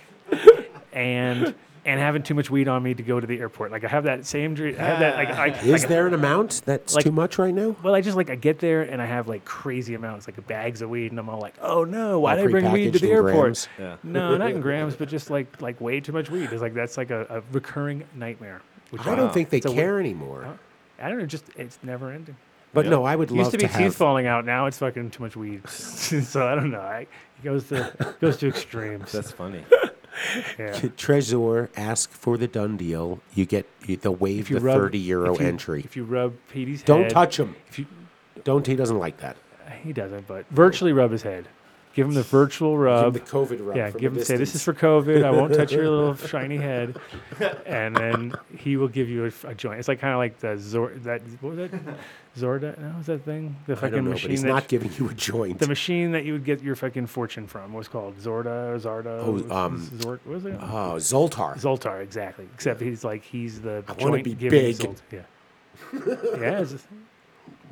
Speaker 3: and and having too much weed on me to go to the airport. Like I have that same dream. I have that like I,
Speaker 4: Is
Speaker 3: like,
Speaker 4: there an amount that's
Speaker 3: like-
Speaker 4: too much right now?
Speaker 3: Well, I just like I get there and I have like crazy amounts, like bags of weed, and I'm all like, "Oh no, why
Speaker 4: All
Speaker 3: did I bring weed to
Speaker 4: prepackaged
Speaker 3: the
Speaker 4: in
Speaker 3: airport?"
Speaker 4: grams?
Speaker 3: No, not in grams, but just like like way too much weed. It's like that's like a, a recurring nightmare. Which
Speaker 4: I don't think they
Speaker 3: So we-
Speaker 4: care anymore.
Speaker 3: I don't know. Just it's never ending.
Speaker 4: But no, I would
Speaker 3: It used
Speaker 4: love
Speaker 3: to
Speaker 4: to,
Speaker 3: be teeth
Speaker 4: have.
Speaker 3: falling out. Now it's fucking too much weed. so I don't know. I, it goes to it goes to extremes.
Speaker 5: That's funny.
Speaker 3: yeah.
Speaker 4: Trezor, ask for the done deal. You get you, they'll waive the thirty euro
Speaker 3: if you-
Speaker 4: entry.
Speaker 3: If you rub Petey's
Speaker 4: Don't
Speaker 3: head,
Speaker 4: touch him.
Speaker 3: If you,
Speaker 4: Don't he doesn't like that.
Speaker 3: he doesn't, but virtually rub his head. Give him the virtual rub.
Speaker 4: the COVID rub.
Speaker 3: yeah,
Speaker 4: from
Speaker 3: give
Speaker 4: a
Speaker 3: him say this is
Speaker 4: distance.
Speaker 3: for COVID. I won't touch your little shiny head, and then he will give you a, a joint. It's like kind of like the Zord that what was that Zorda? No, was that thing the
Speaker 4: I
Speaker 3: fucking
Speaker 4: don't know,
Speaker 3: machine
Speaker 4: but he's
Speaker 3: that
Speaker 4: not giving you a joint.
Speaker 3: the machine that you would get your fucking fortune from was called Zorda or Zarda.
Speaker 4: Oh,
Speaker 3: was-
Speaker 4: um,
Speaker 3: was Zor- what was it?
Speaker 4: Oh, Zoltar.
Speaker 3: Zoltar, exactly. Except he's like he's the
Speaker 4: I wanna
Speaker 3: joint
Speaker 4: be
Speaker 3: giving
Speaker 4: big.
Speaker 3: Zolt- Yeah. yeah. It's,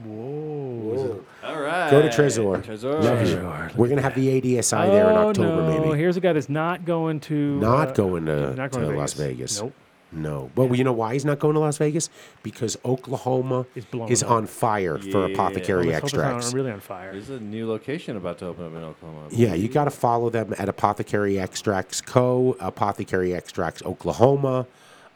Speaker 3: whoa.
Speaker 5: All right.
Speaker 4: Go to Trezor.
Speaker 5: Trezor.
Speaker 4: Love you. We're gonna have the ADSI there in
Speaker 3: Oh,
Speaker 4: October,
Speaker 3: no.
Speaker 4: maybe.
Speaker 3: Here's a guy that's not going to
Speaker 4: Not
Speaker 3: uh,
Speaker 4: going to,
Speaker 3: not going
Speaker 4: to
Speaker 3: to
Speaker 4: Las
Speaker 3: Vegas.
Speaker 4: Vegas.
Speaker 3: Nope.
Speaker 4: No. But you know why he's not going to Las Vegas? Because Oklahoma
Speaker 3: It's blown
Speaker 4: is
Speaker 3: up.
Speaker 4: on fire for
Speaker 5: Yeah.
Speaker 4: apothecary
Speaker 3: Let's hope it's not
Speaker 4: extracts.
Speaker 3: really on fire.
Speaker 5: There's a new location about to open up in Oklahoma.
Speaker 4: Yeah, you got to follow them at Apothecary Extracts Co., Apothecary Extracts Oklahoma,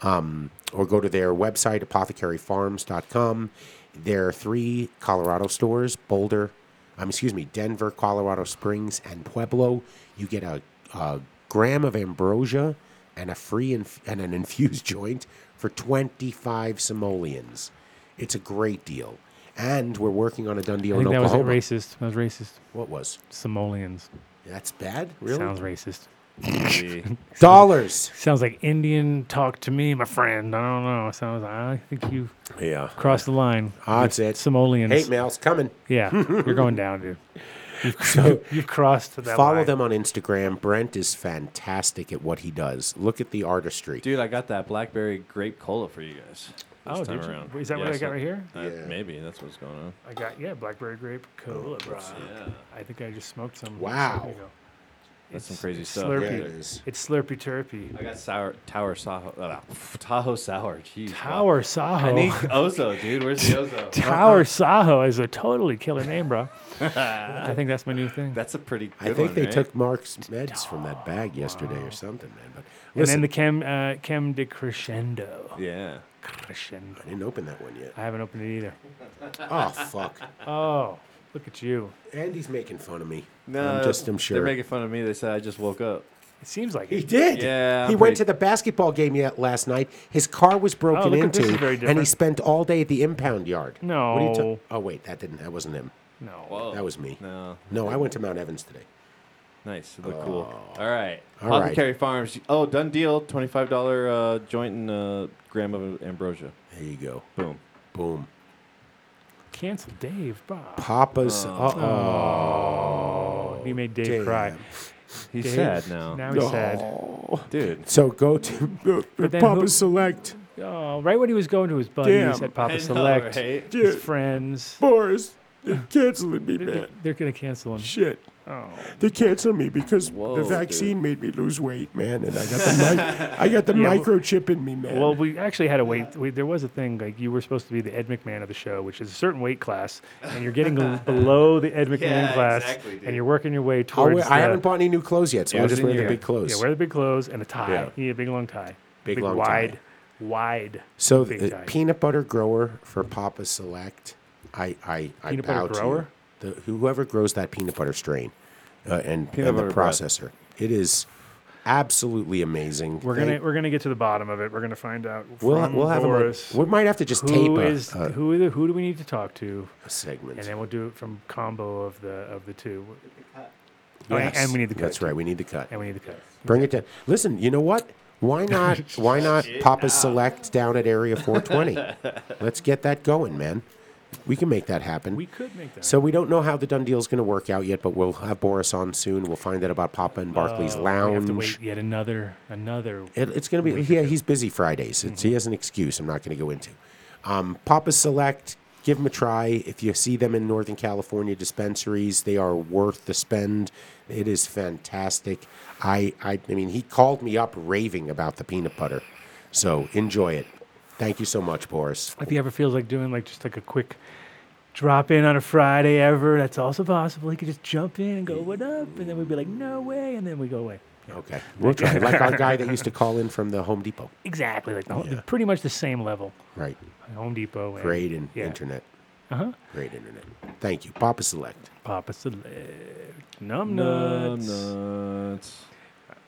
Speaker 4: um, or go to their website, apothecaryfarms.com. There are three Colorado stores Boulder, um, excuse me, Denver, Colorado Springs, and Pueblo. You get a, a gram of ambrosia and a free inf- and an infused joint for 25 simoleons. It's a great deal. And we're working on a done deal
Speaker 3: I think
Speaker 4: in
Speaker 3: that was
Speaker 4: Oklahoma.
Speaker 3: racist. That was racist.
Speaker 4: What was?
Speaker 3: Somalians.
Speaker 4: That's bad? Really?
Speaker 3: Sounds racist.
Speaker 5: Maybe.
Speaker 4: Dollars.
Speaker 3: Sounds like Indian talk to me, my friend. I don't know. Sounds. I think you
Speaker 4: Yeah.
Speaker 3: crossed the line.
Speaker 4: Odds it.
Speaker 3: Somalians.
Speaker 4: Hate mail's coming.
Speaker 3: Yeah, you're going down, dude. You've, you've crossed that
Speaker 4: Follow
Speaker 3: line.
Speaker 4: them on Instagram. Brent is fantastic at what he does. Look at the artistry.
Speaker 5: Dude, I got that blackberry grape cola for you guys. This
Speaker 3: Oh,
Speaker 5: time
Speaker 3: did you?
Speaker 5: around.
Speaker 3: Is that what I got right here?
Speaker 5: uh, Maybe that's what's going on.
Speaker 3: I got yeah, blackberry grape
Speaker 5: Oh,
Speaker 3: cola, bro.
Speaker 5: Yeah,
Speaker 3: I think I just smoked some.
Speaker 4: Wow.
Speaker 3: There you go.
Speaker 5: that's some
Speaker 3: It's-
Speaker 5: crazy
Speaker 3: it's
Speaker 5: stuff.
Speaker 3: Slurpee.
Speaker 5: right
Speaker 4: Yeah, it
Speaker 5: there.
Speaker 4: is.
Speaker 3: It's Slurpee Turpee.
Speaker 5: I got sour Tower Saho, uh, Tahoe Sour. Jeez, wow.
Speaker 3: Tower Saho.
Speaker 5: I need Ozo, dude. Where's the Ozo?
Speaker 3: Tower Saho is a totally killer name, bro. I think that's my new thing.
Speaker 5: That's a pretty. Good
Speaker 4: I think
Speaker 5: one, eh?
Speaker 4: they
Speaker 5: right?
Speaker 4: took Mark's meds from that bag yesterday or something, man. But
Speaker 3: and
Speaker 4: listen,
Speaker 3: then the Chem uh, Chem de Crescendo.
Speaker 5: Yeah.
Speaker 3: Crescendo.
Speaker 4: I didn't open that one yet.
Speaker 3: I haven't opened it either.
Speaker 4: Oh fuck!
Speaker 3: Oh, look at you.
Speaker 4: Andy's making fun of me.
Speaker 5: No,
Speaker 4: I'm just I'm sure
Speaker 5: They're making fun of me. They said I just woke up.
Speaker 3: It seems like
Speaker 4: he
Speaker 3: it.
Speaker 4: did.
Speaker 5: Yeah, I'm
Speaker 4: he went
Speaker 5: pretty- Oh,
Speaker 4: to the basketball game yet last night. His car was broken
Speaker 3: look at this,
Speaker 4: into,
Speaker 3: it's very
Speaker 4: and he
Speaker 3: different.
Speaker 4: spent all day at the impound yard. What are you ta-
Speaker 3: No.
Speaker 4: oh wait, that didn't. That wasn't him.
Speaker 3: No.
Speaker 5: Whoa.
Speaker 4: That was me.
Speaker 5: No.
Speaker 4: No, I went to Mount Evans today.
Speaker 5: Nice. It looked cool. All right.
Speaker 4: All right.
Speaker 5: Apothecary Farms. Oh, done deal. Twenty-five dollar uh, joint and uh, gram of ambrosia.
Speaker 4: There you go.
Speaker 5: Boom.
Speaker 4: Boom.
Speaker 3: Cancel Dave, bro.
Speaker 4: Papa's.
Speaker 3: Oh.
Speaker 4: uh-oh.
Speaker 5: Oh,
Speaker 3: He made Dave cry.
Speaker 4: damn.
Speaker 5: He's
Speaker 3: Dave,
Speaker 5: sad now,
Speaker 3: Now he's sad.
Speaker 5: dude.
Speaker 4: So go to
Speaker 3: then
Speaker 4: Papa
Speaker 3: who-
Speaker 4: Select.
Speaker 3: Oh, right when he was going to his buddies
Speaker 4: Damn.
Speaker 3: at Papa
Speaker 5: I know,
Speaker 3: Select,
Speaker 5: right?
Speaker 3: his friends,
Speaker 4: Boris, they're canceling me,
Speaker 3: they're,
Speaker 4: man.
Speaker 3: they're gonna cancel him.
Speaker 4: Shit.
Speaker 3: Oh.
Speaker 4: They canceled me because
Speaker 5: Whoa,
Speaker 4: the vaccine made me lose weight, man, and I got the mic- I got the microchip in me, man.
Speaker 3: Well, we actually had a wait. We, there was a thing like you were supposed to be the Ed McMahon of the show, which is a certain weight class, and you're getting l- below the Ed McMahon
Speaker 5: Yeah,
Speaker 3: class,
Speaker 5: exactly, dude.
Speaker 3: and you're working your way
Speaker 4: I'll
Speaker 3: towards.
Speaker 4: wear- I
Speaker 3: the-
Speaker 4: haven't bought any new clothes yet, so I'll just
Speaker 5: in
Speaker 4: wear the
Speaker 5: your-
Speaker 4: big clothes.
Speaker 3: Yeah, wear the big clothes and a tie.
Speaker 4: Yeah.
Speaker 3: You need a big long tie.
Speaker 4: Big long tie.
Speaker 3: wide, wide.
Speaker 4: so uh,
Speaker 3: big
Speaker 4: the
Speaker 3: tie.
Speaker 4: peanut butter grower for Papa Select, I I, I
Speaker 3: Peanut
Speaker 4: bow
Speaker 3: butter grower?
Speaker 4: to you. The, whoever grows that peanut butter strain, uh, and, and
Speaker 5: Peanut
Speaker 4: the
Speaker 5: butter bread.
Speaker 4: processor, it is absolutely amazing.
Speaker 3: We're
Speaker 4: Thank-
Speaker 3: gonna we're gonna get to the bottom of it. We're gonna find out
Speaker 4: We'll,
Speaker 3: from
Speaker 4: we'll have 'em on-
Speaker 3: Boris
Speaker 4: we might have to just tape uh,
Speaker 3: who
Speaker 4: a,
Speaker 3: is
Speaker 4: a-
Speaker 3: who the, who do we need to talk to,
Speaker 4: a segment.
Speaker 3: and then we'll do it from combo of the of the two. Oh, and-
Speaker 4: Yes.
Speaker 3: and we need the cut.
Speaker 4: That's right. We need the cut.
Speaker 3: And we need the cut.
Speaker 4: Bring it down. Listen, you know what? Why not? Why not Papa Select down at Area 420? Let's get that going, man. We can make that happen.
Speaker 3: We could make that.
Speaker 4: So we don't know how the done deal is going to work out yet, but we'll have Boris on soon. We'll find out about Papa and Barclay's
Speaker 3: Oh, we have to
Speaker 4: Lounge.
Speaker 3: wait yet another another.
Speaker 4: It, it's going to be yeah. He's busy Fridays. It's,
Speaker 3: Mm-hmm.
Speaker 4: He has an excuse. I'm not going to go into. Um, Papa Select. Give them a try. If you see them in Northern California dispensaries, they are worth the spend. It is fantastic. I, I, I mean, he called me up raving about the peanut butter. So enjoy it. Thank you so much, Boris.
Speaker 3: If he ever feels like doing like just like a quick drop in on a Friday ever, that's also possible. He could just jump in and go, "What up?" And then we'd be like, "No way!" And then we go away. Yeah.
Speaker 4: Okay, we'll try. Like our guy that used to call in from the Home Depot.
Speaker 3: Exactly, like the, whole- pretty much the same level.
Speaker 4: Right.
Speaker 3: Home Depot. And
Speaker 4: Great in-
Speaker 3: Yeah.
Speaker 4: internet.
Speaker 3: Uh-huh.
Speaker 4: Great internet. Thank you, Papa Select.
Speaker 3: Papa Select. Num nuts.
Speaker 5: Nuts.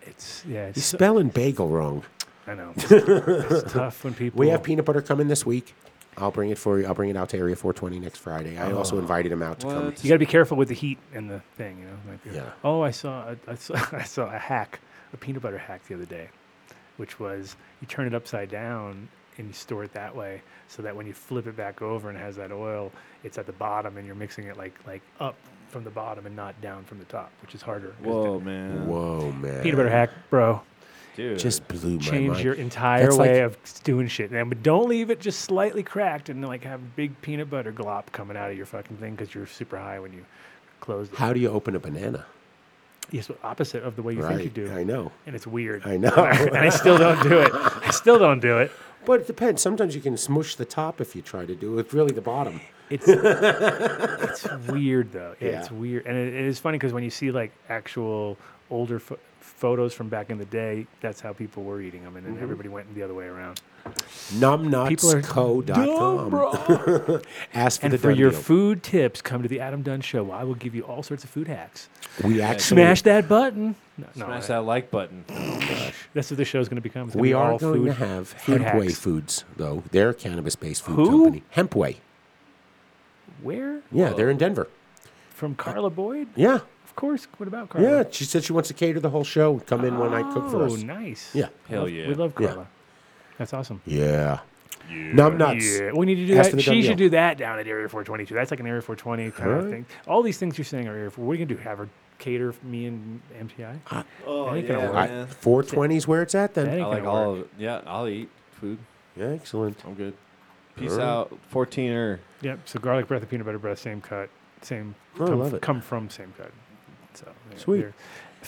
Speaker 3: It's yeah.
Speaker 4: He's
Speaker 3: It's,
Speaker 4: spelling bagel wrong.
Speaker 3: I know. It's, it's tough when people.
Speaker 4: We have peanut butter coming this week. I'll bring it for you. I'll bring it out to Area 420 next Friday. I also invited him out to come.
Speaker 5: What?
Speaker 3: Oh, You got to be careful with the heat and the thing, you know. Might be-
Speaker 4: Yeah.
Speaker 3: Oh, I saw, a, I saw I saw a hack, a peanut butter hack the other day, which was you turn it upside down and you store it that way, so that when you flip it back over and it has that oil, it's at the bottom and you're mixing it like like up from the bottom and not down from the top, which is harder. 'cause the
Speaker 5: Whoa, man.
Speaker 4: Whoa, man!
Speaker 3: Peanut butter hack, bro.
Speaker 5: Dude.
Speaker 4: just blew my
Speaker 3: Change
Speaker 4: mind.
Speaker 3: your entire
Speaker 4: That's like-
Speaker 3: way of doing shit, and but don't leave it just slightly cracked and like have a big peanut butter glop coming out of your fucking thing because you're super high when you close it.
Speaker 4: How do you open a banana?
Speaker 3: Yes, but opposite of the way you
Speaker 4: right.
Speaker 3: think you do.
Speaker 4: I know.
Speaker 3: And it's weird.
Speaker 4: I know.
Speaker 3: and I still don't do it. I still don't do it.
Speaker 4: but it depends. Sometimes you can smush the top if you try to do it. It's really the bottom.
Speaker 3: It's it's weird though. Yeah, It's
Speaker 4: Yeah.
Speaker 3: weird, and it, it is funny because when you see like actual older pho- photos from back in the day, that's how people were eating them, and then
Speaker 4: Mm-hmm.
Speaker 3: everybody went the other way around. dumb,
Speaker 4: Numbnutsco.com.
Speaker 3: bro.
Speaker 4: Ask for
Speaker 3: and
Speaker 4: the
Speaker 3: for
Speaker 4: done
Speaker 3: your
Speaker 4: deal.
Speaker 3: food tips, come to the Adam Dunn Show. I will give you all sorts of food hacks.
Speaker 4: we actually
Speaker 3: Smash that button. No, no,
Speaker 5: Smash that like button.
Speaker 3: That's what this show's going to become. It's gonna
Speaker 4: We
Speaker 3: be
Speaker 4: are
Speaker 3: all
Speaker 4: going
Speaker 3: food,
Speaker 4: to have
Speaker 3: food
Speaker 4: Hempway
Speaker 3: hacks.
Speaker 4: Foods, though. They're a cannabis-based food
Speaker 3: Who?
Speaker 4: company. Hempway.
Speaker 3: Where?
Speaker 4: Yeah, they're
Speaker 3: Oh.
Speaker 4: in Denver.
Speaker 3: From Carla Boyd?
Speaker 4: Yeah,
Speaker 3: Of course. What about Carla?
Speaker 4: yeah. She said she wants to cater the whole show and come in when I cook for
Speaker 3: Oh,
Speaker 4: us.
Speaker 3: nice.
Speaker 4: Yeah,
Speaker 5: Hell
Speaker 3: Love-
Speaker 5: yeah.
Speaker 3: We love
Speaker 4: Yeah.
Speaker 3: Carla. That's awesome.
Speaker 4: yeah. Numb nuts.
Speaker 3: Yeah, we need to do
Speaker 4: Ask for
Speaker 3: that.
Speaker 4: the
Speaker 3: She
Speaker 4: done
Speaker 3: should
Speaker 4: deal.
Speaker 3: do that down at Area 422. That's like an Area 420 kind of thing. All these things you're saying are Area 4. What are you going to do? Have her cater for me and MTI?
Speaker 5: Oh,
Speaker 3: ain't gonna
Speaker 5: yeah,
Speaker 3: work.
Speaker 4: All
Speaker 5: man.
Speaker 4: right, 420 is where it's at
Speaker 3: That
Speaker 4: then.
Speaker 5: I
Speaker 3: ain't
Speaker 5: like
Speaker 3: gonna
Speaker 5: all
Speaker 3: work.
Speaker 5: of it. Yeah, I'll eat food.
Speaker 4: Yeah, excellent.
Speaker 5: I'm good. Peace
Speaker 4: Alright.
Speaker 5: out. 14er.
Speaker 3: Yep. So garlic breath and peanut butter breath, same cut. Same.
Speaker 4: Oh, I
Speaker 3: come,
Speaker 4: love it.
Speaker 3: come from same cut. So, yeah,
Speaker 4: Sweet.
Speaker 3: there.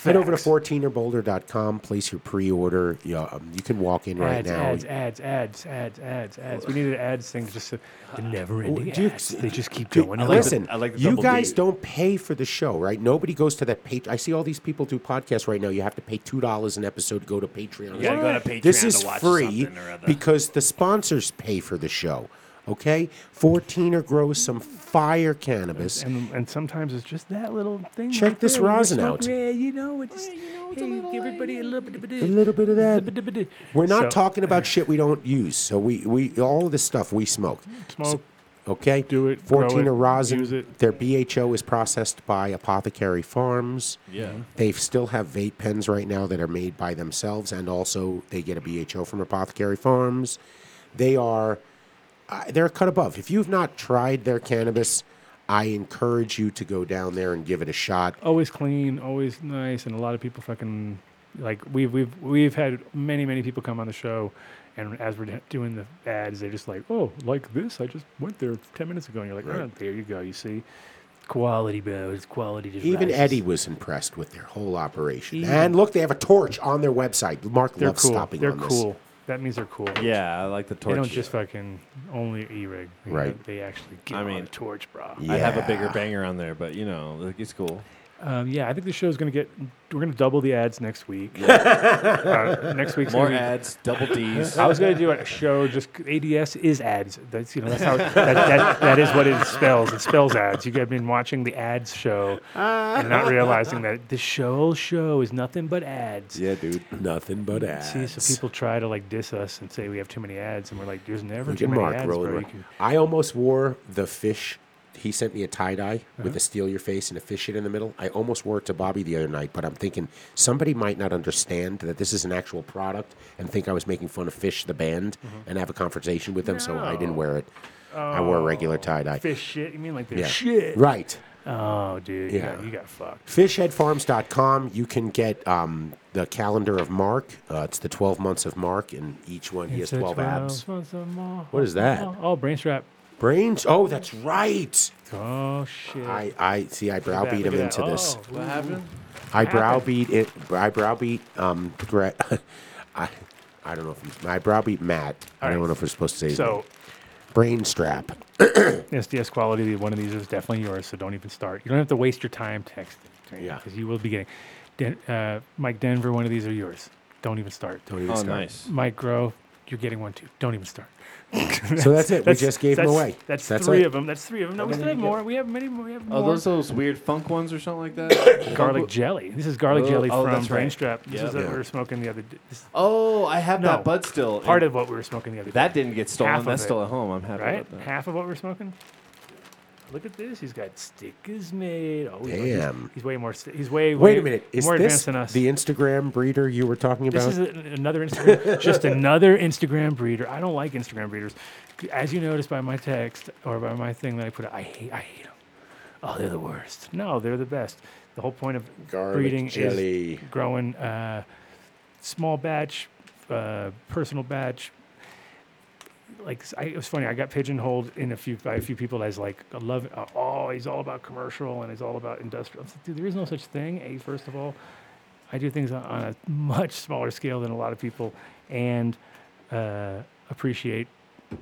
Speaker 4: Head over to
Speaker 3: Facts.
Speaker 4: 14erboulder.com, place your pre-order. Yeah, um, you can walk in right
Speaker 3: ads,
Speaker 4: now.
Speaker 3: ads, ads, ads, ads, ads, ads. We need an ads thing just to, the never ending
Speaker 4: do you-
Speaker 3: ads. They just keep
Speaker 4: Dude,
Speaker 3: going.
Speaker 5: like the-
Speaker 4: listen,
Speaker 5: I like the
Speaker 4: you
Speaker 5: double
Speaker 4: guys
Speaker 5: D.
Speaker 4: don't pay for the show, right? Nobody goes to that page. I see all these people do podcasts right now. You have to pay two dollars an episode. Go to Patreon.
Speaker 8: gotta go to Patreon
Speaker 4: this is
Speaker 8: to watch
Speaker 4: free
Speaker 8: something or other.
Speaker 4: because the sponsors pay for the show. Okay, fourteener grows some fire cannabis.
Speaker 3: And, and sometimes it's just that little thing.
Speaker 4: Check
Speaker 3: right
Speaker 4: this
Speaker 3: there when you're
Speaker 4: rosin
Speaker 3: smoking,
Speaker 4: out.
Speaker 3: Yeah, you know, it's, hey, give everybody a little bit of it.
Speaker 4: A little bit of that.
Speaker 3: that.
Speaker 4: We're not talking about shit we don't use. So we we all of this stuff we smoke.
Speaker 3: Smoke.
Speaker 4: Okay.
Speaker 3: Do it, grow
Speaker 4: 14
Speaker 3: it,
Speaker 4: or rosin.
Speaker 3: use it.
Speaker 4: Their BHO is processed by Apothecary Farms.
Speaker 5: Yeah.
Speaker 4: They still have vape pens right now that are made by themselves, and also they get a BHO from Apothecary Farms. They are uh, they're a cut above. If you've not tried their cannabis, I encourage you to go down there and give it a shot.
Speaker 3: Always clean, always nice, and a lot of people fucking like we've we've we've had many many people come on the show, and as we're doing the ads, they're just like, oh, like this. I just went there ten minutes ago, and you're like, oh, there you go. You see, quality, bro. It's quality. Just
Speaker 4: Even
Speaker 3: rises.
Speaker 4: Eddie was impressed with their whole operation. And look, they have a torch on their website. Mark
Speaker 3: They're
Speaker 4: loves
Speaker 3: cool.
Speaker 4: stopping
Speaker 3: they're
Speaker 4: on this.
Speaker 3: cool. That means they're cool.
Speaker 5: Yeah, I like the
Speaker 3: They
Speaker 5: torch.
Speaker 3: don't just fucking only e-rig. They-
Speaker 4: Right.
Speaker 3: They actually get
Speaker 5: I
Speaker 3: I mean,
Speaker 5: mean-
Speaker 3: on the torch, bro.
Speaker 5: I have a bigger
Speaker 4: Yeah.
Speaker 5: banger on there, but you know, like, it's cool.
Speaker 3: Um, yeah, I think the show's gonna get. We're gonna double the ads next week. uh, next week's
Speaker 5: More
Speaker 3: gonna be-
Speaker 5: ads, double D's.
Speaker 3: I was gonna do a show. Just ADS is ads. That's you know that's how that, that, that is what it spells. It spells ads. You have been watching the ads show and not realizing that the show show is nothing but ads.
Speaker 5: yeah, dude.
Speaker 4: Nothing but ass.
Speaker 3: See, so people try to like diss us and say we have too many ads, and we're like, there's never
Speaker 4: Look
Speaker 3: too
Speaker 4: at
Speaker 3: many
Speaker 4: Mark
Speaker 3: ads,
Speaker 4: rolling.
Speaker 3: bro. You
Speaker 4: around.
Speaker 3: can-
Speaker 4: I almost wore the fish. He sent me a tie dye
Speaker 3: Uh-huh.
Speaker 4: with a steel your face and a fish shit in the middle. I almost wore it to Bobby the other night, but I'm thinking somebody might not understand that this is an actual
Speaker 3: Mm-hmm.
Speaker 4: product and think I was making fun of Fish the band and have a conversation with them, so I didn't wear it. I wore regular tie dye.
Speaker 3: Oh, Fish shit. You mean like this
Speaker 4: Yeah.
Speaker 3: shit?
Speaker 4: Right.
Speaker 3: Oh, dude. Yeah. You
Speaker 4: Yeah.
Speaker 3: got, you got fucked.
Speaker 4: Fishheadfarms.com. You can get um, the calendar of Mark. Uh, it's the 12 months of Mark, and each one he has 12 abs. What is that?
Speaker 3: Oh, oh, brain strap.
Speaker 4: Brains? Oh, that's right.
Speaker 3: Oh, shit.
Speaker 4: I, I see. I
Speaker 3: Look at that,
Speaker 4: browbeat him
Speaker 3: look at that.
Speaker 4: into this.
Speaker 3: Oh,
Speaker 5: What happened?
Speaker 4: I browbeat it. I browbeat um. Gre- I I don't know if he's, I browbeat Matt. I don't
Speaker 3: Alright.
Speaker 4: know if we're supposed to say his
Speaker 3: so,
Speaker 4: name. brain strap.
Speaker 3: SDS quality, one of these is definitely yours, so don't even start. You don't have to waste your time texting.
Speaker 4: Yeah.
Speaker 3: Because you will be getting. Den- uh, Mike Denver, one of these are yours. Don't even start.
Speaker 4: Don't even
Speaker 5: Oh,
Speaker 4: start.
Speaker 5: nice.
Speaker 3: Mike Grow, you're getting one too. Don't even start.
Speaker 4: So that's it. we just gave him
Speaker 3: that's-
Speaker 4: away.
Speaker 3: That's,
Speaker 4: that's
Speaker 3: three
Speaker 4: it.
Speaker 3: of them. That's three of them. No, we still have more. We have many more. We have
Speaker 5: Oh,
Speaker 3: more.
Speaker 5: those those weird funk ones or something like that.
Speaker 3: garlic jelly. This is garlic
Speaker 5: Oh,
Speaker 3: jelly
Speaker 5: oh,
Speaker 3: from
Speaker 5: that's right.
Speaker 3: Brainstrap. This
Speaker 5: Yeah.
Speaker 3: is what
Speaker 4: Yeah.
Speaker 3: we were smoking the other day. This is
Speaker 5: Oh, I have
Speaker 3: No.
Speaker 5: that bud still.
Speaker 3: part
Speaker 5: and
Speaker 3: of what we were smoking the other
Speaker 5: that
Speaker 3: day.
Speaker 5: didn't get stolen.
Speaker 3: half of
Speaker 5: That's
Speaker 3: it.
Speaker 5: still at home. I'm happy
Speaker 3: Right?
Speaker 5: about that.
Speaker 3: Half of what we're smoking? Look at this. He's got stickers made. Oh, he's- he's-
Speaker 4: Damn.
Speaker 3: He's, way more. sti- He's way.
Speaker 4: Wait
Speaker 3: way
Speaker 4: a minute. Is
Speaker 3: more
Speaker 4: this
Speaker 3: advanced than us.
Speaker 4: the Instagram breeder you were talking about?
Speaker 3: this is a, another Instagram. just another Instagram breeder. I don't like Instagram breeders. As you noticed by my text or by my thing that I put out, I hate. I hate them. Oh, they're the worst. No, they're the best. The whole point of
Speaker 4: Garlic
Speaker 3: breeding is
Speaker 4: jelly.
Speaker 3: growing uh, small batch, uh, personal batch. Like s- I, it was funny. I got pigeonholed in a few by a few people as like I love. Uh, oh, he's all about commercial and he's all about industrial. I was like, dude, there is no such thing. A first of all, I do things on, on a much smaller scale than a lot of people, and uh, appreciate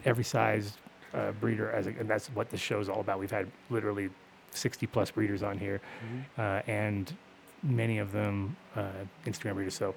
Speaker 3: every size uh, breeder as a, and that's what the show's all about. We've had literally 60 plus breeders on here,
Speaker 4: Mm-hmm.
Speaker 3: uh, and many of them uh, Instagram breeders. So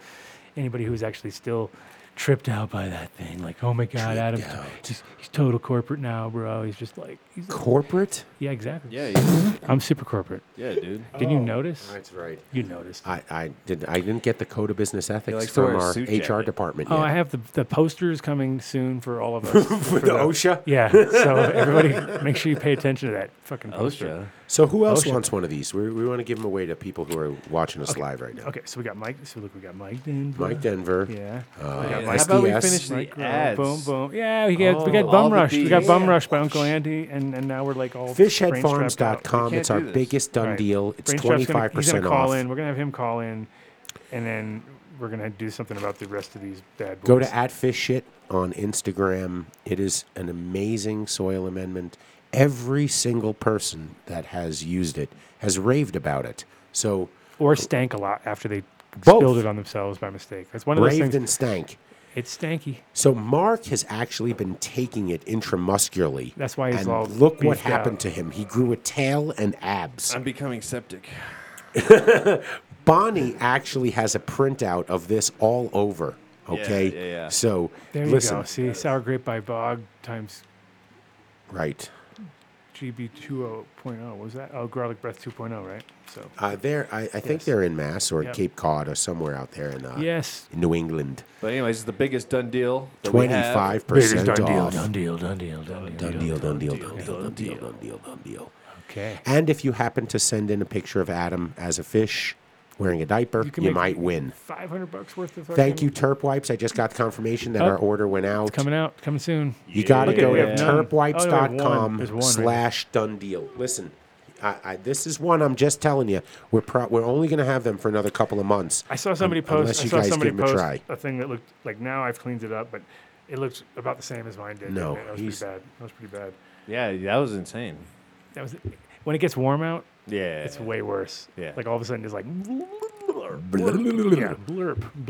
Speaker 3: anybody who's actually still tripped out by that thing, like oh my god, Adam's
Speaker 4: Tripped out.
Speaker 3: he's, he's total corporate now, bro. He's just like he's like,
Speaker 4: corporate.
Speaker 3: yeah, exactly.
Speaker 5: Yeah, you-
Speaker 3: I'm super corporate.
Speaker 5: yeah, dude.
Speaker 3: Didn't you notice?
Speaker 4: That's Oh. right.
Speaker 3: You noticed.
Speaker 4: I, I didn't I didn't get the code of business ethics
Speaker 5: likes to wear
Speaker 4: from
Speaker 5: a
Speaker 4: our HR
Speaker 5: suit jacket.
Speaker 4: department
Speaker 3: Oh, I
Speaker 4: yet.
Speaker 3: have the, the posters coming soon for all of us. for
Speaker 4: the OSHA?
Speaker 3: Yeah. So everybody make sure you pay attention to that fucking
Speaker 4: Oh,
Speaker 3: poster.
Speaker 5: OSHA.
Speaker 4: So who else
Speaker 3: shit.
Speaker 4: wants one of these? We, we want to give them away to people who are watching us live right now.
Speaker 3: Okay, so we got Mike. So look, we got Mike Denver.
Speaker 4: Mike Denver.
Speaker 3: Yeah.
Speaker 4: Uh,
Speaker 3: we got
Speaker 5: How about we
Speaker 4: SDS.
Speaker 5: finish the
Speaker 3: Mike Rowe,
Speaker 5: ads?
Speaker 3: Boom, boom. Yeah, we got, we
Speaker 5: Oh,
Speaker 3: got
Speaker 5: all
Speaker 3: bum
Speaker 5: the
Speaker 3: rushed. We got bum
Speaker 5: bees.
Speaker 3: rushed by Uncle Andy, and, and now we're like all brain-strapped out.
Speaker 4: Fishheadfarms.com.
Speaker 5: We
Speaker 4: It's
Speaker 5: can't
Speaker 4: our
Speaker 5: do this.
Speaker 4: biggest done
Speaker 3: Right.
Speaker 4: deal. It's
Speaker 3: Brainstrap's
Speaker 4: twenty
Speaker 3: gonna-
Speaker 4: five
Speaker 3: He's gonna
Speaker 4: percent
Speaker 3: call
Speaker 4: off.
Speaker 3: in. We're gonna have him call in, and then we're gonna do something about the rest of these bad boys.
Speaker 4: Go to at fish shit on Instagram. It is an amazing soil amendment. Every single person that has used it has raved about it. So
Speaker 3: or stank a lot after they
Speaker 4: Both.
Speaker 3: spilled it on themselves by mistake. That's one of those
Speaker 4: raved
Speaker 3: things.
Speaker 4: and stank.
Speaker 3: it's stanky.
Speaker 4: So Mark has actually been taking it intramuscularly.
Speaker 3: That's why he's
Speaker 4: and
Speaker 3: all
Speaker 4: look what
Speaker 3: beefed
Speaker 4: happened
Speaker 3: out.
Speaker 4: to him. He grew a tail and abs.
Speaker 5: I'm becoming septic.
Speaker 4: Bonnie actually has a printout of this all over. Okay,
Speaker 5: yeah, yeah.
Speaker 4: so
Speaker 3: There you
Speaker 4: listen,
Speaker 3: go. See, sour grape by bog times
Speaker 4: right.
Speaker 3: GB 2.0. What was that? Oh, garlic breath 2.0, right? So,
Speaker 4: Uh, there, I, I think
Speaker 3: Yes.
Speaker 4: they're in Mass or
Speaker 3: Yep.
Speaker 4: Cape Cod or somewhere out there in, uh,
Speaker 3: yes.
Speaker 4: in New England.
Speaker 5: But anyways, it's the biggest done deal. that we have.
Speaker 4: Twenty-five percent off.
Speaker 3: deal, done deal, done deal.
Speaker 4: Done deal, done deal, done deal, done deal, done deal, done deal.
Speaker 3: Okay.
Speaker 4: And if you happen to send in a picture of Adam as a fish wearing a diaper, you,
Speaker 3: can make-
Speaker 4: might win.
Speaker 3: 500 bucks worth of
Speaker 4: Thank
Speaker 3: fucking-
Speaker 4: you, Terp Wipes. I just got confirmation that
Speaker 3: Oh,
Speaker 4: our order went out.
Speaker 3: Coming out, coming soon.
Speaker 4: You got to
Speaker 5: Look at
Speaker 4: go
Speaker 5: it,
Speaker 4: to
Speaker 5: we have
Speaker 3: none. Oh,
Speaker 4: turpwipes.com
Speaker 3: there's one right
Speaker 4: slash done deal. Listen, I, I, this is one I'm just telling you. We're pro- we're only going to have them for another couple of months.
Speaker 3: I saw somebody
Speaker 4: Un-
Speaker 3: post.
Speaker 4: unless
Speaker 3: I
Speaker 4: you
Speaker 3: saw
Speaker 4: guys
Speaker 3: somebody
Speaker 4: give him a
Speaker 3: post
Speaker 4: try.
Speaker 3: thing that looked like now I've cleaned it up, but it looked about the same as mine did.
Speaker 4: No,
Speaker 3: didn't it? that was
Speaker 4: he's-
Speaker 3: pretty bad. That was pretty bad.
Speaker 5: Yeah, that was insane.
Speaker 3: That was when it gets warm out.
Speaker 5: Yeah.
Speaker 3: It's way worse.
Speaker 5: Yeah.
Speaker 3: Like all of a sudden, it's like blurp, yeah,
Speaker 4: Blurp,
Speaker 3: blurp, blurp, and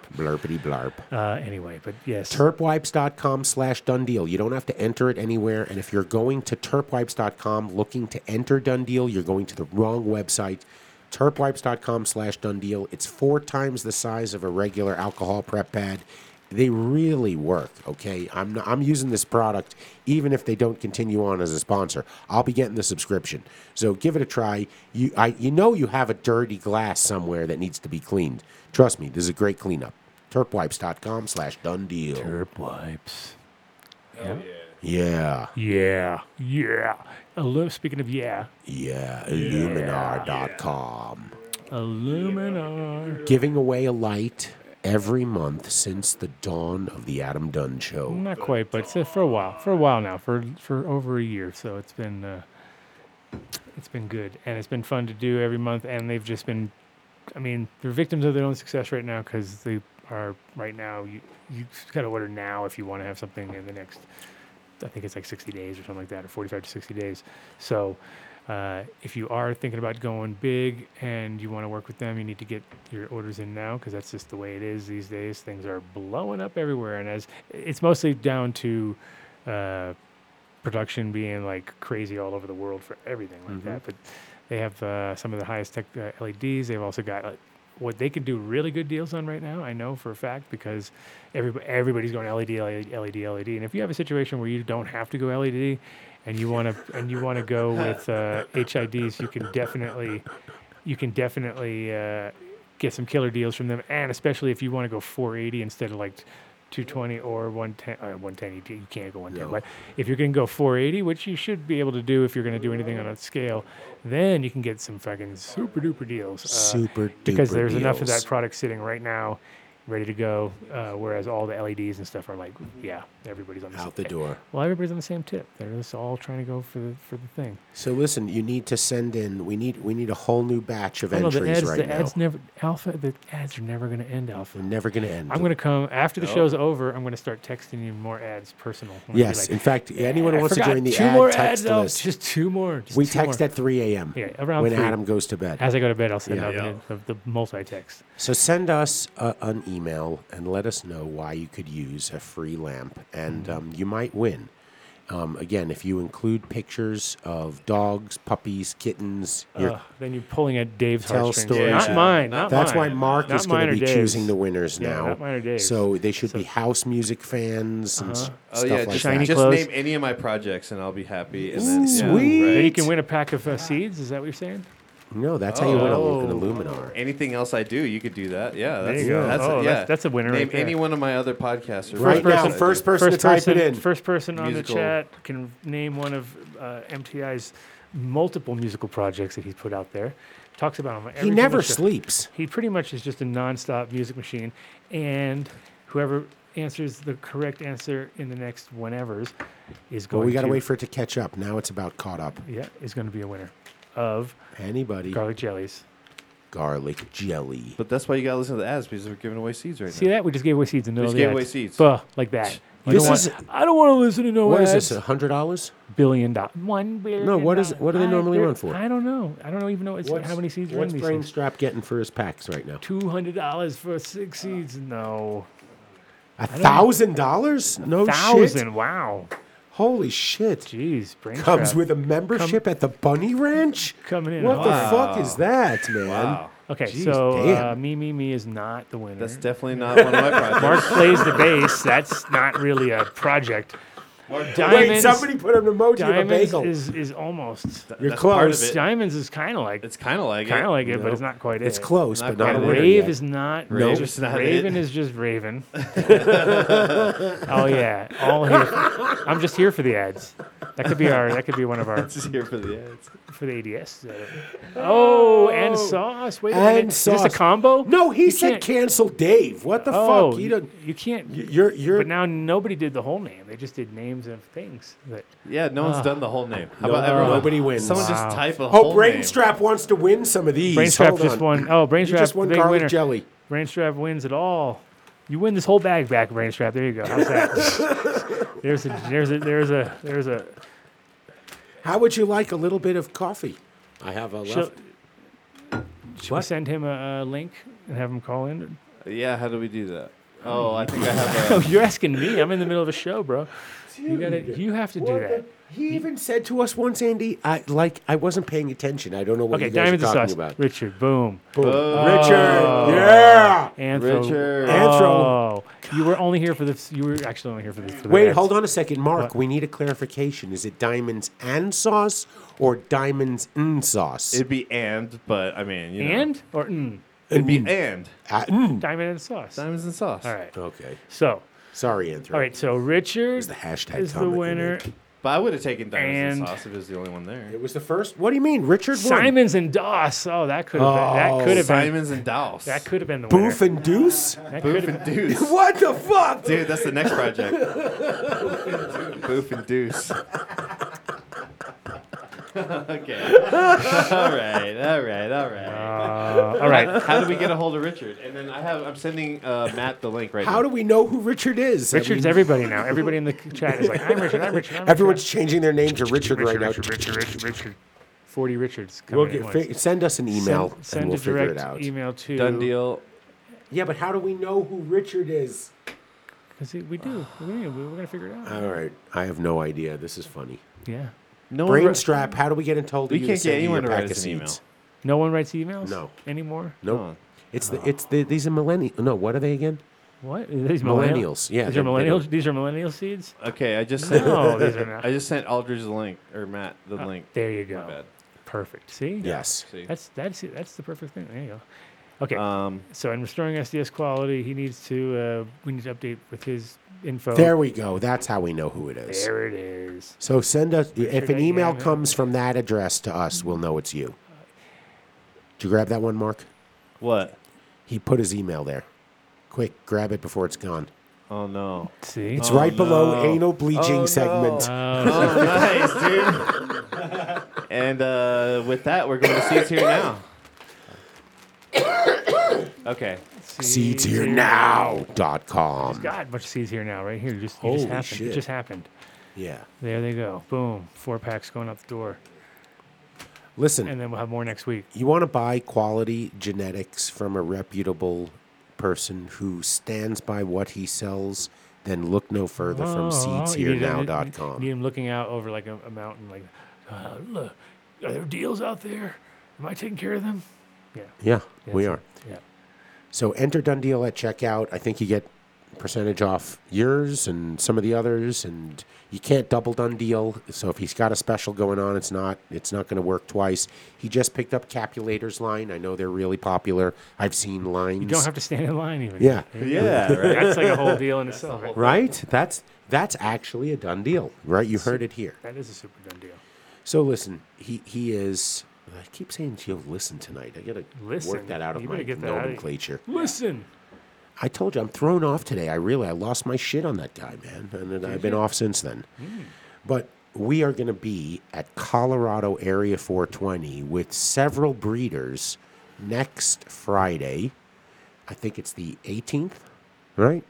Speaker 3: blarp.
Speaker 4: blurpity blurp.
Speaker 3: Uh, anyway, but yes,
Speaker 4: Turpwipes.com slash done deal. You don't have to enter it anywhere. And if you're going to turpwipes.com looking to enter done deal, you're going to the wrong website. Turpwipes.com slash done deal. It's four times the size of a regular alcohol prep pad. They really work, okay? I'm, not, I'm using this product even if they don't continue on as a sponsor. I'll be getting the subscription. So give it a try. You, I, you know you have a dirty glass somewhere that needs to be cleaned. Trust me, this is a great cleanup. Turpwipes.com slash done deal.
Speaker 3: herb wipes.
Speaker 4: Yeah.
Speaker 3: Yeah, yeah. Illum- speaking of yeah,
Speaker 4: Yeah. Illuminar.com.
Speaker 3: Illuminar.
Speaker 4: Giving away a light every month since the dawn of the Adam Dunn Show.
Speaker 3: Not quite, but it's, uh, for a while, for a while now, for for over a year. So it's been uh, it's been good, and it's been fun to do every month. And they've just been, I mean, they're victims of their own success right now because they are right now. You you got to order now if you want to have something in the next. I think it's like 60 days or something like that, or 45 to 60 days. So. Uh, if you are thinking about going big and you want to work with them, you need to get your orders in now because that's just the way it is these days. Things are blowing up everywhere, and as it's mostly down to uh, production being like crazy all over the world for everything like that. But they have uh, some of the highest tech uh, LEDs. They've also got uh, what they could do really good deals on right now. I know for a fact because everybody, everybody's going E LED, LED, LED, LED. And if you have a situation where you don't have to go LED, and you want to and you want to go with uh, HIDs, you can definitely you can definitely uh, get some killer deals from them. And especially if you want to go 480 instead of like 220 or 110, uh, 110 you, ca- you can't go 110. But if you're going to go 480, which you should be able to do if you're going to do anything on a scale, then you can get some fucking super duper deals. Uh,
Speaker 4: Super
Speaker 3: because
Speaker 4: duper
Speaker 3: there's enough of that
Speaker 4: deals.
Speaker 3: product sitting right now. Ready to go, uh, whereas all the LEDs and stuff are like, yeah, everybody's on the
Speaker 4: Out
Speaker 3: same-
Speaker 4: the door.
Speaker 3: well, everybody's on the same tip. They're just all trying to go for the for the thing.
Speaker 4: So listen, you need to send in. We need we need a whole new batch of
Speaker 3: Although
Speaker 4: entries
Speaker 3: the ads,
Speaker 4: right
Speaker 3: the
Speaker 4: now.
Speaker 3: ads never alpha. The ads are never going to end alpha.
Speaker 4: We're never going to end.
Speaker 3: I'm going to come after the show's over. I'm going to start texting you more ads personal. I'm gonna be
Speaker 4: yes,
Speaker 3: like,
Speaker 4: in fact, anyone
Speaker 3: "I
Speaker 4: who wants to
Speaker 3: forgot
Speaker 4: join the
Speaker 3: two
Speaker 4: ad
Speaker 3: more ads,
Speaker 4: text
Speaker 3: oh,
Speaker 4: list.
Speaker 3: Just two more. just
Speaker 4: we
Speaker 3: two more."
Speaker 4: text at 3 a.m.
Speaker 3: Yeah, around
Speaker 4: when
Speaker 3: 3.
Speaker 4: Adam goes to bed.
Speaker 3: As I go to bed, I'll send
Speaker 4: Yeah.
Speaker 3: out
Speaker 8: Yeah.
Speaker 3: the, the, the multi-text.
Speaker 4: So send us a, an email and let us know why you could use a free lamp, and
Speaker 3: Mm-hmm.
Speaker 4: um, you might win. Um, again, if you include pictures of dogs, puppies, kittens, your
Speaker 3: Ugh, then you're pulling at Dave's
Speaker 4: Tell
Speaker 3: heartstrings.
Speaker 4: stories.
Speaker 3: Not
Speaker 8: Yeah.
Speaker 3: mine. Not
Speaker 4: That's
Speaker 3: mine.
Speaker 4: why Mark
Speaker 3: Not
Speaker 4: is going
Speaker 3: mine
Speaker 4: to
Speaker 3: or
Speaker 4: be
Speaker 3: Dave's.
Speaker 4: choosing the winners
Speaker 3: Yeah,
Speaker 4: now.
Speaker 3: not mine or Dave's.
Speaker 4: So they should be house music fans and s-
Speaker 3: Uh-huh.
Speaker 8: Oh
Speaker 4: stuff
Speaker 8: yeah,
Speaker 4: like
Speaker 8: just,
Speaker 3: Shiny
Speaker 4: that.
Speaker 8: just
Speaker 3: clothes.
Speaker 8: name any of my projects and I'll be happy. And then, yeah,
Speaker 4: Sweet.
Speaker 3: Then you
Speaker 8: right.
Speaker 3: can win a pack of uh, seeds. Is that what you're saying?
Speaker 4: No, that's how you win a-
Speaker 8: Oh.
Speaker 4: an Illuminar.
Speaker 8: Anything else I do, you could do that. Yeah, that's,
Speaker 3: you go.
Speaker 8: That's,
Speaker 3: Oh,
Speaker 8: yeah.
Speaker 3: that's- that's a winner
Speaker 8: Name
Speaker 3: right there.
Speaker 8: any one of my other podcasts. or
Speaker 4: Right
Speaker 8: podcasts
Speaker 4: now,
Speaker 8: I do.
Speaker 4: first person to type
Speaker 3: person,
Speaker 4: it in.
Speaker 3: First person on the
Speaker 8: Musical.
Speaker 3: chat can name one of uh, MTI's multiple musical projects that he's put out there. Talks about them.
Speaker 4: He never sleeps.
Speaker 3: He pretty much is just a nonstop music machine, and whoever answers the correct answer in the next whenevers is
Speaker 4: But
Speaker 3: going.
Speaker 4: we got to
Speaker 3: to
Speaker 4: wait for it to catch up. Now it's about caught up.
Speaker 3: Yeah, is going to be a winner of
Speaker 4: Anybody?
Speaker 3: garlic jellies.
Speaker 4: Garlic jelly.
Speaker 8: But that's why you gotta listen to the ads because we're giving away seeds right
Speaker 3: See
Speaker 8: now.
Speaker 3: that? We just gave away seeds in the middle
Speaker 8: just
Speaker 3: of the
Speaker 8: gave away
Speaker 3: ads.
Speaker 8: seeds.
Speaker 3: Buh, like that. You
Speaker 4: This
Speaker 3: don't
Speaker 4: is-
Speaker 3: want, I don't want to listen to no
Speaker 4: What is
Speaker 3: ads.
Speaker 4: this? A hundred dollars?
Speaker 3: billion dollars. One billion.
Speaker 4: what is- what do they
Speaker 3: dollars.
Speaker 4: normally
Speaker 3: they're-
Speaker 4: run for?
Speaker 3: I don't know. I don't even know it's how many seeds are in
Speaker 4: What's
Speaker 3: these things.
Speaker 4: Brainstrap getting for his packs right now?
Speaker 3: Two hundred dollars for six seeds? No,
Speaker 4: A thousand dollars? No Oh, shit.
Speaker 3: thousand. Wow.
Speaker 4: Holy shit!
Speaker 3: Jeez, brain
Speaker 4: Comes
Speaker 3: trap.
Speaker 4: with a membership at the Bunny Ranch.
Speaker 3: coming in.
Speaker 4: What
Speaker 3: hot.
Speaker 4: the fuck is that, man?
Speaker 8: Wow.
Speaker 3: okay,
Speaker 4: Jeez,
Speaker 3: so uh,
Speaker 4: damn.
Speaker 3: me, me, me is not the winner.
Speaker 8: That's definitely not one of my projects.
Speaker 3: Mark plays the bass. That's not really a project. Diamonds.
Speaker 4: Wait, somebody put an emoji of a
Speaker 3: Diamonds
Speaker 4: bagel.
Speaker 3: is, is almost.
Speaker 4: You're
Speaker 8: That's part of
Speaker 4: close.
Speaker 8: it.
Speaker 3: Diamonds is kind of like
Speaker 8: It's kind of like
Speaker 3: kind
Speaker 8: it.
Speaker 3: of like it, but
Speaker 4: No.
Speaker 3: it's not quite
Speaker 4: It's
Speaker 3: it.
Speaker 4: close,
Speaker 8: Not
Speaker 4: but not
Speaker 8: quite
Speaker 4: a
Speaker 8: it.
Speaker 4: winner
Speaker 3: Rave
Speaker 4: yet.
Speaker 3: is not.
Speaker 8: Rave's
Speaker 3: just-
Speaker 8: not
Speaker 3: Raven
Speaker 8: it.
Speaker 3: is just Raven. oh yeah, all here. I'm just here for the ads. That could be our. That could be one of our
Speaker 8: It's here for the ads.
Speaker 3: for the ADS. Oh, and sauce. Wait a
Speaker 4: And
Speaker 3: minute. Is this
Speaker 4: sauce.
Speaker 3: a combo?
Speaker 4: No, he
Speaker 3: You
Speaker 4: said
Speaker 3: can't-
Speaker 4: cancel Dave. What the
Speaker 3: Oh,
Speaker 4: fuck? He
Speaker 3: you,
Speaker 4: don't,
Speaker 3: you can't.
Speaker 4: you're you're
Speaker 3: but now nobody did the whole name. They just did names of things. That
Speaker 8: Yeah, no
Speaker 3: Ah.
Speaker 8: one's done the whole name. How about everyone?
Speaker 4: nobody wins.
Speaker 8: Someone just type a whole
Speaker 4: oh,
Speaker 8: name.
Speaker 4: Brainstrap wants to win some of these.
Speaker 3: Brainstrap
Speaker 4: Hold
Speaker 3: just
Speaker 4: on.
Speaker 3: won. Oh,
Speaker 4: You
Speaker 3: Brainstrap
Speaker 4: just won
Speaker 3: big
Speaker 4: garlic
Speaker 3: winner.
Speaker 4: jelly.
Speaker 3: Brainstrap wins it all. You win this whole bag back, Brainstrap. There you go. How's that? there's a there's a there's a there's a
Speaker 4: How would you like a little bit of coffee? I have a
Speaker 3: Shall,
Speaker 4: left.
Speaker 3: should we send him a, a link and have him call in?
Speaker 8: Yeah, how do we do that? Oh, I think I have
Speaker 3: Oh,
Speaker 8: a.
Speaker 3: you're asking me. I'm in the middle of a show, bro. You gotta, you have to do
Speaker 4: What
Speaker 3: that.
Speaker 4: the- He even said to us once, Andy, I like I wasn't paying attention. I don't know what
Speaker 3: Okay,
Speaker 4: you guys are
Speaker 3: diamonds and
Speaker 4: talking
Speaker 3: sauce.
Speaker 4: about.
Speaker 3: Richard, boom.
Speaker 4: Boom.
Speaker 3: Oh.
Speaker 4: Richard, yeah.
Speaker 3: Anthro.
Speaker 8: Richard.
Speaker 3: Oh, you were only here for this. You were actually only here for this. For the
Speaker 4: Wait,
Speaker 3: ads.
Speaker 4: hold on a second, Mark. We need a clarification. Is it diamonds and sauce or diamonds and sauce?
Speaker 8: It'd be and, but I mean, you know.
Speaker 3: And or mm,
Speaker 8: It'd be and.
Speaker 4: Ah, mm.
Speaker 3: diamond and sauce. All
Speaker 8: Diamonds and sauce.
Speaker 3: right.
Speaker 4: Okay.
Speaker 3: So,
Speaker 4: Sorry, Anthony.
Speaker 3: all right. So Richard
Speaker 4: the hashtag
Speaker 3: is the
Speaker 4: comment they
Speaker 3: winner
Speaker 4: made.
Speaker 8: But I would have taken Diamonds and
Speaker 3: And-
Speaker 8: Sauce if it was the only one there.
Speaker 4: It was the first. What do you mean, Richard? won.
Speaker 3: Simons and Doss. Oh, that could have been. That could have been.
Speaker 8: Diamonds and Douse.
Speaker 3: That could have been the winner.
Speaker 4: Boof and Deuce.
Speaker 3: That could have been.
Speaker 8: and Deuce.
Speaker 4: What the fuck?
Speaker 8: Dude, that's the next project. Boof and Deuce. okay. all right. All right. All right.
Speaker 3: Uh, all right.
Speaker 8: How do we get a hold of Richard? And then I have I'm sending uh, Matt the link right
Speaker 4: How do
Speaker 8: now.
Speaker 4: we know who Richard is? I
Speaker 3: Richard's
Speaker 4: mean,
Speaker 3: everybody now. Everybody in the chat is like, I'm Richard. I'm Richard. I'm
Speaker 4: everyone's changing their name to Richard,
Speaker 3: Richard.
Speaker 4: right now.
Speaker 3: Richard, Richard, Richard, Richard. Forty Richards.
Speaker 4: We'll
Speaker 3: Coming
Speaker 4: get,
Speaker 3: at once.
Speaker 4: fi- send us an email
Speaker 3: Send,
Speaker 4: and
Speaker 3: send
Speaker 4: we'll
Speaker 3: a
Speaker 4: figure it out.
Speaker 3: direct email to
Speaker 8: Done deal.
Speaker 4: Yeah, but how do we know who Richard is?
Speaker 3: Because we do. We're gonna, we're gonna figure it out.
Speaker 4: All right, I have no idea. This is funny.
Speaker 3: yeah.
Speaker 8: No one re-
Speaker 4: Brainstrap, how do we get in touch
Speaker 8: We
Speaker 4: you
Speaker 8: can't
Speaker 4: to send
Speaker 8: get
Speaker 4: you
Speaker 8: anyone
Speaker 4: your
Speaker 8: to
Speaker 4: pack
Speaker 8: write
Speaker 4: of
Speaker 8: us an email.
Speaker 4: seeds?
Speaker 3: No one writes emails.
Speaker 4: No.
Speaker 3: Anymore.
Speaker 4: No,
Speaker 8: Huh.
Speaker 4: it's
Speaker 8: Uh-huh.
Speaker 4: the it's the these are millennial. No, what are they again?
Speaker 3: What? Are these
Speaker 4: Millennials. Yeah,
Speaker 3: These
Speaker 4: they-
Speaker 3: are
Speaker 4: they
Speaker 3: millennial.
Speaker 4: don't-
Speaker 3: These are millennial seeds.
Speaker 8: Okay, I just sent
Speaker 3: No, these are
Speaker 8: I
Speaker 3: not.
Speaker 8: just sent Aldridge the link or Matt the link.
Speaker 3: There you go.
Speaker 8: My bad.
Speaker 3: Perfect. See?
Speaker 4: Yes.
Speaker 8: See.
Speaker 3: That's that's it. that's the perfect thing. There you go. Okay.
Speaker 8: Um,
Speaker 3: so in restoring SDS quality, he needs to uh, we need to update with his info.
Speaker 4: There we go. That's how we know who it is.
Speaker 3: There it is.
Speaker 4: So send us if an
Speaker 3: I
Speaker 4: email
Speaker 3: am it.
Speaker 4: comes from that address to us, we'll know it's you. Did you grab that one, Mark?
Speaker 8: what?
Speaker 4: He put his email there. Quick, grab it before it's gone.
Speaker 8: Oh no.
Speaker 3: See. Uh,
Speaker 4: It's right below
Speaker 8: Oh, no.
Speaker 4: anal bleaching
Speaker 8: Oh,
Speaker 4: segment.
Speaker 3: Oh,
Speaker 8: Oh, nice, dude. and uh, with that, we're going to see it's here now. Okay.
Speaker 4: Seeds here now dot com.
Speaker 3: God, much seeds here now, right here. Just, it just
Speaker 4: Holy
Speaker 3: happened. It
Speaker 4: shit.
Speaker 3: just happened.
Speaker 4: Yeah.
Speaker 3: There they go. Boom. Four packs going out the door,
Speaker 4: Listen,
Speaker 3: and then we'll have more next week.
Speaker 4: you want to buy quality genetics from a reputable person who stands by what he sells, then look no further from
Speaker 3: Oh,
Speaker 4: seedsherenow.com.
Speaker 3: Need him looking out over like a, a mountain, like, uh, look, are there deals out there? Am I taking care of them? Yeah.
Speaker 4: Yeah, we
Speaker 3: Yes.
Speaker 4: are.
Speaker 3: Yeah.
Speaker 4: So enter Done Deal at checkout. I think you get percentage off yours and some of the others, and you can't double Done Deal. So if he's got a special going on, it's not it's not going to work twice. He just picked up Capulator's line. I know they're really popular. I've seen lines.
Speaker 3: You don't have to stand in line even.
Speaker 4: Yeah.
Speaker 8: Yeah. Right.
Speaker 3: That's like a whole deal in itself. Right?
Speaker 4: Right? That's that's actually a done deal, right? You heard it here.
Speaker 3: That is a super done deal.
Speaker 4: So listen, he he is. I keep saying to you, listen tonight. I gotta
Speaker 3: Listen.
Speaker 4: work that out of
Speaker 3: You
Speaker 4: my
Speaker 3: better get that out of-
Speaker 4: nomenclature.
Speaker 3: Listen.
Speaker 4: I told you I'm thrown off today. I really I lost my shit on that guy, man, and then I've been off since then. But we are going to be at Colorado Area 420 with several breeders next Friday. I think it's the 18th, right?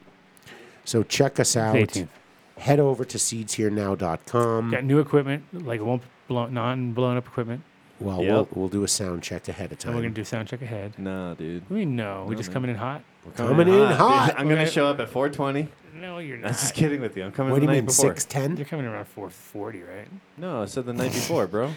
Speaker 4: So check us out.
Speaker 3: 18th.
Speaker 4: Head over to seedsherenow.com.
Speaker 3: Got new equipment, like won't blow, non blown up equipment.
Speaker 4: Well,
Speaker 8: Yep.
Speaker 4: we'll we'll do a sound check ahead of time.
Speaker 3: And we're gonna do sound check ahead.
Speaker 8: No, dude.
Speaker 3: We know. We're just coming in hot.
Speaker 8: We're
Speaker 4: coming in hot.
Speaker 8: dude. I'm gonna show up at 4:20.
Speaker 3: No, you're
Speaker 8: I'm just
Speaker 3: not.
Speaker 8: kidding with you. I'm coming
Speaker 4: what do
Speaker 8: the
Speaker 4: you
Speaker 8: night
Speaker 4: mean,
Speaker 8: before.
Speaker 4: six ten?
Speaker 3: You're coming around 440, right?
Speaker 8: No, I said the night before, bro.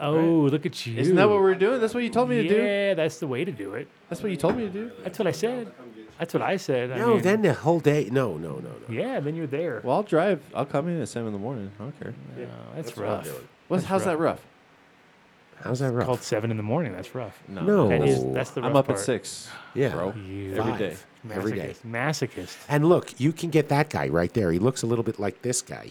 Speaker 3: Oh, look at you.
Speaker 8: Isn't that what we're doing? That's what you told me to do.
Speaker 3: Yeah, that's the way to do it.
Speaker 8: That's what you told me to do.
Speaker 3: That's what I said. That's what I said. I
Speaker 4: No,
Speaker 3: mean,
Speaker 4: then the whole day. No, no, no, no.
Speaker 3: Yeah, then you're there.
Speaker 8: Well, I'll drive. I'll come in at seven in the morning. I don't care.
Speaker 3: No, that's, rough.
Speaker 8: What's, how's that rough?
Speaker 4: How's that rough?
Speaker 3: Called seven in the morning. That's rough.
Speaker 4: no,
Speaker 5: Oh,
Speaker 3: That is. That's the. Rough
Speaker 8: I'm up
Speaker 3: part.
Speaker 8: at six.
Speaker 4: yeah,
Speaker 8: bro.
Speaker 3: You
Speaker 8: Every
Speaker 4: Five.
Speaker 8: day.
Speaker 4: Every day.
Speaker 3: masochist. Masochist.
Speaker 4: And look, you can get that guy right there. He looks a little bit like this guy.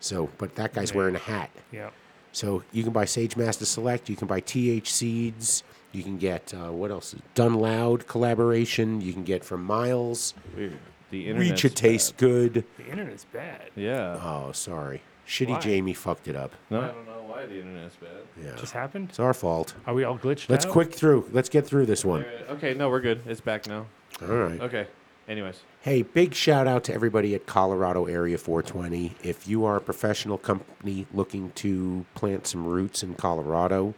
Speaker 4: So, but that guy's wearing a hat.
Speaker 3: Yeah.
Speaker 4: So you can buy Sage Master Select. You can buy TH Seeds. You can get uh, what else? Done Loud collaboration. You can get from Miles.
Speaker 8: Weird. The
Speaker 4: We
Speaker 8: internet.
Speaker 4: should taste good.
Speaker 3: The internet's bad.
Speaker 8: Yeah.
Speaker 4: Oh, sorry. Shitty
Speaker 3: Why?
Speaker 4: Jamie fucked it up.
Speaker 8: No. I don't know why the internet's bad.
Speaker 4: Yeah,
Speaker 3: Just happened.
Speaker 4: it's our fault.
Speaker 3: Are we all glitched?
Speaker 4: Let's
Speaker 3: out?
Speaker 4: quick through. Let's get through this one.
Speaker 8: Uh, Okay, no, we're good. It's back now.
Speaker 4: All right.
Speaker 8: Okay. Anyways.
Speaker 4: Hey, big shout out to everybody at Colorado Area 420. If you are a professional company looking to plant some roots in Colorado,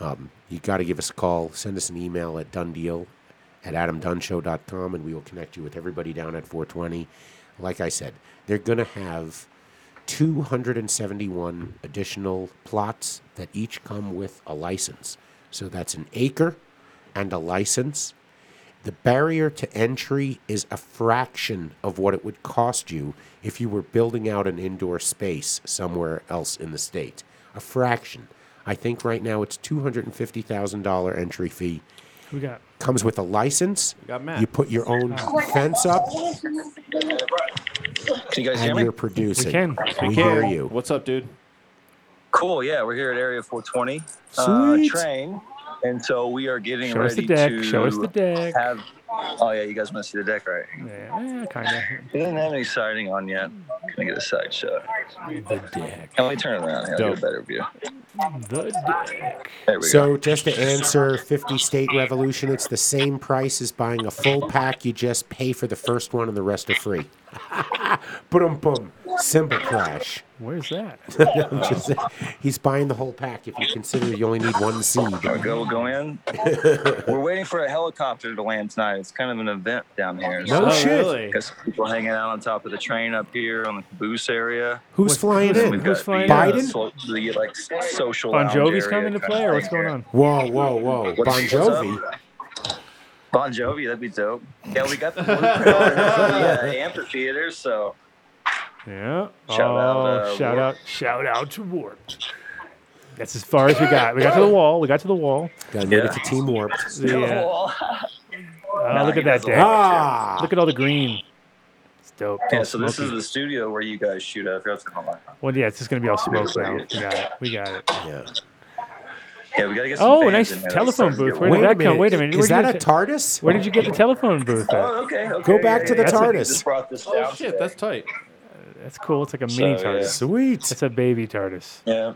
Speaker 4: um, you got to give us a call. Send us an email at dundeal at adamdunshow.com and we will connect you with everybody down at 420. Like I said, they're going to have 271 additional plots that each come with a license. So that's an acre and a license. The barrier to entry is a fraction of what it would cost you if you were building out an indoor space somewhere else in the state. A fraction. I think right now it's $250,000 entry fee.
Speaker 3: We got
Speaker 4: Comes with a license.
Speaker 8: got Matt.
Speaker 4: You put your own fence up,
Speaker 9: Can you guys hear
Speaker 4: and
Speaker 9: me?
Speaker 4: you're producing.
Speaker 3: We can.
Speaker 4: We
Speaker 8: Kid,
Speaker 4: hear you.
Speaker 8: What's up, dude?
Speaker 9: Cool. Yeah, we're here at Area 420
Speaker 4: Sweet.
Speaker 9: uh, train, and so we are getting
Speaker 3: Show
Speaker 9: ready
Speaker 3: us the deck,
Speaker 9: to
Speaker 3: show us the deck.
Speaker 9: have. Oh yeah, you guys want to see the deck, right?
Speaker 3: yeah, kind
Speaker 9: It doesn't have any siding on yet. Can I get a side shot?
Speaker 3: of the deck.
Speaker 9: Can we turn around? Here, I'll get a better view.
Speaker 3: The deck.
Speaker 9: There we go.
Speaker 4: So just to answer 50 State Revolution, it's the same price as buying a full pack. You just pay for the first one and the rest are free. Boom, boom. Simple clash.
Speaker 3: Where's that?
Speaker 4: I'm just saying, he's buying the whole pack if you consider you only need one seed.
Speaker 9: We'll go, we'll go in. We're waiting for a helicopter to land tonight. It's kind of an event down here.
Speaker 4: No
Speaker 3: Oh,
Speaker 9: So
Speaker 4: shit.
Speaker 8: really?
Speaker 9: got some people hanging out on top of the train up here on the caboose area.
Speaker 4: Who's flying
Speaker 9: And we've
Speaker 4: in?
Speaker 9: got
Speaker 3: Who's flying
Speaker 9: the,
Speaker 4: in?
Speaker 9: Uh, so, the, like social.
Speaker 3: Bon
Speaker 9: lounge
Speaker 3: Jovi's
Speaker 9: area
Speaker 3: coming to
Speaker 9: kind of
Speaker 3: play, or what's
Speaker 9: thing
Speaker 3: going
Speaker 9: here.
Speaker 3: on?
Speaker 4: Whoa, whoa, whoa.
Speaker 9: What's-
Speaker 4: Bon
Speaker 9: what's
Speaker 4: Jovi.
Speaker 9: up? Bon Jovi, that'd be dope. Yeah, we got the blueprint already for the uh, amphitheater, so
Speaker 3: Yeah.
Speaker 9: Shout
Speaker 3: oh,
Speaker 9: out, uh,
Speaker 3: shout
Speaker 9: Warp.
Speaker 3: out, shout out to Warp. That's as far as we got. We got to the wall. We got to the wall.
Speaker 4: Got rid
Speaker 9: Yeah.
Speaker 4: of the team warped.
Speaker 3: The, uh,
Speaker 9: Cool.
Speaker 3: oh,
Speaker 9: Nah,
Speaker 3: look
Speaker 9: he
Speaker 3: at that
Speaker 9: does a
Speaker 3: deck.
Speaker 4: Ah!
Speaker 3: Look at all the green. It's dope. It's
Speaker 9: Yeah,
Speaker 3: all
Speaker 9: so this is
Speaker 3: smoky.
Speaker 9: the studio where you guys shoot up. That's gonna lie.
Speaker 3: well, yeah, it's just gonna be all smoke now. We got it. We got it.
Speaker 4: Yeah.
Speaker 9: Yeah, we gotta get. Some
Speaker 3: Oh,
Speaker 9: fans
Speaker 3: nice
Speaker 9: in there.
Speaker 3: telephone
Speaker 9: That's gonna
Speaker 3: booth.
Speaker 9: get
Speaker 3: Where did
Speaker 9: warm.
Speaker 4: Wait a
Speaker 3: that come?
Speaker 4: minute.
Speaker 3: Wait a minute.
Speaker 4: Is
Speaker 3: Where
Speaker 4: that a
Speaker 3: did you-
Speaker 4: TARDIS?
Speaker 3: Where did you get the telephone booth at?
Speaker 9: Oh, okay, okay.
Speaker 4: Go back to the
Speaker 9: yeah, yeah.
Speaker 4: TARDIS.
Speaker 9: Just brought this down
Speaker 8: Oh shit,
Speaker 9: today.
Speaker 8: that's tight.
Speaker 3: That's cool. It's like a mini
Speaker 9: So, yeah.
Speaker 3: TARDIS.
Speaker 4: Sweet.
Speaker 3: It's a baby TARDIS.
Speaker 9: yeah.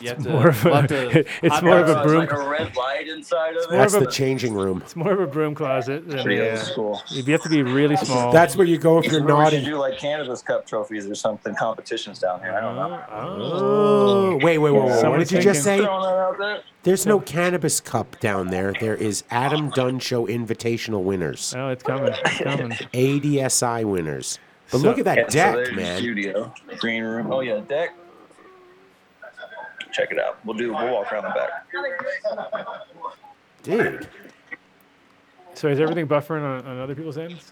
Speaker 8: You have to,
Speaker 3: More of
Speaker 8: we'll have
Speaker 3: a,
Speaker 8: to-
Speaker 3: it's
Speaker 8: I've
Speaker 3: more of
Speaker 9: So
Speaker 3: a
Speaker 9: it's
Speaker 3: broom.
Speaker 9: Like a red light inside of it.
Speaker 4: That's
Speaker 3: of
Speaker 4: the
Speaker 3: a-
Speaker 4: changing room.
Speaker 3: It's more of a broom closet than
Speaker 9: Pretty old
Speaker 3: a, uh,
Speaker 9: school.
Speaker 3: you have to be really small.
Speaker 4: That's where you go if you're
Speaker 9: Maybe we should
Speaker 4: naughty.
Speaker 9: do like cannabis cup trophies or something competitions down here. I don't know.
Speaker 4: Oh, wait, wait, wait, wait. What
Speaker 3: Someone's
Speaker 4: did you just
Speaker 3: thinking-
Speaker 4: say?
Speaker 9: Throwing that out there.
Speaker 4: There's no cannabis cup down there. There is Adam Dunn Show Invitational winners,
Speaker 3: Oh, it's coming. It's coming.
Speaker 4: ADSI winners. But
Speaker 3: So-
Speaker 4: look at
Speaker 9: Yeah,
Speaker 4: that
Speaker 9: so
Speaker 4: deck,
Speaker 9: there's the
Speaker 4: man.
Speaker 9: Studio, green room. Oh yeah, deck. Check it out. We'll do. We'll walk around the back.
Speaker 4: Dude,
Speaker 3: So is everything buffering on, on other people's ends?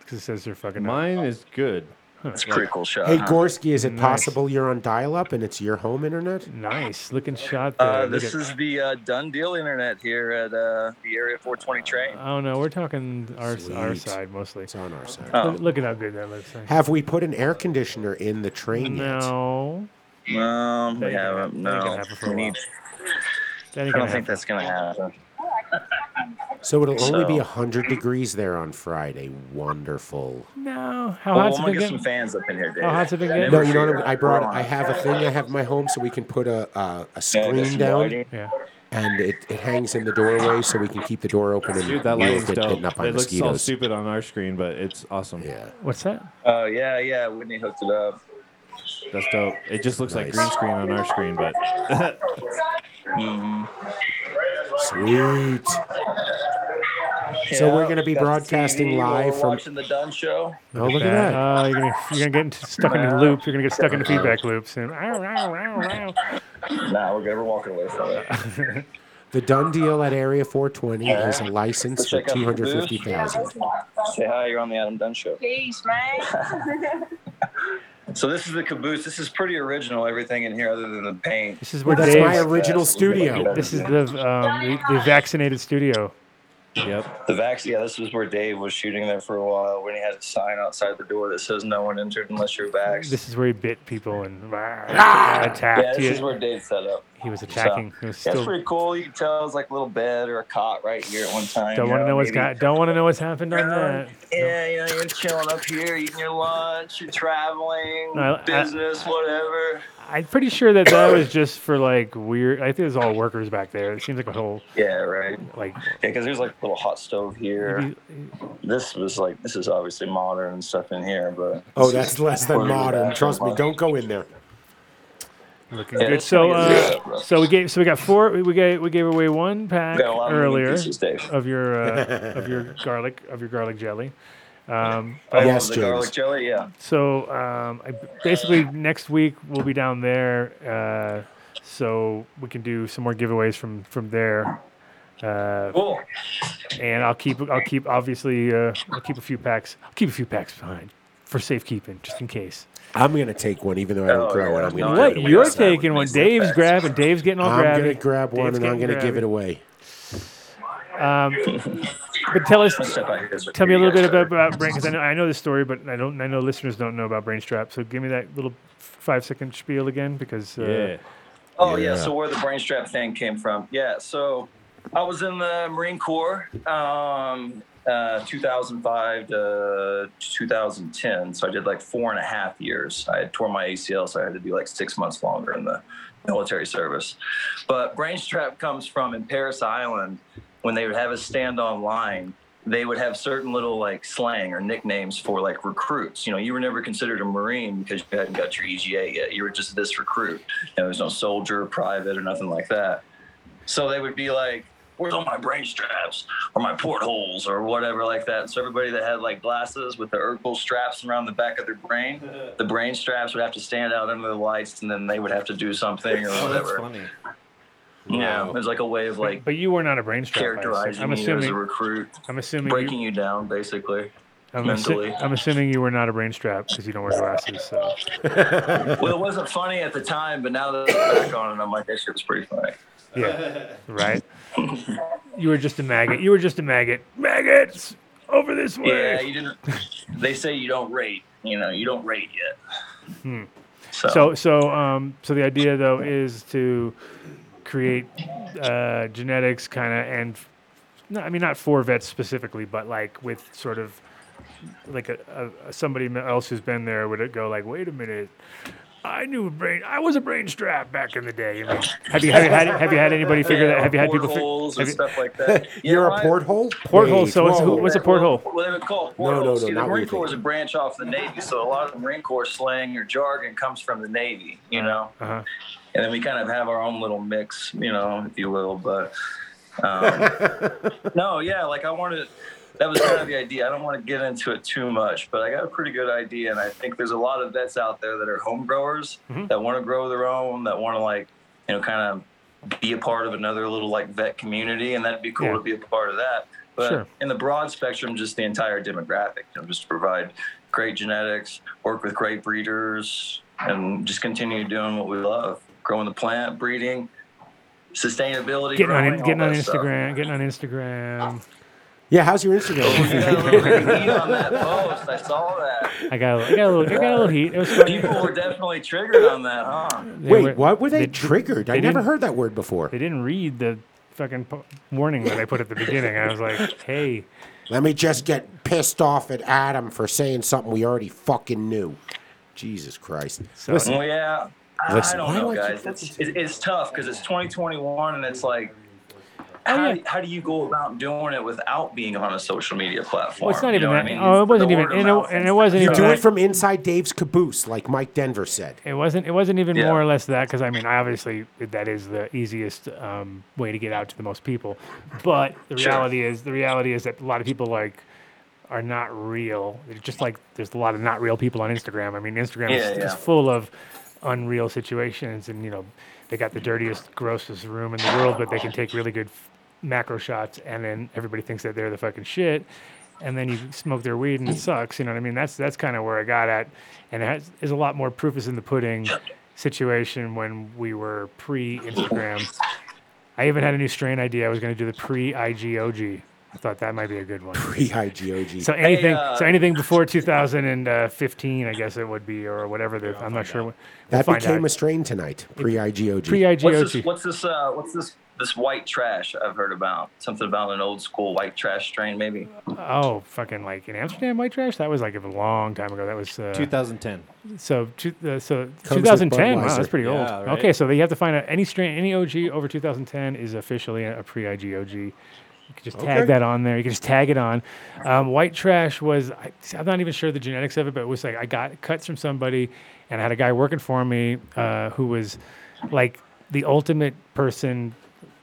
Speaker 3: Because it says they're fucking. up.
Speaker 8: Mine is good.
Speaker 9: It's a pretty cool shot.
Speaker 4: Hey,
Speaker 9: huh?
Speaker 4: Gorski, is it
Speaker 3: Nice.
Speaker 4: possible you're on dial up and it's your home internet?
Speaker 3: Nice looking shot there.
Speaker 9: Uh,
Speaker 3: Look
Speaker 9: this
Speaker 3: at-
Speaker 9: is the uh, done deal internet here at uh, the Area 420 train.
Speaker 3: Oh no, we're talking our our
Speaker 4: Sweet.
Speaker 3: side mostly.
Speaker 4: It's on our side.
Speaker 9: Oh,
Speaker 3: Look, look at how good that looks. Like.
Speaker 4: Have we put an air conditioner in the train yet?
Speaker 3: No,
Speaker 4: Uh,
Speaker 3: That
Speaker 9: um,
Speaker 3: ain't
Speaker 9: we
Speaker 3: gonna
Speaker 9: haven't.
Speaker 3: happen. That ain't gonna
Speaker 9: No,
Speaker 3: happen for a
Speaker 9: we
Speaker 3: while.
Speaker 9: need.
Speaker 3: that ain't
Speaker 9: I
Speaker 3: gonna
Speaker 9: don't think
Speaker 3: happen.
Speaker 9: that's gonna happen.
Speaker 4: So it'll only be
Speaker 9: So-
Speaker 4: 100 degrees there on Friday. Wonderful.
Speaker 3: No, how
Speaker 9: Well,
Speaker 3: hot's
Speaker 9: I'm
Speaker 3: it
Speaker 9: gonna
Speaker 3: been
Speaker 9: get some
Speaker 3: getting?
Speaker 9: fans up in here, Dave.
Speaker 3: How hot's it been getting?
Speaker 4: No,
Speaker 9: we're
Speaker 4: you know
Speaker 9: here.
Speaker 4: what? I brought.
Speaker 9: We're on.
Speaker 4: I have a thing I have in my home, so we can put a uh, a
Speaker 9: Yeah, there's
Speaker 4: screen
Speaker 9: some
Speaker 4: down,
Speaker 9: lighting.
Speaker 3: Yeah,
Speaker 4: and it, it hangs in the doorway, so we can keep the door open and
Speaker 8: Dude, that
Speaker 4: we
Speaker 8: lighting's
Speaker 4: don't get
Speaker 8: dope.
Speaker 4: bitten up by
Speaker 8: It looks all
Speaker 4: mosquitoes.
Speaker 8: stupid on our screen, but it's awesome.
Speaker 4: Yeah,
Speaker 3: what's that?
Speaker 9: Oh yeah, yeah. Whitney hooked it up.
Speaker 8: That's dope. It just looks like
Speaker 4: Nice.
Speaker 8: green screen on our screen, but
Speaker 4: Mm-hmm. sweet. So we're
Speaker 9: Yeah,
Speaker 4: gonna be
Speaker 9: got the
Speaker 4: broadcasting
Speaker 9: TV while
Speaker 4: live
Speaker 9: we're
Speaker 4: from-
Speaker 9: watching the Dunn show.
Speaker 4: Oh, look at that.
Speaker 3: Oh, you're gonna you're gonna get into- stuck in a loop. You're gonna get
Speaker 9: Uh,
Speaker 3: stuck in a feedback loop soon. Ow, ow, ow, ow.
Speaker 9: Nah, we're good. We're walking away from it.
Speaker 4: The done deal at Area 420 has a license for
Speaker 9: Check out the
Speaker 4: two hundred fifty thousand.
Speaker 9: Say hi. You're on the Adam Dunn show.
Speaker 10: Peace, man.
Speaker 9: So this is the caboose. This is pretty original. Everything in here, other than the paint.
Speaker 3: This is where
Speaker 4: That's my
Speaker 3: Dave's.
Speaker 4: original
Speaker 9: Yeah, we'll get like
Speaker 4: studio.
Speaker 9: that.
Speaker 3: This is the um, the, the vaccinated studio.
Speaker 8: yep.
Speaker 9: The vax, yeah, this was where Dave was shooting there for a while when he had a sign outside the door that says no one entered unless you're vaxxed.
Speaker 3: This is where he bit people and uh,
Speaker 9: Ah! yeah,
Speaker 3: attacked.
Speaker 9: this is
Speaker 3: He-
Speaker 9: where Dave set up.
Speaker 3: He was
Speaker 9: So,
Speaker 3: attacking. He was
Speaker 9: yeah,
Speaker 3: still
Speaker 9: it's pretty cool. You can tell it's like a little bed or a cot right here at one time.
Speaker 3: Don't
Speaker 9: you
Speaker 3: want to know what's
Speaker 9: maybe-
Speaker 3: got. Don't want to know what's happened on that.
Speaker 9: Yeah, you know, you're chilling up here, eating your lunch, you're traveling,
Speaker 3: No, I-
Speaker 9: business, whatever.
Speaker 3: I'm pretty sure that that was just for like weird. I think it was all workers back there. It seems like a whole
Speaker 9: Yeah, right.
Speaker 3: like.
Speaker 9: Yeah, because there's like a little hot stove here. This was like, this is obviously modern and stuff in here, but
Speaker 4: Oh, that's less than modern. Trust me, don't go in there.
Speaker 3: Looking
Speaker 9: Yeah,
Speaker 3: good.
Speaker 9: it's kinda
Speaker 3: So,
Speaker 9: good.
Speaker 3: uh, so we gave. So we got four. We gave. We gave away one pack
Speaker 9: got a lot of moving
Speaker 3: earlier
Speaker 9: pieces, Dave.
Speaker 3: of your uh, of your garlic of your garlic jelly.
Speaker 9: I
Speaker 4: Yes,
Speaker 9: love Oh, the garlic
Speaker 4: James.
Speaker 9: jelly, yeah.
Speaker 3: So um, I, basically, next week we'll be down there, uh, so we can do some more giveaways from from there. Uh,
Speaker 9: Cool.
Speaker 3: and I'll keep I'll keep obviously uh, I'll keep a few packs. I'll keep a few packs behind for safekeeping, just in case.
Speaker 4: I'm gonna take one, even though I
Speaker 9: Oh,
Speaker 4: don't grow it.
Speaker 9: yeah.
Speaker 4: I'm gonna
Speaker 9: No,
Speaker 4: give
Speaker 3: What
Speaker 4: it away.
Speaker 3: you're
Speaker 9: outside with
Speaker 3: taking one,
Speaker 9: these
Speaker 3: Dave's
Speaker 9: setbacks.
Speaker 3: grabbing, Dave's getting all
Speaker 4: I'm
Speaker 3: grabby.
Speaker 4: gonna grab one
Speaker 3: Dave's
Speaker 4: and I'm
Speaker 3: getting
Speaker 4: gonna give
Speaker 3: grabby.
Speaker 4: it away.
Speaker 3: Um, but tell us,
Speaker 9: Let's step out here, guys.
Speaker 3: tell me a little bit about, about brain, because I know, I know this story, but I don't. I know listeners don't know about Brainstrap. So give me that little five second spiel again, because uh,
Speaker 9: Oh
Speaker 3: Yeah.
Speaker 9: yeah. so where the brainstrap thing came from? Yeah, so I was in the Marine Corps, um, uh, 2005 to 2010. So I did like four and a half years. I had tore my ACL, so I had to do like six months longer in the military service. But brainstrap comes from in Paris Island when they would have a stand on line. They would have certain little like slang or nicknames for like recruits. You know, you were never considered a Marine because you hadn't got your EGA yet. You were just this recruit. There was no soldier, private, or nothing like that. So they would be like, Where's all my brain straps or my portholes or whatever like that? So everybody that had like glasses with the Urkel straps around the back of their brain, the brain straps would have to stand out under the lights and then they would have to do something or
Speaker 3: Oh,
Speaker 9: whatever.
Speaker 3: that's
Speaker 5: funny.
Speaker 9: Yeah.
Speaker 3: Wow.
Speaker 9: It was like a way of like
Speaker 3: But you were not a Brainstrap. I assume.
Speaker 9: characterizing
Speaker 3: I'm
Speaker 9: you as
Speaker 3: assuming.
Speaker 9: a recruit.
Speaker 3: I'm assuming
Speaker 9: breaking you, down basically.
Speaker 3: I'm, assu-
Speaker 9: mentally.
Speaker 3: I'm assuming you were not a Brainstrap because you don't wear glasses. So.
Speaker 9: well, it wasn't funny at the time, but now that I'm back on it, I'm like, that shit was pretty funny.
Speaker 3: Yeah. Right. you were just a maggot. You were just a maggot. Maggots over this way.
Speaker 9: Yeah, you didn't. They say you don't rate. You know, you don't rate yet.
Speaker 3: Hmm.
Speaker 9: So-
Speaker 3: so so, um, so the idea though is to create uh, genetics kind of and no, I mean not for vets specifically, but like with sort of like a, a somebody else who's been there would go like, wait a minute. I knew a brain. I was a brain strap back in the day. I mean, have you have you had have you had anybody figure
Speaker 9: Yeah,
Speaker 3: that? Have you had people fi-
Speaker 9: portholes
Speaker 3: have
Speaker 9: and
Speaker 3: you-
Speaker 9: stuff like that? You
Speaker 4: You're
Speaker 9: know
Speaker 4: a
Speaker 9: what?
Speaker 4: porthole?
Speaker 3: Porthole, so it's-
Speaker 4: whoa.
Speaker 3: what's a porthole?
Speaker 9: Well, they would call it
Speaker 4: No, no,
Speaker 9: porthole.
Speaker 4: no,
Speaker 9: See,
Speaker 4: not
Speaker 9: the
Speaker 4: what
Speaker 9: Marine
Speaker 4: you're
Speaker 9: Corps is a branch off the Navy, so a lot of the Marine Corps slang or jargon comes from the Navy, you know?
Speaker 3: Uh-huh.
Speaker 9: And then we kind of have our own little mix, you know, if you will. But um, no, yeah, like I wanted, that was kind of the idea. I don't want to get into it too much, but I got a pretty good idea. And I think there's a lot of vets out there that are home growers
Speaker 4: Mm-hmm.
Speaker 11: Mhm.
Speaker 9: that want to grow their own, that want to, like, you know, kind of be a part of another little like vet community, and that'd be cool
Speaker 11: Yeah.
Speaker 9: to be a part of that. But
Speaker 11: Sure.
Speaker 9: in the broad spectrum, just the entire demographic, you know, just to provide great genetics, work with great breeders, and just continue doing what we love: growing the plant, breeding, sustainability,
Speaker 3: getting on
Speaker 9: growing,
Speaker 3: in-
Speaker 9: all
Speaker 3: getting on
Speaker 9: that stuff.
Speaker 3: Instagram? Getting on Instagram.
Speaker 4: Yeah, how's your
Speaker 9: Heat
Speaker 4: Instagram?
Speaker 9: on that post, I saw that.
Speaker 3: I got a, I got a little I got a little heat. It was funny.
Speaker 9: People were definitely triggered on that, huh?
Speaker 4: Wait, what were they, triggered? I
Speaker 3: they
Speaker 4: never
Speaker 3: didn't-
Speaker 4: heard that word before.
Speaker 3: They didn't read the fucking po- warning that I put at the beginning. I was like, hey,
Speaker 4: Let me just get pissed off at Adam for saying something we already fucking knew. Jesus Christ. Listen,
Speaker 9: well, yeah. I,
Speaker 4: Listen,
Speaker 9: I don't
Speaker 4: why
Speaker 9: know,
Speaker 4: do I keep
Speaker 9: guys. It's, it, it's tough because it's 2021 and it's like,
Speaker 3: how,
Speaker 9: how do you go about doing it without being on a social media platform?
Speaker 3: Well, it's not
Speaker 9: You
Speaker 3: even
Speaker 9: know
Speaker 3: that.
Speaker 9: what I mean?
Speaker 3: Oh, it
Speaker 9: It's
Speaker 3: wasn't
Speaker 9: the
Speaker 3: even.
Speaker 9: word of
Speaker 3: And it,
Speaker 9: mouth.
Speaker 3: and it wasn't
Speaker 4: you
Speaker 3: even.
Speaker 4: do
Speaker 3: that.
Speaker 4: it from inside Dave's caboose, like Mike Denver said.
Speaker 3: It wasn't. It wasn't even
Speaker 4: Yeah.
Speaker 3: more or less that because I mean, obviously, that is the easiest um, way to get out to the most people. But the
Speaker 11: Sure.
Speaker 3: reality is, the reality is that a lot of people like are not real. They're just like there's a lot of not real people on Instagram. I mean, Instagram is,
Speaker 11: Yeah,
Speaker 3: is
Speaker 11: yeah.
Speaker 3: full of unreal situations, and you know, they got the dirtiest, grossest room in the world, but they can take really good f- macro shots, and then everybody thinks that they're the fucking shit. And then you smoke their weed and it sucks. You know what I mean? That's that's kind of where I got at, and it has, there's a lot more proof is in the pudding situation when we were pre-Instagram. I even had a new strain idea. I was going to do the pre-IGOG. I thought that might be a good one.
Speaker 4: Pre-IGOG.
Speaker 3: So anything,
Speaker 9: uh,
Speaker 3: so anything before 2015, I guess it would be, or whatever. The, I'm not sure. We'll
Speaker 4: That
Speaker 3: find
Speaker 4: became
Speaker 3: out.
Speaker 4: a strain tonight. Pre-IGOG.
Speaker 9: What's this? What's this? Uh, what's this? This white trash I've heard about. Something about an old school white trash strain, maybe.
Speaker 3: Oh, fucking like in Amsterdam white trash. That was like a long time ago. That was uh,
Speaker 5: 2010.
Speaker 3: So, two, uh, so
Speaker 5: with
Speaker 3: 2010. Wow, that's
Speaker 5: Budweiser.
Speaker 3: pretty old.
Speaker 5: Yeah, right.
Speaker 3: Okay, so they have to find out any strain, any OG over 2010 is officially a pre IG OG. You can just tag
Speaker 11: Okay.
Speaker 3: that on there. You can just tag it on. Um, white trash was. I, I'm not even sure the genetics of it, but it was like I got cuts from somebody, and I had a guy working for me uh, who was like the ultimate person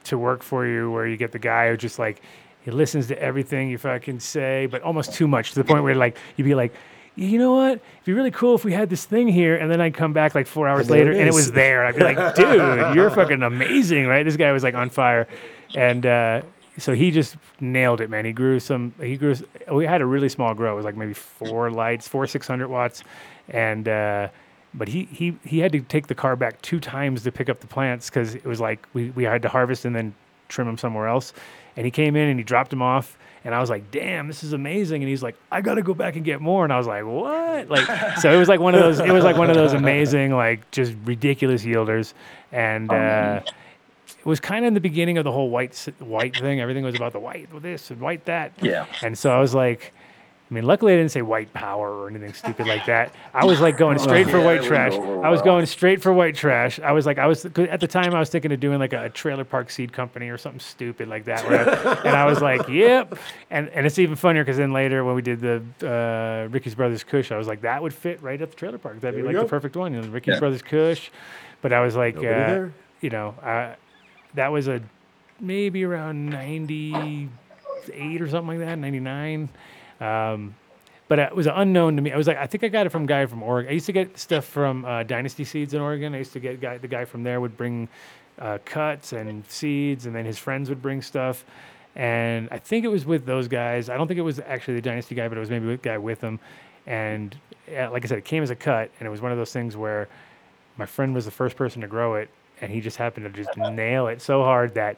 Speaker 3: to work for you, where you get the guy who just like he listens to everything you fucking say, but almost too much to the point where like you'd be like, you know what? It'd be really cool if we had this thing here, and then I'd come back like four hours
Speaker 11: And there
Speaker 3: later,
Speaker 11: it
Speaker 3: and it
Speaker 11: is.
Speaker 3: was there. I'd be like, dude, you're fucking amazing, right? This guy was like on fire, and uh, so he just nailed it, man. He grew some. He grew. s- We had a really small grow. It was like maybe four lights, four six hundred watts, and. Uh, but he, he, he had to take the car back two times to pick up the plants because it was like we, we had to harvest and then trim him somewhere else. And he came in and he dropped him off. And I was like, damn, this is amazing. And he's like, I gotta go back and get more. And I was like, what? Like, so it was like one of those, it was like one of those amazing, like just ridiculous yielders. And, uh, it was kind of in the beginning of the whole white s- white thing. Everything was about the white with this and white that.
Speaker 9: Yeah.
Speaker 3: And so I was like, I mean, luckily I didn't say white power or anything stupid like that. I was like
Speaker 4: Oh,
Speaker 3: going straight for
Speaker 9: Yeah,
Speaker 3: white
Speaker 9: it
Speaker 3: trash.
Speaker 9: wouldn't go over
Speaker 3: I was
Speaker 9: well.
Speaker 3: going straight for white trash. I was like, I was 'cause at the time I was thinking of doing like a trailer park seed company or something stupid like that. where I- and I was like, yep. And and it's even funnier because then later when we did the uh, Ricky's Brothers Kush, I was was like, that would fit right at the trailer park. That'd be
Speaker 4: There we
Speaker 3: like
Speaker 4: go.
Speaker 3: the perfect one. You know, Ricky's
Speaker 4: Yeah.
Speaker 3: Brothers Kush. But I was like, uh,
Speaker 4: Nobody there.
Speaker 3: you know, uh, that was a maybe around 98 or something like that, 99. Um, but it was unknown to me. I was like, I think I got it from a guy from Oregon. I used to get stuff from uh, Dynasty Seeds in Oregon. I used to get guy, the guy from there would bring uh, cuts and seeds, and then his friends would bring stuff. And I think it was with those guys. I don't think it was actually the Dynasty guy, but it was maybe the guy with him. And uh, like I said, it came as a cut, and it was one of those things where my friend was the first person to grow it, and he just happened to just nail it so hard that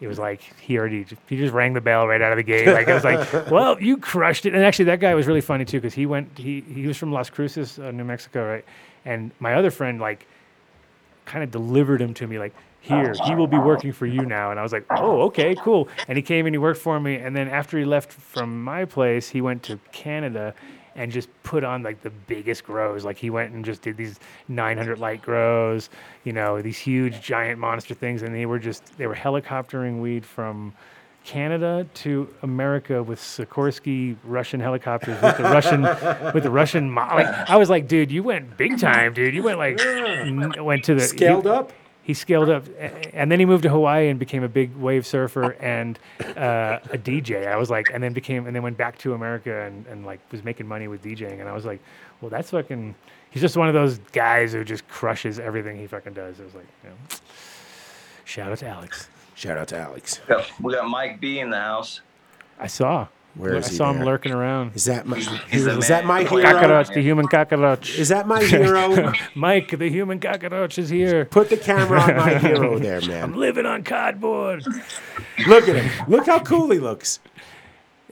Speaker 3: it was like he already he just rang the bell right out of the gate. Like I was like, well, you crushed it. And actually, that guy was really funny too because he went he he was from Las Cruces, uh, New Mexico, right? And my other friend like kind of delivered him to me like here he will be working for you now and i was like oh okay cool and he came and he worked for me and then after he left from my place he went to canada and just put on like the biggest grows like he went and just did these 900 light grows you know these huge giant monster things and they were just they were helicoptering weed from Canada to America with Sikorsky Russian helicopters with the Russian with the Russian mo- like I was like, dude, you went big time, dude. You went like n- went to the he-
Speaker 4: Scaled up.
Speaker 3: He scaled up, a- a- and then he moved to Hawaii and became a big wave surfer and uh, a DJ. I was like, and then became and then went back to America and, and like was making money with DJing. And I was like, well, that's fucking. He's just one of those guys who just crushes everything he fucking does. It was like, you know, shout out to Alex.
Speaker 4: Shout out to Alex.
Speaker 9: We got, we got Mike B in the house.
Speaker 3: I saw.
Speaker 4: Where is
Speaker 3: I
Speaker 4: he
Speaker 3: saw him
Speaker 4: there?
Speaker 3: lurking around.
Speaker 4: Is that my?
Speaker 9: He's the
Speaker 4: is that my
Speaker 9: man.
Speaker 4: hero?
Speaker 3: Cockroach, the human cockroach.
Speaker 4: Is that my hero?
Speaker 3: Mike, the human cockroach is here.
Speaker 4: Put the camera on my hero there, man.
Speaker 3: I'm living on cardboard.
Speaker 4: Look at him. Look how cool he looks.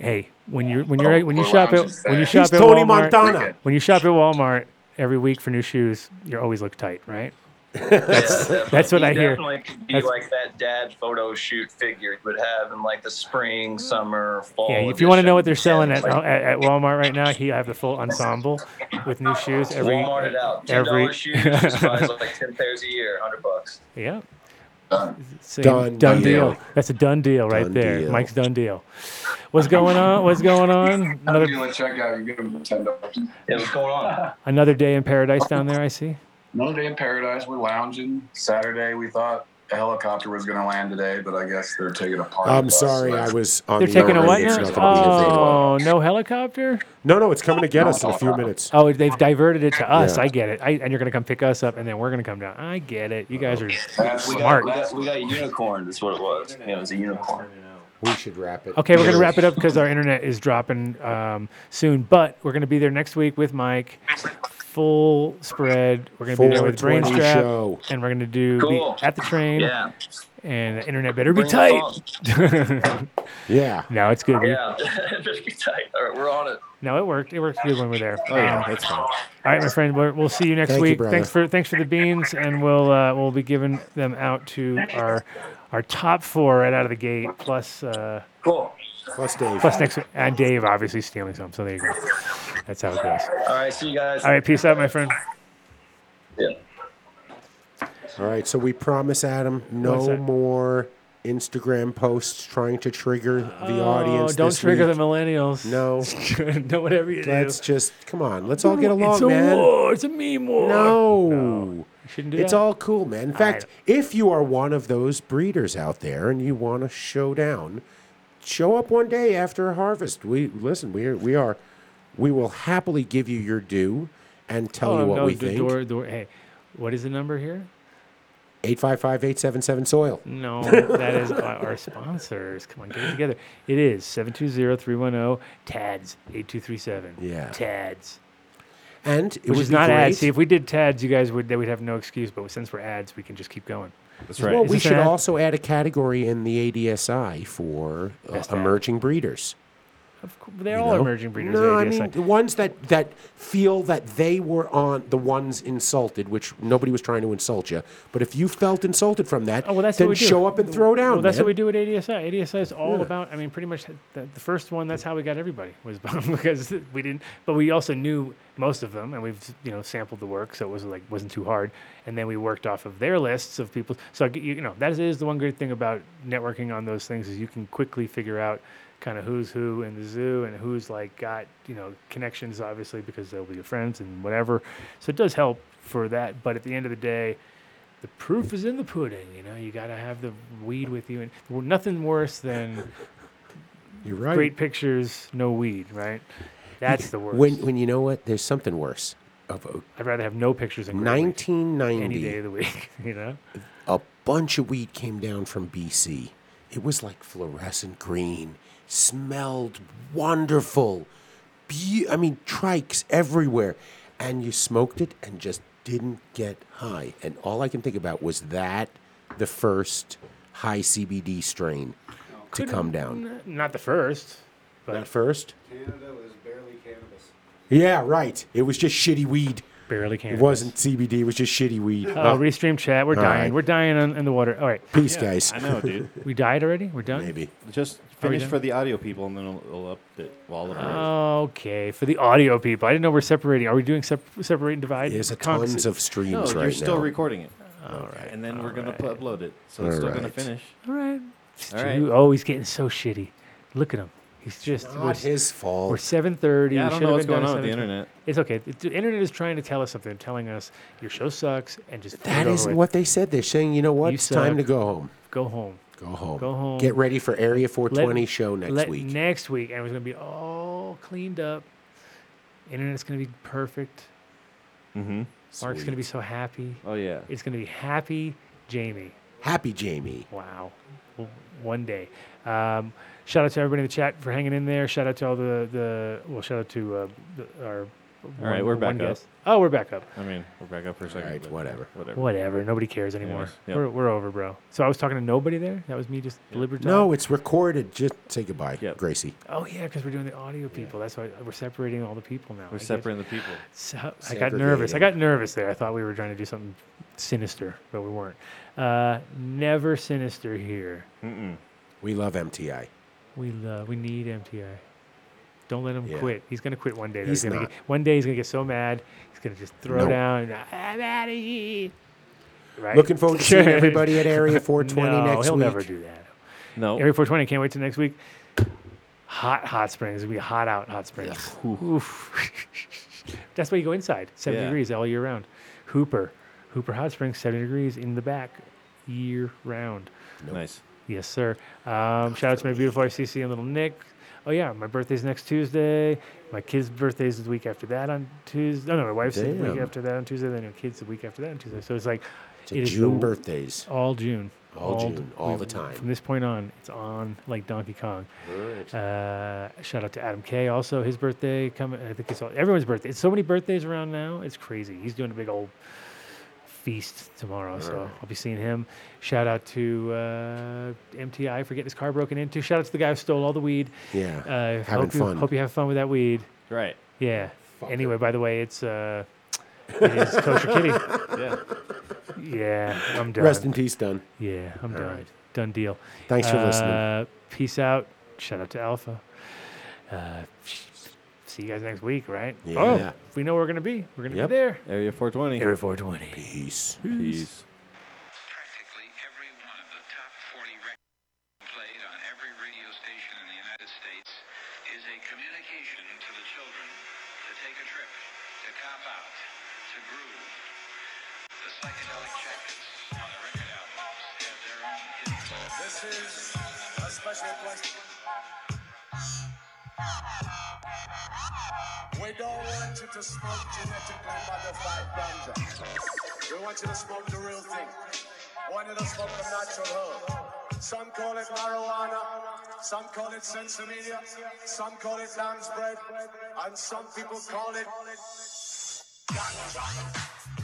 Speaker 3: Hey, when you're when you're when you
Speaker 9: Well,
Speaker 3: shop
Speaker 9: I'm
Speaker 3: at
Speaker 9: Oh, just
Speaker 3: when you
Speaker 9: saying.
Speaker 3: shop
Speaker 4: He's
Speaker 3: at
Speaker 4: Tony
Speaker 3: Walmart,
Speaker 4: Montana.
Speaker 3: when you shop at Walmart every week for new shoes, you always look tight, right?
Speaker 9: That's,
Speaker 3: that's what I hear.
Speaker 9: Definitely could be
Speaker 3: That's-
Speaker 9: like that dad photo shoot figure you would have in like the spring, summer, fall.
Speaker 3: Yeah. If you want to know what they're
Speaker 9: edition.
Speaker 3: selling at,
Speaker 9: Like,
Speaker 3: at, at Walmart right now, he I have the full ensemble with new shoes every.
Speaker 9: Walmart it out. Ten
Speaker 3: every-
Speaker 9: dollars shoes just buys like ten pairs a year, hundred bucks.
Speaker 3: Yeah. Same-
Speaker 4: Done deal.
Speaker 3: deal. That's a done deal right
Speaker 4: Done
Speaker 3: there.
Speaker 4: deal.
Speaker 3: Mike's done deal. What's going on? What's going on? Another
Speaker 11: checkout, you get them for ten dollars.
Speaker 9: Yeah, what's going on?
Speaker 3: another day in paradise down there. I see.
Speaker 11: Another day in paradise. We're lounging. Saturday, we thought a helicopter was going to land today, but I guess they're taking a part.
Speaker 4: I'm sorry, I was on
Speaker 3: They're
Speaker 4: the
Speaker 3: taking a
Speaker 4: air
Speaker 3: what
Speaker 4: and
Speaker 3: now?
Speaker 4: it's not gonna be available.
Speaker 3: Oh, no helicopter?
Speaker 4: No, no, it's coming to get us in a few minutes.
Speaker 3: Oh, they've diverted it to us.
Speaker 4: Yeah.
Speaker 3: I get it. I, and you're gonna come pick us up, and then we're gonna come down. I get it. You guys are
Speaker 9: We
Speaker 3: smart.
Speaker 9: got, we got we got a unicorn. That's what it was. Yeah, it was a unicorn.
Speaker 4: We should wrap it.
Speaker 3: Okay, we're gonna wrap it up because our internet is dropping um, soon. But we're gonna be there next week with Mike. Full spread. We're gonna be there with
Speaker 4: 420
Speaker 3: Brainstrap,
Speaker 4: show.
Speaker 3: and we're gonna do
Speaker 9: Cool.
Speaker 3: be at the train.
Speaker 9: Yeah.
Speaker 3: And the internet better be
Speaker 9: Bring it
Speaker 3: tight.
Speaker 4: Yeah.
Speaker 3: no, it's good. We-
Speaker 9: Yeah. Just be tight. All right, we're on it.
Speaker 3: No, it worked. It worked good when we're there.
Speaker 5: Oh yeah,
Speaker 3: Um,
Speaker 5: that's fine.
Speaker 3: All right, my friend. We're, we'll see you next
Speaker 4: Thank you,
Speaker 3: week.
Speaker 4: brother.
Speaker 3: thanks for thanks for the beans, and we'll uh, we'll be giving them out to our our top four right out of the gate. Plus uh,
Speaker 9: Cool.
Speaker 4: Plus Dave.
Speaker 3: plus next and Dave obviously stealing some. So there you go. That's how it goes.
Speaker 9: All right, see you guys.
Speaker 3: All right, peace out, my friend.
Speaker 9: Yeah.
Speaker 4: All right, so we promise Adam
Speaker 3: What's
Speaker 4: no
Speaker 3: that?
Speaker 4: more Instagram posts trying to trigger the audience.
Speaker 3: Oh, don't
Speaker 4: this
Speaker 3: trigger
Speaker 4: week.
Speaker 3: the millennials.
Speaker 4: No.
Speaker 3: no, whatever you
Speaker 4: Let's
Speaker 3: do.
Speaker 4: just come on. Let's all get along,
Speaker 3: it's a
Speaker 4: man.
Speaker 3: war. It's a meme war.
Speaker 4: No.
Speaker 3: you shouldn't do
Speaker 4: It's
Speaker 3: that.
Speaker 4: all cool, man. In fact, if you are one of those breeders out there and you want to show down, show up one day after a harvest. We listen. We are, we are. We will happily give you your due and tell
Speaker 3: Oh,
Speaker 4: you what
Speaker 3: no,
Speaker 4: we
Speaker 3: the
Speaker 4: think.
Speaker 3: door- door- hey, what is the number here?
Speaker 4: 855-877 soil.
Speaker 3: No, that is our our sponsors. Come on, get it together. It is 720-310 TADS 8237.
Speaker 4: Yeah.
Speaker 3: TADS.
Speaker 4: and it
Speaker 3: Which
Speaker 4: would
Speaker 3: is
Speaker 4: be
Speaker 3: not
Speaker 4: great.
Speaker 3: ads. See, if we did tads, you guys would they would have no excuse. But since we're ads, we can just keep going.
Speaker 4: Well,
Speaker 3: Is
Speaker 4: we
Speaker 3: this an
Speaker 4: should
Speaker 3: ad?
Speaker 4: also add a category in the ADSI for uh,
Speaker 3: Best ad.
Speaker 4: emerging breeders.
Speaker 3: They're
Speaker 4: you
Speaker 3: all
Speaker 4: know?
Speaker 3: emerging breeders.
Speaker 4: No, I
Speaker 3: ADSI.
Speaker 4: mean the ones that that feel that they were on the ones insulted, which nobody was trying to insult you. But if you felt insulted from that,
Speaker 3: Oh, well, that's
Speaker 4: then
Speaker 3: what we do.
Speaker 4: show up and throw down.
Speaker 3: Well, that's
Speaker 4: man.
Speaker 3: what we do at ADSI. ADSI is all
Speaker 4: Yeah.
Speaker 3: about. I mean, pretty much the, the first one. That's how we got everybody was because we didn't, but we also knew most of them, and we've you know sampled the work, so it was like wasn't too hard. And then we worked off of their lists of people. So I g- you know that is the one great thing about networking on those things is you can quickly figure out kind of who's who in the zoo and who's like got you know connections obviously because they'll be your friends and whatever. So it does help for that. But at the end of the day the proof is in the pudding. You know, you got to have the weed with you, and well, nothing worse than
Speaker 4: You're right.
Speaker 3: great pictures, no weed, right? That's the worst.
Speaker 4: When when you know what, there's something worse.
Speaker 3: I'd rather have no pictures than great weed
Speaker 4: 1990.
Speaker 3: any day of the week. You know,
Speaker 4: a bunch of weed came down from BC. It was like fluorescent green, smelled wonderful. Be- I mean, trikes everywhere. And you smoked it and just didn't get high. And all I can think about was that the first high CBD strain to come down.
Speaker 3: N- not the first. But
Speaker 4: That first?
Speaker 6: Canada was barely cannabis.
Speaker 4: Yeah, right. It was just shitty weed.
Speaker 3: Barely
Speaker 4: It wasn't CBD, it was just shitty weed.
Speaker 3: Oh, restream chat. We're
Speaker 4: All
Speaker 3: dying.
Speaker 4: right.
Speaker 3: We're dying in, in the water. All right.
Speaker 4: Peace, Yeah, guys.
Speaker 5: I know, dude.
Speaker 3: we died already? We're done?
Speaker 4: Maybe.
Speaker 5: Just
Speaker 3: Are we
Speaker 5: finish
Speaker 3: done?
Speaker 5: for the audio people, and then we'll, we'll up it. Well, I'll upload it.
Speaker 4: Uh,
Speaker 3: Okay, for the audio people, I didn't know we're separating. Are we doing sep- separate and divide?
Speaker 4: There's a
Speaker 3: Conk-
Speaker 4: tons of streams
Speaker 5: no,
Speaker 4: right
Speaker 5: you're still
Speaker 4: now.
Speaker 5: recording it. All right, and then we're gonna pu- upload it, so it's
Speaker 4: All
Speaker 5: still gonna
Speaker 4: right.
Speaker 5: finish.
Speaker 3: All right. It's
Speaker 5: All
Speaker 3: true.
Speaker 5: right.
Speaker 3: Oh, he's getting so shitty. Look at him. He's just
Speaker 4: not his fault.
Speaker 3: We're seven thirty.
Speaker 5: Yeah, I don't know what's going on with the internet.
Speaker 3: It's okay. The, the internet is trying to tell us something, telling us your show sucks, and just get
Speaker 4: That
Speaker 3: it over
Speaker 4: is
Speaker 3: with.
Speaker 4: what they said. They're saying, you know what?
Speaker 3: You
Speaker 4: it's time to
Speaker 3: suck.
Speaker 4: go home.
Speaker 3: Go home.
Speaker 4: Go home.
Speaker 3: Go home.
Speaker 4: Get ready for Area 420
Speaker 3: Let-
Speaker 4: show next
Speaker 3: let-
Speaker 4: week.
Speaker 3: Next week, and it's gonna be all cleaned up. Internet's gonna be perfect.
Speaker 5: Mm-hmm.
Speaker 3: Mark's gonna be so happy.
Speaker 5: Oh yeah.
Speaker 3: It's gonna be happy, Jamie.
Speaker 4: Happy Jamie.
Speaker 3: Wow. W- One day. Um, shout out to everybody in the chat for hanging in there. Shout out to all the, the well, shout out to uh, the, our.
Speaker 5: All right, we're back
Speaker 3: one
Speaker 5: up.
Speaker 3: guest. Oh, we're back up.
Speaker 5: I mean, we're back up for a second.
Speaker 4: right,
Speaker 5: but
Speaker 4: whatever.
Speaker 5: Whatever.
Speaker 3: Whatever. Nobody cares anymore.
Speaker 5: Anyways, yep.
Speaker 3: We're, we're over, bro. So I was talking to nobody there. That was me just deliberate.
Speaker 4: No, it's recorded. Just say goodbye, Gracie.
Speaker 3: Oh yeah, because we're doing the audio people. That's why we're separating all the people now. I
Speaker 5: We're
Speaker 3: guess.
Speaker 5: separating the people.
Speaker 3: So I got nervous. I got nervous there. I thought we were trying to do something sinister, but we weren't. Uh, never sinister here.
Speaker 5: Mm-mm.
Speaker 4: We love MTI.
Speaker 3: We love. We need MTI. Don't let him
Speaker 4: Yeah.
Speaker 3: quit. He's gonna quit one day. though.
Speaker 4: He's
Speaker 3: gonna
Speaker 4: not.
Speaker 3: Get, one day he's gonna get so mad. He's gonna just throw
Speaker 4: No.
Speaker 3: down. and, I'm out of here. Right.
Speaker 4: Looking forward to seeing everybody at Area 420
Speaker 3: no,
Speaker 4: next
Speaker 3: he'll
Speaker 4: week.
Speaker 3: never do that.
Speaker 5: No.
Speaker 3: Area 420. Can't wait till next week. Hot, hot springs. It'll be hot out, hot springs. Oof. That's why you go inside. 70
Speaker 5: Yeah.
Speaker 3: degrees all year round. Hooper. Hooper Hot Springs, 70 degrees in the back year round.
Speaker 5: Nice.
Speaker 3: Yes, sir. Um, shout out to my beautiful RCC and little Nick. Oh yeah, my birthday's next Tuesday. My kid's birthday's the week after that on Tuesday. Oh no, my wife's the
Speaker 4: Damn.
Speaker 3: week after that on Tuesday. Then her kid's the week after that on Tuesday. So it's like
Speaker 4: It's a
Speaker 3: it is
Speaker 4: June
Speaker 3: the-
Speaker 4: birthdays.
Speaker 3: All June.
Speaker 4: All
Speaker 3: d-
Speaker 4: June, all the
Speaker 3: we-
Speaker 4: time.
Speaker 3: From this point on, it's on like Donkey Kong. Uh, shout out to Adam K. Also, his birthday coming. I think it's all, everyone's birthday. It's so many birthdays around now. It's crazy. He's doing a big old feast tomorrow, so I'll be seeing him. Shout out to uh, MTI for getting his car broken into. Shout out to the guy who stole all the weed.
Speaker 4: Yeah,
Speaker 3: uh,
Speaker 4: having
Speaker 3: hope you-
Speaker 4: fun.
Speaker 3: hope you have fun with that weed.
Speaker 5: Right.
Speaker 3: Yeah. Anyway, by the way, it's uh, it is kosher kitty.
Speaker 5: Yeah.
Speaker 3: Yeah, I'm done.
Speaker 4: Rest in peace, done.
Speaker 3: Yeah, I'm
Speaker 4: All
Speaker 3: done.
Speaker 4: right.
Speaker 3: Done deal.
Speaker 4: Thanks for listening.
Speaker 3: Uh, Peace out. Shout out to Alpha. Uh, see you guys next week, right?
Speaker 5: Yeah.
Speaker 3: Oh, we know where we're gonna be. We're gonna
Speaker 5: Yep.
Speaker 3: be there.
Speaker 5: Area 420.
Speaker 3: Area 420.
Speaker 4: Peace.
Speaker 5: Peace.
Speaker 1: played on every radio station in the United States is a communication to the children to take a trip, to cop out, to groove. The psychedelic jackets on the record albums have their own hidden
Speaker 2: This is a special question. We don't want you to smoke genetically modified ganja. We want you to smoke the real thing. Want you to smoke the natural herb. Some call it marijuana, some call it sensimedia, some call it lamb's bread, and some people call it Ganja.